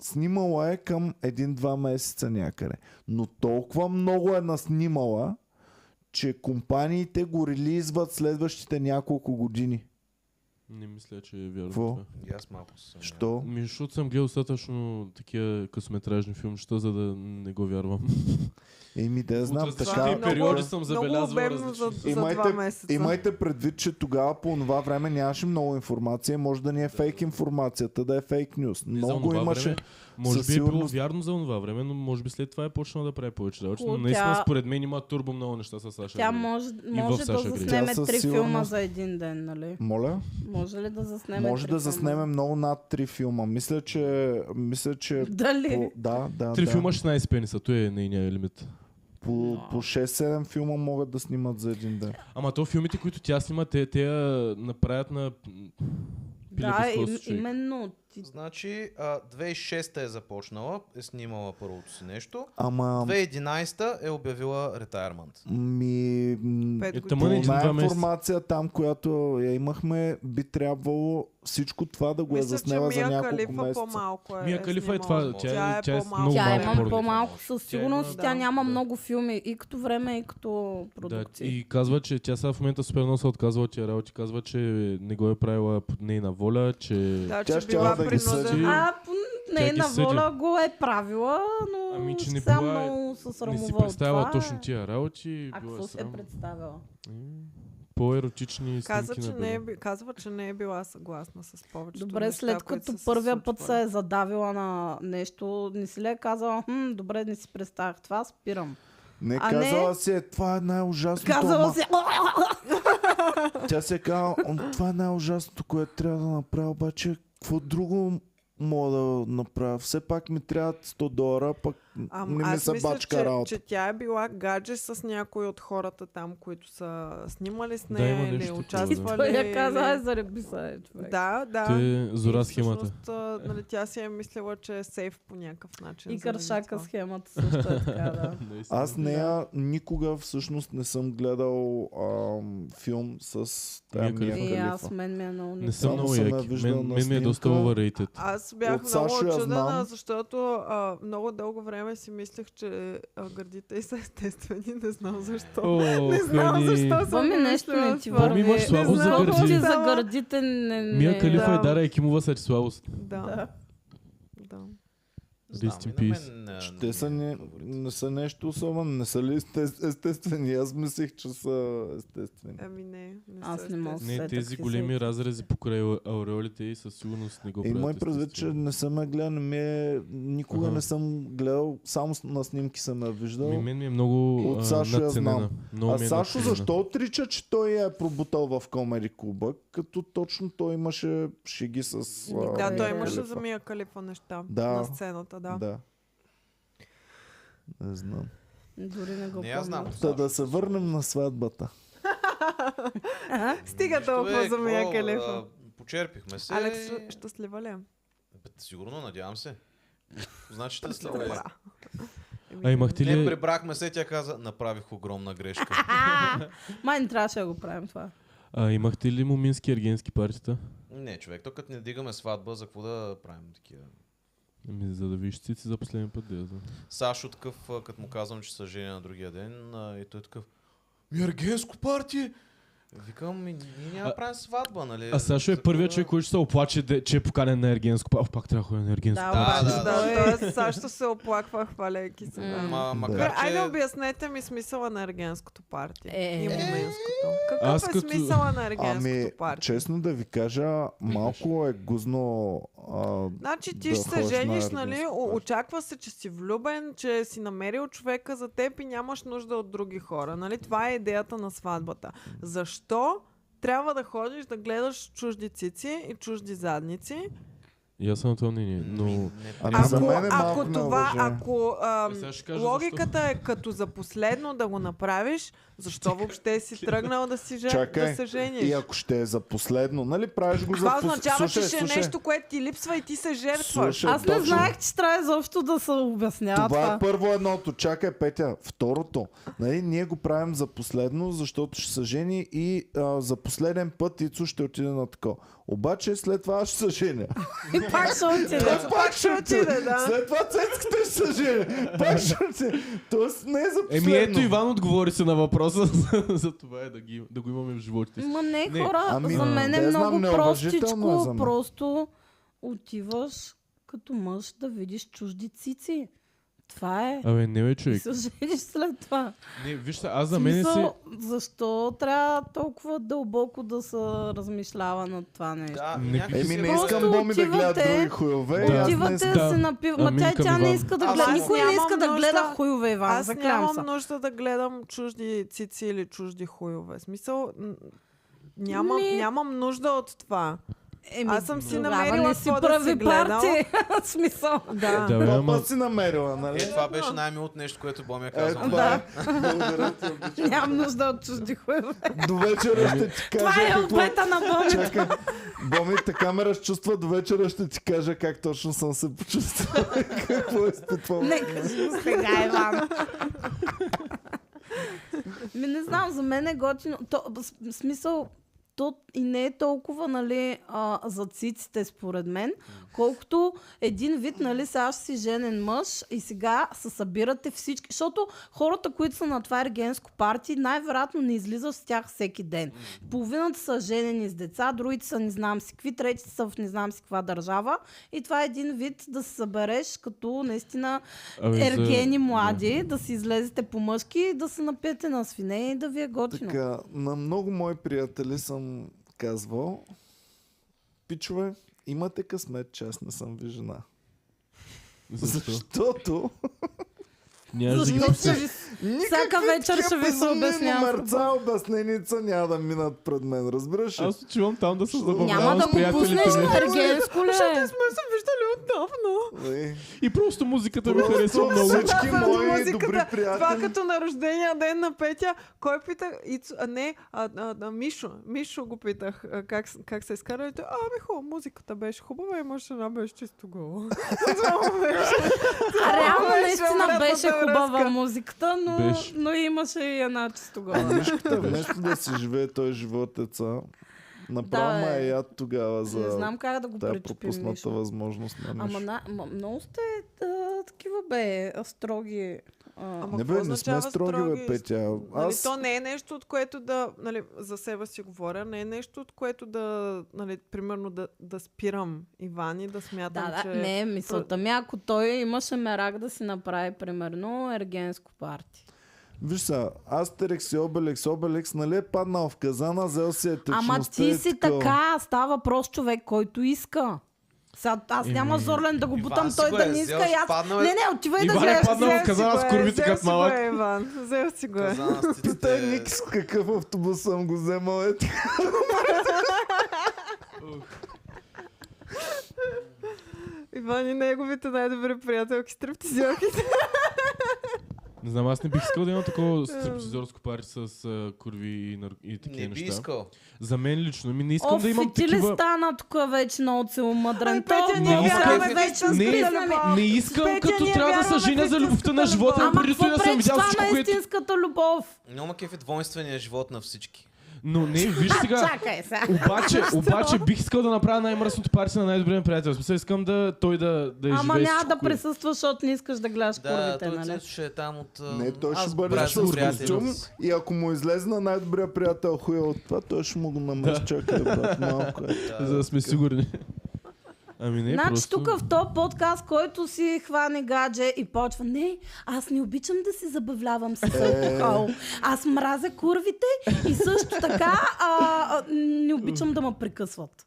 Speaker 1: Снимала е към един-два месеца някъде. Но толкова много е наснимала, че компаниите го релизват следващите няколко години.
Speaker 4: Не мисля, че е вярно.
Speaker 1: Кво?
Speaker 4: това.
Speaker 6: И аз малко се съмнявам.
Speaker 1: Що?
Speaker 4: Ми, защото съм гледал достатъчно такива късометражни филмчета, за да не го вярвам. [laughs]
Speaker 1: Еми, да я знам,
Speaker 4: От
Speaker 1: така.
Speaker 4: различни
Speaker 2: много-
Speaker 4: периоди съм
Speaker 2: Много
Speaker 4: забелязвал
Speaker 2: обемно за,
Speaker 4: различни.
Speaker 2: за два месеца.
Speaker 1: имайте предвид, че тогава по това време нямаше много информация. Може да ни е фейк информацията, да е фейк нюс.
Speaker 4: Не, за
Speaker 1: Много
Speaker 4: онова
Speaker 1: имаше.
Speaker 4: Време, може
Speaker 1: със
Speaker 4: би е било
Speaker 1: сигурност.
Speaker 4: вярно за това време, но може би след това е почнала да прави повече работи. Но
Speaker 3: Хубаво,
Speaker 4: наистина,
Speaker 3: тя-
Speaker 4: според мен има турбо много неща с Саша.
Speaker 3: Тя
Speaker 4: Грей.
Speaker 3: може,
Speaker 4: в
Speaker 3: може да
Speaker 4: Саша Грей.
Speaker 1: Тя
Speaker 3: заснеме
Speaker 1: със
Speaker 3: три филма
Speaker 1: сигурност-
Speaker 3: за един ден, нали?
Speaker 1: Моля?
Speaker 3: Може ли да заснеме
Speaker 1: Може
Speaker 3: три
Speaker 1: да
Speaker 3: филма?
Speaker 1: заснеме много над три филма. Мисля, че... Мисля, че...
Speaker 3: Дали?
Speaker 2: [laughs]
Speaker 1: По, да, да,
Speaker 4: Три
Speaker 1: да.
Speaker 4: филма 16 пениса, той е нейният лимит.
Speaker 1: По, по 6-7 филма могат да снимат за един ден.
Speaker 4: Ама то филмите, които тя снима, те, те я направят на...
Speaker 3: Да,
Speaker 4: пиле без
Speaker 3: им,
Speaker 4: кос, човек.
Speaker 3: именно. Ти
Speaker 6: Значи, а, 2006 е започнала, е снимала първото си нещо.
Speaker 1: Ама...
Speaker 6: 2011 е обявила ретайрмент.
Speaker 1: Ми... м,
Speaker 2: Пет
Speaker 4: Е,
Speaker 2: години.
Speaker 4: тъмън
Speaker 1: По
Speaker 4: Мъни, един-два
Speaker 1: една
Speaker 4: месеца.
Speaker 1: информация там, която я имахме, би трябвало всичко това да го е
Speaker 2: Мисля, че
Speaker 1: заснела за
Speaker 2: Мия
Speaker 1: няколко
Speaker 2: Калифа
Speaker 1: месеца.
Speaker 2: по-малко е
Speaker 4: Мия Калифа е
Speaker 2: снимала.
Speaker 4: това, тя е- тя е
Speaker 2: по-малко.
Speaker 4: много
Speaker 3: Тя има
Speaker 4: малко поради това
Speaker 3: по-малко
Speaker 6: може.
Speaker 3: със
Speaker 6: Тя има-
Speaker 3: сигурност.
Speaker 2: да.
Speaker 3: Тя няма
Speaker 4: Да.
Speaker 3: много филми и като време, и като
Speaker 4: Да,
Speaker 3: продукции.
Speaker 4: и казва, че тя сега в момента супер много се отказва от тия работи. Казва, че не го е правила под нейна воля, че...
Speaker 1: Тя
Speaker 2: Да, че
Speaker 1: щяла
Speaker 2: била
Speaker 1: да ги съди.
Speaker 2: принудена.
Speaker 3: А, по нейна
Speaker 4: съди.
Speaker 3: воля го е правила, но
Speaker 4: Ами, че не
Speaker 3: сега
Speaker 4: била-
Speaker 3: много се
Speaker 4: не
Speaker 3: срамува
Speaker 4: си
Speaker 3: от
Speaker 4: представила
Speaker 3: това.
Speaker 4: точно тия работи.
Speaker 3: А
Speaker 4: била
Speaker 3: какво се е
Speaker 4: срам.
Speaker 3: представила?
Speaker 4: М, По-еротични
Speaker 2: Казва
Speaker 4: снимки
Speaker 2: че,
Speaker 4: набила.
Speaker 2: не е, би- казва, че не е била съгласна с повечето
Speaker 3: Добре,
Speaker 2: неща,
Speaker 3: след
Speaker 2: които
Speaker 3: като
Speaker 2: са се
Speaker 3: първия път
Speaker 2: случвали.
Speaker 3: се е задавила на нещо, не си ли е казала, хм, добре, не си представях това, спирам.
Speaker 1: Не,
Speaker 3: А не?
Speaker 1: казала си е, това е най-ужасното.
Speaker 3: Казала
Speaker 1: ама-
Speaker 3: си,
Speaker 1: Тя си е казала, «М, това е най-ужасното, което трябва да направя, обаче какво друго мога да направя? Все пак ми трябват 100 долара, пък
Speaker 2: Ам,
Speaker 1: не ми
Speaker 2: аз
Speaker 1: се
Speaker 2: мисля,
Speaker 1: бачка
Speaker 2: че,
Speaker 1: работа.
Speaker 2: че тя е била гадже с някои от хората там, които са снимали с
Speaker 4: Да,
Speaker 2: нея
Speaker 4: има
Speaker 2: или
Speaker 4: нещо такова, да.
Speaker 2: участвали.
Speaker 3: той я каза, е
Speaker 2: или-
Speaker 3: заребиса, е, човек.
Speaker 2: Да, да.
Speaker 4: Те зора
Speaker 2: И
Speaker 4: схемата.
Speaker 2: всъщност, а, нали, тя си е мислила, че е сейф по някакъв начин.
Speaker 3: И
Speaker 2: заради
Speaker 3: кършака
Speaker 2: това.
Speaker 3: схемата също е така, да.
Speaker 4: Наистина.
Speaker 1: Аз нея никога всъщност не съм гледал ам, филм с тая
Speaker 4: Мия
Speaker 1: Мия
Speaker 4: Калифа.
Speaker 3: И аз,
Speaker 1: Калифа.
Speaker 3: мен ми е много
Speaker 4: Не
Speaker 3: неприятно.
Speaker 4: съм
Speaker 1: Само
Speaker 4: много
Speaker 1: съм я
Speaker 4: яки.
Speaker 1: виждал
Speaker 4: Мен,
Speaker 1: на
Speaker 4: мен ми е доста
Speaker 1: снимка.
Speaker 4: overrated.
Speaker 1: [laughs]
Speaker 2: Аз бях
Speaker 1: От
Speaker 2: много
Speaker 1: Сашо я
Speaker 2: очудена,
Speaker 1: знам.
Speaker 2: защото а, много дълго време си мислех, че а, гърдите й са естествени. Не знам защо.
Speaker 4: О,
Speaker 2: не знам защо съм
Speaker 3: Боми,
Speaker 2: го
Speaker 3: нещо
Speaker 2: мислила
Speaker 3: не ти
Speaker 2: това.
Speaker 4: Боми,
Speaker 3: върви.
Speaker 4: имаш слабост
Speaker 2: за
Speaker 3: Колкото
Speaker 2: гърди.
Speaker 3: ти за гърдите не... не-
Speaker 4: Мия Калифа
Speaker 2: Да.
Speaker 4: и Дара Екимова са ти слабост.
Speaker 2: Да.
Speaker 3: Да.
Speaker 2: да.
Speaker 6: Знам,
Speaker 4: Rest in
Speaker 6: и на
Speaker 4: peace.
Speaker 6: Мен, а,
Speaker 1: Ще са
Speaker 6: ми е
Speaker 1: не,
Speaker 6: фаворит.
Speaker 1: не са нещо особено, не са ли есте- естествени? Аз мислех, че са естествени.
Speaker 2: Ами не, не
Speaker 3: Аз
Speaker 2: се
Speaker 3: не мога. След
Speaker 4: Не,
Speaker 3: такива
Speaker 4: тези
Speaker 3: си- е.
Speaker 4: големи разрези покрай ауреолите и със сигурност не го
Speaker 1: И
Speaker 4: правят.
Speaker 1: мой предвид, че
Speaker 4: естествено.
Speaker 1: не съм я гледал, не ми е, никога
Speaker 4: Аха.
Speaker 1: не съм гледал, само с- на снимки съм я виждал.
Speaker 4: Ми, мен ми е много
Speaker 1: От
Speaker 4: а,
Speaker 1: Сашо я
Speaker 4: надценена.
Speaker 1: знам.
Speaker 4: Много
Speaker 1: а
Speaker 4: ми е
Speaker 1: Сашо
Speaker 4: надценена.
Speaker 1: защо отрича, че той я е пробутал в Комери Куба, като точно той имаше шиги с... а,
Speaker 2: Да, той
Speaker 1: Мия
Speaker 2: имаше
Speaker 1: Халифа?
Speaker 2: за Мия Калифа неща
Speaker 1: Е, Да.
Speaker 2: на сцената, да.
Speaker 1: Да. Не знам.
Speaker 3: Дори не го
Speaker 6: Не, аз знам.
Speaker 3: помня.
Speaker 1: Та да се върнем на сватбата.
Speaker 2: Стига
Speaker 6: Нищо,
Speaker 2: толкова
Speaker 6: бе,
Speaker 2: за Мия
Speaker 6: какво,
Speaker 2: Калифа.
Speaker 6: а, Почерпихме се.
Speaker 2: Алекс, щастлива ли е?
Speaker 6: Бе, Сигурно, надявам се. Значи щастлива е.
Speaker 2: Добра. Еми,
Speaker 4: А имахте
Speaker 3: Ами,
Speaker 6: Не,
Speaker 4: ли,
Speaker 6: прибрахме се, тя каза, направих огромна грешка.
Speaker 3: Май не трябваше да го правим това.
Speaker 4: а, имахте ли момински ергенски партита?
Speaker 6: не, човек, то като не дигаме сватба, за какво да правим такива?
Speaker 4: Ами, за да виж си за последния път, да я знам.
Speaker 6: Сашо такъв, а, като му казвам, че се женя на другия ден, а, и той е такъв, ми ергенско парти! Викам, ми, ние няма да
Speaker 4: А-
Speaker 6: правим сватба, нали?
Speaker 4: А Сашо е
Speaker 6: За
Speaker 4: първият
Speaker 6: какво
Speaker 4: човек, който ще се оплаче, де- че е поканен на ергенско. А, пак трябва да ходя на ергенско.
Speaker 3: Да,
Speaker 6: Да,
Speaker 3: обаче,
Speaker 6: да, Значи-
Speaker 3: той е-
Speaker 2: Да, той също се оплаква, хваляйки се.
Speaker 6: да-
Speaker 2: Да.
Speaker 6: Ма, макар,
Speaker 2: Добре,
Speaker 6: че...
Speaker 2: Айде обяснете ми смисъла на ергенското партия
Speaker 3: Е,
Speaker 2: и
Speaker 3: е.
Speaker 2: моминското. Какъв
Speaker 4: Аз
Speaker 2: е
Speaker 4: като-
Speaker 2: смисъла на ергенското
Speaker 1: Ами,
Speaker 2: партия?
Speaker 1: честно да ви кажа, малко е гузно... А,
Speaker 2: Значи ти
Speaker 1: да
Speaker 2: ще се
Speaker 1: ходиш на
Speaker 2: жениш,
Speaker 1: ергенско
Speaker 2: нали?
Speaker 1: партия.
Speaker 2: о- Очаква се, че си влюбен, че си намерил човека за теб и нямаш нужда от други хора. Нали? Това е идеята на сватбата. Защо трябва да ходиш да гледаш чужди цици и чужди задници?
Speaker 4: И аз съм на това мнение,
Speaker 6: Ми,
Speaker 4: но...
Speaker 6: не,
Speaker 1: Ами
Speaker 2: Ако,
Speaker 1: за мен е малко
Speaker 2: ако това,
Speaker 1: неуважение.
Speaker 2: ако ам,
Speaker 4: Е, сега ще кажа
Speaker 2: логиката е като за последно да го направиш, защо въобще си тръгнал да си жен...
Speaker 1: Чакай.
Speaker 2: да се жениш?
Speaker 1: И ако ще е за последно, нали правиш го за
Speaker 2: Това
Speaker 1: пос-
Speaker 2: означава, че
Speaker 1: Слушай,
Speaker 2: ще е
Speaker 1: слушай.
Speaker 2: нещо, което ти липсва и ти се жертваш.
Speaker 1: Слушай,
Speaker 3: Аз не
Speaker 1: точно.
Speaker 3: знаех, че трябва изобщо да се обяснява
Speaker 1: Това
Speaker 3: това.
Speaker 1: е първо едното. Чакай, Петя. Второто. Нали, ние го правим за последно, защото ще са жени и а, за последен път Ицо ще отиде на тако. Обаче след това аз ще се женя.
Speaker 3: И пак ще отиде.
Speaker 1: Той пак ще
Speaker 2: отиде, да.
Speaker 1: След това цецката ще се женя. Пак ще отиде. Тоест не е за последно.
Speaker 4: Еми ето Иван отговори се на въпроса [laughs] за, за това е да, ги, да го имаме в животите си.
Speaker 3: Ма не,
Speaker 4: Не,
Speaker 3: хора,
Speaker 1: ами,
Speaker 3: за мен е
Speaker 1: да, знам,
Speaker 3: много
Speaker 1: неуважително е
Speaker 3: простичко.
Speaker 1: за мен.
Speaker 3: Просто отиваш като мъж да видиш чужди цици. Това е.
Speaker 4: Абе, не бе
Speaker 3: И
Speaker 4: човек.
Speaker 3: се жениш след това.
Speaker 4: Не, вижте, аз за мен си...
Speaker 3: Смисъл, Защо трябва толкова дълбоко да се размишлява над това нещо?
Speaker 6: Да,
Speaker 4: Ами, Не
Speaker 6: някакси
Speaker 1: Еми
Speaker 6: си
Speaker 1: не
Speaker 6: е-
Speaker 3: Просто
Speaker 1: искам Боми да гледа
Speaker 3: отивате-
Speaker 1: други хуйове. и
Speaker 4: Да.
Speaker 1: аз не
Speaker 3: Отивате
Speaker 1: искам.
Speaker 3: да
Speaker 4: Да.
Speaker 3: се напиват. Ма
Speaker 4: Ами
Speaker 3: тя,
Speaker 4: към
Speaker 3: тя не
Speaker 4: Иван.
Speaker 3: иска да
Speaker 2: Аз
Speaker 3: гледа.
Speaker 2: нямам
Speaker 3: Никой не иска да
Speaker 2: нужда-
Speaker 3: гледа хуйове, Иван.
Speaker 2: Аз
Speaker 3: Заклям
Speaker 2: нямам
Speaker 3: се.
Speaker 2: нужда да гледам чужди цици или чужди хуйове. В Смисъл, н- нямам,
Speaker 3: Ми-
Speaker 2: нямам нужда от това.
Speaker 3: Еми,
Speaker 2: Аз съм си
Speaker 3: тогава
Speaker 2: намерила
Speaker 3: не си
Speaker 2: какво да си
Speaker 3: прави
Speaker 2: гледам.
Speaker 3: парти. [laughs] В смисъл.
Speaker 2: Да.
Speaker 4: Да, бе,
Speaker 1: Това
Speaker 4: ама...
Speaker 1: път си намерила, нали?
Speaker 6: Е, това беше най-милото нещо, което Боми е
Speaker 1: Е,
Speaker 6: казал.
Speaker 1: това е. Благодаря ти. обичам.
Speaker 3: Нямам нужда от чужди хуйове.
Speaker 1: До вечера ще ти кажа
Speaker 3: Това е
Speaker 1: какво...
Speaker 3: обета на Боми.
Speaker 1: Чакай, Боми, така ме разчувства, до вечера ще ти кажа как точно съм се почувствал и какво е изпитвал.
Speaker 3: Не кажи го сега,
Speaker 2: е
Speaker 3: Иван. Ми не знам, за мен е готино. То, с- смисъл, то и не е толкова нали, а, за циците, според мен, колкото един вид, нали, сега ще си женен мъж и сега се събирате всички. Защото хората, които са на това ергенско парти, най-вероятно не излизаш с тях всеки ден. Половината са женени с деца, другите са не знам си какви, третите са в не знам си каква държава. И това е един вид да се събереш като наистина
Speaker 4: Абе, Ами за-
Speaker 3: ергени млади, да си излезете по мъжки, да се напиете на свине и да ви е готино.
Speaker 1: Така, на много мои приятели съм казвал, пичове, имате късмет, че аз не съм ви жена.
Speaker 4: Защо?
Speaker 1: Защото
Speaker 4: Нямаш да ги
Speaker 3: Защото ще
Speaker 4: пусеш.
Speaker 3: ви
Speaker 1: никакви
Speaker 3: вечер
Speaker 1: такива
Speaker 3: ще ви се
Speaker 1: безумни
Speaker 3: обяснявам.
Speaker 1: Номерца, обясненица няма да минат пред мен, разбираш ли?
Speaker 4: Аз отивам там да се
Speaker 3: Няма
Speaker 4: забавлявам
Speaker 3: да
Speaker 4: с
Speaker 3: го
Speaker 4: приятелите
Speaker 3: пуснеш нали? на
Speaker 4: ми.
Speaker 3: ергенско ли? е?
Speaker 2: Сме се виждали отдавна.
Speaker 1: Е,
Speaker 4: И просто музиката ми харесва много.
Speaker 1: Всички мои
Speaker 2: Музиката,
Speaker 1: добри
Speaker 3: е
Speaker 2: Това
Speaker 1: приятели.
Speaker 2: като на рождения ден на Петя, кой пита, Ицо, а не, а, а, а, Мишо, Мишо го питах а, как, с- как се изкарали. Той, Ами хубаво, музиката беше хубава и мъж една беше чисто
Speaker 4: [laughs]
Speaker 2: гола. Това беше.
Speaker 3: А реално
Speaker 2: Беше
Speaker 3: наистина
Speaker 2: обратната
Speaker 3: беше хубава
Speaker 2: връзка.
Speaker 3: музиката, но,
Speaker 4: Беше.
Speaker 3: но имаше и една чисто гола.
Speaker 1: Мишката, вместо да си живее той животеца,
Speaker 3: Да,
Speaker 1: направо
Speaker 3: бе.
Speaker 1: ма е яд тогава за
Speaker 3: Не знам как да го
Speaker 1: тая
Speaker 3: причупим.
Speaker 1: пропусната
Speaker 3: Мишо.
Speaker 1: възможност на
Speaker 3: Ама
Speaker 1: Мишо.
Speaker 3: на, м- много сте а, такива бе, а, строги.
Speaker 2: Ама
Speaker 1: Не
Speaker 2: какво
Speaker 1: бе, не сме
Speaker 2: означава
Speaker 1: строги, бе, Петя.
Speaker 2: Нали,
Speaker 1: Аз...
Speaker 2: то не е нещо, от което да... Нали, за себе си говоря, не е нещо, от което да... Нали, примерно да, да спирам Иван и да смятам,
Speaker 3: Да,
Speaker 2: че...
Speaker 3: да, не, мисълта ми, ако той имаше мерак да си направи, примерно, ергенско парти.
Speaker 1: Виж са, Астерикс и Обеликс, Обеликс, нали е паднал в казана, взел си е етичността.
Speaker 3: Ама ти
Speaker 1: и
Speaker 3: си
Speaker 1: такова.
Speaker 3: така, става въпрос човек, който иска. Сега, аз няма зорлен да го
Speaker 6: Иван
Speaker 3: бутам,
Speaker 6: си
Speaker 3: той
Speaker 6: го
Speaker 3: да
Speaker 6: е
Speaker 3: не
Speaker 6: взел,
Speaker 3: иска и аз.
Speaker 6: паднал е-
Speaker 3: Не, не, отивай да
Speaker 4: Иван е
Speaker 3: гледаш.
Speaker 4: паднал в
Speaker 2: Взел си
Speaker 4: казана
Speaker 2: го
Speaker 4: с
Speaker 2: е,
Speaker 4: курвите
Speaker 2: взел
Speaker 4: като
Speaker 2: си го
Speaker 4: малък.
Speaker 2: е, Иван. Взел си го е.
Speaker 6: Казана с циците
Speaker 1: Питай
Speaker 6: е-
Speaker 1: Ник с какъв автобус съм го вземал. Е, така.
Speaker 2: Иван и неговите най-добри приятелки стриптизиорките.
Speaker 4: Не знам, аз не бих искал да имам
Speaker 3: Е.
Speaker 4: такова стриптизорско пари с а, курви и, нар... и такива
Speaker 6: Не би
Speaker 4: неща.
Speaker 6: искал.
Speaker 4: За мен лично. Ми не искам
Speaker 3: Оф,
Speaker 4: да имам
Speaker 3: фити ли
Speaker 4: такива...
Speaker 3: стана тук вече много целомъдрен?
Speaker 2: Ай,
Speaker 3: То,
Speaker 2: Петя,
Speaker 4: ние
Speaker 3: много
Speaker 4: вярваме
Speaker 3: е
Speaker 2: в
Speaker 3: вече
Speaker 2: истинската
Speaker 3: скризнали.
Speaker 2: любов.
Speaker 4: Не искам,
Speaker 2: Петя,
Speaker 4: като
Speaker 3: е
Speaker 2: ние
Speaker 4: трябва да
Speaker 2: вярваме
Speaker 4: се
Speaker 2: в
Speaker 4: жена за любовта на
Speaker 2: истинската
Speaker 4: живота ми,
Speaker 2: любов.
Speaker 3: Ама
Speaker 4: преди
Speaker 3: какво
Speaker 4: да съм
Speaker 3: пречи
Speaker 4: видял
Speaker 3: това
Speaker 4: всичко,
Speaker 3: на
Speaker 4: което...
Speaker 3: истинската любов?
Speaker 6: Няма кеф е двойствения живот на всички.
Speaker 4: Но не, виж сега,
Speaker 3: Чакай сега.
Speaker 4: Обаче, обаче бих искал да направя най-мръсното парти на най-добрия ми приятел. В Смисъл, искам да той да, да изживее
Speaker 3: Ама няма
Speaker 4: всичко,
Speaker 3: да
Speaker 4: което-
Speaker 3: присъстваш, защото не искаш да гледаш
Speaker 6: Да,
Speaker 3: курвите,
Speaker 6: той
Speaker 3: нали?
Speaker 6: Цецо ще е там от... а,
Speaker 1: Не, той
Speaker 6: аз
Speaker 1: ще бъде
Speaker 6: брат,
Speaker 1: с
Speaker 6: приятели
Speaker 1: костюм
Speaker 6: си.
Speaker 1: и ако му излезе на най-добрия приятел хуя от това, той ще му го намеш. Чакай, брат,
Speaker 6: [laughs]
Speaker 1: малко е.
Speaker 4: За да сме сигурни. Ами не,
Speaker 3: значи
Speaker 4: просто...
Speaker 3: тук в този подкаст, който си хване гадже и почва, не, аз не обичам да се забавлявам с
Speaker 4: Е.
Speaker 3: алкохол. Аз мразя курвите и също така а, а, не обичам да ме прекъсват.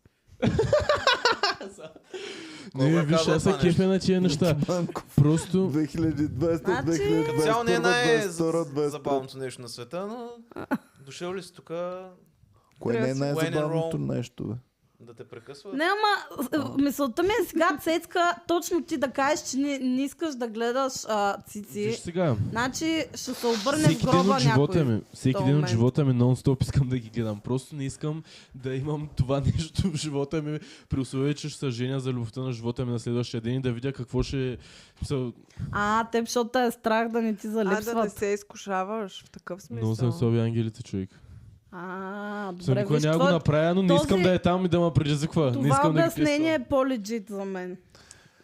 Speaker 6: Кой
Speaker 4: Не,
Speaker 6: го е
Speaker 4: виж,
Speaker 6: казал
Speaker 4: аз се
Speaker 6: това
Speaker 4: кефя на тия неща.
Speaker 1: Банко.
Speaker 4: Просто...
Speaker 1: 2020,
Speaker 3: Значи-
Speaker 6: Като цяло не е
Speaker 1: 2021, 2022.
Speaker 6: най-забавното нещо на света, но дошъл ли си тук
Speaker 1: Кое не е
Speaker 6: Трябва си
Speaker 1: най-забавното
Speaker 6: Wayne and Roll.
Speaker 1: нещо, бе?
Speaker 6: да те прекъсва?
Speaker 3: Не, ама с- мисълта ми е сега, Цецка, точно ти да кажеш, че не, не искаш да гледаш а,
Speaker 4: Виж
Speaker 3: цици.
Speaker 4: сега,
Speaker 3: Значи ще се обърне
Speaker 4: всеки
Speaker 3: в
Speaker 4: ден
Speaker 3: гроба
Speaker 4: от живота
Speaker 3: някой.
Speaker 4: ми, всеки
Speaker 3: този
Speaker 4: ден от
Speaker 3: момент.
Speaker 4: живота ми нон-стоп искам да ги гледам. Просто не искам да имам това [laughs] нещо в живота ми, при условие, че ще се женя за любовта на живота ми на следващия ден и да видя какво ще... Мисъл,
Speaker 3: А, теб, защото те е страх да не ти
Speaker 2: А, да не
Speaker 3: залипсват.
Speaker 2: се изкушаваш в такъв
Speaker 4: Много съм
Speaker 2: смисъл.
Speaker 4: слаби ангелите, човек.
Speaker 3: А,
Speaker 4: Съм
Speaker 3: добре,
Speaker 4: никога
Speaker 3: виж,
Speaker 4: няма го
Speaker 3: това,
Speaker 4: направя, но не
Speaker 3: този-
Speaker 4: искам да е там и да ме предизвиква. Не
Speaker 3: това
Speaker 4: искам да ги
Speaker 3: обяснение
Speaker 4: тествам.
Speaker 3: е по-легит за мен.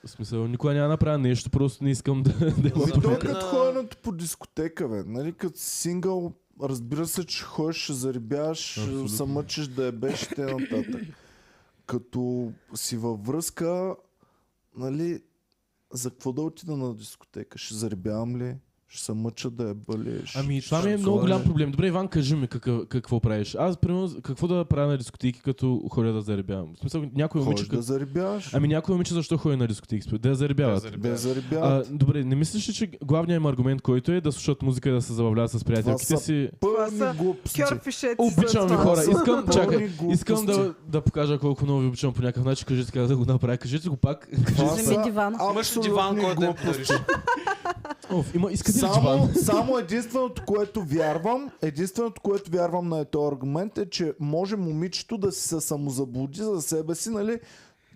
Speaker 4: В смисъл, никога няма да направя нещо, просто не искам да, [laughs] да има
Speaker 6: За
Speaker 1: Ми
Speaker 6: мен,
Speaker 1: то
Speaker 4: проблем.
Speaker 6: Добре.
Speaker 1: Ами, като
Speaker 6: а-
Speaker 1: ходенето по дискотека, бе. Нали, като си сингъл, разбира се, че ходиш, ще зарибяваш,
Speaker 4: Абсолютно.
Speaker 1: се мъчиш да я беше и те нататък. като си във връзка, нали, за какво да отида на дискотека? Ще зарибявам ли? Ще се мъча да я бъли? Ще-
Speaker 4: Ами това
Speaker 1: ще
Speaker 4: ми е много
Speaker 1: ходя?
Speaker 4: голям проблем. Добре, Иван, кажи ми какъв, какво правиш. Аз, примерно, какво да правя на дискотеки, като ходя да заребявам? В смисъл, някой момиче...
Speaker 1: Ходиш да
Speaker 4: Като...
Speaker 1: зарибяваш?
Speaker 4: Ами някой момиче защо ходи на дискотеки? според- Да я заребяват.
Speaker 1: Да я
Speaker 4: А,
Speaker 1: зарибяват.
Speaker 4: добре, не мислиш ли, че главният им аргумент, който е да слушат музика и да се забавляват с приятелките
Speaker 1: Това са Е,
Speaker 4: си?
Speaker 1: Пълни
Speaker 2: са
Speaker 1: глупости.
Speaker 2: Кьорфишеци
Speaker 4: Обичам ви
Speaker 2: това.
Speaker 4: хора. Искам,
Speaker 1: Пълни
Speaker 4: чакай,
Speaker 1: глупости.
Speaker 4: искам да, да покажа колко много ви обичам по някакъв начин. Кажете как да го направя. Кажете го пак.
Speaker 1: Това
Speaker 3: Вземи
Speaker 1: са
Speaker 3: дивана.
Speaker 6: Имаш ли диван,
Speaker 1: абсолютни
Speaker 6: който е да
Speaker 1: глупости.
Speaker 6: подариш?
Speaker 4: Оф, има, искате ли е диван?
Speaker 1: Само, само единственото, което вярвам, единственото, което вярвам на този аргумент е, че може момичето да си се самозаблуди за себе си, нали?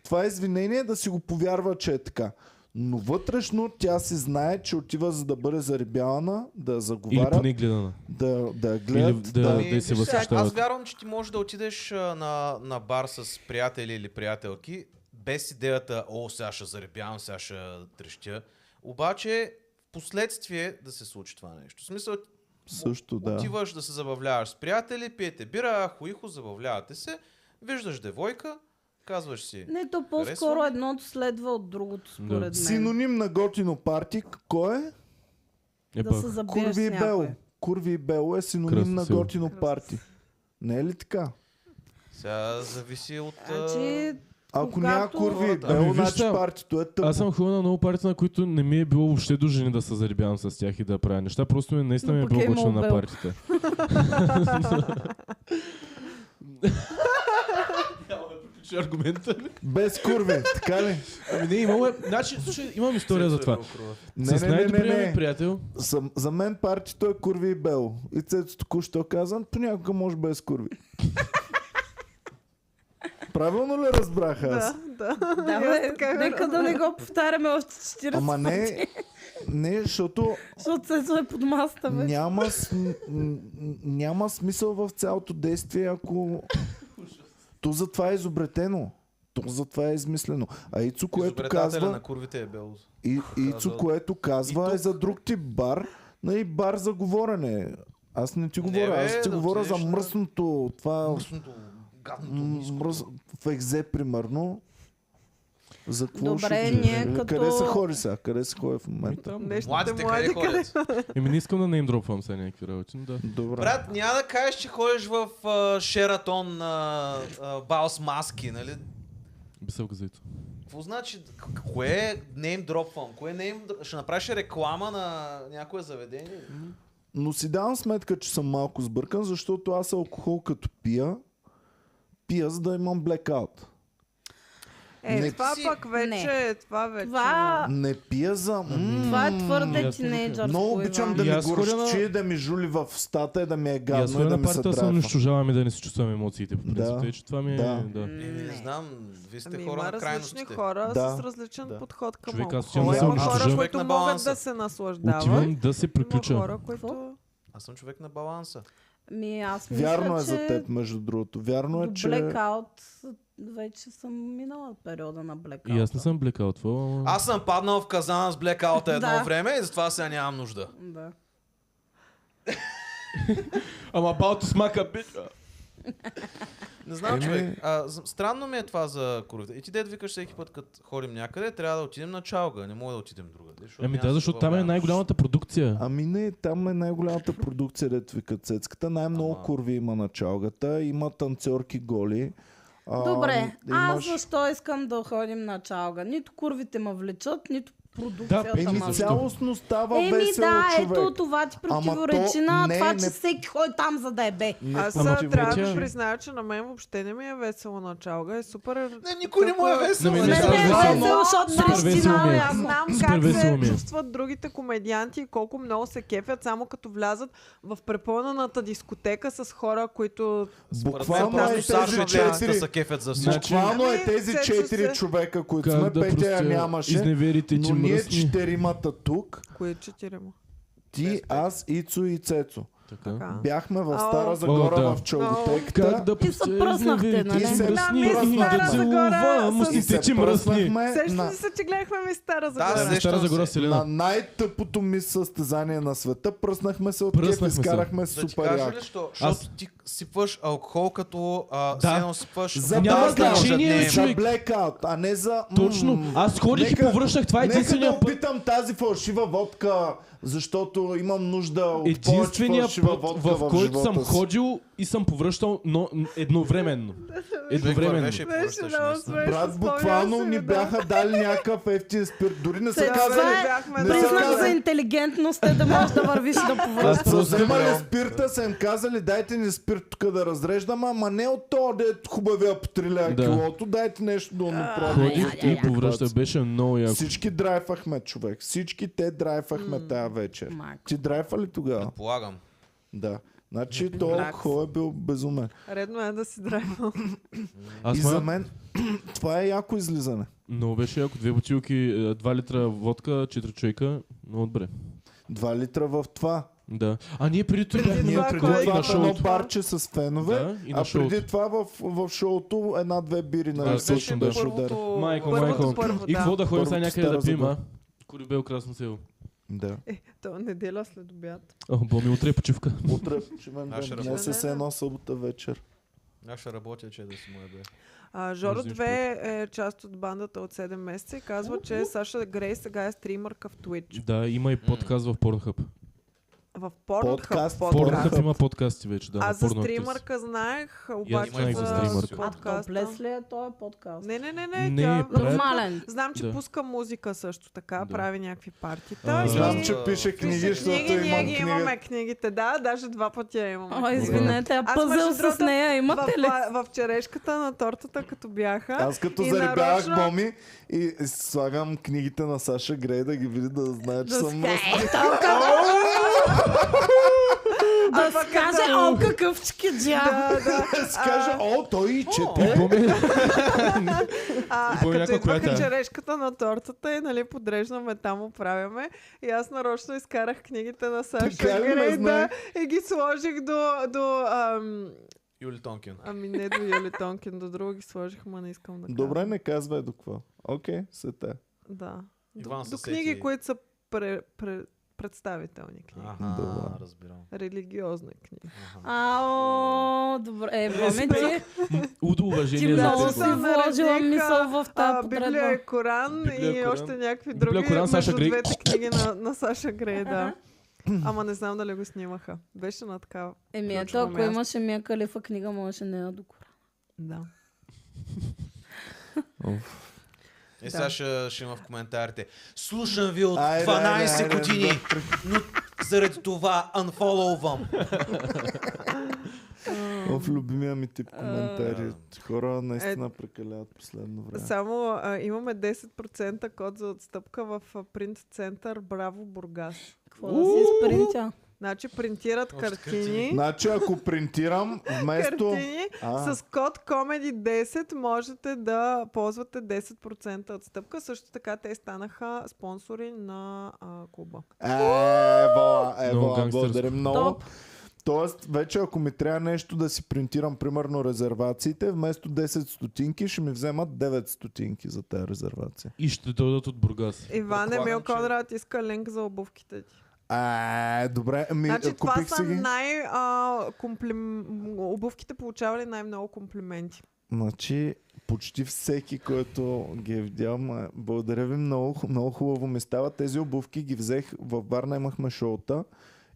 Speaker 1: Това е извинение да си го повярва, че е така. Но вътрешно тя си знае, че отива за да бъде заребявана, да я
Speaker 4: Или
Speaker 1: заговарят,
Speaker 4: поне гледана.
Speaker 1: да, да я
Speaker 4: Или
Speaker 1: гледат.
Speaker 4: да, да,
Speaker 1: да...
Speaker 4: да й се
Speaker 6: виж сега, Аз
Speaker 4: възхищават.
Speaker 6: вярвам, че ти можеш да отидеш а, на, на бар с приятели или приятелки, без идеята, о, сега ще заребявам, сега ще трещя. Обаче, в последствие да се случи това нещо. В смисъл,
Speaker 1: Също да.
Speaker 6: отиваш да се забавляваш с приятели, пиете бира, хуихо, забавлявате се, виждаш девойка, казваш си.
Speaker 3: Не, то по-скоро
Speaker 6: Харесва ли?
Speaker 3: едното следва от другото, според мен.
Speaker 1: Синоним на готино парти, кой е?
Speaker 4: Е,
Speaker 3: Да
Speaker 4: пак.
Speaker 3: се забиеш
Speaker 1: Курви
Speaker 3: с
Speaker 1: и Бело.
Speaker 3: някой.
Speaker 1: Курви и Бело е синоним
Speaker 4: Кръстно
Speaker 1: на
Speaker 4: село.
Speaker 1: готино парти. Не е ли така?
Speaker 6: Сега зависи от... а,
Speaker 3: Значи,
Speaker 1: Ако
Speaker 3: Когато-
Speaker 1: няма курви и
Speaker 6: Хората.
Speaker 1: бело,
Speaker 4: Ами вижте,
Speaker 1: значи партито е тъпо.
Speaker 4: Аз съм ходил на много парти, на които не ми е било въобще до жени да се заребявам с тях и да правя неща. Просто ми, наистина
Speaker 3: Но
Speaker 4: ми е
Speaker 3: пък
Speaker 4: било
Speaker 3: е имало
Speaker 4: обучено на
Speaker 3: бел.
Speaker 2: [laughs]
Speaker 4: партите. Няма да приключи аргумента ми.
Speaker 1: Без курви, така ли?
Speaker 4: Ами не, имало е... Значи, слушай, имам история за това. е
Speaker 1: Не,
Speaker 4: С нали,
Speaker 1: не, не, не,
Speaker 4: най-добрия ми
Speaker 1: не.
Speaker 4: приятел,
Speaker 1: За, за мен партито е курви и бело. И Цецо току-що казвам, понякога може без курви. Правилно ли разбрах аз?
Speaker 2: Да, да.
Speaker 3: да,
Speaker 2: И аз
Speaker 3: бе,
Speaker 2: така
Speaker 3: е, нека да не го повтаряме още 40
Speaker 1: Ама не, не, защото
Speaker 3: защото Цецо е под масата, бе.
Speaker 1: няма, см- н- н- няма смисъл в цялото действие, ако... То затова е изобретено. То затова е измислено. А Ицо, което
Speaker 6: изобретателя
Speaker 1: казва...
Speaker 6: на курвите е бел.
Speaker 1: И, Ицо, което казва
Speaker 6: И
Speaker 1: е за друг тип бар, на и бар за говорене. Аз не ти
Speaker 6: Не,
Speaker 1: говоря,
Speaker 6: бе,
Speaker 1: аз ти
Speaker 6: да
Speaker 1: говоря за
Speaker 6: отидеш на-
Speaker 1: мръсното, това
Speaker 6: Мръсното, гадното,
Speaker 1: м-
Speaker 6: ниското.
Speaker 1: мръс... в екзе, примерно. За какво
Speaker 3: Добре,
Speaker 1: ще отидеш?
Speaker 3: ние
Speaker 1: Или
Speaker 3: като-
Speaker 1: Къде се ходи сега? Къде се ходи в момента?
Speaker 4: Там.
Speaker 2: Нещо
Speaker 6: Младите къде
Speaker 2: млади къде?
Speaker 6: ходят?
Speaker 4: Еми не искам да не им дропвам сега някакви работи, но да.
Speaker 1: Добре.
Speaker 6: Брат, няма да кажеш, че ходиш в а, Шератон на а, бал с маски, нали?
Speaker 4: Писал газета.
Speaker 6: Какво значи? к- Кое не им дропвам? Кое не им... Ще направиш реклама на някое заведение?
Speaker 1: Но си давам сметка, че съм малко сбъркан, защото аз алкохол като пия, пия за да имам блекаут.
Speaker 2: Е,
Speaker 1: Не
Speaker 2: това
Speaker 6: си-
Speaker 2: пък вече, е- това вече.
Speaker 3: Това,
Speaker 1: Не пия за... м,
Speaker 3: това е
Speaker 4: Ами,
Speaker 3: твърде
Speaker 4: аз не
Speaker 3: тинейджърско.
Speaker 1: Много обичам да
Speaker 4: И
Speaker 1: ми
Speaker 4: аз ходя на-
Speaker 1: горщи, да ми жули в устата и да ми е
Speaker 4: И аз
Speaker 1: гадно и, да
Speaker 4: ходя на
Speaker 1: ми се
Speaker 4: партията, се
Speaker 1: драйфа.
Speaker 4: унищожаваме да не си чувстваме емоциите. По принцип,
Speaker 1: Да.
Speaker 4: тъй, че това ми е...
Speaker 1: Да.
Speaker 4: Да.
Speaker 6: Еми, не знам, вие сте
Speaker 2: Ами,
Speaker 6: хора
Speaker 2: има
Speaker 6: на
Speaker 2: различни
Speaker 6: крайностите.
Speaker 2: хора
Speaker 1: Да,
Speaker 2: с различен
Speaker 1: да.
Speaker 2: подход към
Speaker 4: Човек, аз
Speaker 2: алкохола.
Speaker 4: отивам
Speaker 2: Има
Speaker 4: да се
Speaker 2: хора,
Speaker 4: обслужа.
Speaker 6: Човек на
Speaker 2: които могат
Speaker 6: баланса.
Speaker 2: да се наслаждават.
Speaker 4: Отивам да се
Speaker 2: Има
Speaker 4: приключа.
Speaker 2: хора, които...
Speaker 6: Аз съм човек на баланса.
Speaker 3: Ми, аз мисля,
Speaker 1: Вярно е
Speaker 3: че
Speaker 1: за теб, между другото. Вярно е,
Speaker 3: до
Speaker 1: че...
Speaker 3: блекаут вече съм минала периода на блекаут.
Speaker 4: И аз не съм блекал това.
Speaker 6: Аз съм паднал в казана
Speaker 2: [laughs]
Speaker 6: с блекаута едно
Speaker 3: Да.
Speaker 6: време и затова сега нямам нужда.
Speaker 3: Да.
Speaker 4: Ама балто смака, бич!
Speaker 6: Не знам,
Speaker 1: Еми-
Speaker 6: човек. А, з- странно ми е това за коровите. И ти дед викаш всеки път, като ходим някъде, трябва да отидем на чалга. Не мога да отидем другаде. защото
Speaker 4: Еми
Speaker 6: няма
Speaker 4: да,
Speaker 6: се
Speaker 4: защото там е
Speaker 6: забавляваме.
Speaker 4: най-голямата продукция.
Speaker 1: Ами не, там е най-голямата продукция, дето ви кацецката. Най-много
Speaker 6: Ама.
Speaker 1: курви има на чалгата, има танцорки голи. А,
Speaker 3: Добре, аз
Speaker 1: имаш-
Speaker 3: защо искам да ходим на чалга? Нито курвите ме влечат, нито продукцията
Speaker 4: Еми,
Speaker 3: ме
Speaker 1: Еми
Speaker 4: Ама
Speaker 3: влече.
Speaker 4: защо?
Speaker 1: цялостно става
Speaker 3: Еми
Speaker 1: весело,
Speaker 3: да,
Speaker 1: човек.
Speaker 3: ето това ти
Speaker 1: Ама то
Speaker 3: противоречи на
Speaker 1: не,
Speaker 3: това,
Speaker 1: не-
Speaker 3: че всеки ходи там за да е бе.
Speaker 1: Не
Speaker 2: Аз
Speaker 1: ама
Speaker 2: а,
Speaker 1: ти
Speaker 2: трябва
Speaker 1: вече-
Speaker 2: да призная, че на мен въобще не ми е весело на чалга. Е супер...
Speaker 6: Не, никой не му е
Speaker 2: Тук-
Speaker 6: весело.
Speaker 4: На мен
Speaker 6: Не,
Speaker 4: ми
Speaker 3: Не,
Speaker 4: Супер
Speaker 3: не е
Speaker 4: весело.
Speaker 3: весело, защото
Speaker 4: Супер весело ми
Speaker 3: наистина
Speaker 4: е.
Speaker 3: аз
Speaker 2: Аз
Speaker 3: знам.
Speaker 2: знам
Speaker 4: Супер
Speaker 2: как
Speaker 4: весело
Speaker 2: се
Speaker 4: ми е.
Speaker 2: чувстват другите комедианти и колко много се кефят, само като влязат в препълнената дискотека с хора, които...
Speaker 1: Буквално
Speaker 2: мен
Speaker 1: е
Speaker 6: просто
Speaker 1: тези
Speaker 2: просто Сашо
Speaker 6: Сашо
Speaker 2: Джерси
Speaker 1: четири...
Speaker 6: Джерците са кефят за всичко.
Speaker 4: Значи-
Speaker 1: Буквално е
Speaker 2: Ами,
Speaker 1: тези
Speaker 2: сето
Speaker 1: четири
Speaker 2: се-
Speaker 1: човека, които сме,
Speaker 4: Как да
Speaker 1: петя
Speaker 4: просто
Speaker 1: я нямаше.
Speaker 4: изневерите, че
Speaker 1: Но ние
Speaker 4: мръсни.
Speaker 1: четиримата тук,
Speaker 2: Кои четирима?
Speaker 1: ти, аз, Ицо и Цецо.
Speaker 4: Така.
Speaker 2: Така.
Speaker 1: Бяхме в
Speaker 2: Ау.
Speaker 1: Стара
Speaker 2: О,
Speaker 1: Загора
Speaker 4: да.
Speaker 1: в
Speaker 4: Как
Speaker 1: челготеката.
Speaker 4: да
Speaker 3: И се пръснахте, нали?
Speaker 1: И се пръснахме.
Speaker 4: да
Speaker 1: е Стара
Speaker 2: Загора
Speaker 4: целувам,
Speaker 2: с-
Speaker 1: И
Speaker 4: устите,
Speaker 1: се
Speaker 4: че мръсни. Ами,
Speaker 1: пръснахме
Speaker 2: Сещаш
Speaker 1: на-
Speaker 2: ли се, че гледахме ми Стара
Speaker 6: Да,
Speaker 2: Загора?
Speaker 6: се-
Speaker 4: Стара
Speaker 6: Сещам
Speaker 4: Загора,
Speaker 6: се.
Speaker 1: на
Speaker 4: Селена.
Speaker 1: най-тъпото ми състезание на света. Пръснахме се от кеф
Speaker 4: Пръснахме
Speaker 1: и
Speaker 4: се.
Speaker 1: скарахме
Speaker 6: Да ти
Speaker 1: супер
Speaker 6: кажа ли,
Speaker 1: яко.
Speaker 6: що?
Speaker 4: Аз-
Speaker 6: Защото ти сипваш алкохол като а,
Speaker 4: Да.
Speaker 6: да. едно сипваш
Speaker 1: За
Speaker 6: вода
Speaker 1: няма
Speaker 6: в калжа
Speaker 4: значение,
Speaker 6: дневно.
Speaker 4: човек.
Speaker 1: За блекаут, а не за... м,
Speaker 4: Точно. Аз ходих и
Speaker 1: нека-
Speaker 4: повръщах. Това е
Speaker 1: Нека да
Speaker 4: единствения път.
Speaker 1: опитам тази фалшива водка, защото имам нужда от
Speaker 4: Единствения
Speaker 1: повече фалшива
Speaker 4: път,
Speaker 1: водка
Speaker 4: в
Speaker 1: в
Speaker 4: който
Speaker 1: живота
Speaker 4: съм
Speaker 1: си.
Speaker 4: ходил и съм повръщал, но едновременно.
Speaker 6: Човек,
Speaker 4: Едновременно.
Speaker 6: вървеше и
Speaker 2: Беше
Speaker 6: повръщаше,
Speaker 2: много
Speaker 6: наистина.
Speaker 2: смешно.
Speaker 1: Брат,
Speaker 2: спомням
Speaker 1: буквално
Speaker 2: си,
Speaker 1: ни
Speaker 2: да.
Speaker 1: бяха дали някакъв ефтин спирт. Дори не са
Speaker 2: Сега е
Speaker 1: казали...
Speaker 2: не бяхме
Speaker 1: не
Speaker 2: да-
Speaker 1: са
Speaker 3: Признак за
Speaker 1: казали...
Speaker 3: интелигентност е да можеш да вървиш да повръщаш.
Speaker 4: Аз
Speaker 1: Са
Speaker 4: просто
Speaker 1: вземали спирта, са им казали, дайте ни спирт тук да разреждам, ама не от то, де е хубавия по 3 лева
Speaker 4: Да.
Speaker 1: килото, дайте нещо да не
Speaker 4: Ходих и повръщах. Беше много яко.
Speaker 1: Всички драйфахме, човек. Всички те драйфахме тая вечер.
Speaker 3: Майко.
Speaker 1: Ти драйфа ли тогава?
Speaker 6: Полагам.
Speaker 1: Да. Значи то
Speaker 2: Брак.
Speaker 1: алкохол е бил безумен.
Speaker 2: Редно е да си драйвам.
Speaker 4: Аз
Speaker 1: И
Speaker 4: ма-
Speaker 1: за мен [clears throat] това е яко излизане.
Speaker 4: Много беше яко. Две бутилки, е, два литра водка, четири човека. Много добре.
Speaker 1: Два литра в това.
Speaker 4: Да. А ние преди това бяхме
Speaker 1: Ние
Speaker 2: това,
Speaker 1: преди
Speaker 2: кой е
Speaker 1: това
Speaker 4: на
Speaker 2: идва
Speaker 1: в едно
Speaker 4: шоуто.
Speaker 1: парче с фенове,
Speaker 4: Да, и на
Speaker 1: а преди
Speaker 4: шоуто.
Speaker 1: това в, в шоуто една-две бири нали? на
Speaker 4: Да,
Speaker 1: лице
Speaker 4: точно
Speaker 1: ще
Speaker 4: да.
Speaker 1: беше удар.
Speaker 6: Първото-
Speaker 4: Майко,
Speaker 2: Първото
Speaker 4: майко.
Speaker 2: първо,
Speaker 4: И
Speaker 2: да.
Speaker 4: какво да ходим сега
Speaker 1: Първото
Speaker 4: някъде
Speaker 1: Стара
Speaker 4: да пием,
Speaker 1: Загора.
Speaker 4: а? Корибел, Красно село.
Speaker 1: Да.
Speaker 2: Е, то неделя след обяд.
Speaker 4: О, боми, утре е почивка.
Speaker 1: Утре ще мен
Speaker 6: Аз ще
Speaker 1: днес е
Speaker 2: работя.
Speaker 1: с едно събота вечер.
Speaker 6: Аз ще работя, че да си му е бе.
Speaker 2: А, Жоро
Speaker 4: Може да
Speaker 2: 2 е част от бандата от 7 месеца и казва, че Саша Грей сега е стримърка в Twitch.
Speaker 4: Да, има и подкаст в Pornhub.
Speaker 2: В Pornhub.
Speaker 1: Подкаст,
Speaker 2: подкаст.
Speaker 4: Pornhub има подкасти вече, да.
Speaker 2: Аз за
Speaker 4: на Pornhub Actress.
Speaker 2: стримърка знаех, обаче
Speaker 4: знаех за стримърка.
Speaker 6: А,
Speaker 3: А
Speaker 2: подкаста.
Speaker 3: топлес ли е този подкаст?
Speaker 2: Не, не, не, не.
Speaker 4: Не,
Speaker 2: тя...
Speaker 4: брат.
Speaker 3: Нормален.
Speaker 2: Знам, че
Speaker 4: Да.
Speaker 2: пуска музика също така,
Speaker 4: Да.
Speaker 2: прави някакви партита.
Speaker 4: А,
Speaker 2: и-
Speaker 1: Знам, че
Speaker 6: Да.
Speaker 1: пише книги,
Speaker 2: Пише
Speaker 1: защото
Speaker 2: книги, ние
Speaker 1: имам
Speaker 2: ги
Speaker 1: книга.
Speaker 2: имаме книгите, да, даже два пъти я имаме.
Speaker 3: О, извинете, а
Speaker 2: Аз,
Speaker 3: пъзъл
Speaker 2: между
Speaker 3: с
Speaker 2: другото,
Speaker 3: нея имате ли?
Speaker 2: В, в, в черешката на тортата, като бяха.
Speaker 1: Аз като
Speaker 2: и
Speaker 1: заребявах
Speaker 2: нарочно-
Speaker 1: боми и слагам книгите на Саша Грей да ги види да знае, че
Speaker 3: Да
Speaker 1: съм
Speaker 3: ска-
Speaker 1: мръсна. [laughs]
Speaker 3: е, толкова- Да си каже, о, какъв чкиджа.
Speaker 2: Да, да.
Speaker 1: Си кажа, о, той и
Speaker 4: И
Speaker 1: чете.
Speaker 4: боми,
Speaker 2: А, като
Speaker 4: Боми, някаква
Speaker 2: идваха
Speaker 4: коята е.
Speaker 2: черешката на тортата и нали подреждаме там, оправяме. И аз нарочно изкарах книгите на Саша
Speaker 1: Така ли, не
Speaker 2: Грей да,
Speaker 1: знаех?
Speaker 2: и ги сложих до, до ам,
Speaker 6: Юли Тонкин.
Speaker 2: ами не до Юли Тонкин, до друго ги сложих, ма не искам да кажа.
Speaker 1: Добре, не казвай до какво. Окей, се те.
Speaker 2: Да.
Speaker 6: Иван
Speaker 2: До,
Speaker 6: се
Speaker 2: до
Speaker 6: сети.
Speaker 2: книги, които са пре, пре, представителни книги.
Speaker 6: Аха,
Speaker 1: Добре.
Speaker 6: разбирам.
Speaker 2: Религиозна книга.
Speaker 6: Аха.
Speaker 3: Ао, добре. Е,
Speaker 4: си
Speaker 3: Боми, ти,
Speaker 4: Удо
Speaker 3: ти
Speaker 4: уважение за
Speaker 3: много
Speaker 4: теб.
Speaker 3: си
Speaker 2: Аз
Speaker 3: вложила
Speaker 2: наредих,
Speaker 3: мисъл в
Speaker 2: А,
Speaker 3: тази
Speaker 2: Библия
Speaker 3: подредба.
Speaker 2: и Коран
Speaker 4: Библия и
Speaker 2: и
Speaker 4: Коран.
Speaker 2: още някакви
Speaker 4: Библия и
Speaker 2: други
Speaker 4: Коран, Саша
Speaker 2: между
Speaker 4: Грей.
Speaker 2: двете книги на, на Саша Грей, да.
Speaker 3: Ага.
Speaker 2: Ама не знам дали го снимаха. Беше на такава.
Speaker 3: Еми, ето,
Speaker 2: Ключово
Speaker 3: ако
Speaker 2: място.
Speaker 3: имаше Мия Калифа книга, можеше не я докора.
Speaker 2: Да.
Speaker 6: Е,
Speaker 2: Да.
Speaker 6: сега ще, ще има в коментарите. Слушам ви от
Speaker 1: Айде,
Speaker 6: 12
Speaker 1: айде, айде,
Speaker 6: години, но заради това unfollowвам.
Speaker 1: В любимия ми тип коментари. Хора наистина
Speaker 2: Е,
Speaker 1: прекаляват последно време.
Speaker 2: Само а, имаме 10% код за отстъпка в а, принт център Браво Бургас.
Speaker 3: Какво да си изпринтя?
Speaker 2: Значи принтират
Speaker 6: Още
Speaker 2: картини.
Speaker 1: Значи ако принтирам вместо...
Speaker 2: Картини
Speaker 1: А,
Speaker 2: С код COMEDY10 можете да ползвате 10% отстъпка. Също така те станаха спонсори на а, клуба.
Speaker 1: Е, ева,
Speaker 4: Много
Speaker 1: ева,
Speaker 4: гангстерско.
Speaker 1: благодаря много.
Speaker 3: Топ.
Speaker 1: Тоест, вече ако ми трябва нещо да си принтирам, примерно резервациите, вместо 10 стотинки ще ми вземат 9 стотинки за тази резервация.
Speaker 4: И ще дойдат от Бургас.
Speaker 2: Иван
Speaker 6: Предполагам,
Speaker 2: Емил
Speaker 6: че-
Speaker 2: Конрад иска линк за обувките ти.
Speaker 1: Е, добре, ми
Speaker 2: Значи това
Speaker 1: купих
Speaker 2: са
Speaker 1: си ги.
Speaker 2: най- а, комплим... обувките получавали най-много комплименти.
Speaker 1: Значи, почти всеки, който ги е видял, ма, благодаря ви много, ху- много хубаво ми става. Тези обувки ги взех, във Варна имахме шоута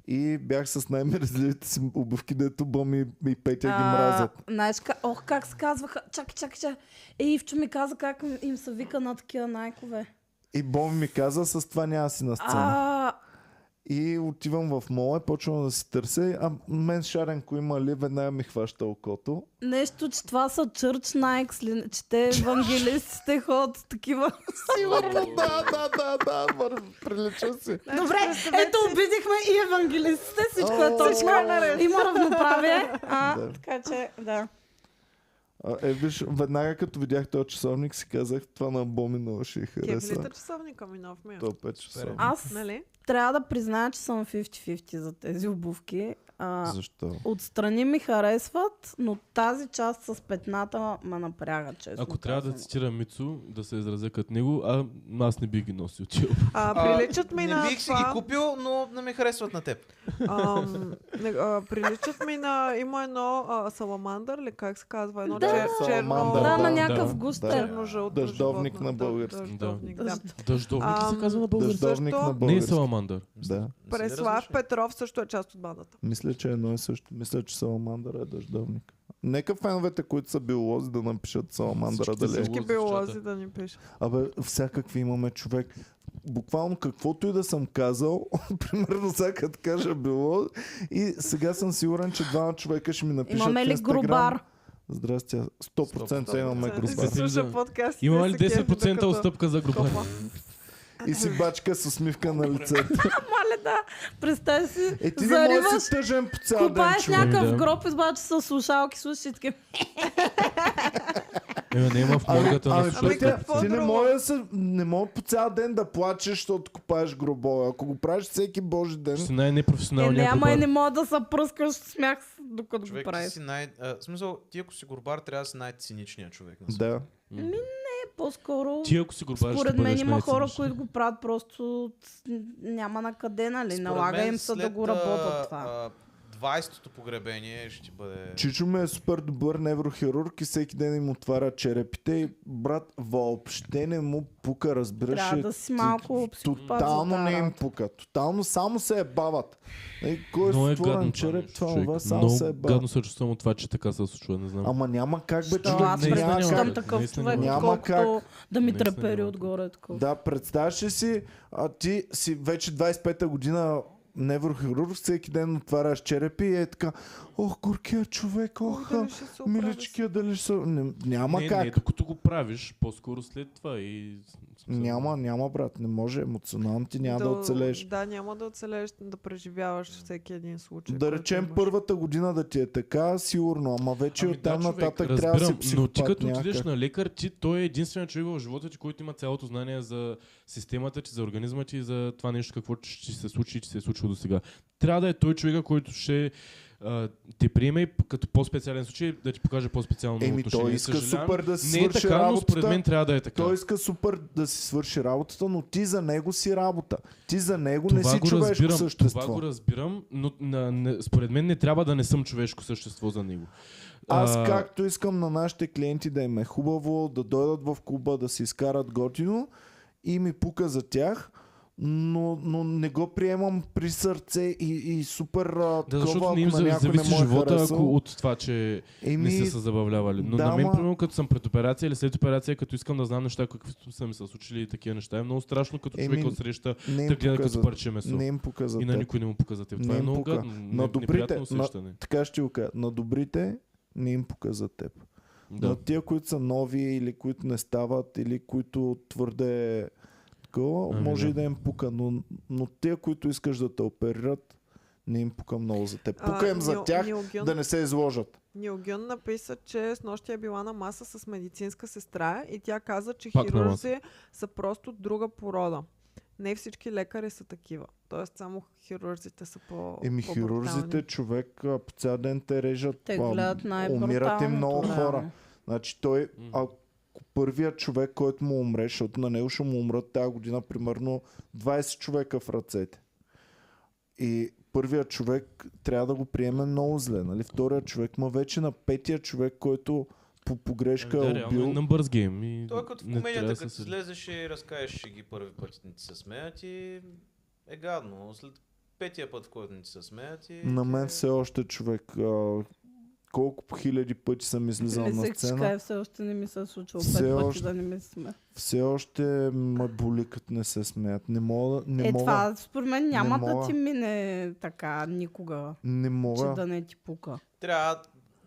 Speaker 1: и бях с най-мерзливите си обувки, дето Боми и Петя ги мразят.
Speaker 3: А, Знаеш, ка- ох, как се казваха. Чакай, чакай, чакай. Ей, Ивчо ми каза как им- им се вика на такива найкове.
Speaker 1: И Боми ми каза, с това няма да си на сцена.
Speaker 3: А,
Speaker 1: И отивам в мола и почвам да си търся. А мен Шаренко има ли, веднага ми хваща окото.
Speaker 3: нещо, че това са Church Nikes, ли- че те евангелистите [laughs] ходят с такива.
Speaker 1: Сигурно, да, да, да, да, вър- прилича си.
Speaker 3: Добре, ето обидихме и евангелистите, всичко е
Speaker 1: О,
Speaker 3: точно. Има равноправие. А,
Speaker 1: Да.
Speaker 3: така че, да.
Speaker 1: А, е, виж, веднага като видях този часовник, си казах, това на Боми много ще й
Speaker 2: Кевлита
Speaker 1: хареса.
Speaker 2: часовника ми нов ми е.
Speaker 1: То пет часовник.
Speaker 3: Аз
Speaker 2: Нали?
Speaker 3: трябва да призная, че съм 50-50 за тези обувки. А,
Speaker 1: Защо?
Speaker 3: Отстрани ми харесват, но тази част с петната ме напряга, честно
Speaker 4: Ако трябва да
Speaker 3: казано.
Speaker 4: цитирам Мицо, да се изразя като него, а аз не би ги носил тия.
Speaker 2: А, приличат ми
Speaker 6: не
Speaker 2: на
Speaker 6: бих си ги
Speaker 2: това.
Speaker 6: купил, но не ми харесват на теб.
Speaker 1: [laughs]
Speaker 2: Ам, не, а, приличат ми на... Има едно а, саламандър, ли как се казва? Едно
Speaker 3: Да.
Speaker 2: чер, черно...
Speaker 1: Саламандър,
Speaker 3: Да,
Speaker 1: да,
Speaker 3: на някакъв
Speaker 4: да,
Speaker 3: гущер.
Speaker 2: черно-жълто
Speaker 1: Дъждовник
Speaker 2: животно.
Speaker 1: на български.
Speaker 2: Да, дъждовник, да.
Speaker 4: Дъждовник ли се
Speaker 2: Ам,
Speaker 4: казва на български?
Speaker 1: Дъждовник
Speaker 2: Защо?
Speaker 1: на
Speaker 4: Не е
Speaker 1: български.
Speaker 4: саламандър.
Speaker 1: Да.
Speaker 6: Не си ли
Speaker 2: Преслав
Speaker 6: различен?
Speaker 2: Петров също е част от бандата.
Speaker 1: Мисля, че е едно и също. Мисля, че Саламандъра е дъждовник. Нека феновете, които са биолози, да напишат Саламандъра
Speaker 4: Всичките
Speaker 1: дали е.
Speaker 4: са-
Speaker 2: Всички
Speaker 4: лози в чата.
Speaker 2: биолози да ни пишат.
Speaker 1: Абе, всякакви имаме човек. Буквално каквото и да съм казал, [laughs] примерно сега като кажа било, и сега съм сигурен, че двама човека ще ми напишат
Speaker 3: Имаме
Speaker 1: в
Speaker 3: ли
Speaker 1: Инстаграм.
Speaker 3: грубар?
Speaker 1: Здрасти, 100%, 100% имаме
Speaker 2: Сега ти
Speaker 1: грубар.
Speaker 2: се слуша подкаст. и
Speaker 4: Имаме
Speaker 2: ти
Speaker 4: ли
Speaker 2: се кефи
Speaker 4: 10%
Speaker 2: докато-
Speaker 4: отстъпка за група?
Speaker 2: Копа.
Speaker 1: И си бачка с усмивка на лицето.
Speaker 3: Мале да, представи си,
Speaker 1: Е, ти не можеш да
Speaker 3: зариваш,
Speaker 1: си тъжен по цял ден,
Speaker 3: купаеш
Speaker 1: човек.
Speaker 4: Да.
Speaker 3: някакъв гроб, избавяш с слушалки, слушаш и така.
Speaker 4: Е, не има в моргата на
Speaker 1: Ами,
Speaker 2: Ами,
Speaker 4: сушата.
Speaker 1: Петя,
Speaker 2: какво
Speaker 1: ти не
Speaker 2: друго?
Speaker 1: може, да се, не може по цял ден да плачеш, защото купаеш гробове. Ако го правиш всеки божи ден,
Speaker 4: Ще си
Speaker 3: Е,
Speaker 4: най-непрофесионалният
Speaker 3: няма и не
Speaker 4: група.
Speaker 3: мога да се пръскаш с смях, с- докато го
Speaker 6: Човек ти
Speaker 3: правиш.
Speaker 6: си най... А, в смисъл, ти ако си горбар, трябва да си най-циничният човек. На света.
Speaker 1: да.
Speaker 3: Е, по-скоро,
Speaker 4: Ти ако си горбариш, ще
Speaker 3: според мен
Speaker 4: бъдеш
Speaker 3: има хора,
Speaker 4: най-циничен.
Speaker 3: които го правят просто от- няма на къде, нали?
Speaker 6: Според
Speaker 3: Налага
Speaker 6: мен
Speaker 3: им се да
Speaker 6: след,
Speaker 3: го
Speaker 6: а,
Speaker 3: работят това.
Speaker 6: а, 20-то погребение ще ти бъде...
Speaker 1: Чичо ми е супер добър неврохирург и всеки ден им отваря черепите и брат въобще не му пука, разбираш
Speaker 3: Трябва
Speaker 1: ли?
Speaker 3: да си малко психопат за
Speaker 1: Тотално
Speaker 3: тази
Speaker 1: не им
Speaker 3: работа.
Speaker 1: пука. Тотално само се е бават. Е, кой е
Speaker 4: Много е
Speaker 1: створен
Speaker 4: гадно това
Speaker 1: череп,
Speaker 4: нещо,
Speaker 1: това
Speaker 4: човек.
Speaker 1: това само
Speaker 4: Много
Speaker 1: се е бават.
Speaker 4: гадно се чувствам от това, че така се случва, не знам.
Speaker 1: Ама няма как бе,
Speaker 3: Що,
Speaker 1: човек.
Speaker 3: аз
Speaker 4: наистина няма
Speaker 3: предпочитам
Speaker 4: как.
Speaker 3: такъв
Speaker 4: Наистина
Speaker 3: човек,
Speaker 1: няма
Speaker 3: отколкото да ми
Speaker 4: Наистина
Speaker 3: трепери
Speaker 4: няма
Speaker 3: отгоре. Такова.
Speaker 1: Да, представяш ли си, а ти си вече 25-та година неврохирург, всеки ден отваряш черепи и е така, ох, горкия човек, ох,
Speaker 2: Дали ще се оправя
Speaker 1: миличкия, дали ще... Не, няма
Speaker 4: не,
Speaker 1: как.
Speaker 4: Не, докато го правиш, по-скоро след това и...
Speaker 1: Няма, няма, брат, не може. Емоционално ти няма да,
Speaker 2: До-
Speaker 1: оцелееш.
Speaker 2: Да, няма да оцелееш, да преживяваш всеки един случай.
Speaker 1: Да
Speaker 2: който
Speaker 1: речем
Speaker 2: имаш.
Speaker 1: първата година да ти е така, сигурно, ама вече
Speaker 4: Ами
Speaker 1: оттам
Speaker 4: да, човек,
Speaker 1: нататък
Speaker 4: разбирам,
Speaker 1: трябва да си психопат
Speaker 4: но ти като
Speaker 1: някак.
Speaker 4: отидеш на лекар, ти, той е единственият човек в живота ти, който има цялото знание за системата ти, за организма ти и за това нещо, какво ще се случи и че се е случило до сега. Трябва да е той човека, който ще а, а, те приеме и п- като по-специален случай, да ти покаже по-специално
Speaker 1: Еми, той
Speaker 4: отношение.
Speaker 1: иска
Speaker 4: Съжалявам,
Speaker 1: супер да си
Speaker 4: Не е
Speaker 1: свърши
Speaker 4: така, но според
Speaker 1: работата.
Speaker 4: мен трябва да е така.
Speaker 1: Той иска супер да си свърши работата, но ти за него си работа. Ти за него не
Speaker 4: Това
Speaker 1: си
Speaker 4: го
Speaker 1: човешко
Speaker 4: разбирам,
Speaker 1: същество.
Speaker 4: Това го разбирам, но на, не, според мен не трябва да не съм човешко същество за него.
Speaker 1: Аз
Speaker 4: А,
Speaker 1: както искам на нашите клиенти да им е хубаво, да дойдат в клуба, да си изкарат готино и ми пука за тях, но, но не го приемам при сърце и, и супер а,
Speaker 4: Да,
Speaker 1: такова,
Speaker 4: защото
Speaker 1: ако
Speaker 4: не им
Speaker 1: на
Speaker 4: за-
Speaker 1: някой не
Speaker 4: зависи
Speaker 1: му е
Speaker 4: живота
Speaker 1: харесал.
Speaker 4: ако от това, че
Speaker 1: Еми,
Speaker 4: не са се забавлявали. Но
Speaker 1: да,
Speaker 4: на мен,
Speaker 1: ма-
Speaker 4: примерно, като съм пред операция или след операция, като искам да знам неща, какви са ми се случили и такива неща, е много страшно, като
Speaker 1: Еми,
Speaker 4: човек отсреща
Speaker 1: не им
Speaker 4: да гледа
Speaker 1: пука
Speaker 4: като
Speaker 1: за-
Speaker 4: парче месо.
Speaker 1: Не им пука за
Speaker 4: И на
Speaker 1: теб.
Speaker 4: никой не му показа теб. Това
Speaker 1: Не
Speaker 4: е
Speaker 1: им
Speaker 4: много
Speaker 1: пука.
Speaker 4: гадно.
Speaker 1: На
Speaker 4: не-
Speaker 1: добрите,
Speaker 4: Неприятно
Speaker 1: на-
Speaker 4: усещане.
Speaker 1: Така ще го кажа. На добрите не им пука за теб. Да.
Speaker 4: Да.
Speaker 1: На тия, които са нови или които не стават или които твърде такова,
Speaker 4: Ами
Speaker 1: може
Speaker 4: да.
Speaker 1: и да им пука, но, но тия, които искаш да те оперират, не им пука много за теб. Пука им за
Speaker 2: Нил-
Speaker 1: тях
Speaker 2: Нил Гюн-
Speaker 1: да не се изложат.
Speaker 2: Нил Гюн написа, че с нощи е била на маса с медицинска сестра и тя каза, че
Speaker 4: Пак на
Speaker 2: хирурзи са просто друга порода. Не всички лекари са такива. Тоест само хирурзите са по
Speaker 1: Еми
Speaker 2: по-брутални.
Speaker 1: хирурзите, човек а, по цял ден те режат,
Speaker 3: Те
Speaker 1: а,
Speaker 3: гледат най-бруталното.
Speaker 1: умират им много
Speaker 3: реално.
Speaker 1: хора. Значи той,
Speaker 4: Мгм.
Speaker 1: ако първият човек, който му умре, защото на него ще му умрат тази година примерно 20 човека в ръцете. И първият човек трябва да го приеме много зле, нали? Вторият човек, ма вече на петия човек, който по погрешка
Speaker 4: Да,
Speaker 1: е
Speaker 4: реално е
Speaker 1: убил.
Speaker 4: numbers game. И
Speaker 6: Той като в
Speaker 4: не трябва
Speaker 6: комедията,
Speaker 4: да
Speaker 6: като
Speaker 4: се-
Speaker 6: слезеш и разкажеш ги първи път, не ти се смеят и е гадно. След петия път, в който не ти се смеят и...
Speaker 1: На мен
Speaker 6: ти-
Speaker 1: все още човек, а, колко хиляди пъти съм излизал на сцена.
Speaker 3: Лисичка все още не ми се е случило
Speaker 1: Все
Speaker 3: пет пъти
Speaker 1: още-
Speaker 3: да не ми сме.
Speaker 1: Все още ме боли, като не се смеят. Не мога, не
Speaker 3: е,
Speaker 1: мога,
Speaker 3: това според мен няма да
Speaker 1: мога.
Speaker 3: ти мине така никога,
Speaker 1: не мога.
Speaker 3: че да не ти пука.
Speaker 6: Трябва,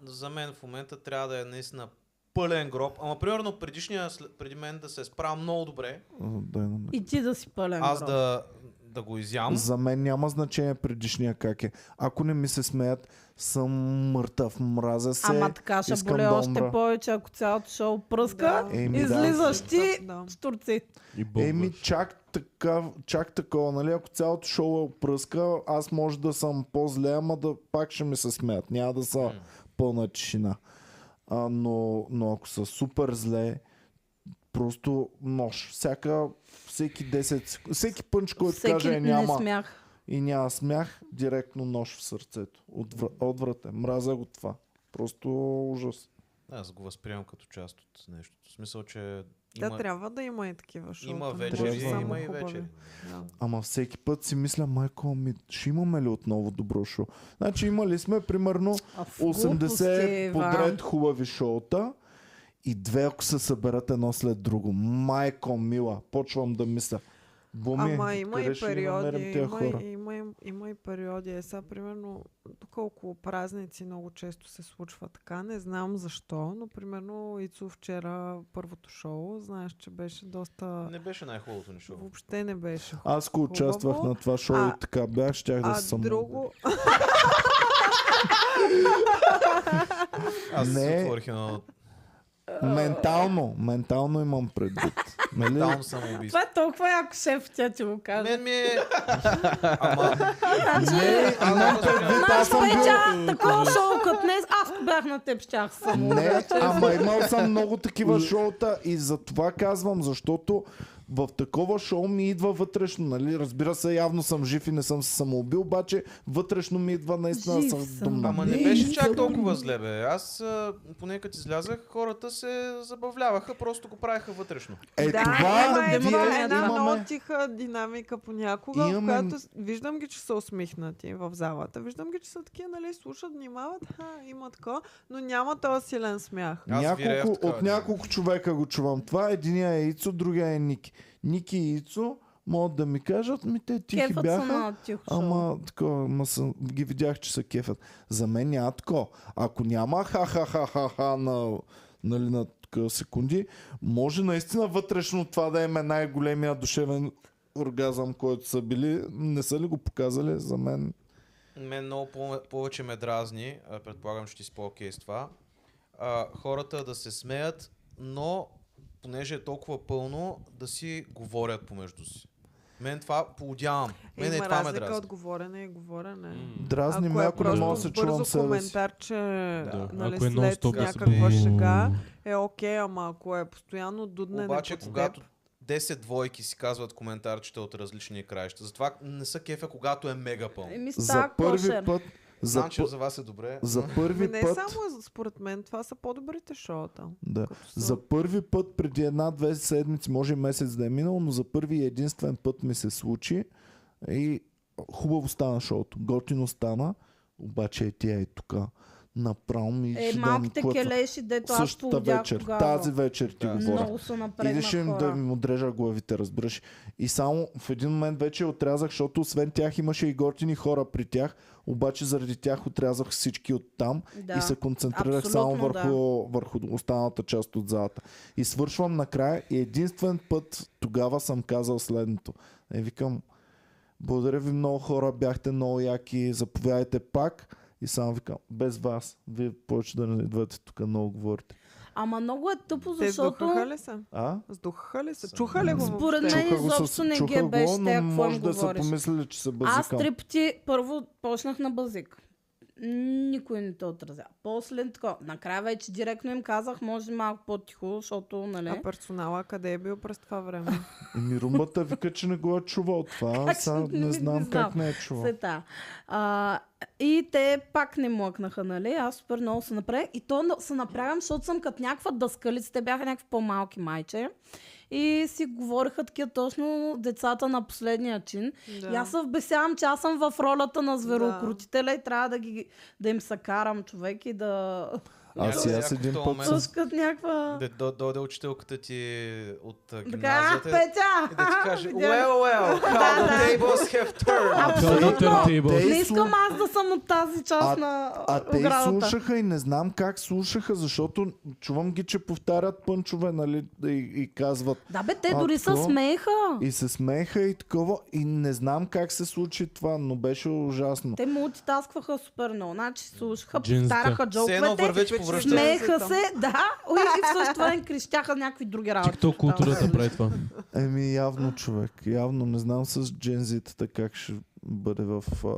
Speaker 6: за мен в момента трябва да е наистина пълен гроб. Ама примерно предишния, след- преди мен да се е справил много добре,
Speaker 1: А, Дай на мен.
Speaker 3: И ти да си пълен
Speaker 6: аз
Speaker 3: гроб.
Speaker 6: да, да го изям.
Speaker 1: За мен няма значение предишния как е. Ако не ми се смеят, съм мъртъв, мразя се.
Speaker 3: Ама така ще
Speaker 1: искам
Speaker 3: боле
Speaker 1: да
Speaker 3: още
Speaker 1: умра.
Speaker 3: повече, ако цялото шоу пръска,
Speaker 2: Да.
Speaker 1: Еми, да.
Speaker 3: излизаш ти
Speaker 2: Да.
Speaker 3: с турци.
Speaker 4: И
Speaker 1: Еми,
Speaker 4: бомба.
Speaker 1: чак, така, чак такова, нали? Ако цялото шоу е пръска, аз може да съм по-зле, ама да пак ще ми се смеят. Няма да са пълна тишина. А, но, но ако са супер зле, просто нож. Всяка, всеки 10, сек- всеки пънч, който
Speaker 3: Всеки
Speaker 1: каже е,
Speaker 3: не
Speaker 1: няма.
Speaker 3: смях.
Speaker 1: и няма смях, директно нож в сърцето. Отвра, отврат е. Мразя го това. Просто ужас.
Speaker 6: Аз го възприемам като част от нещото. В смисъл, че
Speaker 2: Да,
Speaker 6: има,
Speaker 2: трябва да има и такива шоута.
Speaker 6: има
Speaker 2: не
Speaker 6: вечери,
Speaker 2: трябва само
Speaker 6: има и
Speaker 2: хубави.
Speaker 6: вечери.
Speaker 2: Да.
Speaker 1: Ама всеки път си мисля, майко ми, ще имаме ли отново добро шоу? Значи имали сме примерно
Speaker 3: А, в е
Speaker 1: 80
Speaker 3: глупости,
Speaker 1: подред
Speaker 3: Иван.
Speaker 1: хубави шоута и две, ако се съберат едно след друго. Майко мила, почвам да мисля. Буми,
Speaker 2: Ама има
Speaker 1: Ами, къде
Speaker 2: и
Speaker 1: ще ги намерим
Speaker 2: периоди,
Speaker 1: тия
Speaker 2: има,
Speaker 1: хора?
Speaker 2: и- има, и- има и периоди. Е, сега, примерно, тук около празници много често се случва така. Не знам защо, но примерно Ицо вчера първото шоу, знаеш, че беше доста...
Speaker 6: Не беше най-хубавото ни шоу.
Speaker 2: Въобще не беше хубаво.
Speaker 1: Аз ако участвах на това шоу
Speaker 2: А-
Speaker 1: и така бях, щях Е, да
Speaker 2: А
Speaker 1: съм...
Speaker 2: друго...
Speaker 6: Аз
Speaker 1: Не.
Speaker 6: не. отворих едно
Speaker 1: Ментално, ментално имам предвид. Нали?
Speaker 6: там самоубийство.
Speaker 3: Това е толкова яко шеф, тя ти го каже.
Speaker 6: Мен ми е... Ама...
Speaker 1: Не, имам предвид, аз съм бил...
Speaker 3: Петя, такова шоу като днес, аз ако бях на теб, щях съм.
Speaker 1: Не, ама имал съм много такива шоута и за това казвам, защото в такова шоу ми идва вътрешно, нали? Разбира се, явно съм жив и не съм се самоубил, обаче вътрешно ми идва наистина
Speaker 3: Жив
Speaker 1: съм
Speaker 3: съм.
Speaker 1: думна.
Speaker 6: Ама не беше чак толкова зле, бе. Аз, а, поне като излязах, хората се забавляваха, просто го правиха вътрешно.
Speaker 1: Е,
Speaker 2: да,
Speaker 1: това
Speaker 2: има една,
Speaker 1: вие
Speaker 2: една много
Speaker 1: имаме...
Speaker 2: тиха динамика понякога,
Speaker 1: Имаме-
Speaker 2: в която с- виждам ги, че са усмихнати в залата. Виждам ги, че са такива, нали, слушат, внимават, ха, има такова, но няма този силен смях.
Speaker 6: Аз вирея в
Speaker 1: Няколко,
Speaker 6: такава
Speaker 1: от няколко човека го чувам. Това единия е Ицо, другия е Ники. Ники и Ицо могат да ми кажат, ми те тихи
Speaker 3: Кефът съм
Speaker 1: бяха.
Speaker 3: на тихо шоу.
Speaker 1: Ама, такова, ма съм, ги видях, че са кефят. За мен няма тако. Ако няма ха-ха-ха-ха-ха на, нали, на такива секунди, може наистина вътрешно това да им е най-големия душевен оргазъм, който са били. Не са ли го показали за мен?
Speaker 6: Мен много по- повече ме дразни, а, предполагам, че ти си по-окей с това. А, хората да се смеят, но понеже е толкова пълно, да си говорят помежду си. Мен това поудявам. Мен е,
Speaker 2: Има
Speaker 6: това ме
Speaker 2: разлика
Speaker 6: дразни.
Speaker 2: от говорене и говорене.
Speaker 1: Дразни ме, ако не
Speaker 2: е просто
Speaker 1: мога да се чувам
Speaker 2: бързо
Speaker 1: себе си.
Speaker 2: коментар, че да. нали,
Speaker 4: Ако е
Speaker 2: след
Speaker 4: нон-стоп да се
Speaker 2: някаква
Speaker 4: бие.
Speaker 2: шега е окей, ама ако е постоянно дудне
Speaker 6: Обаче,
Speaker 2: под теб,
Speaker 6: когато 10 двойки си казват коментарчета от различни краища, затова не са кефа, когато е мега пълно.
Speaker 3: Еми,
Speaker 1: За
Speaker 3: става
Speaker 1: първи
Speaker 3: кошер.
Speaker 1: път, за,
Speaker 6: Знам, че
Speaker 1: пъ-
Speaker 6: за вас е добре.
Speaker 1: за
Speaker 2: Ми
Speaker 1: първи
Speaker 2: не е
Speaker 1: път,
Speaker 2: само според мен, това са по-добрите шоута.
Speaker 1: да.
Speaker 2: като са.
Speaker 1: За първи път преди една-две седмици, може и месец да е минал, но за първи и единствен път ми се случи и хубаво стана шоуто. Готино стана, обаче е тя е тук. Направо ми
Speaker 3: Е,
Speaker 1: ще дам
Speaker 3: малките
Speaker 1: клъца.
Speaker 3: келеши, дето аз
Speaker 1: Същата
Speaker 3: повдях
Speaker 1: вечер,
Speaker 3: тогава.
Speaker 1: тази вечер ти
Speaker 6: Да.
Speaker 1: говоря.
Speaker 3: Много са
Speaker 1: Идеше
Speaker 3: напредна
Speaker 1: им да
Speaker 3: хора.
Speaker 1: ми отрежа главите, разбираш. И само в един момент вече отрязах, защото освен тях имаше и готини хора при тях, обаче заради тях отрязах всички от там
Speaker 3: Да.
Speaker 1: и се концентрирах само
Speaker 3: Абсолютно,
Speaker 1: върху, върху останалата част от залата. И свършвам накрая и единствен път тогава съм казал следното. Е, викам, благодаря ви много хора, бяхте много яки, заповядайте пак. И само викам, без вас, вие повече да не идвате тук, много говорите.
Speaker 3: Ама много е тъпо,
Speaker 2: Те
Speaker 3: защото
Speaker 2: сдухаха ли са?
Speaker 1: А?
Speaker 2: Сдухаха ли са? Чуха ли го
Speaker 3: Според
Speaker 2: въобще?
Speaker 3: мен
Speaker 1: Чуха го
Speaker 3: изобщо
Speaker 1: с-
Speaker 3: не ги
Speaker 1: чуха
Speaker 3: беше
Speaker 1: го,
Speaker 3: тя,
Speaker 1: но
Speaker 3: какво им
Speaker 1: може да са
Speaker 3: говориш.
Speaker 1: помислили, че се
Speaker 3: аз
Speaker 1: базикам.
Speaker 3: три пъти първо почнах на базик. Никой не те отразя. После така, накрая вече директно им казах, може малко по-тихо, защото, нали...
Speaker 2: А персонала къде е бил през това време?
Speaker 1: Ми румбата вика, че не го е чувал това.
Speaker 3: [laughs] Как
Speaker 1: Сега
Speaker 3: ще- не-
Speaker 1: не
Speaker 3: не
Speaker 1: знам как
Speaker 3: знам.
Speaker 1: не е чувал.
Speaker 3: Света. А, и те пак не млъкнаха, нали? Аз супер много се напрягах. И то на- се напрягам, защото съм като някаква дъскалица. Те бяха някакви по-малки майче. И си говориха такива точно децата на последния чин.
Speaker 2: Да.
Speaker 3: И аз се вбесявам, че аз съм в ролята на зверокрутителя и трябва да, ги, да им съкарам човек и да
Speaker 1: Аз и
Speaker 6: Някак
Speaker 1: аз
Speaker 6: си
Speaker 1: един
Speaker 6: в този
Speaker 1: път
Speaker 6: момент-
Speaker 1: с...
Speaker 3: пускат някаква...
Speaker 6: Да до- дойде учителката ти от а,
Speaker 3: Така, а,
Speaker 6: гимназията и да
Speaker 3: Петя!
Speaker 6: ти каже
Speaker 3: видя ли?
Speaker 6: Well, well, how the tables have turned.
Speaker 4: Абсолютно.
Speaker 1: Те
Speaker 3: [laughs] Не искам
Speaker 1: слу-
Speaker 3: аз да съм от тази част на
Speaker 1: А те и
Speaker 3: оградата.
Speaker 1: слушаха и не знам как слушаха, защото чувам ги, че повтарят пънчове, нали, и, и казват.
Speaker 3: Да бе, те
Speaker 1: А,
Speaker 3: дори се
Speaker 1: какво?
Speaker 3: смееха.
Speaker 1: И се смееха и такова, и не знам как се случи това, но беше ужасно.
Speaker 3: Те мултитаскваха супер много. Значи слушаха,
Speaker 4: Джинсите.
Speaker 3: повтаряха
Speaker 6: Все едно
Speaker 3: джоковете,
Speaker 6: вървеч повръща.
Speaker 3: смееха се, да, уй, и в същото време крещяха някакви други работи.
Speaker 4: Тикток културата прави това.
Speaker 1: Еми явно човек, явно не знам с джензитата как ще бъде в, а,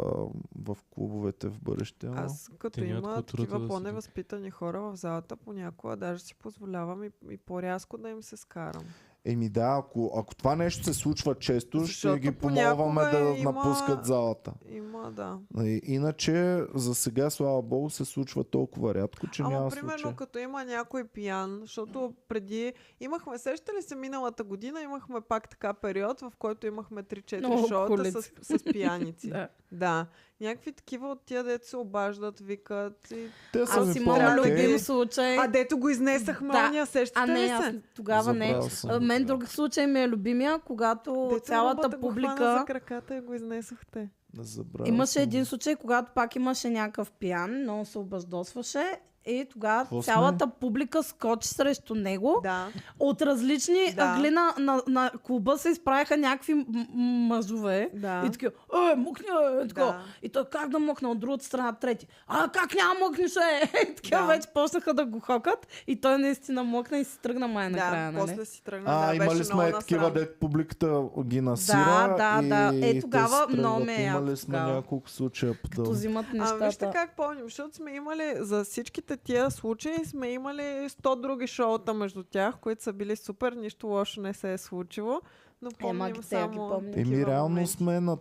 Speaker 1: в клубовете в бъдеще. ама-
Speaker 2: Аз като
Speaker 4: Те нямат
Speaker 2: има
Speaker 4: културата да
Speaker 2: такива
Speaker 4: се-
Speaker 2: по-невъзпитани хора в залата, понякога даже си позволявам и, и по-рязко да им се скарам.
Speaker 1: Еми да, ако, ако това нещо се случва често,
Speaker 2: Защото
Speaker 1: ще ги
Speaker 2: понякога
Speaker 1: помолваме да
Speaker 2: има-
Speaker 1: напускат залата.
Speaker 2: Има, да.
Speaker 1: И- Иначе, за сега, слава богу, се случва толкова рядко, че
Speaker 2: Ама
Speaker 1: няма
Speaker 2: примерно
Speaker 1: случай.
Speaker 2: като има някой пиян, защото преди имахме, сеща ли се миналата година, имахме пак така период, в който имахме 3-4
Speaker 3: Много
Speaker 2: шоута
Speaker 3: алкохолици.
Speaker 2: с, с пияници. да.
Speaker 3: [laughs] Да.
Speaker 2: да. Някакви такива от тия дето се обаждат, викат. И...
Speaker 1: Те са
Speaker 3: Аз
Speaker 1: ми
Speaker 3: имам
Speaker 2: помня,
Speaker 1: по-окей.
Speaker 3: любим
Speaker 2: те-
Speaker 3: случай.
Speaker 2: А дето го изнесахме,
Speaker 3: Е, Да.
Speaker 2: да. ония сещате
Speaker 3: А не,
Speaker 2: ли се?
Speaker 3: аз тогава не.
Speaker 1: Забравял съм
Speaker 3: А,
Speaker 1: го
Speaker 3: Мен
Speaker 1: това.
Speaker 3: друг случай ми е любимия, когато
Speaker 2: Дето румбата
Speaker 3: цялата
Speaker 2: го хвана за
Speaker 3: публика...
Speaker 2: краката и го изнесохте.
Speaker 1: Не забравя.
Speaker 3: Имаше
Speaker 1: съм.
Speaker 3: един случай, когато пак имаше някакъв пиян, много се обаждосваше и тогава
Speaker 1: Какво сме?
Speaker 3: цялата публика скочи срещу него.
Speaker 2: Да.
Speaker 3: От различни
Speaker 2: Да.
Speaker 3: да. агли на, на, на клуба се изправиха някакви м- м- мъжове.
Speaker 2: Да.
Speaker 3: И такива, е, мукни, е, така.
Speaker 2: Да.
Speaker 3: Да. И той, как да мъкна от другата страна, трети. А, как няма мъкнеш, е? [laughs] И такива
Speaker 2: Да.
Speaker 3: да. вече почнаха да го хокат. И той наистина мъкна и си тръгна май
Speaker 2: Да,
Speaker 3: накрая, нали?
Speaker 2: после си тръгна.
Speaker 1: А,
Speaker 2: да,
Speaker 1: да, имали
Speaker 2: беше
Speaker 1: сме
Speaker 2: много
Speaker 1: такива,
Speaker 2: насрам.
Speaker 1: де публиката ги насира.
Speaker 3: да,
Speaker 1: и,
Speaker 3: да. Е,
Speaker 1: и те
Speaker 3: тогава
Speaker 1: се тръгват.
Speaker 3: много ме е
Speaker 1: Имали
Speaker 3: яко
Speaker 1: сме
Speaker 3: тогава.
Speaker 1: няколко случая
Speaker 3: Да.
Speaker 1: подобни.
Speaker 3: взимат
Speaker 2: А, вижте
Speaker 3: нещата.
Speaker 2: как помним, защото сме имали за всичките тия случаи, сме имали 100 други шоута между тях, които са били супер, нищо лошо не се е случило, но помним
Speaker 3: ги Е, те ги
Speaker 2: само...
Speaker 3: помним.
Speaker 2: такива
Speaker 1: Еми, реално
Speaker 2: моменти.
Speaker 1: сме на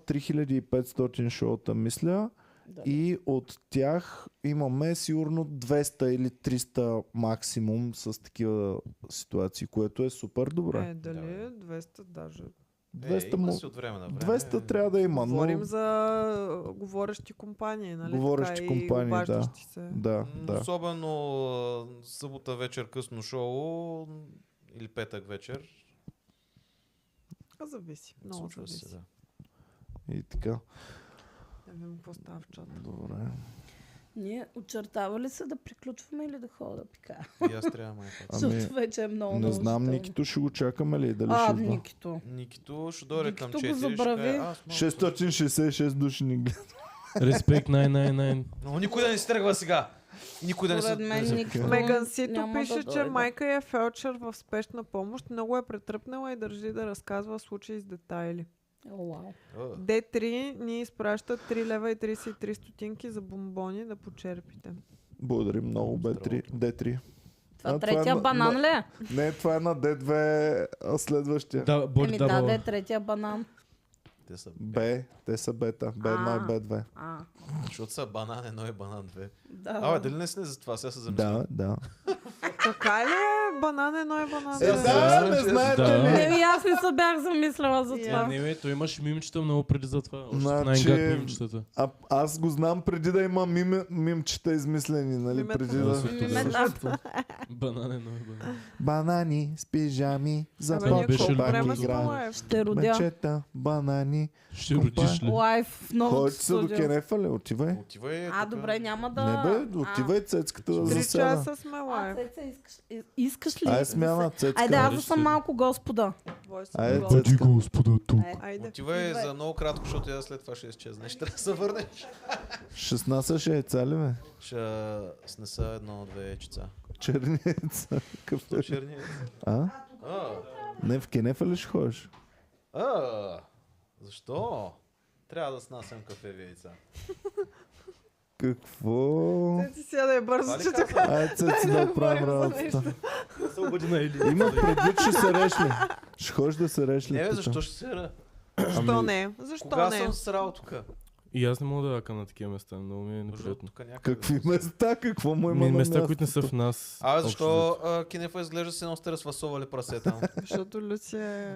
Speaker 1: 3500 шоута, мисля.
Speaker 3: Да.
Speaker 1: И от тях имаме сигурно 200 или 300 максимум с такива ситуации, което е супер добре.
Speaker 2: Е, дали 200 даже.
Speaker 1: 200,
Speaker 6: Е, има
Speaker 1: му...
Speaker 6: си от време на време.
Speaker 1: 200 трябва да има,
Speaker 2: Говорим
Speaker 1: но...
Speaker 2: за а, говорещи компании, нали?
Speaker 1: Говорещи
Speaker 2: така,
Speaker 1: компании,
Speaker 2: и
Speaker 1: да.
Speaker 2: обаждащи се.
Speaker 1: Да,
Speaker 6: М,
Speaker 1: да.
Speaker 6: Особено а, събота вечер късно шоу м, или петък вечер.
Speaker 2: А, зависи. Много
Speaker 6: Случва
Speaker 2: зависи.
Speaker 6: се, да.
Speaker 1: И така.
Speaker 2: Не знам какво става в чата.
Speaker 1: Добре.
Speaker 3: Ние очертава ли се да приключваме или да ходя да пика?
Speaker 6: И аз трябва май пак.
Speaker 1: Ами,
Speaker 3: Защото вече е много
Speaker 1: Не знам,
Speaker 3: наложително.
Speaker 1: Никито ще го чакаме ли? Дали
Speaker 3: А,
Speaker 1: ще идва?
Speaker 3: Никито.
Speaker 6: Никито ще дойде към
Speaker 3: Никито го
Speaker 6: 4. ще
Speaker 3: забрави.
Speaker 6: каже, аз малко-
Speaker 1: 666 души ни гледат.
Speaker 4: Респект, най, най, най.
Speaker 6: Но никой да не си тръгва сега. И Никой да не Е, се...
Speaker 3: Според мен Никито
Speaker 2: Меган Сито
Speaker 3: няма да
Speaker 2: пише, че
Speaker 3: дойде.
Speaker 2: майка ѝ е фелчер в спешна помощ, много е претръпнала и държи да разказва случаи с детайли.
Speaker 3: О, вау.
Speaker 6: О,
Speaker 2: D3 ни изпраща 3 лева и 33 стотинки за бомбони да почерпите.
Speaker 1: Благодарим много, Б3. Д3.
Speaker 3: Това
Speaker 1: А, това е
Speaker 3: третия
Speaker 1: на-
Speaker 3: банан
Speaker 1: на-
Speaker 3: ли е?
Speaker 1: Не, това е на Д2 а следващия.
Speaker 4: Да, Боди
Speaker 3: Еми да, да е
Speaker 4: Дабъл.
Speaker 3: третия банан.
Speaker 6: те са,
Speaker 1: Б, те са бета. Б1 и
Speaker 3: А.
Speaker 1: Б2.
Speaker 3: А,
Speaker 6: защото са банан едно и банан две.
Speaker 3: да.
Speaker 6: Абе, дали не си не за това? Сега се замисля.
Speaker 1: Да, да.
Speaker 2: Така ли е? Банан едно е банан.
Speaker 1: Е,
Speaker 2: две?
Speaker 1: да, не знаете
Speaker 4: Да.
Speaker 1: ли?
Speaker 3: Еми аз не се бях замислила за
Speaker 2: Я
Speaker 4: Не,
Speaker 3: това.
Speaker 4: не, бе, той имаше мимчета много преди за това. Още
Speaker 1: Значи-
Speaker 4: значи... най-гад мимчетата.
Speaker 1: А, аз го знам преди да има мим, мимчета измислени, нали?
Speaker 2: Мимета.
Speaker 1: Преди
Speaker 4: Да,
Speaker 1: да...
Speaker 4: след това
Speaker 3: Мимета.
Speaker 4: също. Банан е много банан.
Speaker 1: Банани с пижами, за
Speaker 2: Абе, ние
Speaker 4: беше
Speaker 2: колко
Speaker 4: любимото.
Speaker 2: време
Speaker 1: пак
Speaker 2: сме
Speaker 1: игра.
Speaker 2: лайв?
Speaker 3: Ще родя.
Speaker 1: Мечета, банани.
Speaker 4: Ще
Speaker 1: Компа.
Speaker 4: родиш ли?
Speaker 3: Лайф в новото
Speaker 1: Ходи се до
Speaker 3: студио.
Speaker 1: Кенефа ли? Отивай.
Speaker 6: Отивай. е,
Speaker 3: А,
Speaker 6: тука.
Speaker 3: добре, няма да...
Speaker 1: Не бе, отивай цецката да
Speaker 2: Три
Speaker 1: засяда.
Speaker 2: часа сме
Speaker 3: А, а,
Speaker 2: лайв.
Speaker 3: Цеца, искаш, и- искаш ли?
Speaker 1: Ай, смяна, цецка.
Speaker 3: Айде, аз да
Speaker 4: Виж
Speaker 3: съм
Speaker 4: се.
Speaker 3: малко господа.
Speaker 1: Айде,
Speaker 2: Гол.
Speaker 1: цецка.
Speaker 4: господа, тук.
Speaker 3: Е,
Speaker 2: Айде.
Speaker 6: Отивай Ами.
Speaker 3: Идвай.
Speaker 6: за много кратко, защото я след това ще изчезнеш. Ще се върнеш.
Speaker 1: 16 ще е цали, бе.
Speaker 6: Ще снеса едно-две чеца.
Speaker 1: Черница. Какъв е?
Speaker 6: Черни.
Speaker 1: А?
Speaker 6: [laughs] А,
Speaker 1: Не, в Кенефа ли ще ходиш?
Speaker 6: а, защо? Трябва да снасям кафе и [laughs] яйца.
Speaker 1: Какво?
Speaker 2: Ти си да е бързо,
Speaker 6: Това ли
Speaker 2: че
Speaker 6: каза?
Speaker 2: тук
Speaker 1: Айде, цеци, да правим
Speaker 2: говорим за
Speaker 1: работата.
Speaker 6: Да се обади на Или.
Speaker 1: Има предвид, ще се решли. Ще ходиш да се решли.
Speaker 6: Не, бе,
Speaker 1: тука.
Speaker 6: защо ще се ра?
Speaker 1: Ами,
Speaker 2: защо не? Защо
Speaker 6: Кога
Speaker 2: не?
Speaker 6: съм срал тук?
Speaker 4: И аз не мога да лакам на такива места, много ми е
Speaker 6: Между
Speaker 4: неприятно.
Speaker 6: тук някъде.
Speaker 1: Какви места? Какво му има
Speaker 4: Ми,
Speaker 1: на
Speaker 4: места,
Speaker 1: място?
Speaker 4: които не са в нас.
Speaker 6: А,
Speaker 4: общо
Speaker 6: защо а, Кинефа изглежда се едно сте разфасовали прасе там?
Speaker 2: Защото Люси е...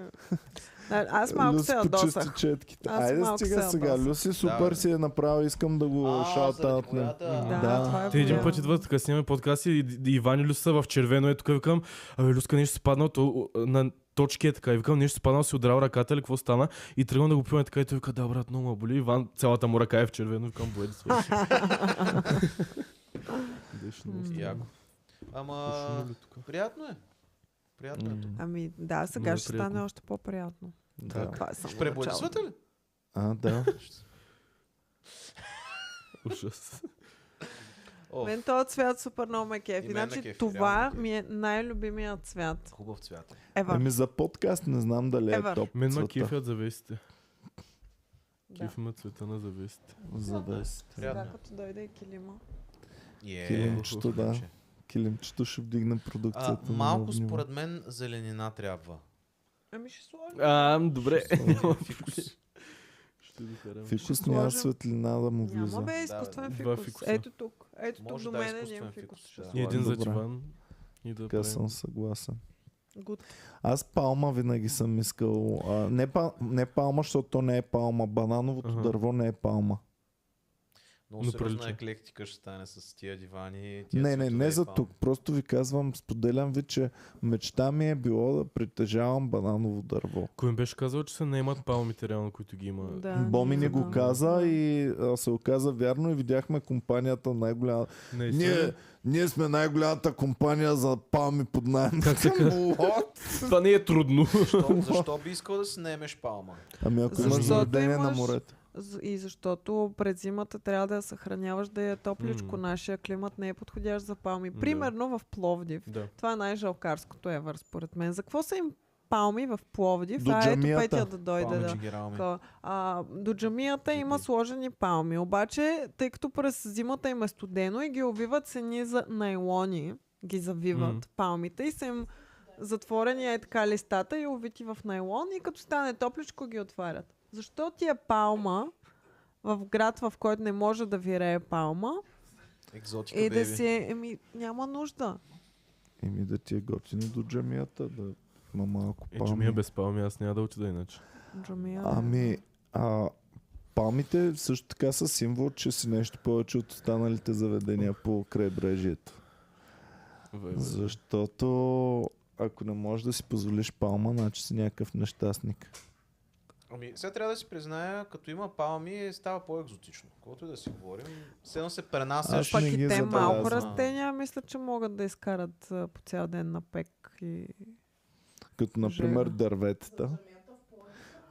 Speaker 2: А, Аз малко се
Speaker 1: почисти
Speaker 2: ядосах.
Speaker 1: четките.
Speaker 2: Аз
Speaker 1: Айде
Speaker 2: малко
Speaker 1: стига
Speaker 2: се
Speaker 1: сега.
Speaker 2: ядосах.
Speaker 1: Люси супер
Speaker 6: бе.
Speaker 1: си е направил. Искам да го шалта
Speaker 6: заради
Speaker 1: от мен.
Speaker 6: водата.
Speaker 2: Да,
Speaker 1: Да.
Speaker 2: това е
Speaker 4: Те един
Speaker 2: голямо.
Speaker 4: път идват, така снимаме подкаст и, и Иван и Люса в червено е тук, викам, абе Люска нещо си паднал, то, а, на точки е така, и викам нещо си паднал, си удрал ръката или какво стана и тръгвам да го пиваме така и той вика, да брат, много ме боли, Иван цялата му ръка е в червено, викам, бое
Speaker 1: [laughs]
Speaker 4: да свърши. Беше много странно.
Speaker 6: Яко. Ама,
Speaker 4: Шумно ли тук?
Speaker 6: приятно е. Приятно е тук.
Speaker 4: М.
Speaker 2: Ами да, сега
Speaker 4: Много
Speaker 2: ще
Speaker 4: приятно.
Speaker 2: стане още по-приятно.
Speaker 1: Да.
Speaker 2: Това е само
Speaker 6: Ще
Speaker 2: началото.
Speaker 6: пребладисвате ли?
Speaker 1: А, да.
Speaker 4: Ужас.
Speaker 6: О,
Speaker 2: Мен този цвят супер много ме кеф.
Speaker 6: И мен ме
Speaker 2: Иначе
Speaker 6: кефи,
Speaker 2: това
Speaker 6: реално ме
Speaker 2: ми е най-любимият цвят.
Speaker 6: хубав цвят. е.
Speaker 2: Ева.
Speaker 1: Еми за подкаст не знам дали е
Speaker 2: Ever.
Speaker 1: топ.
Speaker 4: Мен ма
Speaker 1: цвета.
Speaker 4: кефят завесите.
Speaker 2: Да.
Speaker 4: Кеф има цвета на завесите.
Speaker 1: За вест.
Speaker 2: Сега
Speaker 6: Приятно.
Speaker 2: като дойде и килима.
Speaker 6: Е,
Speaker 1: Килимчето, да.
Speaker 6: хубавче.
Speaker 1: Килимчето ще вдигне
Speaker 6: А,
Speaker 1: продукцията. на
Speaker 6: малко
Speaker 1: ново ниво.
Speaker 6: според мен зеленина трябва.
Speaker 2: Ами ще сложим.
Speaker 4: А, добре.
Speaker 1: [laughs]
Speaker 6: Фикус.
Speaker 4: Ще докарам.
Speaker 1: Фикус няма
Speaker 2: сложим.
Speaker 1: светлина да му
Speaker 2: Няма
Speaker 1: влиза.
Speaker 2: бе
Speaker 6: Да,
Speaker 2: изкуствен
Speaker 4: бе. Два
Speaker 2: фикус.
Speaker 4: фикуса.
Speaker 2: Ето тук. Ето тук
Speaker 6: Може
Speaker 2: до
Speaker 6: да
Speaker 2: мен е
Speaker 6: изкуствен
Speaker 2: един
Speaker 6: фикус.
Speaker 2: фикус.
Speaker 6: ще
Speaker 4: И един за
Speaker 1: Добре.
Speaker 4: диван. И да
Speaker 1: Така
Speaker 4: правим.
Speaker 1: съм съгласен.
Speaker 2: Good.
Speaker 1: Аз палма винаги съм искал. А, не, па, не палма, защото то не е палма. Банановото
Speaker 4: Ага.
Speaker 1: дърво не е палма.
Speaker 6: Много
Speaker 4: Но
Speaker 6: сериозна
Speaker 4: прилича.
Speaker 6: еклектика ще стане с тия дивани. Тия
Speaker 1: Не, не,
Speaker 6: цветове
Speaker 1: не
Speaker 4: е
Speaker 6: и
Speaker 1: за
Speaker 6: това.
Speaker 1: тук. Просто ви казвам, споделям ви, че мечта ми е било да притежавам бананово дърво.
Speaker 4: Кой им беше казал, че се наемат палмите реално, които ги има?
Speaker 2: Да,
Speaker 1: Е, Боми ни
Speaker 2: ние
Speaker 1: го
Speaker 2: знам.
Speaker 1: каза и а, се оказа вярно и видяхме компанията най-голяма.
Speaker 4: Не,
Speaker 1: Ние, ние сме най-голямата компания за палми под найем.
Speaker 4: Как така? Това не е трудно.
Speaker 1: [laughs]
Speaker 6: Защо, защо би искал да си наемеш палма?
Speaker 1: Ами ако имаш
Speaker 2: Защото
Speaker 1: заведение на
Speaker 2: имаш-
Speaker 1: морето.
Speaker 2: З- И защото през зимата трябва да я съхраняваш да е топличко.
Speaker 4: М.
Speaker 2: Нашия климат не е подходящ за палми.
Speaker 4: Да.
Speaker 2: Примерно в Пловдив.
Speaker 4: да.
Speaker 2: Това е най-жалкарското евър, според мен. За какво са им палми в Пловдив?
Speaker 1: До
Speaker 2: а ето
Speaker 1: джамията.
Speaker 2: Петя да дойде
Speaker 6: Палми,
Speaker 2: да.
Speaker 6: че ги раме.
Speaker 2: Така, А, до джамията има сложени палми, обаче тъй като през зимата им е студено и ги овиват с едни за найлони, ги завиват
Speaker 4: Мгм.
Speaker 2: палмите и са им затворени е така листата и овити в найлон и като стане топличко ги отварят. Защо ти е палма в град, в който не може да вирее палма
Speaker 6: Екзотика,
Speaker 2: и да
Speaker 6: беби.
Speaker 2: си... е, Еми, няма нужда.
Speaker 1: Еми да ти е готино до джамията, да има малко
Speaker 4: Е, че ми е
Speaker 1: палми.
Speaker 4: без палми, аз няма да отида иначе.
Speaker 2: Джамия...
Speaker 1: Ами, а, палмите също така са символ, че си нещо повече от останалите заведения по крайбрежието.
Speaker 4: Вай, вай.
Speaker 1: Защото ако не можеш да си позволиш палма, значи си някакъв нещастник.
Speaker 6: Ами, сега трябва да си призная, като има палми, става по-екзотично. Колкото и да си говорим, все едно се
Speaker 1: Аз
Speaker 6: пренасяш.
Speaker 2: Пък
Speaker 1: не ги
Speaker 2: и те малко
Speaker 1: забелязвам.
Speaker 2: растения, мисля, че могат да изкарат а, по цял ден на пек и
Speaker 1: Като например
Speaker 2: Жега.
Speaker 1: дърветата.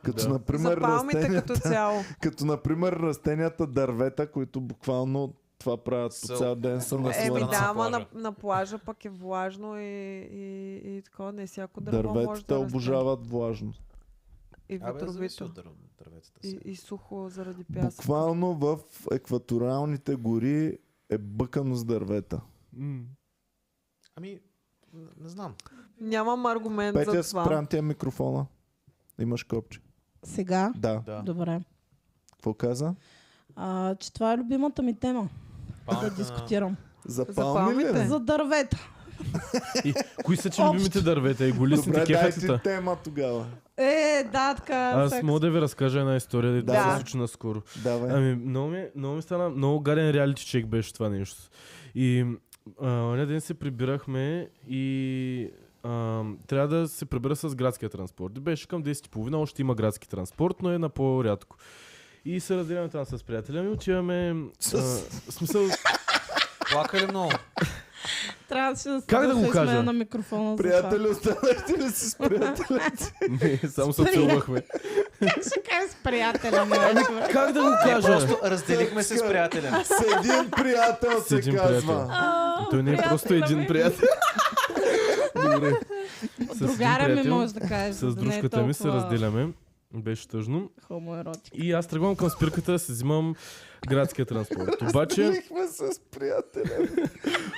Speaker 1: Като
Speaker 4: Да.
Speaker 1: например
Speaker 2: за палмите
Speaker 1: растенията,
Speaker 2: като цяло.
Speaker 1: [laughs] като например растенията дървета, които буквално това правят по
Speaker 6: Са-
Speaker 1: цял ден са на
Speaker 2: Еми
Speaker 6: Е,
Speaker 1: слънце.
Speaker 6: на
Speaker 2: да, ама на,
Speaker 6: плажа.
Speaker 2: на плажа пък е влажно и, и, и така, не всяко дърво може
Speaker 1: Дърветата
Speaker 2: да расте.
Speaker 1: обожават влажно.
Speaker 2: и
Speaker 6: Абе, зависи
Speaker 2: ветровито.
Speaker 6: от дърв- дърветата
Speaker 2: И,
Speaker 6: си.
Speaker 2: и сухо заради пясък.
Speaker 1: Буквално в екваториалните гори е бъкано с дървета.
Speaker 4: М.
Speaker 6: Ами, н- не знам.
Speaker 2: Нямам аргумент
Speaker 1: Петя,
Speaker 2: за това.
Speaker 1: спрям ти е микрофона. Имаш копче.
Speaker 3: Сега?
Speaker 1: Да.
Speaker 6: Да.
Speaker 3: Добре.
Speaker 1: Какво каза?
Speaker 3: А, че това е любимата ми тема
Speaker 6: Палмата
Speaker 3: да
Speaker 6: на-
Speaker 3: дискутирам.
Speaker 1: За
Speaker 2: За
Speaker 1: палми ли?
Speaker 2: палмите.
Speaker 1: е?
Speaker 3: За дървета.
Speaker 4: И кои са че
Speaker 3: Общо.
Speaker 4: любимите дървета и голи си
Speaker 1: Добре,
Speaker 4: такива
Speaker 1: дай ти
Speaker 4: кефетлита?
Speaker 1: тема тогава.
Speaker 3: Е, да, така.
Speaker 4: Аз
Speaker 3: секс.
Speaker 4: мога да ви разкажа една история, да,
Speaker 1: Да.
Speaker 4: да. се случи наскоро.
Speaker 1: Давай.
Speaker 4: Ами, много ми, много ми стана, много гаден реалити чек беше това нещо. И а, оня ден се прибирахме и а, трябва да се прибера с градския транспорт. И Беше към 10.30, още има градски транспорт, но е на по-рядко. И се разделяме там с приятеля ми, отиваме... А, в смисъл,
Speaker 6: Плака ли
Speaker 1: [laughs]
Speaker 6: много?
Speaker 3: Трябваше да се
Speaker 4: Как да го
Speaker 3: държа с мен
Speaker 4: кажа?
Speaker 3: на микрофона за това.
Speaker 1: Приятели, останахте ли си с приятели?
Speaker 4: [laughs] не, само се
Speaker 3: Спри.
Speaker 4: целувахме.
Speaker 3: Как ще кажеш с приятеля ми? човек?
Speaker 4: Как да го кажа?
Speaker 6: Просто разделихме се с приятеля.
Speaker 1: С един приятел
Speaker 4: С
Speaker 1: се
Speaker 4: един
Speaker 1: казва.
Speaker 4: Той не е просто
Speaker 3: приятеля
Speaker 4: един
Speaker 3: ми.
Speaker 4: приятел. Добре. С един
Speaker 3: Другаря ми
Speaker 4: приятел,
Speaker 3: може да кажеш.
Speaker 4: С
Speaker 3: да не е
Speaker 4: дружката ми се
Speaker 3: толкова
Speaker 4: разделяме. Беше тъжно.
Speaker 3: Хомоеротик.
Speaker 4: И аз тръгвам към спирката да си взимам градския транспорт. Обаче,
Speaker 1: Делихме се с приятеля.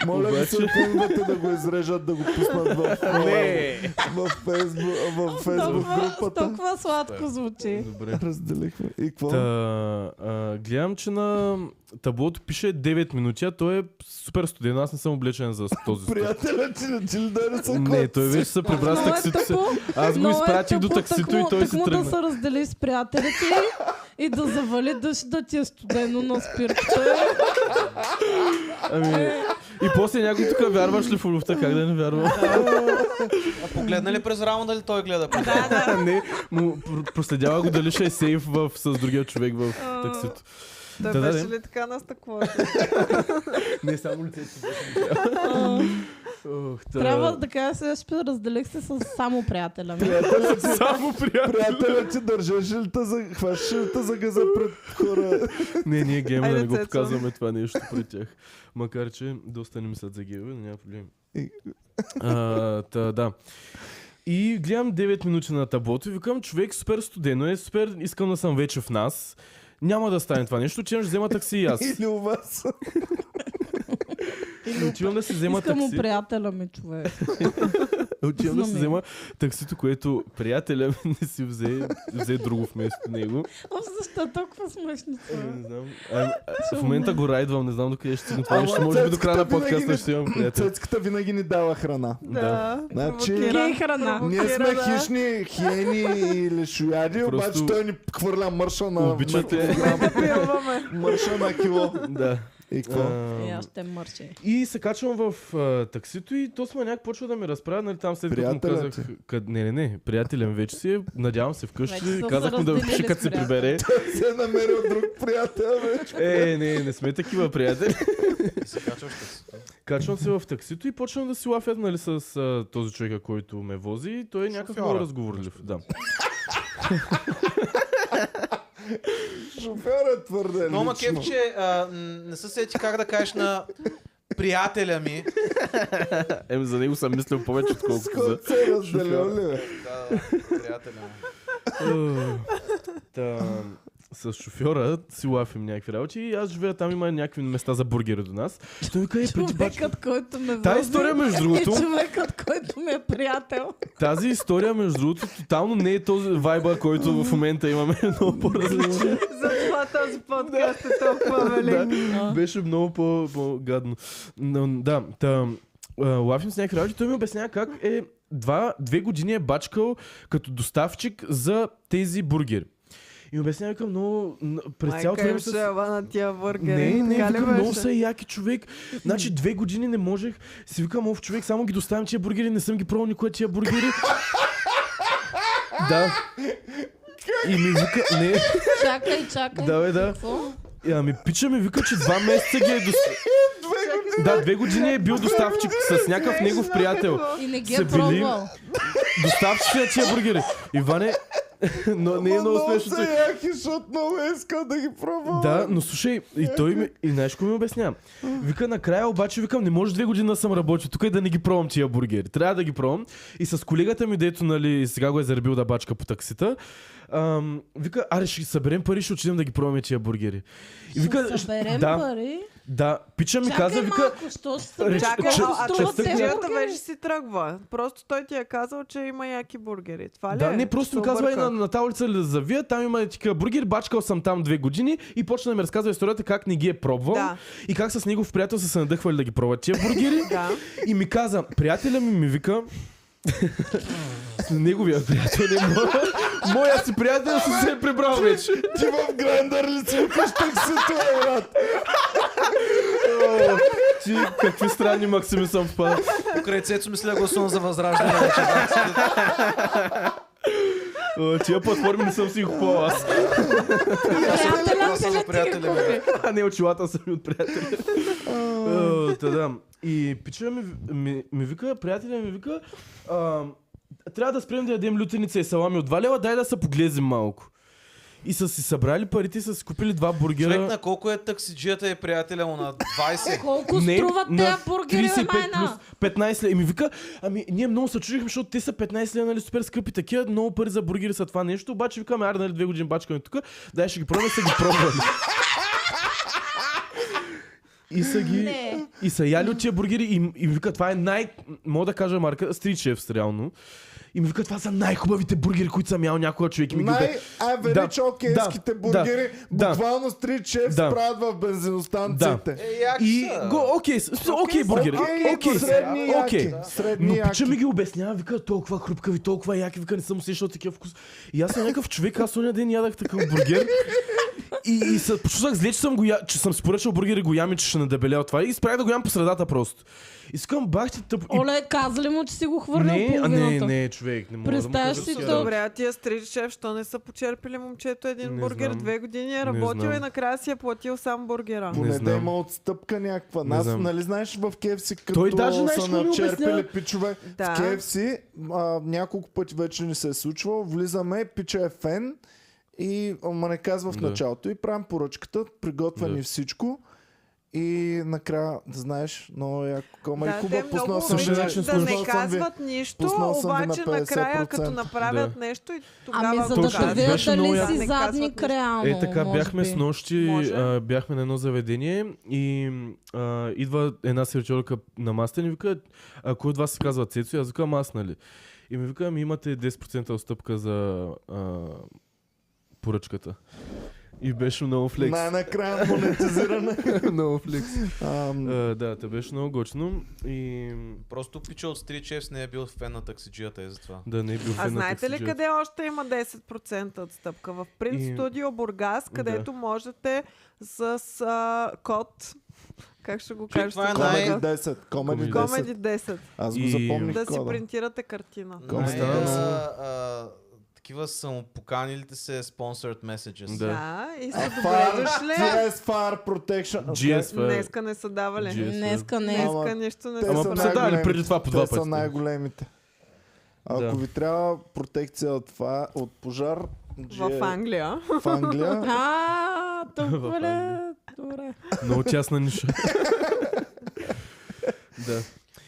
Speaker 1: Моля ви
Speaker 4: Обаче-
Speaker 1: се, помните да го изрежат, да го пуснат в, в, фейсбук, е в фейсбук
Speaker 3: Толкова,
Speaker 1: групата.
Speaker 3: толкова сладко звучи.
Speaker 4: добре.
Speaker 1: Разделихме. И какво?
Speaker 4: Та, а, гледам, че на таблото пише 9 минути, а той е супер студен. Аз не съм облечен за този студ.
Speaker 1: Приятелят ти не ти ли даде ръце?
Speaker 4: Не, той вече се прибра с
Speaker 3: Много е
Speaker 4: таксито си.
Speaker 3: тъпо,
Speaker 4: Аз го
Speaker 3: много е
Speaker 4: изпратих до
Speaker 3: тъпо,
Speaker 4: таксито и
Speaker 3: тъкмо-
Speaker 4: той си
Speaker 3: тъкмо да
Speaker 4: тръгна.
Speaker 3: се раздели с приятелите и, и да завали да, да ти е студено на спирката.
Speaker 4: [laughs] Ами, и после някой тук вярваш ли в любовта? Как да не вярвам?
Speaker 6: А погледна ли през рамо дали той гледа? през
Speaker 4: [laughs]
Speaker 6: рамо?
Speaker 4: не, му пр- проследява го дали ще е сейф в, с другия човек в таксито.
Speaker 2: Той
Speaker 4: Да, да,
Speaker 2: беше
Speaker 4: да.
Speaker 2: ли така на стъкло?
Speaker 1: [laughs]
Speaker 4: Не само лицето.
Speaker 3: А,
Speaker 4: Ох, та-
Speaker 3: Трябва да кажа сега, ще разделих се с само приятеля ми.
Speaker 1: Приятелят ти,
Speaker 4: [laughs] Само приятел.
Speaker 1: приятелят ти държеше ли те за, хващаше ли те за газа пред хора?
Speaker 4: Не, ние гейме да
Speaker 2: Айде,
Speaker 4: не го
Speaker 2: Цецо.
Speaker 4: показваме това нещо при тях. Макар, че доста не мислят за гейове, но няма проблем.
Speaker 1: И-
Speaker 4: А, та, да. И гледам 9 минути на таблото и викам, човек, супер студено е, супер, искам да съм вече в нас. Няма да стане това нещо, че ще взема такси [laughs] и аз.
Speaker 1: Или у вас?
Speaker 4: И отивам да си взема
Speaker 3: Искам му
Speaker 4: такси.
Speaker 3: приятеля ми, човек.
Speaker 4: Отивам да си
Speaker 3: знаме.
Speaker 4: взема таксито, което приятеля ми не си взе, взе друго вместо него.
Speaker 3: О, защо е толкова смешно
Speaker 4: Не
Speaker 3: това?
Speaker 4: знам. А, а, в момента го райдвам, не знам докъде ще стигне това нещо.
Speaker 1: Ама
Speaker 4: Може би до края на
Speaker 1: цецката винаги
Speaker 4: подкаста
Speaker 1: не-
Speaker 4: ще имам приятел.
Speaker 1: Цецката винаги ни дава храна.
Speaker 2: Да.
Speaker 1: Значи-
Speaker 2: провокира.
Speaker 3: Гей храна.
Speaker 1: Ние сме
Speaker 2: Провокира, да.
Speaker 1: хищни, хиени или шояди,
Speaker 4: Просто-
Speaker 1: обаче той ни хвърля мърша на
Speaker 4: [laughs] Обичате.
Speaker 2: Пилваме.
Speaker 1: мърша на кило.
Speaker 4: Да.
Speaker 1: И какво?
Speaker 3: Е,
Speaker 4: А,
Speaker 3: аз ще мърче.
Speaker 4: И се качвам в а, таксито и то сме някак почва да ми разправя, нали там след като му
Speaker 1: Приятелят
Speaker 4: казах, къд... не, не, не, приятелен вече си, е, надявам се
Speaker 3: Вече са
Speaker 4: вкъщи,
Speaker 3: се
Speaker 4: казах му да ми пише
Speaker 3: разделили
Speaker 4: [laughs] като
Speaker 3: с
Speaker 4: се прибере.
Speaker 1: Се е намерил друг приятел, бе.
Speaker 4: Е, не, не сме такива приятели.
Speaker 6: И се качваш таксито.
Speaker 4: Качвам се в таксито и почвам да си лафят, нали, с а, този човека, който ме вози и той е някакъв много
Speaker 6: Шофьора.
Speaker 4: разговорлив. Да.
Speaker 1: Шофьор е твърде
Speaker 6: Но ма
Speaker 1: лично.
Speaker 6: кеф, че а, м, не се сети как да кажеш на приятеля ми.
Speaker 4: Ем, Е, за него съм мислил повече,
Speaker 1: С
Speaker 4: отколкото за...
Speaker 1: който се е разделил ли, бе?
Speaker 6: Да, да, приятеля ми.
Speaker 4: Та, с шофьора си лафим някакви работи и аз живея там, има някакви места за бургери до нас. Той вика, е, преди бачка.
Speaker 3: Човекът, който ме
Speaker 4: Та
Speaker 3: вози
Speaker 4: история, между
Speaker 3: е
Speaker 4: другото,
Speaker 3: човекът, който ми е приятел.
Speaker 4: тази история, между другото, тотално не е този вайба, който в момента имаме [laughs] много по-различен.
Speaker 2: Затова
Speaker 1: [laughs]
Speaker 2: този подкаст е толкова велик.
Speaker 4: Беше много по- по-гадно. Но, да, та, а, лафим с някакви работи. Той ми обяснява как е два, две години е бачкал като доставчик за тези бургери. И обяснява викам много н- през цялото
Speaker 2: Майка им
Speaker 4: време
Speaker 2: ще
Speaker 4: с...
Speaker 2: ева на тия бургери.
Speaker 4: Не, не,
Speaker 2: Така ли
Speaker 4: викам, много
Speaker 2: беше?
Speaker 4: са яки човек. Значи две години не можех. Си викам, ов човек, само ги доставям тия бургери, не съм ги пробвал никога тия бургери. да. И ми вика, не,
Speaker 3: Чакай, чакай.
Speaker 4: да, бе, да.
Speaker 3: Какво?
Speaker 4: И, Ами пича ми вика, че два месеца ги е доставчик. Да, две години е бил доставчик с някакъв негов приятел.
Speaker 3: И не ги
Speaker 4: Са
Speaker 3: е
Speaker 4: били-
Speaker 3: пробвал.
Speaker 4: Доставчик на тия бургери. Иване, [laughs] но не е много смешно.
Speaker 1: Много
Speaker 4: че-
Speaker 1: са яки, защото много е искал да ги пробвам.
Speaker 4: Да, но слушай, и той ми, и знаеш какво ми обяснява. Вика, накрая обаче, викам, не може две години да съм работил тук и да не ги пробвам тия бургери. Трябва да ги пробвам. И с колегата ми, дето, нали, сега го е заребил да бачка по таксита, ам, вика, аре, ще ги съберем пари, ще отидем да ги пробваме тия бургери. И вика,
Speaker 3: ще
Speaker 4: «Щ-
Speaker 3: съберем
Speaker 4: да,
Speaker 3: пари.
Speaker 4: да, пича ми
Speaker 3: Чакай
Speaker 4: каза, вика,
Speaker 3: малко, що ще
Speaker 4: Реч-
Speaker 3: съберем?
Speaker 2: Чакай,
Speaker 4: че-
Speaker 2: а, а
Speaker 4: че-
Speaker 2: че,
Speaker 4: стъгна-
Speaker 2: че, вече си тръгва. Просто той ти е казал, че има яки бургери. Това ли
Speaker 4: Да,
Speaker 2: е?
Speaker 4: не, просто
Speaker 2: Че
Speaker 4: ми
Speaker 2: се
Speaker 4: казва и
Speaker 2: обърках.
Speaker 4: на, на таблица ли да завия, там има така бургер, бачкал съм там две години и почна да ми разказва историята как не ги е пробвал
Speaker 2: Да.
Speaker 4: и как с негов приятел са се надъхвали да ги пробват тия бургери.
Speaker 2: [laughs] Да.
Speaker 4: И ми каза, приятеля ми ми вика, [laughs] с неговия приятел, не моя, моя си приятел си се е прибрал вече.
Speaker 1: Ти в грандър ли си викаш таксито, бе, брат?
Speaker 4: О, Ти, какви странни максими съм впадал.
Speaker 6: Покрай Цецо мисля да гласувам за възраждане. вече.
Speaker 4: О, Тия платформи не съм си ги купувал аз.
Speaker 3: Приятеля,
Speaker 6: Гласа за приятели ми. бе.
Speaker 4: А не очилата са ми от приятели. О, Та да. И пича ми, ми, ми вика, приятеля ми вика, а, трябва да спрем да ядем лютеница и салами от 2 лева, дай да се поглезим малко. И са си събрали парите и са си купили два бургера.
Speaker 6: Човек на колко е таксиджията и приятеля му на 20.
Speaker 3: Колко струват
Speaker 4: на
Speaker 3: тези бургери, бе,
Speaker 4: 35
Speaker 3: майна?
Speaker 4: плюс 15 лева. И ми вика, ами ние много се чудихме, защото те са 15 лева, нали, супер скъпи такива, много пари за бургери са това нещо, обаче викаме, аре, нали, две години бачкаме тук, дай ще ги пробваме, са ги пробвали. И са ги...
Speaker 3: Не.
Speaker 4: И са яли от тия бургери и, и ми вика, това е най... Мога да кажа марка, Street Chefs, реално. И ми вика, това са най-хубавите бургери, които съм ял някога човек. И ми ги обя-
Speaker 1: Най-аверич окейските
Speaker 4: да,
Speaker 1: бургери,
Speaker 4: да.
Speaker 1: буквално с 3 чеф
Speaker 4: Да.
Speaker 1: правят в бензиностанциите.
Speaker 6: Е, як
Speaker 4: И
Speaker 6: са.
Speaker 4: го, окей, с- с- окей, бургери.
Speaker 1: Окей,
Speaker 4: Окей,
Speaker 1: средни яки.
Speaker 4: окей.
Speaker 1: Средни
Speaker 4: Но пича ми
Speaker 1: яки.
Speaker 4: ги обяснява, вика, толкова хрупкави, толкова яки, вика, не съм усещал такива вкус. И аз съм някакъв човек, аз оня ден ядах такъв бургер. И, и се почувствах зле, че съм, го, я- че съм си поръчал бургер и го ям и че ще надебеля от това. И спрях да го ям по средата просто. И скам бах ти тъп... И...
Speaker 3: Оле, казали му, че си го хвърлял
Speaker 4: Не, а не,
Speaker 3: половината.
Speaker 4: не, човек, не мога да му
Speaker 3: Представяш
Speaker 4: кажа
Speaker 3: си
Speaker 4: сега.
Speaker 3: то?
Speaker 2: Добре, а тия стрит шеф, що не са почерпили момчето един
Speaker 4: Не
Speaker 2: бургер,
Speaker 4: знам.
Speaker 2: две години е работил
Speaker 4: знам.
Speaker 2: и накрая си е платил сам бургера.
Speaker 4: Не
Speaker 1: Поне да
Speaker 4: знам.
Speaker 1: има отстъпка някаква.
Speaker 4: Не
Speaker 1: Нас,
Speaker 4: знам.
Speaker 1: нали знаеш в KFC, като
Speaker 4: Той даже, знаеш,
Speaker 1: са
Speaker 4: какво ми
Speaker 1: начерпили
Speaker 4: обясня?
Speaker 1: пичове.
Speaker 2: Да.
Speaker 1: В KFC а, няколко пъти вече ни се е случвало. Влизаме, пича е фен и ма не казва в
Speaker 4: Да.
Speaker 1: началото. И правим поръчката, приготвя ни
Speaker 4: Да.
Speaker 1: всичко. И накрая, знаеш, много яко кома
Speaker 2: Да,
Speaker 1: и куба,
Speaker 2: те много
Speaker 1: пуснал съм ви.
Speaker 4: обичат
Speaker 2: обичат да
Speaker 1: пуснал съм
Speaker 2: не
Speaker 1: ви.
Speaker 2: казват нищо,
Speaker 1: Пуснал съм ви на
Speaker 2: обаче накрая като
Speaker 1: 50%.
Speaker 2: направят
Speaker 4: Да.
Speaker 2: нещо и тогава
Speaker 3: Ами за
Speaker 2: го
Speaker 3: да
Speaker 4: Точно,
Speaker 3: те
Speaker 2: казват.
Speaker 3: видят
Speaker 4: беше много
Speaker 3: дали
Speaker 4: ясно.
Speaker 3: си
Speaker 2: Не казват
Speaker 3: задник
Speaker 2: нищо.
Speaker 3: реално.
Speaker 4: Е, така
Speaker 3: може
Speaker 4: бяхме
Speaker 3: би.
Speaker 4: с нощи,
Speaker 2: Може.
Speaker 4: а, бяхме на едно заведение и а, идва една сервиторка на масата и ни вика, а кой от вас се казва Цецо? И аз викам аз, нали? И ми вика, ми имате 10% отстъпка за а, поръчката. И беше много флекс.
Speaker 1: Най-накрая
Speaker 4: [laughs]
Speaker 1: монетизиране.
Speaker 4: много флекс.
Speaker 1: Ам,
Speaker 4: [laughs] А, да, те беше много гочно и м,
Speaker 6: Просто пича от Street Chefs не е бил фен на таксиджията и затова.
Speaker 4: да не е бил
Speaker 2: А
Speaker 4: фен на
Speaker 2: знаете ли
Speaker 4: таксиджията.
Speaker 2: къде още има 10% отстъпка? В Print
Speaker 4: И-
Speaker 2: Studio Бургас, където можете с а, код, как ще го
Speaker 6: Че
Speaker 2: кажа,
Speaker 6: това е
Speaker 1: Комеди
Speaker 6: най-
Speaker 2: Комеди
Speaker 1: 10, Комеди 10.
Speaker 2: 10.
Speaker 1: Аз го
Speaker 4: И-
Speaker 1: запомних
Speaker 2: Да си
Speaker 1: кода.
Speaker 2: принтирате картина.
Speaker 1: Колко
Speaker 6: Най-
Speaker 1: стана?
Speaker 6: а, а, Такива самопоканилите се sponsored messages.
Speaker 4: Да.
Speaker 2: Да, и
Speaker 1: Е,
Speaker 2: са добре
Speaker 1: Fire,
Speaker 2: дошли.
Speaker 1: GS Fire Protection.
Speaker 4: GS това е-
Speaker 2: Днеска не са давали.
Speaker 4: GS.
Speaker 3: Днеска не е.
Speaker 1: Ама-
Speaker 2: Днеска нищо не
Speaker 1: Те
Speaker 2: са
Speaker 1: са
Speaker 4: Ама са
Speaker 2: правили.
Speaker 1: най-големи.
Speaker 4: дали преди това по два
Speaker 1: Те са
Speaker 4: пъти.
Speaker 1: най-големите. Ако
Speaker 4: Да.
Speaker 1: ви трябва протекция от, това, от пожар, GS
Speaker 2: В Англия.
Speaker 1: в
Speaker 2: [laughs]
Speaker 1: Англия.
Speaker 3: е А, толкова
Speaker 4: В Англия.
Speaker 3: ли? Добре.
Speaker 4: Много тясна ниша. да.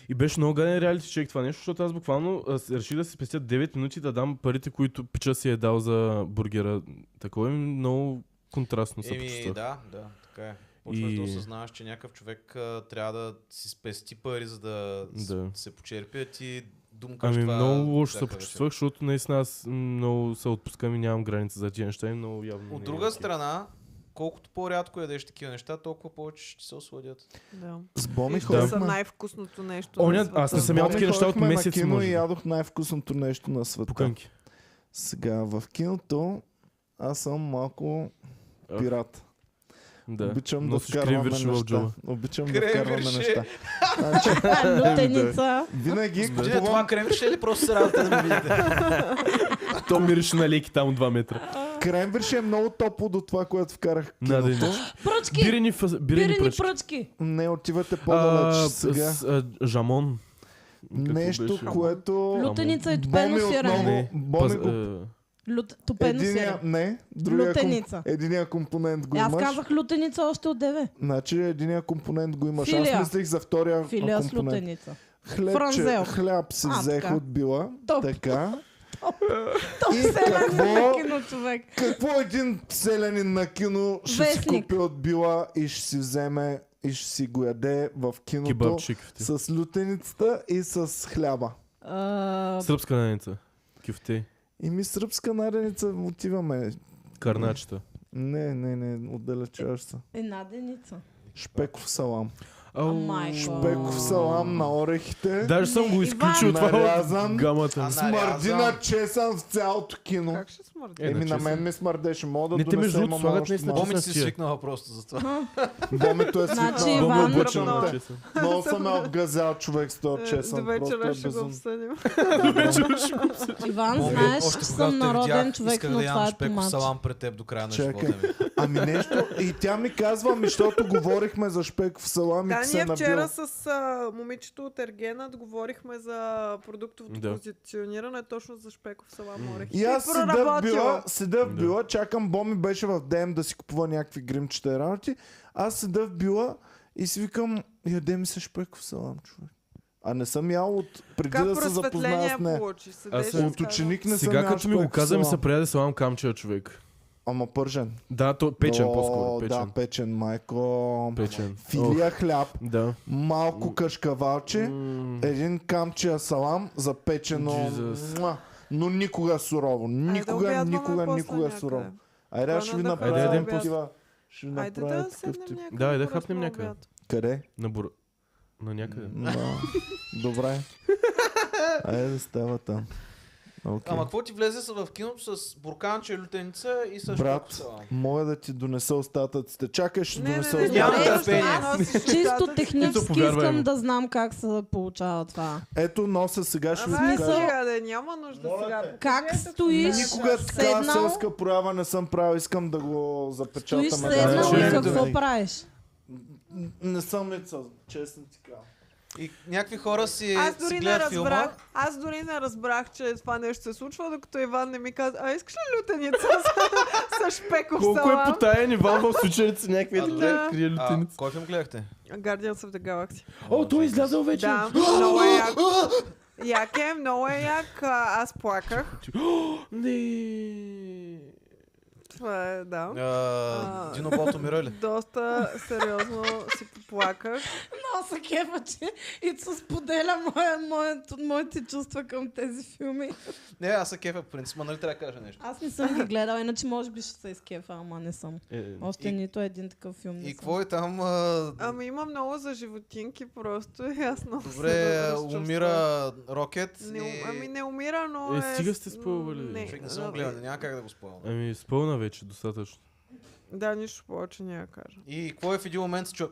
Speaker 4: И беше много гаден реалити чек това нещо, защото аз буквално а, с- реших да си спестя 9 минути да дам парите, които пича си е дал за бургера. Такова е много контрастно се
Speaker 6: Еми,
Speaker 4: почувствах.
Speaker 6: да, да, така е. Почваш
Speaker 4: И-
Speaker 6: да осъзнаваш, че някакъв човек а, трябва да си спести пари, за да, с-
Speaker 4: Да.
Speaker 6: се почерпи, а ти думкаш
Speaker 4: Ами
Speaker 6: това...
Speaker 4: много лошо се
Speaker 6: всяка вечер.
Speaker 4: почувствах, защото наистина аз м, много се отпускам и нямам граница за тия неща и много явно.
Speaker 6: От
Speaker 4: не е
Speaker 6: друга
Speaker 4: окей.
Speaker 6: страна, колкото по-рядко ядеш такива неща, толкова повече ще ти се осладят.
Speaker 2: Да.
Speaker 1: Сбоми
Speaker 2: Ще са
Speaker 1: ходихме.
Speaker 2: най-вкусното нещо.
Speaker 4: Оня-
Speaker 2: на света.
Speaker 4: аз не съм ял такива неща от
Speaker 1: Ходихме
Speaker 4: месец,
Speaker 1: на кино
Speaker 4: може
Speaker 1: и
Speaker 4: би.
Speaker 1: ядох най-вкусното нещо на света.
Speaker 4: Пуканки.
Speaker 1: Сега в киното аз съм малко
Speaker 4: Ах,
Speaker 1: пират.
Speaker 4: Да.
Speaker 1: Обичам да
Speaker 4: Носиш
Speaker 1: вкарваме
Speaker 4: кремвирши в
Speaker 1: неща.
Speaker 4: джоба.
Speaker 1: Обичам да
Speaker 6: Кремвирши.
Speaker 1: вкарваме
Speaker 2: [laughs]
Speaker 1: неща. Значи,
Speaker 3: Лютеница.
Speaker 1: винаги
Speaker 2: Значи,
Speaker 6: Господин, това
Speaker 1: купувам
Speaker 6: кремче ли просто се радвате да
Speaker 4: [laughs]
Speaker 6: ме видите?
Speaker 4: То мирише на леки там 2 метра.
Speaker 1: кремвирши е много топло до това, което вкарах в
Speaker 4: На ден.
Speaker 1: киното.
Speaker 3: Пръчки.
Speaker 4: Бирени, фас- бирени,
Speaker 3: Бирени
Speaker 4: пръчки.
Speaker 3: пръчки.
Speaker 1: Не отивате
Speaker 4: А,
Speaker 1: по-далеч сега.
Speaker 4: с- а, Жамон. Какво
Speaker 1: Нещо,
Speaker 4: беше?
Speaker 1: което...
Speaker 3: Лютеница и
Speaker 1: Боми
Speaker 3: топено е сирене.
Speaker 1: отново.
Speaker 4: Не,
Speaker 1: Боми
Speaker 4: паз-
Speaker 1: го-
Speaker 4: е,
Speaker 3: Лют, топено
Speaker 1: Единия,
Speaker 3: сирене.
Speaker 1: не, другия
Speaker 3: Лютеница.
Speaker 1: комп... единия компонент го
Speaker 3: Аз
Speaker 1: имаш.
Speaker 3: казах лютеница още от деве.
Speaker 1: Значи единия компонент го имаш.
Speaker 3: Филия.
Speaker 1: Аз мислих за втория
Speaker 3: Филия с
Speaker 1: компонент.
Speaker 3: лютеница.
Speaker 1: Хлебче,
Speaker 3: Франзел.
Speaker 1: хляб си
Speaker 3: А,
Speaker 1: взех
Speaker 3: така.
Speaker 1: от била.
Speaker 3: Топ.
Speaker 1: Така.
Speaker 3: То
Speaker 1: И
Speaker 3: все е
Speaker 1: какво?
Speaker 3: на кино човек.
Speaker 1: Какво един селянин на кино ще си
Speaker 3: Вестник.
Speaker 1: купи от била и ще си вземе и ще си го яде в киното
Speaker 4: Кебабчик. в ти.
Speaker 1: с лютеницата и с хляба.
Speaker 3: А,
Speaker 4: Сръбска наница. Кюфте.
Speaker 1: И ми сръбска нареница отиваме.
Speaker 4: Карначета.
Speaker 1: Не, не, не, отдалечаваш се.
Speaker 3: Една деница. е.
Speaker 1: Шпеков салам.
Speaker 4: Ау.
Speaker 3: Майко.
Speaker 1: Шпеков салам на орехите.
Speaker 4: Даже съм го
Speaker 3: Не,
Speaker 4: изключил
Speaker 1: Иван.
Speaker 4: това е
Speaker 1: Нарязан.
Speaker 4: от гамата. ми.
Speaker 6: А,
Speaker 1: Смърди
Speaker 6: нарязан.
Speaker 1: на чесън в цялото кино.
Speaker 2: Как ще смърди?
Speaker 4: Е,
Speaker 1: Еми
Speaker 4: на
Speaker 1: на
Speaker 4: чесън.
Speaker 1: мен ми смърдеше. Мога да
Speaker 4: Не, те между
Speaker 1: донеса,
Speaker 4: другото
Speaker 1: имам
Speaker 4: слагат
Speaker 1: още
Speaker 4: наистина
Speaker 1: малко.
Speaker 6: Боми си
Speaker 4: Същия.
Speaker 6: свикнала просто за това.
Speaker 1: Бомито е
Speaker 3: Значи,
Speaker 1: свикнал.
Speaker 3: Иван-
Speaker 4: Много
Speaker 3: Иван
Speaker 4: обичам на
Speaker 2: Дръпнал.
Speaker 4: чесън.
Speaker 1: Много съм е обгазял човек с
Speaker 2: Е,
Speaker 1: този чесън.
Speaker 2: До вечера
Speaker 1: Просто
Speaker 2: ще
Speaker 1: е
Speaker 2: го
Speaker 1: безум.
Speaker 2: обсъдим.
Speaker 3: Иван,
Speaker 6: Боми,
Speaker 3: знаеш, че
Speaker 6: още когато
Speaker 3: съм
Speaker 6: те
Speaker 3: народен
Speaker 6: видях,
Speaker 3: човек,
Speaker 6: исках
Speaker 3: но
Speaker 6: да
Speaker 3: това
Speaker 6: ям
Speaker 3: е
Speaker 6: шпеков
Speaker 3: тумач.
Speaker 6: салам пред теб до края на
Speaker 1: Чакай.
Speaker 6: живота ми.
Speaker 1: Ами нещо, и тя ми казва, ами защото говорихме за шпеков салам и
Speaker 2: Да,
Speaker 1: Ами, ти се е
Speaker 2: ние
Speaker 1: набил.
Speaker 2: вчера с а, момичето от Ергена говорихме за продуктовото
Speaker 4: Да.
Speaker 2: позициониране, точно за шпеков салам орех.
Speaker 1: И аз седя в
Speaker 2: проработила.
Speaker 1: била, седя в
Speaker 4: Да.
Speaker 1: била, чакам, Боми беше в ДМ да си купува някакви гримчета и работи. Аз седя в била и си викам, яде ми се шпеков салам, човек. А не съм ял от преди
Speaker 2: Така
Speaker 1: да се запозная
Speaker 2: просветление
Speaker 1: с нея.
Speaker 2: получи. Седеше
Speaker 4: Аз
Speaker 2: и
Speaker 4: съм
Speaker 2: си
Speaker 1: От ученик не съм
Speaker 4: Сега
Speaker 1: ял
Speaker 4: като ми го
Speaker 1: шпеков
Speaker 4: каза, ми се
Speaker 1: салам.
Speaker 4: прияде салам камчия човек.
Speaker 1: Ама пържен.
Speaker 4: Да, то е печен
Speaker 1: О,
Speaker 4: по-скоро.
Speaker 1: Да,
Speaker 4: Печен.
Speaker 1: печен, майко.
Speaker 4: Печен. Ох,
Speaker 1: Филия хляб,
Speaker 4: Да.
Speaker 1: малко кашкавалче,
Speaker 4: М.
Speaker 1: един камчия салам, запечено.
Speaker 4: Jesus.
Speaker 1: Муа! Но никога сурово.
Speaker 2: каза,
Speaker 1: Никога,
Speaker 2: «Айде да
Speaker 1: никога,
Speaker 2: обядваме
Speaker 1: никога е
Speaker 2: после
Speaker 1: сурово.
Speaker 2: някъде».
Speaker 1: Айде, аз ще ви
Speaker 2: Хвана да
Speaker 1: направя
Speaker 4: Айде, един
Speaker 1: такива. Ще ви
Speaker 2: Айде
Speaker 1: направя
Speaker 2: да
Speaker 1: такъв
Speaker 2: седнем
Speaker 1: тип.
Speaker 2: някъде.
Speaker 4: Да, айде
Speaker 2: по-късно
Speaker 4: хапнем
Speaker 2: на
Speaker 4: някъде.
Speaker 2: обяд.
Speaker 1: Къде?
Speaker 4: На бура. На някъде.
Speaker 1: Да.
Speaker 2: [laughs]
Speaker 1: Добре. Айде да става там. Окей.
Speaker 6: Ама какво ти влезе са в киното с бурканче, лютеница и с
Speaker 1: Брат.
Speaker 6: шпеков салам?
Speaker 1: Мога да ти донеса остатъците. Чакай, ще
Speaker 2: Не, не,
Speaker 1: донеса
Speaker 2: не,
Speaker 1: остатъците.
Speaker 6: Няма
Speaker 2: не,
Speaker 6: търпение.
Speaker 2: аз носиш
Speaker 3: Чисто
Speaker 2: чистата.
Speaker 4: Ето,
Speaker 3: технически
Speaker 4: повярвай му.
Speaker 3: искам да знам как се получава това.
Speaker 1: Ето носа сега, ще ви
Speaker 2: Ама е
Speaker 1: покажа.
Speaker 2: сега, да няма нужда
Speaker 1: Моля
Speaker 2: сега.
Speaker 1: те.
Speaker 3: Как стоиш
Speaker 1: Никога такава
Speaker 3: седнал?
Speaker 1: селска проява не съм правил, искам да го запечатам.
Speaker 3: Стоиш
Speaker 1: една
Speaker 3: седнал
Speaker 1: вечер.
Speaker 3: и
Speaker 4: Значи,
Speaker 3: какво
Speaker 1: Винаги.
Speaker 3: правиш?
Speaker 1: Не съм лица, честно ти кажа.
Speaker 6: И някакви хора си,
Speaker 2: Аз
Speaker 6: си
Speaker 2: дори не
Speaker 6: гледат филма.
Speaker 2: разбрах, аз дори не разбрах, че това нещо се случва, докато Иван не ми каза, а искаш ли лютеница с, [laughs] с шпеков
Speaker 4: Колко е
Speaker 2: салам?
Speaker 4: потаен Иван в сученица
Speaker 3: [laughs]
Speaker 4: някакви
Speaker 6: А,
Speaker 4: е
Speaker 6: добре.
Speaker 4: така крие
Speaker 6: А,
Speaker 4: лютеница.
Speaker 6: кой филм гледахте?
Speaker 2: Guardians of the Galaxy.
Speaker 4: О, той е излязъл вече.
Speaker 2: Да, много е як. Як е, много е як. а, Аз плаках.
Speaker 4: [gasps] Не.
Speaker 2: Това е, да.
Speaker 6: А, Дино Бот умира ли?
Speaker 2: Доста сериозно си поплаках.
Speaker 3: Много се кефа, че Ицо споделя моя- моето- моите чувства към тези филми.
Speaker 6: Не, аз се кефя по принцип, ма нали трябва да кажа нещо.
Speaker 3: Аз не съм ги гледала, иначе може би ще се изкефа, ама не съм.
Speaker 1: е,
Speaker 4: Е,
Speaker 3: Още
Speaker 6: И-
Speaker 3: нито един такъв филм не
Speaker 6: И
Speaker 3: съм.
Speaker 6: какво е там? а,
Speaker 2: Ами има много за животинки просто и аз много се
Speaker 6: Добре, а,
Speaker 2: разчувствах.
Speaker 6: умира Рокет.
Speaker 2: Не,
Speaker 6: и-
Speaker 2: ум- ами не умира, но
Speaker 4: Е,
Speaker 2: е...
Speaker 4: стига сте
Speaker 2: с-
Speaker 4: спойвали.
Speaker 2: не,
Speaker 6: Човек не съм го гледал, няма как да го спомня.
Speaker 4: Ами, спълна вече достатъчно.
Speaker 2: Да, нищо повече няма да кажа.
Speaker 6: И какво е в един момент се чу...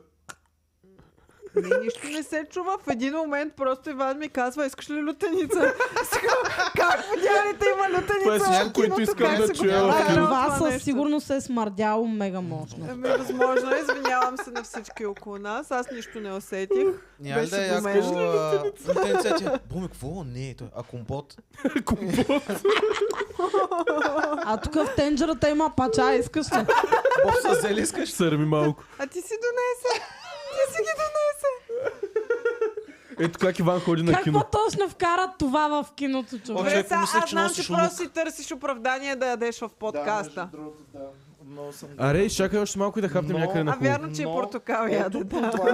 Speaker 2: Не, Ами, нищо не се чува. В един момент просто Иван ми казва, искаш ли лютеница? [laughs] Сега, как в дялите има
Speaker 4: Това е
Speaker 2: лютеница?
Speaker 4: всичко,
Speaker 2: в
Speaker 4: което
Speaker 2: киното?
Speaker 4: искам
Speaker 2: Как
Speaker 4: да
Speaker 2: си го
Speaker 4: чуя в
Speaker 2: правил
Speaker 3: А,
Speaker 4: киното?
Speaker 2: това
Speaker 3: това със
Speaker 2: нещо?
Speaker 3: сигурност се е смърдяло мега мощно.
Speaker 2: Ами, възможно, е. извинявам се на всички около нас. Аз нищо не усетих.
Speaker 6: Няма
Speaker 2: Беше
Speaker 6: ли да е
Speaker 2: го
Speaker 6: яко...
Speaker 2: мен.
Speaker 6: а, лютеница ти е, Боми, какво? Не, той, а компот.
Speaker 3: А тук в тенджерата има пача, искаш ли?
Speaker 6: Боб са взели, искаш?
Speaker 4: Сърми малко.
Speaker 2: А ти си донесе! Ти си ги донесе!
Speaker 4: Ето как Иван ходи на
Speaker 3: Как
Speaker 4: кино.
Speaker 3: по-точно вкарат това в киното, човек?
Speaker 6: Човек
Speaker 2: Добре, сега,
Speaker 6: помисля,
Speaker 2: аз
Speaker 6: че
Speaker 2: знам,
Speaker 6: носиш
Speaker 2: че
Speaker 6: лук.
Speaker 2: просто си търсиш оправдание да ядеш в
Speaker 1: Да,
Speaker 2: подкаста.
Speaker 1: между другото, да. Много съм...
Speaker 4: Аре, изчакай още малко и да хапнем
Speaker 1: Но-
Speaker 4: някъде на
Speaker 2: А
Speaker 4: хубаво.
Speaker 2: вярно, че и
Speaker 1: Но
Speaker 2: портокал
Speaker 1: Ето,
Speaker 2: яде. да.
Speaker 1: това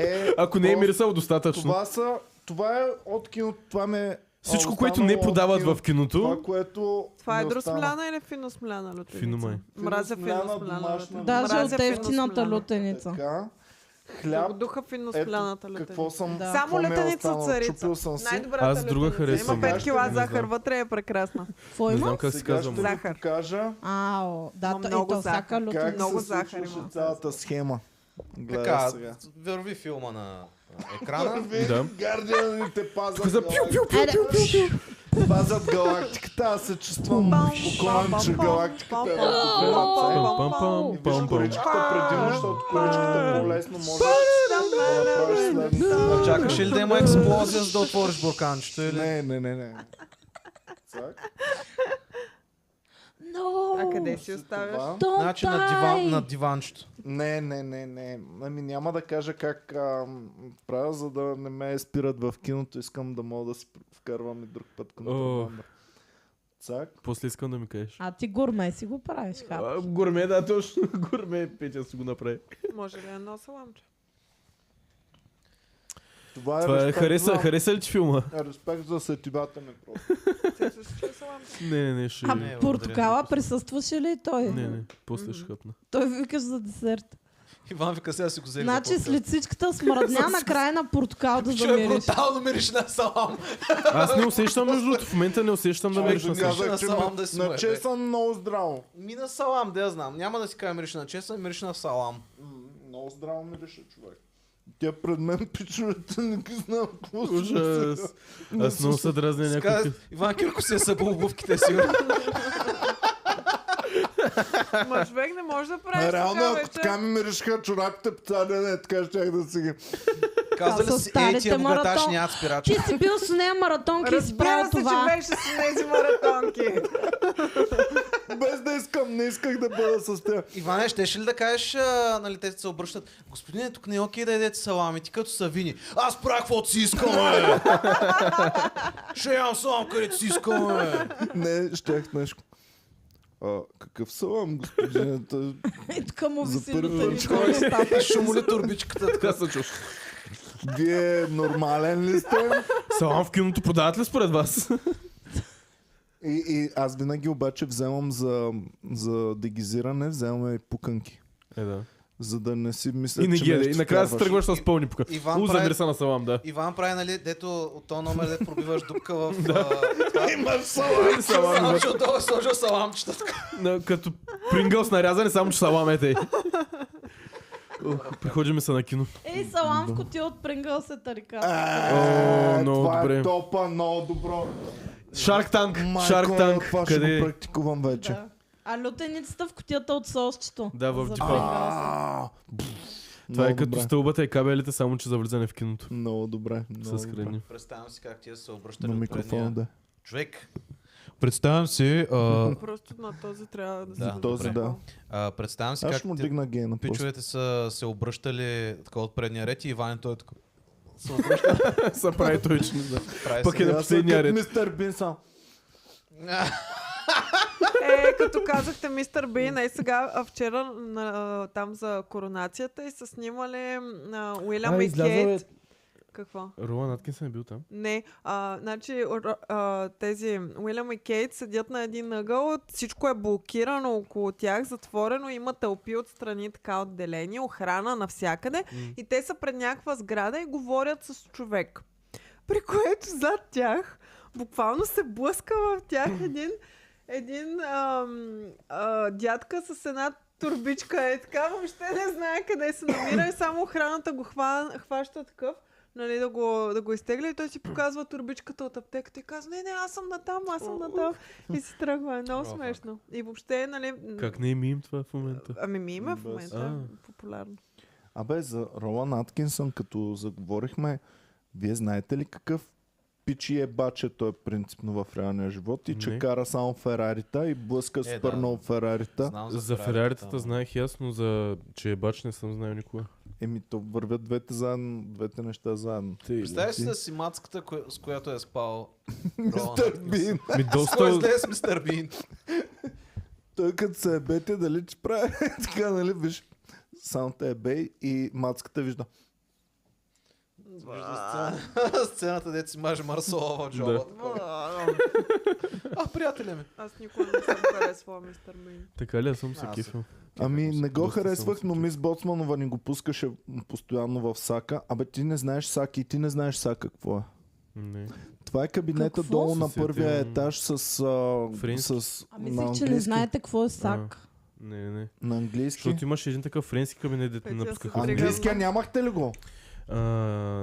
Speaker 1: е...
Speaker 4: Ако не е
Speaker 1: то-
Speaker 4: мирисал достатъчно.
Speaker 1: Това са... Това е от киното, това ме... а,
Speaker 4: Всичко,
Speaker 1: останало
Speaker 4: което не
Speaker 1: от
Speaker 4: подават
Speaker 1: киното.
Speaker 4: в киното,
Speaker 1: Това, което...
Speaker 2: Това е
Speaker 1: ми остана.
Speaker 2: дросмляна или финосмляна лютеница?
Speaker 4: Фино май.
Speaker 2: Мразя
Speaker 1: Финосмляна,
Speaker 2: финосмляна
Speaker 1: домашна
Speaker 2: лютеница.
Speaker 3: Даже
Speaker 2: Мразя
Speaker 3: от ефтината
Speaker 2: финосмляна.
Speaker 6: Е,
Speaker 3: лютеница.
Speaker 1: Така.
Speaker 2: Да го
Speaker 1: Хляб.
Speaker 2: духа
Speaker 1: Ето,
Speaker 2: финосмляната
Speaker 1: какво
Speaker 2: лютеница.
Speaker 1: съм...
Speaker 3: Да.
Speaker 2: Само
Speaker 1: какво ми е
Speaker 2: лютеница
Speaker 1: останало.
Speaker 2: царица.
Speaker 1: Чупил съм си.
Speaker 2: Най-добрата
Speaker 4: Аз друга
Speaker 2: лютеница.
Speaker 4: харесвам.
Speaker 2: Има 5
Speaker 1: Аз
Speaker 2: кила
Speaker 4: не знам.
Speaker 2: захар, вътре е прекрасна.
Speaker 3: Какво
Speaker 4: не
Speaker 3: има?
Speaker 4: знам как се
Speaker 1: Сега ще
Speaker 4: казвам.
Speaker 1: ви
Speaker 2: Захар.
Speaker 1: покажа
Speaker 3: Ао, да,
Speaker 2: Ма
Speaker 3: то, и
Speaker 2: много
Speaker 3: то всяка
Speaker 2: захар.
Speaker 3: лютеница.
Speaker 1: как
Speaker 2: Много
Speaker 1: се
Speaker 2: захар
Speaker 1: случваше
Speaker 2: има.
Speaker 1: цялата схема. Гледай
Speaker 6: Така,
Speaker 1: сега.
Speaker 6: върви филма на а, екрана.
Speaker 4: Да.
Speaker 1: Гардианите пазят,
Speaker 4: Тук за пю, пю, пю,
Speaker 3: Айде,
Speaker 4: пю, пю, пю.
Speaker 1: пазят галактиката. Аз се чувствам спокоен, че галактиката е в ръце.
Speaker 4: Пам, пам, пам, пам, пам.
Speaker 1: Коричката предимно, защото коричката по-лесно може да направиш следното.
Speaker 6: А чакаше ли да има експлозия, за да отвориш бурканчето или?
Speaker 1: Не, не, не, не. Цак.
Speaker 3: No!
Speaker 2: А къде си оставяш?
Speaker 1: Това...
Speaker 3: Don't
Speaker 6: Значи
Speaker 3: die!
Speaker 6: на, диван, на диванчето.
Speaker 1: Не, не, не, не. Ами няма да кажа как а, правя, за да не ме спират в киното. Искам да мога да си вкарвам и друг път контрабанда. Цак.
Speaker 4: После искам да ми кажеш.
Speaker 3: А ти горме си го правиш, хап.
Speaker 4: А, Гурме, да, точно. [laughs] Гурме, Петя си го направи.
Speaker 2: Може ли едно саламче?
Speaker 1: Това е,
Speaker 4: Това е,
Speaker 1: респект
Speaker 4: хареса,
Speaker 1: за-
Speaker 4: хареса ли ти филма?
Speaker 1: Респект за сетивата ми просто.
Speaker 2: Сещаш ли саламче?
Speaker 4: Не, не, не, ще...
Speaker 3: А
Speaker 6: благодаря.
Speaker 3: портокала присъстваше ли той?
Speaker 4: Не, не, после ще
Speaker 2: Мгм.
Speaker 4: хъпна.
Speaker 3: Той викаш за десерт.
Speaker 6: Иван вика, сега си го взели
Speaker 3: Значи
Speaker 6: за подкаст.
Speaker 3: след всичката смръдня накрая на портокал да
Speaker 4: е
Speaker 6: Чуй,
Speaker 3: замериш.
Speaker 6: е брутално мириш на салам.
Speaker 4: Аз не усещам, между другото, в момента не усещам да
Speaker 1: Човек,
Speaker 4: мириш на
Speaker 6: Миришна
Speaker 1: казах,
Speaker 6: салам.
Speaker 1: че
Speaker 6: На
Speaker 1: ме-
Speaker 6: салам да си
Speaker 1: на
Speaker 6: ме,
Speaker 1: че
Speaker 6: бе.
Speaker 1: съм много здраво.
Speaker 6: Ми на салам, да я знам. Няма да си кажа мириш на чесън, мириш на салам.
Speaker 1: М, Много здраво ми беше човек. Тя пред мен [laughs] пичовете не ги знам какво се случва.
Speaker 4: Ужас. Аз много се дразня
Speaker 6: Си
Speaker 4: някой.
Speaker 6: каза,
Speaker 4: път.
Speaker 6: Иван Кирко си е събул обувките
Speaker 3: [laughs]
Speaker 6: сигурно.
Speaker 2: Ма човек не може да правиш
Speaker 1: А, реално,
Speaker 2: така
Speaker 1: ако
Speaker 2: вече.
Speaker 1: така ми миришка чорапите, пца, не, не, така щях да си ги.
Speaker 6: Казали
Speaker 3: Са
Speaker 6: си,
Speaker 3: старите
Speaker 6: ей, тия богаташ
Speaker 3: маратон.
Speaker 6: нямат спирача.
Speaker 3: Ти си бил с нея маратонки и си правил
Speaker 2: Разбира се, че
Speaker 3: това.
Speaker 2: беше с тези маратонки.
Speaker 1: Без да искам, не исках да бъда с теб.
Speaker 6: Иване, щеше ли да кажеш, а, нали, те се обръщат, господине, тук не е окей да ядете салами, ти като са вини. Аз правя каквото си искам, е! [laughs] Ще ям салам, където си искам, [laughs] е!
Speaker 1: Не, щях нещо. А, какъв салам, господине? Той-
Speaker 3: И тук му
Speaker 1: За
Speaker 3: виси
Speaker 1: първи
Speaker 3: да
Speaker 1: път
Speaker 3: ни
Speaker 1: човек
Speaker 3: горе става.
Speaker 6: Шумоли турбичката.
Speaker 4: Така се чувствам.
Speaker 1: Вие нормален ли сте?
Speaker 4: Салам в киното продават ли според вас?
Speaker 1: И, и аз винаги обаче вземам за, за дегизиране, вземам и пуканки.
Speaker 4: Е, да.
Speaker 1: За да не си мисля,
Speaker 4: И не
Speaker 1: че
Speaker 4: ги
Speaker 1: ме
Speaker 4: яде. е, И накрая се
Speaker 1: изчекаваш.
Speaker 4: тръгваш с пълни пука.
Speaker 6: Иван
Speaker 4: У,
Speaker 6: прави-
Speaker 4: замир се на салам, да.
Speaker 6: Иван прави, нали, дето от този номер, дето пробиваш дупка в... а, това.
Speaker 4: Салам,
Speaker 6: Значи отдолу е сложил саламчета. така.
Speaker 4: На, като прингъл с нарязане, само че салам е тъй. Ох, приходиме се на кино.
Speaker 3: Ей, салам в котия от прингъл се тарика.
Speaker 1: Е,
Speaker 4: О, много
Speaker 1: това е
Speaker 4: добре.
Speaker 1: топа, много добро.
Speaker 4: Шарк Танк,
Speaker 1: Майко,
Speaker 4: Шарк
Speaker 1: това
Speaker 4: Танк,
Speaker 1: ще го
Speaker 4: къде е?
Speaker 1: практикувам вече.
Speaker 3: Да. А лютеницата в котията от сосчето.
Speaker 4: Да, в
Speaker 3: За
Speaker 4: джипа.
Speaker 3: прингъл се.
Speaker 1: А, бф,
Speaker 4: Това е
Speaker 1: много
Speaker 4: като
Speaker 1: добре.
Speaker 4: стълбата и кабелите, само че за влизане в киното.
Speaker 1: Много добре. Много
Speaker 4: С
Speaker 1: добре.
Speaker 4: храни.
Speaker 6: Представям си как тия са се обръщали
Speaker 1: На
Speaker 6: от
Speaker 1: микрофона,
Speaker 6: предния.
Speaker 1: да.
Speaker 6: Човек. Представям си... а,
Speaker 2: Просто на този трябва да се...
Speaker 6: Да,
Speaker 1: За този,
Speaker 6: добре.
Speaker 1: да.
Speaker 6: [laughs] а, Представям си
Speaker 1: Аз
Speaker 6: как
Speaker 1: ще му
Speaker 6: ти-
Speaker 1: дигна гейна. после.
Speaker 6: пичовете са се обръщали така от предния ред и Иван той е така. Се обръща,
Speaker 4: [laughs] Са прави той, че не знам.
Speaker 6: прави
Speaker 4: Пък е
Speaker 6: се.
Speaker 4: на
Speaker 1: Аз съм
Speaker 4: последния
Speaker 1: като
Speaker 4: ред.
Speaker 1: Мистер Бин сам.
Speaker 2: Е, като казахте мистер Бин, ей сега а, вчера на, там за коронацията и са снимали на Уилям и
Speaker 4: е.
Speaker 2: Кейт. Какво?
Speaker 4: Ролан Аткинсън е бил там.
Speaker 2: Не, а, значи р- а, тези Уилям и Кейт седят на един ъгъл, всичко е блокирано около тях, затворено, има тълпи от страни така отделени, охрана навсякъде и те са пред някаква сграда и говорят с човек. При което зад тях буквално се блъска в тях един, един ам, а, дядка с една турбичка. Е така, въобще не знае къде се намира и само охраната го хва, хваща такъв. Нали, да го, да го изтегля и той си показва турбичката от аптеката и казва, не, не, аз съм натам, аз съм натам. И си тръгва. Е много
Speaker 6: О,
Speaker 2: смешно. И въобще, нали... м,
Speaker 4: Как не е мим това в момента?
Speaker 2: Ами ми има в
Speaker 1: Без-
Speaker 2: момента. Популярно.
Speaker 1: Абе, за Ролан Аткинсън, като заговорихме, вие знаете ли какъв пичи е баче той принципно в реалния живот и че
Speaker 4: Не.
Speaker 1: кара само Ферарита и блъска супер
Speaker 6: Е, да.
Speaker 1: много Ферарита.
Speaker 6: Знам
Speaker 4: За Фераритата знаех ясно, за че е бач не съм знаел никога.
Speaker 1: Еми, то вървят двете заедно, двете неща заедно.
Speaker 4: Тъй,
Speaker 6: Представяш си да си мацката, кое- с която е спал
Speaker 1: Мистер Бин,
Speaker 4: Ми
Speaker 6: Кой
Speaker 4: доста...
Speaker 6: излез мистер Бин?
Speaker 1: той като се ебете, дали че прави [laughs] така, нали, виж, само те ебе и мацката вижда.
Speaker 6: Вижда сцена- [laughs] сцената, дето си маже Марсола в джоба.
Speaker 4: Да.
Speaker 6: такова. А, приятеля ми.
Speaker 2: Аз никога не съм харесвала мистер Бин.
Speaker 4: Така ли, аз съм се
Speaker 6: Аз-
Speaker 4: кефил.
Speaker 1: Ами
Speaker 4: Доста
Speaker 1: не го
Speaker 4: съм
Speaker 1: харесвах, но
Speaker 4: се
Speaker 1: мис Боцманова ни го пускаше постоянно в Сака. Абе ти не знаеш Саки и ти не знаеш Сака какво е.
Speaker 4: Не.
Speaker 1: Това е кабинета
Speaker 3: Какво?
Speaker 1: долу на
Speaker 4: Със сетил.
Speaker 1: първия етаж с... А,
Speaker 4: Френски. Ами
Speaker 1: с
Speaker 3: А
Speaker 1: на
Speaker 3: мислих, че не
Speaker 1: английски-
Speaker 3: знаете какво е сак.
Speaker 4: Не, не, не.
Speaker 1: На английски.
Speaker 4: Защото имаше един такъв френски кабинет, дето не
Speaker 2: Петя,
Speaker 4: напускаха.
Speaker 2: се
Speaker 1: Английския нямахте ли го?
Speaker 4: А,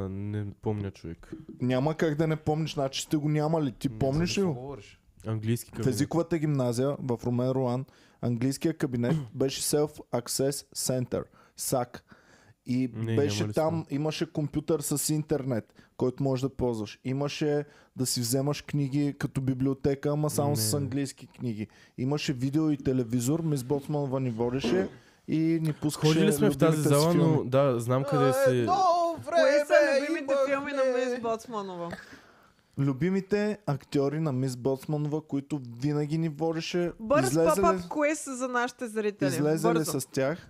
Speaker 4: не помня човек.
Speaker 1: Няма как да не помниш, значи сте го нямали. Ти
Speaker 4: Не
Speaker 1: помниш ли
Speaker 6: Какво
Speaker 1: го?
Speaker 6: говориш?
Speaker 4: Английски
Speaker 1: В
Speaker 4: кабинет.
Speaker 1: езиковата гимназия в Румен
Speaker 4: [clears throat]
Speaker 1: Руан английския кабинет беше Self Access Center, САК. И
Speaker 4: Не,
Speaker 1: не, беше
Speaker 4: няма ли
Speaker 1: там, имаше компютър с интернет, който можеш да ползваш. Имаше да си вземаш книги като библиотека, ама само
Speaker 4: Не.
Speaker 1: с английски книги. Имаше видео и телевизор, мис Боцманова ни водеше и ни пускаше
Speaker 4: Ходили сме в тази
Speaker 1: любимите си
Speaker 4: зала,
Speaker 1: филми.
Speaker 4: но да, знам къде
Speaker 6: е,
Speaker 4: си.
Speaker 2: Кои са любимите филми на Мис Боцманова?
Speaker 1: Любимите актьори на мис Боцманова, които винаги ни водеше,
Speaker 2: Бърз
Speaker 1: излезе
Speaker 2: папа
Speaker 1: ли,
Speaker 2: квиз за нашите зрители.
Speaker 1: излезе ли
Speaker 2: Бързо.
Speaker 1: с тях?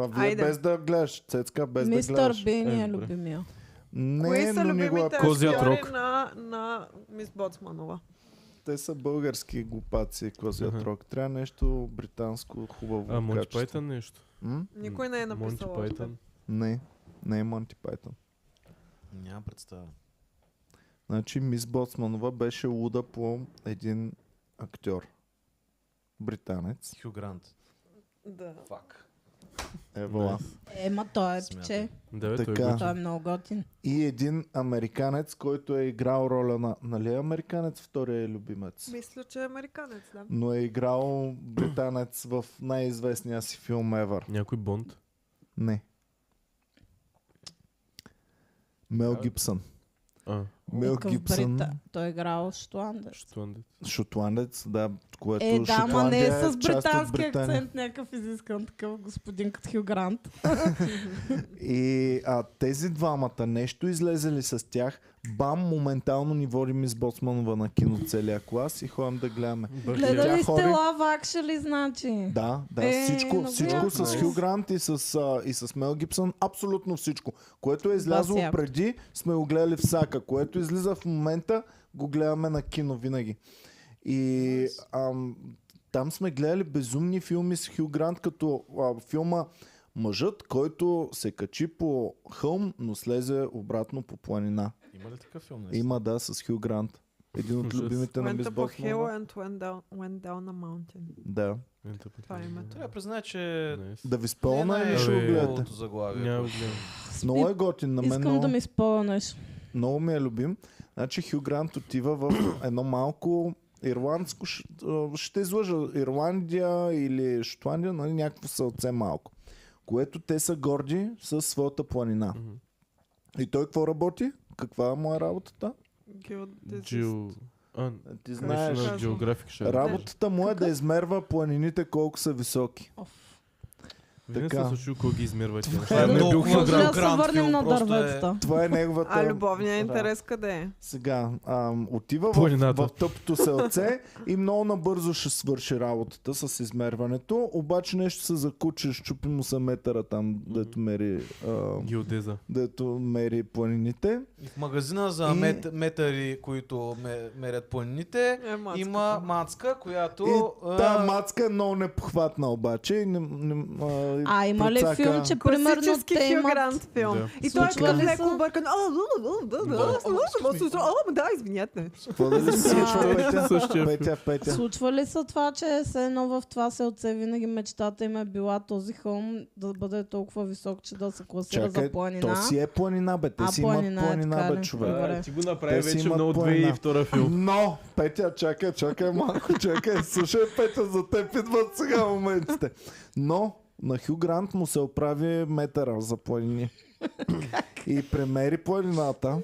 Speaker 1: А вие
Speaker 2: Айде.
Speaker 1: без да гледаш, Цецка, без да
Speaker 3: Мистър
Speaker 1: гледаш.
Speaker 3: Бин ни
Speaker 4: Е,
Speaker 3: е
Speaker 4: добре.
Speaker 3: любимия.
Speaker 1: Не,
Speaker 2: Кои
Speaker 1: но
Speaker 2: са
Speaker 1: не го е
Speaker 2: любимите
Speaker 1: пускал.
Speaker 4: Козият
Speaker 2: актьори
Speaker 4: рок.
Speaker 2: на, на Мис Боцманова?
Speaker 1: Те са български глупаци, Козият
Speaker 4: Аха.
Speaker 1: рок. Трябва нещо британско, хубаво.
Speaker 4: А, Монти
Speaker 1: качество.
Speaker 4: Пайтън нещо.
Speaker 1: М?
Speaker 2: Никой не е
Speaker 4: Монти
Speaker 2: написал още.
Speaker 4: Пайтън.
Speaker 1: Не, не е Монти Пайтън.
Speaker 6: Няма представа.
Speaker 1: Значи Мис Боцманова беше луда по един актьор. Британец.
Speaker 6: Хю Грант.
Speaker 2: Да.
Speaker 6: Фак.
Speaker 1: Евала.
Speaker 3: Ема той е пиче.
Speaker 6: Смятай.
Speaker 4: Да, бе, той
Speaker 1: Така.
Speaker 4: го.
Speaker 3: Той е много готин.
Speaker 1: И един американец, който е играл роля на... Нали е американец? Втория е любимец.
Speaker 2: Мисля, че е американец, да.
Speaker 1: Но е играл британец в най-известния си филм Ever.
Speaker 4: Някой Бонд.
Speaker 1: Не. Мел Гибсън.
Speaker 4: А,
Speaker 1: Мел
Speaker 3: Такъв
Speaker 1: Гибсън.
Speaker 3: брита. Той е играл Штуандър.
Speaker 4: Шотландец.
Speaker 1: Шотландец, да, което
Speaker 3: Е, да, ма не е
Speaker 1: Шотландия
Speaker 3: с
Speaker 1: част от
Speaker 3: британски
Speaker 1: Британия.
Speaker 3: акцент, някакъв изискан такъв господин като Хю Грант.
Speaker 1: И а, тези двамата нещо излезе ли с тях, бам, моментално ни водим из Боцманова на кино целия клас и ходим да гледаме.
Speaker 3: Гледали сте
Speaker 1: хори-
Speaker 3: Love Actually, значи.
Speaker 1: Да, да,
Speaker 3: Е,
Speaker 1: е, всичко,
Speaker 3: много
Speaker 1: всичко
Speaker 3: ясно.
Speaker 1: с Хю Грант и с, а, и с Мел Гибсън, абсолютно всичко. Което е излязло
Speaker 3: Бас яко.
Speaker 1: преди, сме го гледали всяка. Което излиза в момента, го гледаме на кино винаги. И ам, там сме гледали безумни филми с Хю Грант, като а, филма Мъжът, който се качи по хълм, но слезе обратно по планина.
Speaker 6: Има ли такъв филм? наистина?
Speaker 1: Има, да, с Хю Грант. Един от
Speaker 4: Ужас.
Speaker 1: любимите на Мис
Speaker 2: Went up a
Speaker 1: Босман.
Speaker 2: hill and went down, went down a mountain.
Speaker 1: Да.
Speaker 2: Това е името.
Speaker 6: Трябва да призная,
Speaker 4: е
Speaker 6: че
Speaker 1: Да ви спълна
Speaker 6: не е
Speaker 1: или ще го
Speaker 4: Абе,
Speaker 1: гледате?
Speaker 6: хубавото заглавие.
Speaker 4: Няма го гледам.
Speaker 1: Много е готин на мен.
Speaker 3: Искам
Speaker 1: много...
Speaker 3: да ми спомнеш.
Speaker 1: много ми е любим. Значи Хю Грант отива в [clears throat] едно малко ирландско, ш- а, ще излъжа, Ирландия или Шотландия, нали, някакво сълце малко, което те са горди със своята планина. И той какво работи? Каква му е работата?
Speaker 2: Guild
Speaker 4: Джил... А,
Speaker 1: Ти знаеш.
Speaker 4: нещо
Speaker 2: Казвам.
Speaker 4: на географик ще
Speaker 1: Работата му е да измерва планините колко са високи.
Speaker 4: Винаги
Speaker 1: Така.
Speaker 4: се случи кой ги измерва тя.
Speaker 6: Това е много хубав
Speaker 3: Може да се
Speaker 6: Грант
Speaker 3: върнем
Speaker 6: филм,
Speaker 3: на
Speaker 6: просто е-
Speaker 3: дърветата.
Speaker 1: Това е неговата...
Speaker 2: А любовният
Speaker 1: Да.
Speaker 2: интерес къде е?
Speaker 1: Сега, ам, отива в,
Speaker 4: Планината.
Speaker 1: в тъпото селце и много набързо ще свърши работата с измерването, обаче нещо се закучи, щупи му са метъра там, дето мери, а,
Speaker 4: Геодеза.
Speaker 1: дето мери планините.
Speaker 6: И в магазина за
Speaker 1: И-
Speaker 6: мет, метари, които ме, мерят планините,
Speaker 2: Е, мацката.
Speaker 6: има мацка, която...
Speaker 1: И
Speaker 6: а,
Speaker 1: та мацка е много непохватна обаче. И не, не, а, и
Speaker 3: А има ли
Speaker 1: процака.
Speaker 3: филм, че примерно
Speaker 2: Класически
Speaker 3: те
Speaker 2: Хю
Speaker 3: имат...
Speaker 2: Грант филм.
Speaker 4: Да.
Speaker 2: И той е
Speaker 3: Случва
Speaker 2: такъв
Speaker 3: ли се?
Speaker 2: леко объркан. А, а, а, да, да,
Speaker 4: Да.
Speaker 2: а, а, а, а, да, извинете.
Speaker 1: Какво да ли се
Speaker 3: [laughs]
Speaker 1: случва,
Speaker 3: Да.
Speaker 1: Петя?
Speaker 4: Същия
Speaker 1: Петя, Петя.
Speaker 3: Случва ли се това, че се едно в това селце винаги мечтата им е била този хълм да бъде толкова висок, че да се класира
Speaker 1: Чакай,
Speaker 3: за планина?
Speaker 1: то си е планина, бе. Те
Speaker 3: А,
Speaker 1: си имат
Speaker 3: планина е
Speaker 1: планина,
Speaker 3: така,
Speaker 1: бе,
Speaker 3: не.
Speaker 1: човек.
Speaker 3: Добре.
Speaker 4: Ти го направи
Speaker 1: Те си
Speaker 4: вече
Speaker 1: имат
Speaker 4: много
Speaker 1: планина.
Speaker 4: 2002 филм.
Speaker 1: Но, Петя, чакай, чакай малко, чакай. Слушай, Петя, за теб идват сега моментите. Но на Хю Грант му се оправи метъра за планини. И премери планината.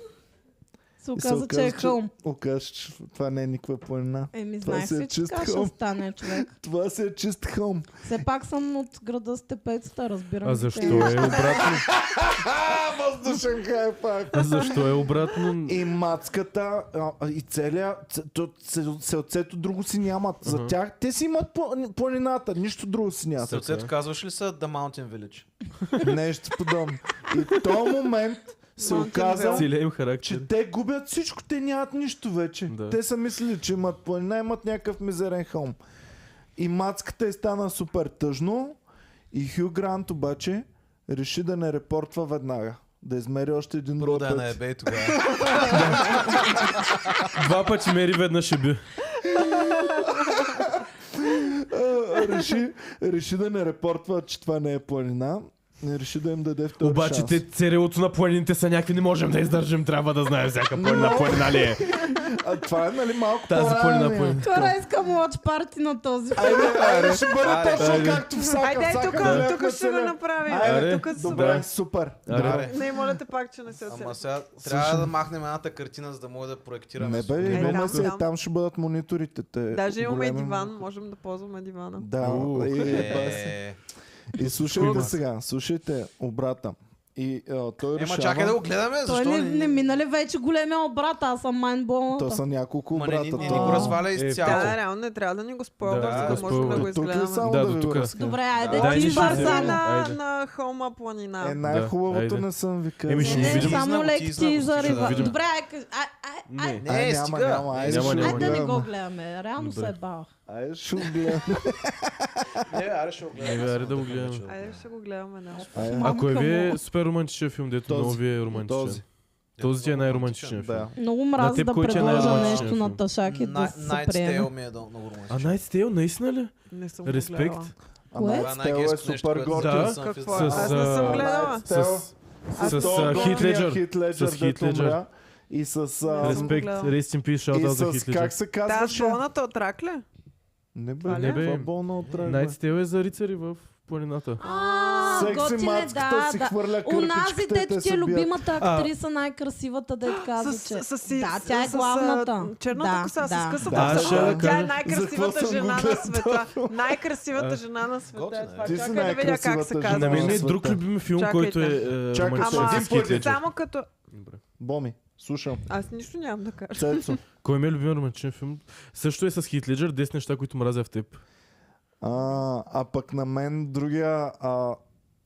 Speaker 3: Се
Speaker 1: и се
Speaker 3: оказа, че е
Speaker 1: че-
Speaker 3: хълм.
Speaker 1: Оказа, че това не е никаква планина.
Speaker 3: Еми,
Speaker 1: Това
Speaker 3: знаех
Speaker 1: си е
Speaker 3: си, че
Speaker 1: чист
Speaker 3: така ще
Speaker 1: хълм.
Speaker 3: стане човек.
Speaker 1: Това си е чист хълм.
Speaker 3: Все пак съм от града Степецата, разбирам.
Speaker 4: А
Speaker 3: че
Speaker 4: защо
Speaker 3: те-
Speaker 4: е обратно?
Speaker 1: А, въздушен хайфак!
Speaker 4: А защо е обратно?
Speaker 1: И мацката, а, а, и целия, ц- то- се- селцето друго си нямат. За
Speaker 4: Ага.
Speaker 1: тях те си имат пла- планината, нищо друго си нямат.
Speaker 6: Сърцето казваш ли са The Mountain Village?
Speaker 1: Нещо подобно. И в този момент се
Speaker 2: Mountain
Speaker 1: оказа,
Speaker 2: View.
Speaker 4: Целият им характер.
Speaker 1: че те губят всичко, те нямат нищо вече.
Speaker 4: Да.
Speaker 1: Те са мислили, че имат планина, имат някакъв мизерен хълм. И мацката е стана супер тъжно и Хю Грант обаче реши да не репортва веднага. Да измери още един друг
Speaker 6: Първо да
Speaker 1: [laughs]
Speaker 6: я
Speaker 1: път.
Speaker 6: наебе и тогава.
Speaker 4: Два пъти мери веднъж
Speaker 1: [laughs]
Speaker 4: е би.
Speaker 1: А, реши, реши да не репортва, че това не е планина. не реши да им даде втори
Speaker 4: Обаче
Speaker 1: шанс.
Speaker 4: те ЦРУ-то на планините са някакви, не можем да издържим, трябва да знаем всяка планина, планина ли е.
Speaker 1: А това е нали малко
Speaker 4: Тази
Speaker 1: по-рано,
Speaker 4: планина,
Speaker 1: е.
Speaker 4: планина.
Speaker 3: Хора, искам лоч парти на този
Speaker 1: Айде, айде, ще бъде
Speaker 6: Айде.
Speaker 1: точно
Speaker 4: Айде.
Speaker 1: както всяка,
Speaker 2: Айде,
Speaker 1: всяка
Speaker 2: тук,
Speaker 1: да
Speaker 2: тук ще го
Speaker 1: населя.
Speaker 2: направим.
Speaker 1: Айде,
Speaker 2: тук ще го
Speaker 1: Добре, супер.
Speaker 4: Аре.
Speaker 2: Не, моля те пак, че не се
Speaker 6: Ама
Speaker 2: отсети.
Speaker 6: сега трябва да махнем едната картина, за да мога да проектираме.
Speaker 1: Не бе,
Speaker 6: супер.
Speaker 2: Е,
Speaker 1: имаме
Speaker 2: там,
Speaker 1: се,
Speaker 2: там.
Speaker 1: там ще бъдат мониторите. Те,
Speaker 2: Даже имаме и
Speaker 1: големи-
Speaker 2: диван, можем да ползваме дивана.
Speaker 1: Да,
Speaker 4: Уу.
Speaker 1: и,
Speaker 6: Е,
Speaker 1: и слушайте сега, слушайте обрата. И а, той
Speaker 6: Ема
Speaker 1: решава...
Speaker 6: чакай да го гледаме,
Speaker 3: Той
Speaker 6: защо
Speaker 3: не, не
Speaker 6: не...
Speaker 3: мина ли вече големия обрат, аз съм
Speaker 1: То
Speaker 3: майнболната.
Speaker 1: са няколко
Speaker 6: Ма не, не,
Speaker 1: обрата.
Speaker 6: не, не
Speaker 1: то-
Speaker 6: го разваля
Speaker 4: Е,
Speaker 6: изцяло.
Speaker 2: Да, реално не трябва да ни го спойва,
Speaker 4: Да,
Speaker 2: за
Speaker 6: да
Speaker 2: да можем да го
Speaker 4: спойва.
Speaker 1: Тук ли
Speaker 2: изгледаме.
Speaker 1: само
Speaker 4: Да,
Speaker 1: да,
Speaker 4: до
Speaker 1: ви
Speaker 4: тук.
Speaker 1: го разкажа?
Speaker 3: Добре, айде
Speaker 4: Да,
Speaker 3: ти
Speaker 4: нищо
Speaker 3: бар
Speaker 4: не
Speaker 2: Бърза
Speaker 4: Айде.
Speaker 2: на,
Speaker 4: Айде.
Speaker 2: на холма планина.
Speaker 1: Е,
Speaker 4: айде.
Speaker 1: най-хубавото не съм ви казал.
Speaker 4: Еми, ще го
Speaker 3: Не,
Speaker 4: видим.
Speaker 3: само
Speaker 6: Знам,
Speaker 3: лек
Speaker 6: ти знам,
Speaker 3: ти за
Speaker 6: ще
Speaker 3: риба.
Speaker 6: видим.
Speaker 3: Добре, ай, кажи- ай, ай, ай,
Speaker 4: Не.
Speaker 1: Ай,
Speaker 6: Не,
Speaker 1: няма,
Speaker 6: стига.
Speaker 1: няма, айде
Speaker 4: Няма,
Speaker 1: ще
Speaker 4: няма,
Speaker 1: го
Speaker 3: ай да не
Speaker 1: гледаме.
Speaker 3: го гледаме. Реално
Speaker 4: Добре.
Speaker 3: се е бал.
Speaker 1: Айде ще го гледаме.
Speaker 6: Не, Е, аре ще го гледаме.
Speaker 4: Не, бе, аре да го
Speaker 6: Аз съм
Speaker 4: гледаме.
Speaker 6: отдалече.
Speaker 2: Айде ще го гледаме. Да.
Speaker 1: Айде.
Speaker 4: А кой ви
Speaker 3: Мамка
Speaker 4: е
Speaker 3: му.
Speaker 4: супер романтичен филм, дето
Speaker 1: Този.
Speaker 4: много ви е романтичен?
Speaker 1: Този.
Speaker 4: Този ти е най-романтичен филм.
Speaker 1: Да.
Speaker 3: Много
Speaker 4: На
Speaker 3: мрази
Speaker 4: теб
Speaker 3: да
Speaker 4: кой ти е
Speaker 3: предложа
Speaker 4: най-романтичният
Speaker 3: нещо
Speaker 4: филм?
Speaker 3: на Ташак и е да
Speaker 6: Най-
Speaker 3: се
Speaker 6: Night's
Speaker 3: приеме.
Speaker 6: Tale ми е дъл- много романтичен.
Speaker 4: А Night's Tale, наистина ли?
Speaker 2: Не съм го
Speaker 4: Респект.
Speaker 2: гледала.
Speaker 1: А
Speaker 3: Кое?
Speaker 1: Night's Tale е супер горд.
Speaker 4: Да.
Speaker 2: Какво е?
Speaker 4: С,
Speaker 2: Аз не съм
Speaker 4: а,
Speaker 2: гледала.
Speaker 1: Night's Tale.
Speaker 4: С...
Speaker 2: Аз
Speaker 4: С,
Speaker 2: не
Speaker 4: с,
Speaker 2: съм
Speaker 4: а,
Speaker 2: гледала.
Speaker 4: Хит Леджър.
Speaker 1: Хит Леджър,
Speaker 4: С Хит
Speaker 1: дето
Speaker 4: Леджър.
Speaker 1: умря. И с...
Speaker 2: Не,
Speaker 1: ам,
Speaker 2: съм
Speaker 4: Респект,
Speaker 2: гледала.
Speaker 4: Rest in Peace, shout out за
Speaker 1: И
Speaker 4: Хит
Speaker 1: с... Как
Speaker 4: Леджър.
Speaker 1: се
Speaker 2: Да,
Speaker 1: казваше?
Speaker 2: болната от рак ли?
Speaker 1: Не
Speaker 2: Това
Speaker 1: бе,
Speaker 2: ли
Speaker 1: не
Speaker 4: е?
Speaker 1: бе.
Speaker 4: Не бе.
Speaker 1: Болна от рак.
Speaker 4: Night's Tale е за рицари в планината.
Speaker 3: А,
Speaker 1: Секси
Speaker 3: готине,
Speaker 1: мацката
Speaker 3: да,
Speaker 1: си
Speaker 3: да.
Speaker 1: хвърля
Speaker 3: Унази,
Speaker 1: кърпичките и
Speaker 3: дето
Speaker 1: те
Speaker 3: ти
Speaker 1: се
Speaker 3: е
Speaker 1: бият.
Speaker 3: любимата актриса, най-красивата, дето каза, че...
Speaker 2: си-
Speaker 3: Да, тя е
Speaker 2: с- с, а,
Speaker 3: главната.
Speaker 2: Черната
Speaker 3: Да,
Speaker 2: коса
Speaker 3: да.
Speaker 2: с късата
Speaker 4: Да,
Speaker 2: коса.
Speaker 4: ще да
Speaker 2: Тя е
Speaker 4: кажа.
Speaker 1: За какво
Speaker 2: най-красивата
Speaker 1: съм го
Speaker 2: жена на
Speaker 1: гледал? [laughs] е,
Speaker 2: света. Най-красивата жена на света. е
Speaker 6: Готина
Speaker 2: Това
Speaker 6: е.
Speaker 1: Ти си
Speaker 2: чакай да видя как се
Speaker 1: най-красивата жена
Speaker 4: На
Speaker 1: на
Speaker 2: казва.
Speaker 4: мен е
Speaker 1: света.
Speaker 4: друг любим филм,
Speaker 2: Чакайте.
Speaker 4: който е, е
Speaker 1: Чакайте,
Speaker 4: романтичен
Speaker 2: един
Speaker 4: с Хит
Speaker 1: път.
Speaker 4: Леджър.
Speaker 2: Само като...
Speaker 1: Боми, слушам.
Speaker 2: Аз нищо нямам да кажа.
Speaker 1: Цецо.
Speaker 4: Кой ми е любим романтичен филм? Също е с Хит Леджър, 10 неща, които мразя в теб.
Speaker 1: А, а пък на мен другия... А,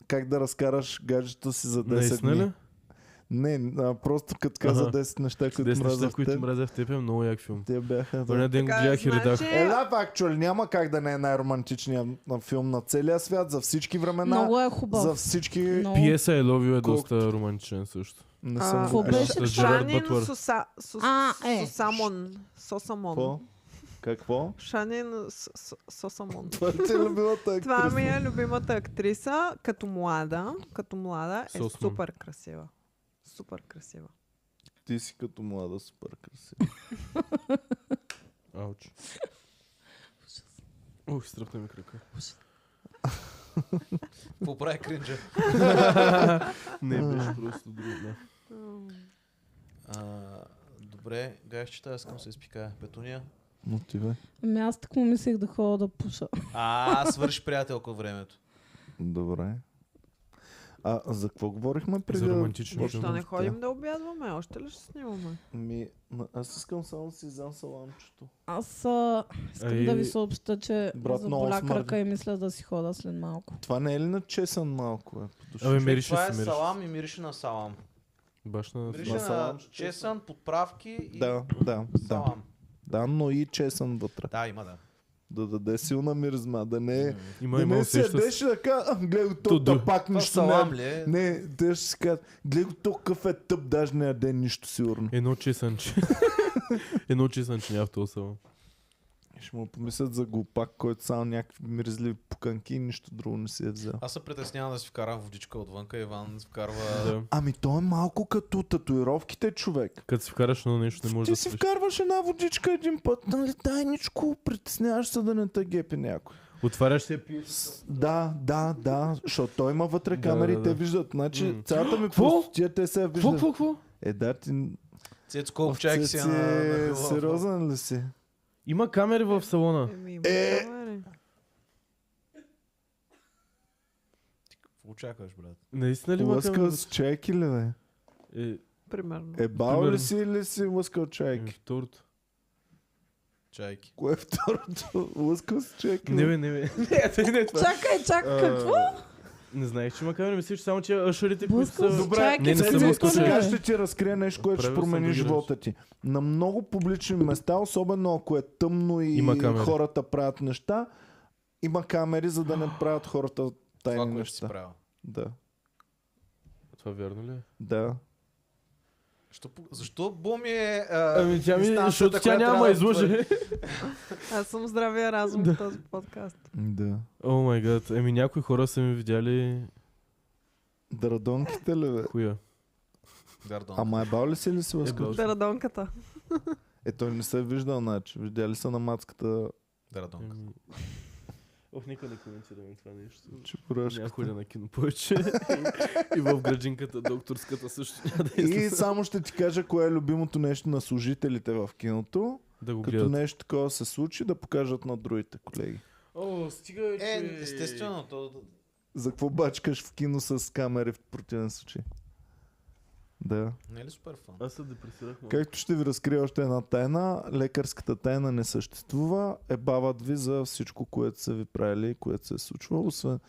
Speaker 1: как да разкараш гаджето си за 10
Speaker 4: Наистина
Speaker 1: дни?
Speaker 4: ли?
Speaker 1: Не, а, просто като каза
Speaker 4: Аха.
Speaker 1: 10 неща, които
Speaker 4: 10
Speaker 1: мразя
Speaker 4: неща,
Speaker 1: в
Speaker 4: които
Speaker 1: теб.
Speaker 4: мразя в теб е много як филм.
Speaker 1: Те бяха... Да.
Speaker 4: Оня ден го
Speaker 2: Така,
Speaker 4: гледах и редах.
Speaker 2: значи-
Speaker 1: Е, да, пак, чули, няма как да не е най-романтичният на филм на целия свят, за всички времена,
Speaker 3: Много е
Speaker 1: за
Speaker 3: хубав.
Speaker 1: всички...
Speaker 3: Много.
Speaker 4: Пиеса е Love You е
Speaker 1: Колкото-
Speaker 4: доста романтичен също.
Speaker 1: Не
Speaker 2: А,
Speaker 1: съм
Speaker 3: Какво
Speaker 1: го
Speaker 3: беше?
Speaker 1: гледал.
Speaker 4: С Джерард
Speaker 2: Шанин
Speaker 4: Бътлър.
Speaker 2: Соса- Сос-
Speaker 3: А, е.
Speaker 2: Сосамон.
Speaker 1: Какво?
Speaker 2: Сосамон.
Speaker 1: Какво?
Speaker 2: Шанин С- С- Сосамон.
Speaker 1: Това ти е любимата
Speaker 2: Това ми
Speaker 1: актриса.
Speaker 2: е любимата актриса, като млада. Като млада е
Speaker 4: Сосман.
Speaker 2: супер красива. Супер красива.
Speaker 1: Ти си като млада супер красива.
Speaker 4: Ауч. Ух, стръпна ми крака.
Speaker 6: Поправи кринджа.
Speaker 4: Не, беше
Speaker 1: [laughs]
Speaker 4: просто друго.
Speaker 6: А, Добре, гайчета, аз искам да се изпикая. Петуния.
Speaker 1: Но ти бе.
Speaker 3: Ами аз така мислех да ходя да пуша.
Speaker 6: А, свърши приятелко времето.
Speaker 1: Добре. А за какво говорихме преди?
Speaker 4: За
Speaker 1: да-
Speaker 4: романтични
Speaker 1: Почнем
Speaker 2: Защо не
Speaker 1: от
Speaker 2: ходим да обядваме? Още ли ще снимаме?
Speaker 1: тя? Ми, м- аз искам само да си взем саламчето.
Speaker 3: Аз а, искам
Speaker 4: Ай.
Speaker 3: да ви съобща, че
Speaker 1: Брат, много
Speaker 3: заболя
Speaker 1: смърди.
Speaker 3: крака и мисля да си хода след малко.
Speaker 1: Това не е ли на чесън малко? Е, по душа?
Speaker 4: Абе, мирише
Speaker 6: Това
Speaker 4: си,
Speaker 6: е
Speaker 4: мирише.
Speaker 6: салам и мирише на салам.
Speaker 4: Баш на...
Speaker 6: Мирише
Speaker 1: на
Speaker 6: на
Speaker 1: салам.
Speaker 6: чесън, подправки и
Speaker 1: Да, да, да.
Speaker 6: салам.
Speaker 1: Да, но и чесън вътре.
Speaker 6: Да, има да.
Speaker 1: Да даде силна миризма, да не е...
Speaker 4: Има,
Speaker 1: Да
Speaker 4: има
Speaker 1: не се
Speaker 4: усеща.
Speaker 1: ядеш и да кажа, гледай то,
Speaker 4: Туду.
Speaker 1: да пак
Speaker 6: Това
Speaker 1: нищо
Speaker 6: салам
Speaker 1: не е.
Speaker 6: ли е?
Speaker 1: Не, те ще си кажат, гледай го, то къв е тъп, даже не яде нищо сигурно. [laughs]
Speaker 4: Едно чесънче. Едно чесънче няма в този салам.
Speaker 1: Ще му помислят за глупак, който само някакви миризливи пуканки и нищо друго не си е взел.
Speaker 6: Аз се притеснявам да си вкарам водичка отвънка. Иван вкарва...
Speaker 4: Да.
Speaker 1: Ами то е малко като татуировките, човек.
Speaker 4: Като си вкараш едно нещо, не можеш
Speaker 1: Ти
Speaker 4: да
Speaker 1: си
Speaker 4: спиш.
Speaker 1: вкарваш една водичка един път, нали тайничко, притесняваш се да не те гепи някой.
Speaker 4: Отваряш се пиеш.
Speaker 1: С- Да, да, да, защото той има вътре
Speaker 4: Да,
Speaker 1: камери,
Speaker 4: да,
Speaker 1: те
Speaker 4: да.
Speaker 1: виждат. Значи
Speaker 4: М.
Speaker 1: цялата ми
Speaker 4: Кво?
Speaker 1: пустотия, те се я
Speaker 4: Какво,
Speaker 1: виждат.
Speaker 4: какво, какво?
Speaker 1: Е, да, ти...
Speaker 6: Цецко, обчак си
Speaker 1: Цеци,
Speaker 6: я на... на хубава.
Speaker 1: Сериозен ли си?
Speaker 4: Има камери в салона.
Speaker 2: Еми, има камери.
Speaker 6: Какво Очакваш, брат.
Speaker 4: Наистина ли има
Speaker 1: Лъскал
Speaker 4: камери?
Speaker 1: с чайки ли, бе?
Speaker 4: Е,
Speaker 2: Примерно.
Speaker 1: Е, бал
Speaker 4: Примерно.
Speaker 1: ли си или си лъскал
Speaker 4: е,
Speaker 1: чайки?
Speaker 4: второто.
Speaker 6: Чайки.
Speaker 1: Кое е второто? [laughs] Лъскал с чайки?
Speaker 4: Не,
Speaker 1: ли?
Speaker 4: бе, не, бе. [laughs] Не, това не е това.
Speaker 3: Чакай, чакай,
Speaker 4: А,
Speaker 3: какво?
Speaker 4: Не знаеш, че има камери, мислиш само, че ашарите, които
Speaker 3: Блъскал
Speaker 4: са...
Speaker 3: с
Speaker 1: Добре,
Speaker 3: чайки.
Speaker 4: е не, не
Speaker 3: с
Speaker 4: съм
Speaker 1: Цеци,
Speaker 3: лъскал
Speaker 4: лъскал,
Speaker 3: с
Speaker 4: че-
Speaker 1: сега
Speaker 3: чайки.
Speaker 1: ще ти разкрия нещо, което ще
Speaker 4: Правил съм
Speaker 1: промени
Speaker 4: други
Speaker 1: живота ти. На много публични места, особено ако е тъмно и
Speaker 4: Има камери.
Speaker 1: хората правят неща, има камери, за да не правят хората
Speaker 6: Това,
Speaker 1: тайни
Speaker 6: което си
Speaker 1: неща.
Speaker 6: правил.
Speaker 1: Да,
Speaker 4: Това вярно ли е?
Speaker 1: да.
Speaker 6: Защо, по- защо Боми е... А,
Speaker 4: Ами тя ми,
Speaker 6: инстанцията,
Speaker 4: защото тя
Speaker 6: която
Speaker 4: няма
Speaker 6: трябва
Speaker 4: да
Speaker 6: да
Speaker 4: излъже. [laughs]
Speaker 2: Аз съм здравия разум в този подкаст.
Speaker 1: Да.
Speaker 4: О май гад, еми някои хора са ми видяли
Speaker 1: Драдонките ли бе?
Speaker 4: Коя?
Speaker 6: Гардон.
Speaker 1: Ама е бал ли си ли си
Speaker 4: Е, бал.
Speaker 1: лъскал?
Speaker 2: Тарадонката.
Speaker 1: Е, той не се е виждал, значи. Видяли са на мацката
Speaker 6: Гардон.
Speaker 4: Ох, никой не коментираме това нещо.
Speaker 1: чепурашка.
Speaker 4: Някой да на кино повече. [laughs] И- и в градинката, докторската също няма да
Speaker 1: И
Speaker 4: излезе.
Speaker 1: само ще ти кажа кое е любимото нещо на служителите в киното.
Speaker 4: Да го
Speaker 1: Като
Speaker 4: гледат.
Speaker 1: нещо такова се случи, да покажат на другите колеги.
Speaker 4: О, стига, че...
Speaker 6: Е, естествено, то...
Speaker 1: За какво бачкаш в кино с камери в противен случай? Да.
Speaker 6: Не е ли супер фан?
Speaker 4: Аз се депресирах. малко.
Speaker 1: Както ще ви разкрия още една тайна, лекарската тайна не съществува. Е бават ви за всичко, което са ви правили и което се е случвало. Освен...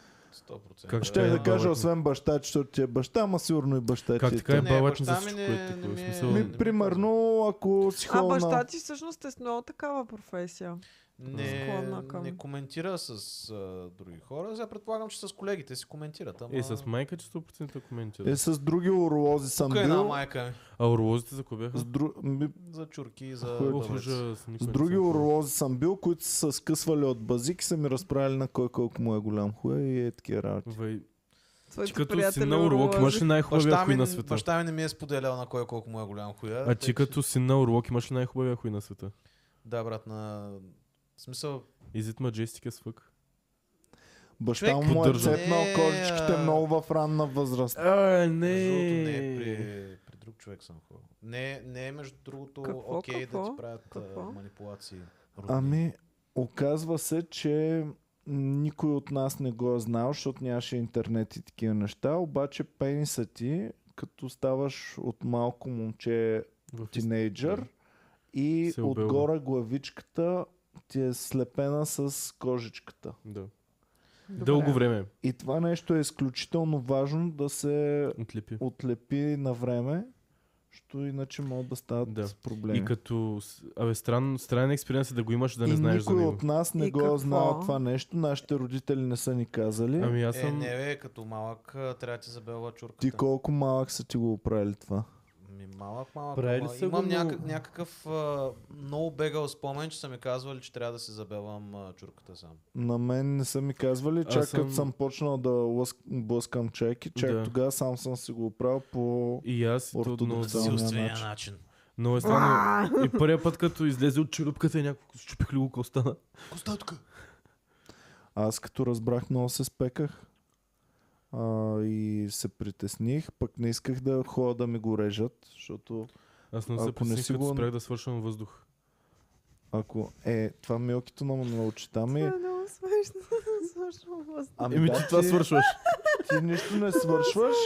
Speaker 6: 100%.
Speaker 4: Как ще
Speaker 1: Ще
Speaker 4: е
Speaker 1: да
Speaker 4: бават
Speaker 1: кажа,
Speaker 4: ми?
Speaker 1: освен баща, защото ти е баща, ама сигурно и баща
Speaker 4: Как
Speaker 1: ти е
Speaker 4: така е
Speaker 1: тъп.
Speaker 6: Не,
Speaker 4: бавач ми за
Speaker 6: баща ми
Speaker 4: всичко,
Speaker 6: не-
Speaker 4: което е
Speaker 6: не
Speaker 4: такова. в
Speaker 6: ми е-
Speaker 4: смисъл-
Speaker 1: Ми, примерно, ако си
Speaker 2: А
Speaker 1: ходил
Speaker 2: баща
Speaker 1: на...
Speaker 2: ти всъщност е с много такава професия.
Speaker 6: Не,
Speaker 2: Склонна към-
Speaker 6: не коментира с а, други хора. Сега предполагам, че с колегите си коментират. Ама...
Speaker 4: Е, с майка че 100% коментира.
Speaker 1: Е, с други уролози съм
Speaker 6: Тук е една
Speaker 1: бил.
Speaker 6: майка ми.
Speaker 4: А урлозите за кое бяха?
Speaker 1: С, дру... ми,
Speaker 6: За чурки, за
Speaker 1: Хуй
Speaker 4: Ох,
Speaker 6: бъбрец.
Speaker 4: ужас, никой
Speaker 1: с
Speaker 4: не
Speaker 1: други
Speaker 4: съм ходил.
Speaker 1: уролози съм бил, които са се скъсвали от базик и са ми разправили на кой колко му е голям хуя и е такива работи.
Speaker 4: Вай, ти
Speaker 2: Твоите
Speaker 4: като си
Speaker 2: приятели
Speaker 4: на урлок имаш ли най-хубавия
Speaker 6: Баща
Speaker 4: хуй
Speaker 6: ми,
Speaker 4: на света?
Speaker 6: баща ми не ми е споделял на кой колко му е голям хуя.
Speaker 4: А
Speaker 6: тъй
Speaker 4: ти
Speaker 6: че-
Speaker 4: като си на урлок имаш ли най-хубавия хуй на света?
Speaker 6: Да, брат, на... В смисъл...
Speaker 4: Is it majestic as fuck?
Speaker 1: Баща
Speaker 6: Човек,
Speaker 1: му е
Speaker 4: поддържа.
Speaker 1: цепнал
Speaker 6: Не,
Speaker 1: кожичките
Speaker 6: а-
Speaker 1: много в ранна възраст.
Speaker 4: А,
Speaker 6: Между другото,
Speaker 4: не.
Speaker 6: не, е при, при друг човек съм хубав. Не, не е между другото
Speaker 2: Какво,
Speaker 6: окей да
Speaker 2: какво,
Speaker 6: ти правят
Speaker 2: какво?
Speaker 6: А, манипулации. родни.
Speaker 1: Ами, оказва се, че никой от нас не го е знал, защото нямаше интернет и такива неща, обаче пениса ти, като ставаш от малко момче
Speaker 4: В
Speaker 1: тинейджър и
Speaker 4: Се е обелва.
Speaker 1: отгоре главичката ти е слепена с кожичката.
Speaker 4: Да. Дълго време
Speaker 1: И това нещо е изключително важно да се
Speaker 4: отлепи.
Speaker 1: отлепи на време, защото иначе могат да стават
Speaker 4: Да.
Speaker 1: да. проблеми.
Speaker 4: И като... с- Абе, странен, странен експириенс е да го имаш и да не
Speaker 1: и
Speaker 4: знаеш за
Speaker 1: никой
Speaker 4: него.
Speaker 1: от нас не
Speaker 2: И
Speaker 1: и го е
Speaker 2: какво?
Speaker 1: знал това нещо, нашите родители не са ни казали.
Speaker 4: Ами аз
Speaker 6: Е,
Speaker 4: съм...
Speaker 6: не бе, като малък а, трябва да ти забелва чурката.
Speaker 1: Ти колко малък са ти го оправили това?
Speaker 6: Ми, малък, малък.
Speaker 4: Правили
Speaker 6: малък.
Speaker 4: са го,
Speaker 6: Имам
Speaker 4: но-
Speaker 6: някак, някакъв а, много бегал спомен, че са ми казвали, че трябва да си забелвам а, чурката сам.
Speaker 1: На мен не са ми казвали,
Speaker 4: Аз
Speaker 1: чак
Speaker 4: съм-
Speaker 1: съм... като съм почнал да лъск... блъскам чайки, чак
Speaker 4: Да.
Speaker 1: да. тогава сам съм си го оправил по...
Speaker 4: И аз и то
Speaker 1: Ортодоксално.
Speaker 4: много...
Speaker 1: Силствения
Speaker 6: Силствения
Speaker 1: начин.
Speaker 6: начин.
Speaker 4: Много
Speaker 1: [laughs]
Speaker 4: е странно. И първия път, като излезе от черупката и някакво щупих ли го коста.
Speaker 6: Коста тук.
Speaker 1: Аз като разбрах, много се спеках. А, и се притесних, пък не исках да ходя да ми го режат, защото
Speaker 4: Аз не
Speaker 1: Ако
Speaker 4: се
Speaker 1: не
Speaker 4: пресних,
Speaker 1: си
Speaker 4: като
Speaker 1: го-
Speaker 4: спрях да свършвам въздух.
Speaker 1: ако... Е, това милкито на, на очите
Speaker 2: Това
Speaker 1: ми...
Speaker 2: е много смешно. [laughs] Слушам вас.
Speaker 1: Ами
Speaker 4: Еми,
Speaker 1: да,
Speaker 4: ти това
Speaker 1: ти-
Speaker 4: свършваш.
Speaker 1: Ти нищо не свършваш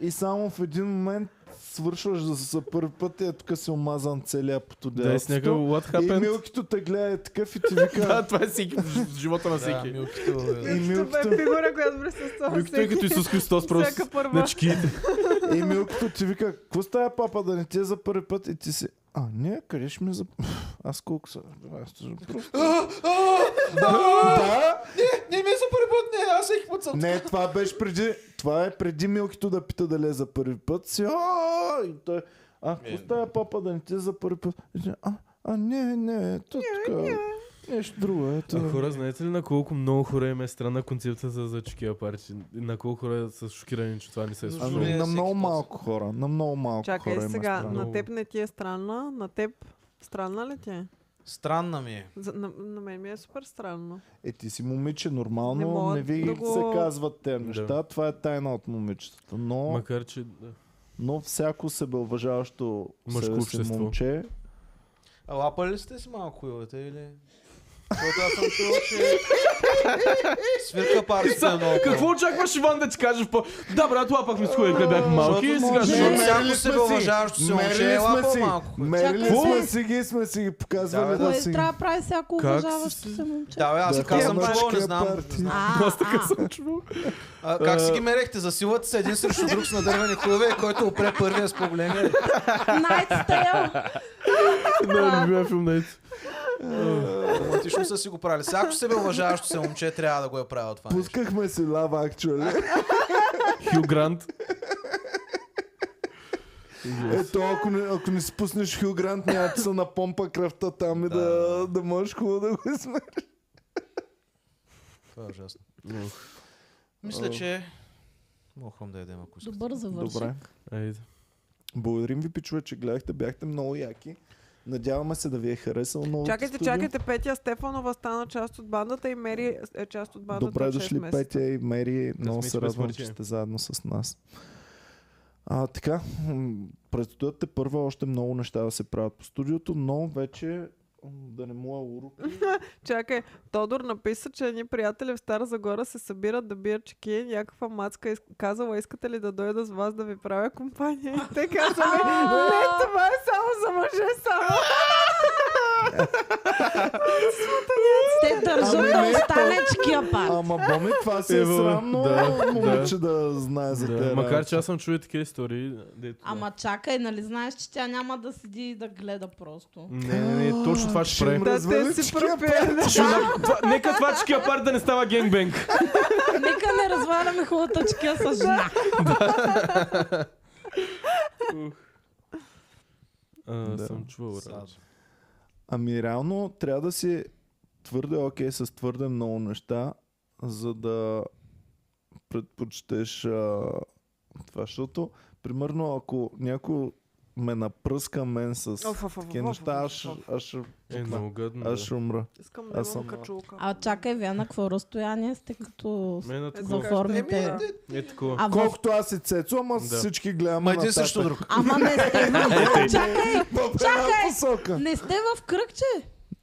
Speaker 1: и само в един момент свършваш да за първи път и е тук си омазан целия по
Speaker 4: Да, е и с някакъв what
Speaker 1: И
Speaker 4: happened.
Speaker 1: милкито те гледа е такъв и ти вика...
Speaker 4: [laughs] Да, това е всеки, в живота на
Speaker 6: Да,
Speaker 4: всеки.
Speaker 6: милкито.
Speaker 1: и
Speaker 2: Това
Speaker 1: милкито,
Speaker 2: е фигура, която присъства във
Speaker 4: Викто е като
Speaker 2: всеки.
Speaker 4: Исус Христос просто
Speaker 2: Всяка първа.
Speaker 4: на чекиите.
Speaker 1: и милкито ти вика, какво става папа да не ти е за първи път и ти си... А, не, къде ще ми е за... Аз колко са? Аз просто... Да,
Speaker 6: Не, не за първи път, не, аз всеки път съм.
Speaker 1: Не, това беше преди. Това е преди Милкито да пита дали е за първи път. Си, а, и той, а,
Speaker 6: Е,
Speaker 1: какво става папа да не ти е за първи път? И тя, А, а не, не, то
Speaker 2: Е.
Speaker 1: така. Нещо друго е.
Speaker 4: А
Speaker 1: То.
Speaker 4: хора, знаете ли на колко много хора им е странна концепцията за, за чекия парти? И На колко хора са шокирани, че това не се е
Speaker 6: Но
Speaker 4: случило?
Speaker 1: Ами,
Speaker 6: Жулия
Speaker 1: на
Speaker 6: всеки
Speaker 1: много
Speaker 6: път.
Speaker 1: малко хора. На много малко хора.
Speaker 2: Чакай
Speaker 1: има
Speaker 2: сега,
Speaker 1: страна.
Speaker 2: на теб не ти е странна, на теб странна ли ти е?
Speaker 6: Странна ми е.
Speaker 2: За, на, на мен ми е супер странно.
Speaker 1: Е, ти си момиче,
Speaker 2: Не
Speaker 1: нормално
Speaker 2: мога
Speaker 1: не, ви
Speaker 2: да го-
Speaker 1: се казват те неща.
Speaker 4: Да.
Speaker 1: Това е тайна от момичетата. Но,
Speaker 4: Макар, че... да.
Speaker 1: но всяко себеуважаващо
Speaker 4: Мъжко
Speaker 1: себе си
Speaker 4: общество.
Speaker 1: момче
Speaker 6: А лапали ли сте си малко хуйовете или... Защото аз съм чувал, че... Свирка парчета е много.
Speaker 4: Какво очакваш Иван да ти каже в по... Да, брат, лапах ми с хуя, къде бях малки и сега
Speaker 6: може-
Speaker 4: ще...
Speaker 6: Не, всяко се въважаващо се момче е лапал малко, бе.
Speaker 1: Мерили
Speaker 4: Чакай.
Speaker 1: сме си ги, сме си ги показвали да,
Speaker 3: Кой
Speaker 1: си.
Speaker 3: Е, трябва да прави всяко
Speaker 4: Как
Speaker 3: уважаващо
Speaker 4: си-
Speaker 3: се момче?
Speaker 6: Да, бе, аз
Speaker 1: Да,
Speaker 6: така съм
Speaker 1: хора,
Speaker 6: чувал, не
Speaker 1: мъжка
Speaker 6: знам.
Speaker 1: партия.
Speaker 6: не знам.
Speaker 2: [laughs]
Speaker 3: А, а,
Speaker 6: А, как си ги мерехте? Засилвате се един срещу друг с надървани хуйове, който опре първия с по-големия.
Speaker 3: Night Tale.
Speaker 4: Да, е любимия филм на Ето.
Speaker 6: Автоматично са си го правили. Всяко себе уважаващо се момче трябва да го е правил това нещо.
Speaker 1: Пускахме си лава, actually.
Speaker 4: Хю Грант.
Speaker 1: Ето, ако не, ако не си пуснеш Хю Грант, няма да се напомпа кръвта там и да, да можеш хубаво да го сме.
Speaker 6: Това е ужасно. Мисля, че Мога хром да ядем, ако искате.
Speaker 8: Добър завършък.
Speaker 1: Добре.
Speaker 4: Айде.
Speaker 1: Благодарим ви, пичове, че гледахте. Бяхте много яки. Надяваме се да ви е харесал новото
Speaker 2: Чакайте,
Speaker 1: студио.
Speaker 2: чакайте, Петя Стефанова стана част от бандата и Мери е част от бандата
Speaker 1: Добре
Speaker 2: от 6
Speaker 1: дошли,
Speaker 2: месеца.
Speaker 1: Петя и Мери. Много се
Speaker 4: сме
Speaker 1: радвам, че
Speaker 4: смъртени.
Speaker 1: сте заедно с нас. А, така, м, предстоят те първа още много неща да се правят по студиото, но вече м, да не му е
Speaker 2: [laughs]
Speaker 1: урок.
Speaker 2: Чакай, Тодор написа, че едни приятели в Стара Загора се събират да бият чеки. Някаква мацка из... казала, искате ли да дойда с вас да ви правя компания? И
Speaker 1: [laughs]
Speaker 2: те казали, не, това е само за мъже, само.
Speaker 3: Те държат
Speaker 1: Ами,
Speaker 3: да
Speaker 1: не,
Speaker 3: остане чкипа.
Speaker 1: Ама боми, това си е
Speaker 4: Ева,
Speaker 1: срамно, е,
Speaker 4: да,
Speaker 1: момиче да знае за
Speaker 4: Да,
Speaker 1: те.
Speaker 4: макар
Speaker 1: работи.
Speaker 4: че аз съм чуя такива истории. Дето,
Speaker 3: Ама чакай, нали знаеш, че тя няма да седи и да гледа просто.
Speaker 4: Не, не, не, точно това ще
Speaker 1: Ще
Speaker 4: правим.
Speaker 1: ме
Speaker 2: Да,
Speaker 1: развали
Speaker 2: те си
Speaker 1: чекия,
Speaker 2: пропият.
Speaker 4: Ще на- това- Нека това чекия пар да не става генгбенг.
Speaker 3: Нека не разваляме хубавата чкия с жена.
Speaker 4: А,
Speaker 1: Да.
Speaker 4: Съм чувал.
Speaker 6: Сад.
Speaker 4: радже.
Speaker 1: Ами реално трябва да си твърде окей с твърде много неща, за да предпочетеш а, това, защото примерно ако някой ме напръска мен с
Speaker 2: Оф, оф, оф,
Speaker 1: такива
Speaker 2: оф,
Speaker 1: неща, аз,
Speaker 2: оф, оф,
Speaker 1: ще-
Speaker 2: оф.
Speaker 1: аз, ще-
Speaker 4: Е, много гадно.
Speaker 1: аз
Speaker 4: да.
Speaker 1: ще умра.
Speaker 2: Искам
Speaker 1: Аз
Speaker 2: да
Speaker 1: съм-
Speaker 2: съм качулка.
Speaker 3: А чакай, вие на какво разстояние сте като...
Speaker 4: Мен е
Speaker 3: За
Speaker 4: такова.
Speaker 3: формите.
Speaker 4: Е такова.
Speaker 3: А в...
Speaker 1: Колкото аз си цецо, ама
Speaker 4: Да.
Speaker 1: всички гледаме
Speaker 6: Ма един
Speaker 1: нататък.
Speaker 6: също друг.
Speaker 3: Ама не
Speaker 4: Е,
Speaker 3: сте в...
Speaker 4: Ей, ти.
Speaker 3: Чакай,
Speaker 1: В една
Speaker 3: Чакай!
Speaker 1: посока.
Speaker 3: не сте в кръгче.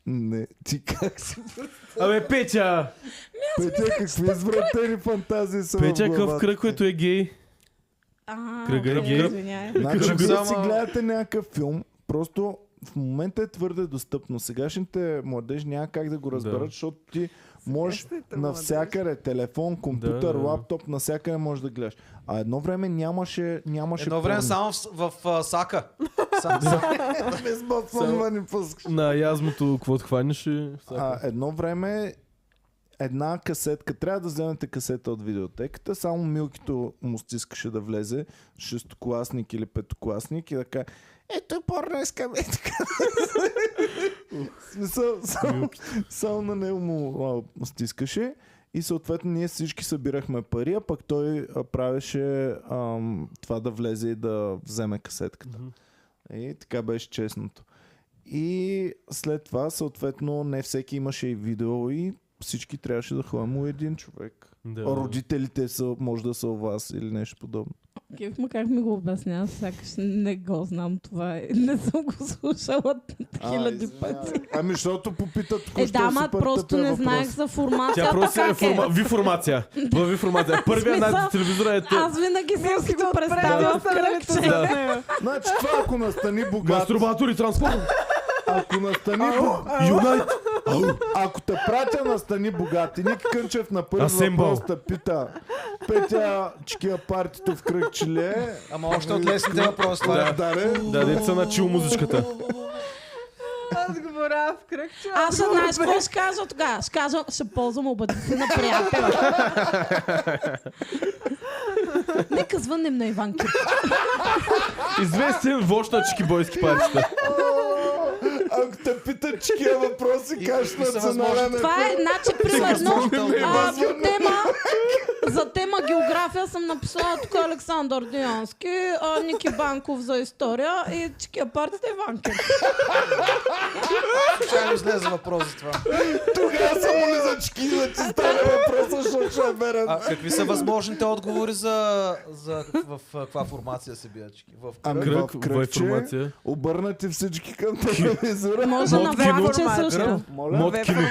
Speaker 1: Не, ти
Speaker 2: [laughs]
Speaker 1: как си?
Speaker 4: Абе, Петя!
Speaker 1: Петя, какви извратени фантазии са
Speaker 4: Петя
Speaker 1: в
Speaker 4: къв
Speaker 1: главата
Speaker 4: кръг, който е гей.
Speaker 3: А,
Speaker 4: Кръга е
Speaker 3: окей,
Speaker 4: гей.
Speaker 3: извиняй.
Speaker 1: Значи,
Speaker 4: Кръг
Speaker 1: ако
Speaker 6: само-
Speaker 1: си гледате някакъв филм, просто в момента е твърде достъпно. Сегашните младежи няма как да го разберат,
Speaker 4: Да.
Speaker 1: защото ти можеш
Speaker 2: Сегашните
Speaker 1: навсякъде, телефон, компютър,
Speaker 4: да.
Speaker 1: лаптоп, навсякъде можеш да гледаш. А едно време нямаше, нямаше
Speaker 6: Едно
Speaker 1: [laughs]
Speaker 6: време само в, с- в, а, Сака. Са, са,
Speaker 1: безбътване пускаш.
Speaker 4: На язмото, какво хванеше?
Speaker 1: А, едно време една касетка, трябва да вземете касета от видеотеката, само милкито му стискаше да влезе, шестокласник или петокласник и да каже, ето порно искам, е така. В смисъл, само, само на него му а, стискаше и съответно ние всички събирахме пари, а пък той а, правеше ам, това да влезе и да вземе касетката. И така беше честното. И след това, съответно, не всеки имаше и видео и всички трябваше да ходим у един човек.
Speaker 4: Да.
Speaker 1: Родителите са, може да са у вас или нещо подобно.
Speaker 3: Кеф ма как ми го обяснява, сякаш не го знам това. е. Не съм го слушала хиляди пъти.
Speaker 1: Ами, защото попитат
Speaker 3: Е, да, ма просто не знаех за формацията.
Speaker 4: Тя просто е
Speaker 3: как
Speaker 4: форма... ви формация. Това ви формация. Първия
Speaker 3: смисъл,
Speaker 4: на телевизора е те.
Speaker 3: Аз винаги съм си
Speaker 2: Милките
Speaker 3: го
Speaker 2: отпред,
Speaker 3: представя в
Speaker 2: останалите
Speaker 3: кръгче.
Speaker 2: зад
Speaker 4: Да.
Speaker 2: нея.
Speaker 1: Значи това, ако настани богат,
Speaker 4: Мастурбатор и транспорт.
Speaker 1: ако настани, бо-
Speaker 4: Юнайт.
Speaker 1: ако те пратя настани богат и Ники Кънчев на първи
Speaker 4: Асембъл.
Speaker 1: въпрос те пита, Петя, чкия партито в кръг чиле,
Speaker 6: Ама още от лесните въпроси. това е.
Speaker 4: Да,
Speaker 1: даре,
Speaker 4: да, деца на чил музичката.
Speaker 2: Аз говоря в кръгче.
Speaker 3: Аз ще знаеш какво ще кажа тогава. Ще кажа, ще ползвам обадите на приятел. Нека звъннем на Иван Кирков.
Speaker 4: Известен вожд на чикибойски парчета.
Speaker 1: Ако те питат чкия въпроси,
Speaker 6: И-
Speaker 1: кажеш
Speaker 6: и
Speaker 1: на
Speaker 6: са
Speaker 1: цена
Speaker 6: възможни.
Speaker 1: на
Speaker 3: Това е, значи, примерно,
Speaker 6: Изключително
Speaker 3: а,
Speaker 6: възможно.
Speaker 3: тема, за тема география съм написала тук Александър Диански, а, Ники Банков за история и чекия партията Иван Кирков.
Speaker 6: Случайно излезе въпрос за това.
Speaker 3: е
Speaker 1: Тогава са му лизачки да ти стане въпроса, защото ще е верен.
Speaker 6: А какви са възможните отговори за, за в а, каква формация се биячки? В
Speaker 1: Ами,
Speaker 4: Кръг,
Speaker 1: в
Speaker 4: в
Speaker 1: кръгче,
Speaker 4: формация.
Speaker 1: обърнати всички
Speaker 6: [laughs]
Speaker 1: към телевизора.
Speaker 3: Може на
Speaker 4: Моткино.
Speaker 3: врагче
Speaker 2: Формат,
Speaker 3: също.
Speaker 1: Моля,
Speaker 4: Мод кино.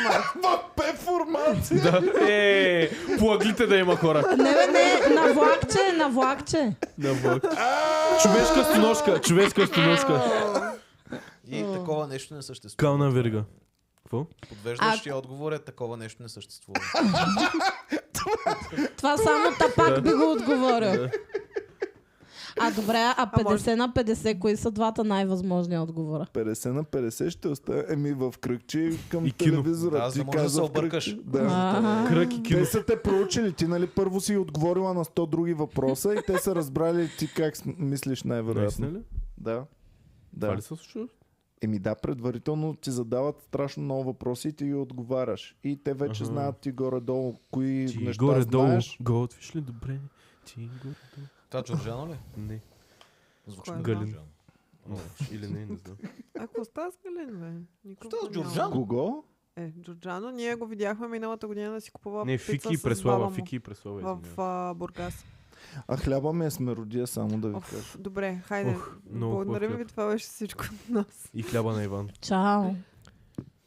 Speaker 1: пе формация.
Speaker 4: Да. Е, плаглите да има хора.
Speaker 3: Не, бе, не, на влакче, на влакче.
Speaker 4: Да, Бог. Човешка стоножка, човешка стоножка.
Speaker 6: И такова нещо не съществува.
Speaker 4: Кална верига. Какво?
Speaker 6: Подвеждащия отговор е такова нещо не съществува.
Speaker 3: Това само тапак би го отговорил. А добре, а 50 на 50, кои са двата най-възможни отговора?
Speaker 1: 50 на 50 ще оставя. Еми в кръгче и към
Speaker 4: И кино.
Speaker 1: телевизора.
Speaker 6: Да, за
Speaker 1: Ти
Speaker 6: да може да
Speaker 1: каза
Speaker 6: се
Speaker 1: в кръгче.
Speaker 6: объркаш.
Speaker 1: Да.
Speaker 3: А,
Speaker 4: Кръг и кино.
Speaker 1: Те са те проучили. Ти нали първо си отговорила на 100 други въпроса и те са разбрали ти как с- мислиш
Speaker 4: Наистина
Speaker 1: най-вероятно.
Speaker 4: ли?
Speaker 1: Да.
Speaker 4: Това
Speaker 1: Да.
Speaker 4: ли се случва?
Speaker 1: Еми да, предварително ти задават страшно много въпроси и ти ги отговаряш. И те вече
Speaker 4: Аха.
Speaker 1: знаят ти горе-долу кои
Speaker 4: Ти
Speaker 1: неща
Speaker 4: горе-долу
Speaker 1: знаеш.
Speaker 4: готвиш ли добре? Ти гордо.
Speaker 6: Това Джорджано ли?
Speaker 4: Не.
Speaker 6: Звучи
Speaker 2: Кой
Speaker 6: на
Speaker 2: е
Speaker 4: Галин?
Speaker 6: Джорджано.
Speaker 4: О, Или не, не знам.
Speaker 2: А Костас Галин, нали, бе? Никога
Speaker 6: Костас
Speaker 2: го
Speaker 6: Джорджан?
Speaker 1: Кого?
Speaker 2: няма. Е, Джорджано. Ние го видяхме миналата година да си купува
Speaker 4: Не,
Speaker 2: пица
Speaker 4: Фики и
Speaker 2: с баба
Speaker 4: Преслава.
Speaker 2: му
Speaker 4: Фики и Преслава,
Speaker 2: В
Speaker 4: извинявай.
Speaker 2: а, Бургас.
Speaker 1: А хляба ми е смеродия, само да ви кажа.
Speaker 2: Оф, добре, хайде.
Speaker 4: Ох, много хубав
Speaker 2: Благодарим ви,
Speaker 4: хляб.
Speaker 2: това беше всичко от нас.
Speaker 4: И хляба на Иван.
Speaker 3: Чао.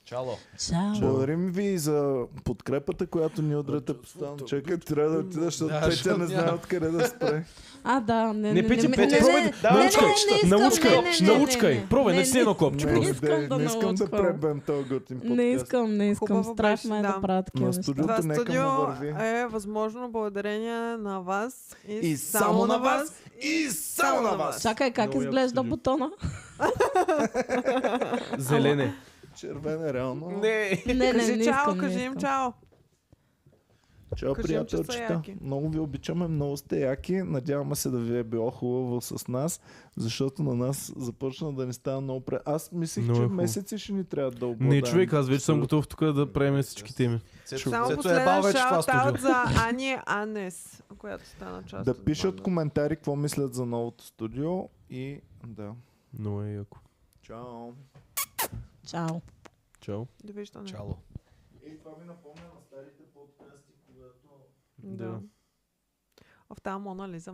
Speaker 6: Чало.
Speaker 3: Чао.
Speaker 1: Благодарим ви за подкрепата, която ни удрете постоянно. Чакай, трябва да отида, защото
Speaker 6: Да,
Speaker 1: Петя
Speaker 6: защото
Speaker 1: не знае
Speaker 6: няма.
Speaker 1: откъде да спре.
Speaker 3: А, да, не,
Speaker 4: Не,
Speaker 3: не,
Speaker 4: Петя,
Speaker 3: не,
Speaker 4: Петя,
Speaker 3: не,
Speaker 4: пробай
Speaker 3: не,
Speaker 4: да-
Speaker 3: не, не,
Speaker 4: научкай,
Speaker 3: не, не искам,
Speaker 4: научкай,
Speaker 3: не, не, не,
Speaker 4: научкай.
Speaker 3: не.
Speaker 4: Пробай, не си едно копче
Speaker 1: Не,
Speaker 3: просто.
Speaker 1: не,
Speaker 3: искам да
Speaker 1: не искам да
Speaker 3: налъчкам.
Speaker 1: пребем този готин подкаст.
Speaker 3: Не искам, не искам.
Speaker 2: Хубаво
Speaker 3: Страх
Speaker 2: беше,
Speaker 3: ме е
Speaker 2: да.
Speaker 3: да правя такива
Speaker 1: На
Speaker 3: неща.
Speaker 1: студиото
Speaker 2: Това
Speaker 1: нека му
Speaker 2: студио
Speaker 1: върви.
Speaker 2: е възможно благодарение на вас и,
Speaker 1: И само на вас, и само на вас.
Speaker 3: Чакай, как
Speaker 4: Много яко
Speaker 3: изглежда
Speaker 4: студио.
Speaker 3: бутона?
Speaker 4: Зелене.
Speaker 1: Червен е реално.
Speaker 6: Не.
Speaker 3: Не, не, не
Speaker 2: Кажи чао,
Speaker 3: искам, не
Speaker 2: кажи им
Speaker 3: искам.
Speaker 2: чао.
Speaker 1: Чао,
Speaker 2: Кажи им, че са
Speaker 1: приятелчета.
Speaker 2: яки.
Speaker 1: Много ви обичаме, много сте яки. Надяваме се да ви е било хубаво с нас, защото на нас започна да ни става много пре... Аз мислих,
Speaker 4: Много
Speaker 1: че
Speaker 4: е хубаво.
Speaker 1: месеци ще ни трябва да обладаем.
Speaker 4: Не, човек, аз вече съм готов тук да правим всички теми.
Speaker 6: Цето
Speaker 2: Само
Speaker 6: Цето е
Speaker 2: последен
Speaker 6: бал вече това
Speaker 2: шаут-аут
Speaker 6: студио.
Speaker 2: за Ани Анес, която стана част
Speaker 1: Да
Speaker 2: от
Speaker 1: пишат
Speaker 2: банда.
Speaker 1: коментари какво мислят за новото студио и да.
Speaker 4: Но е яко.
Speaker 1: Чао.
Speaker 3: Чао.
Speaker 4: Чао.
Speaker 2: Довиждане.
Speaker 6: Чало.
Speaker 1: И това ми напомня на старите подкасти, когато
Speaker 2: Да. В тази Мона Лиза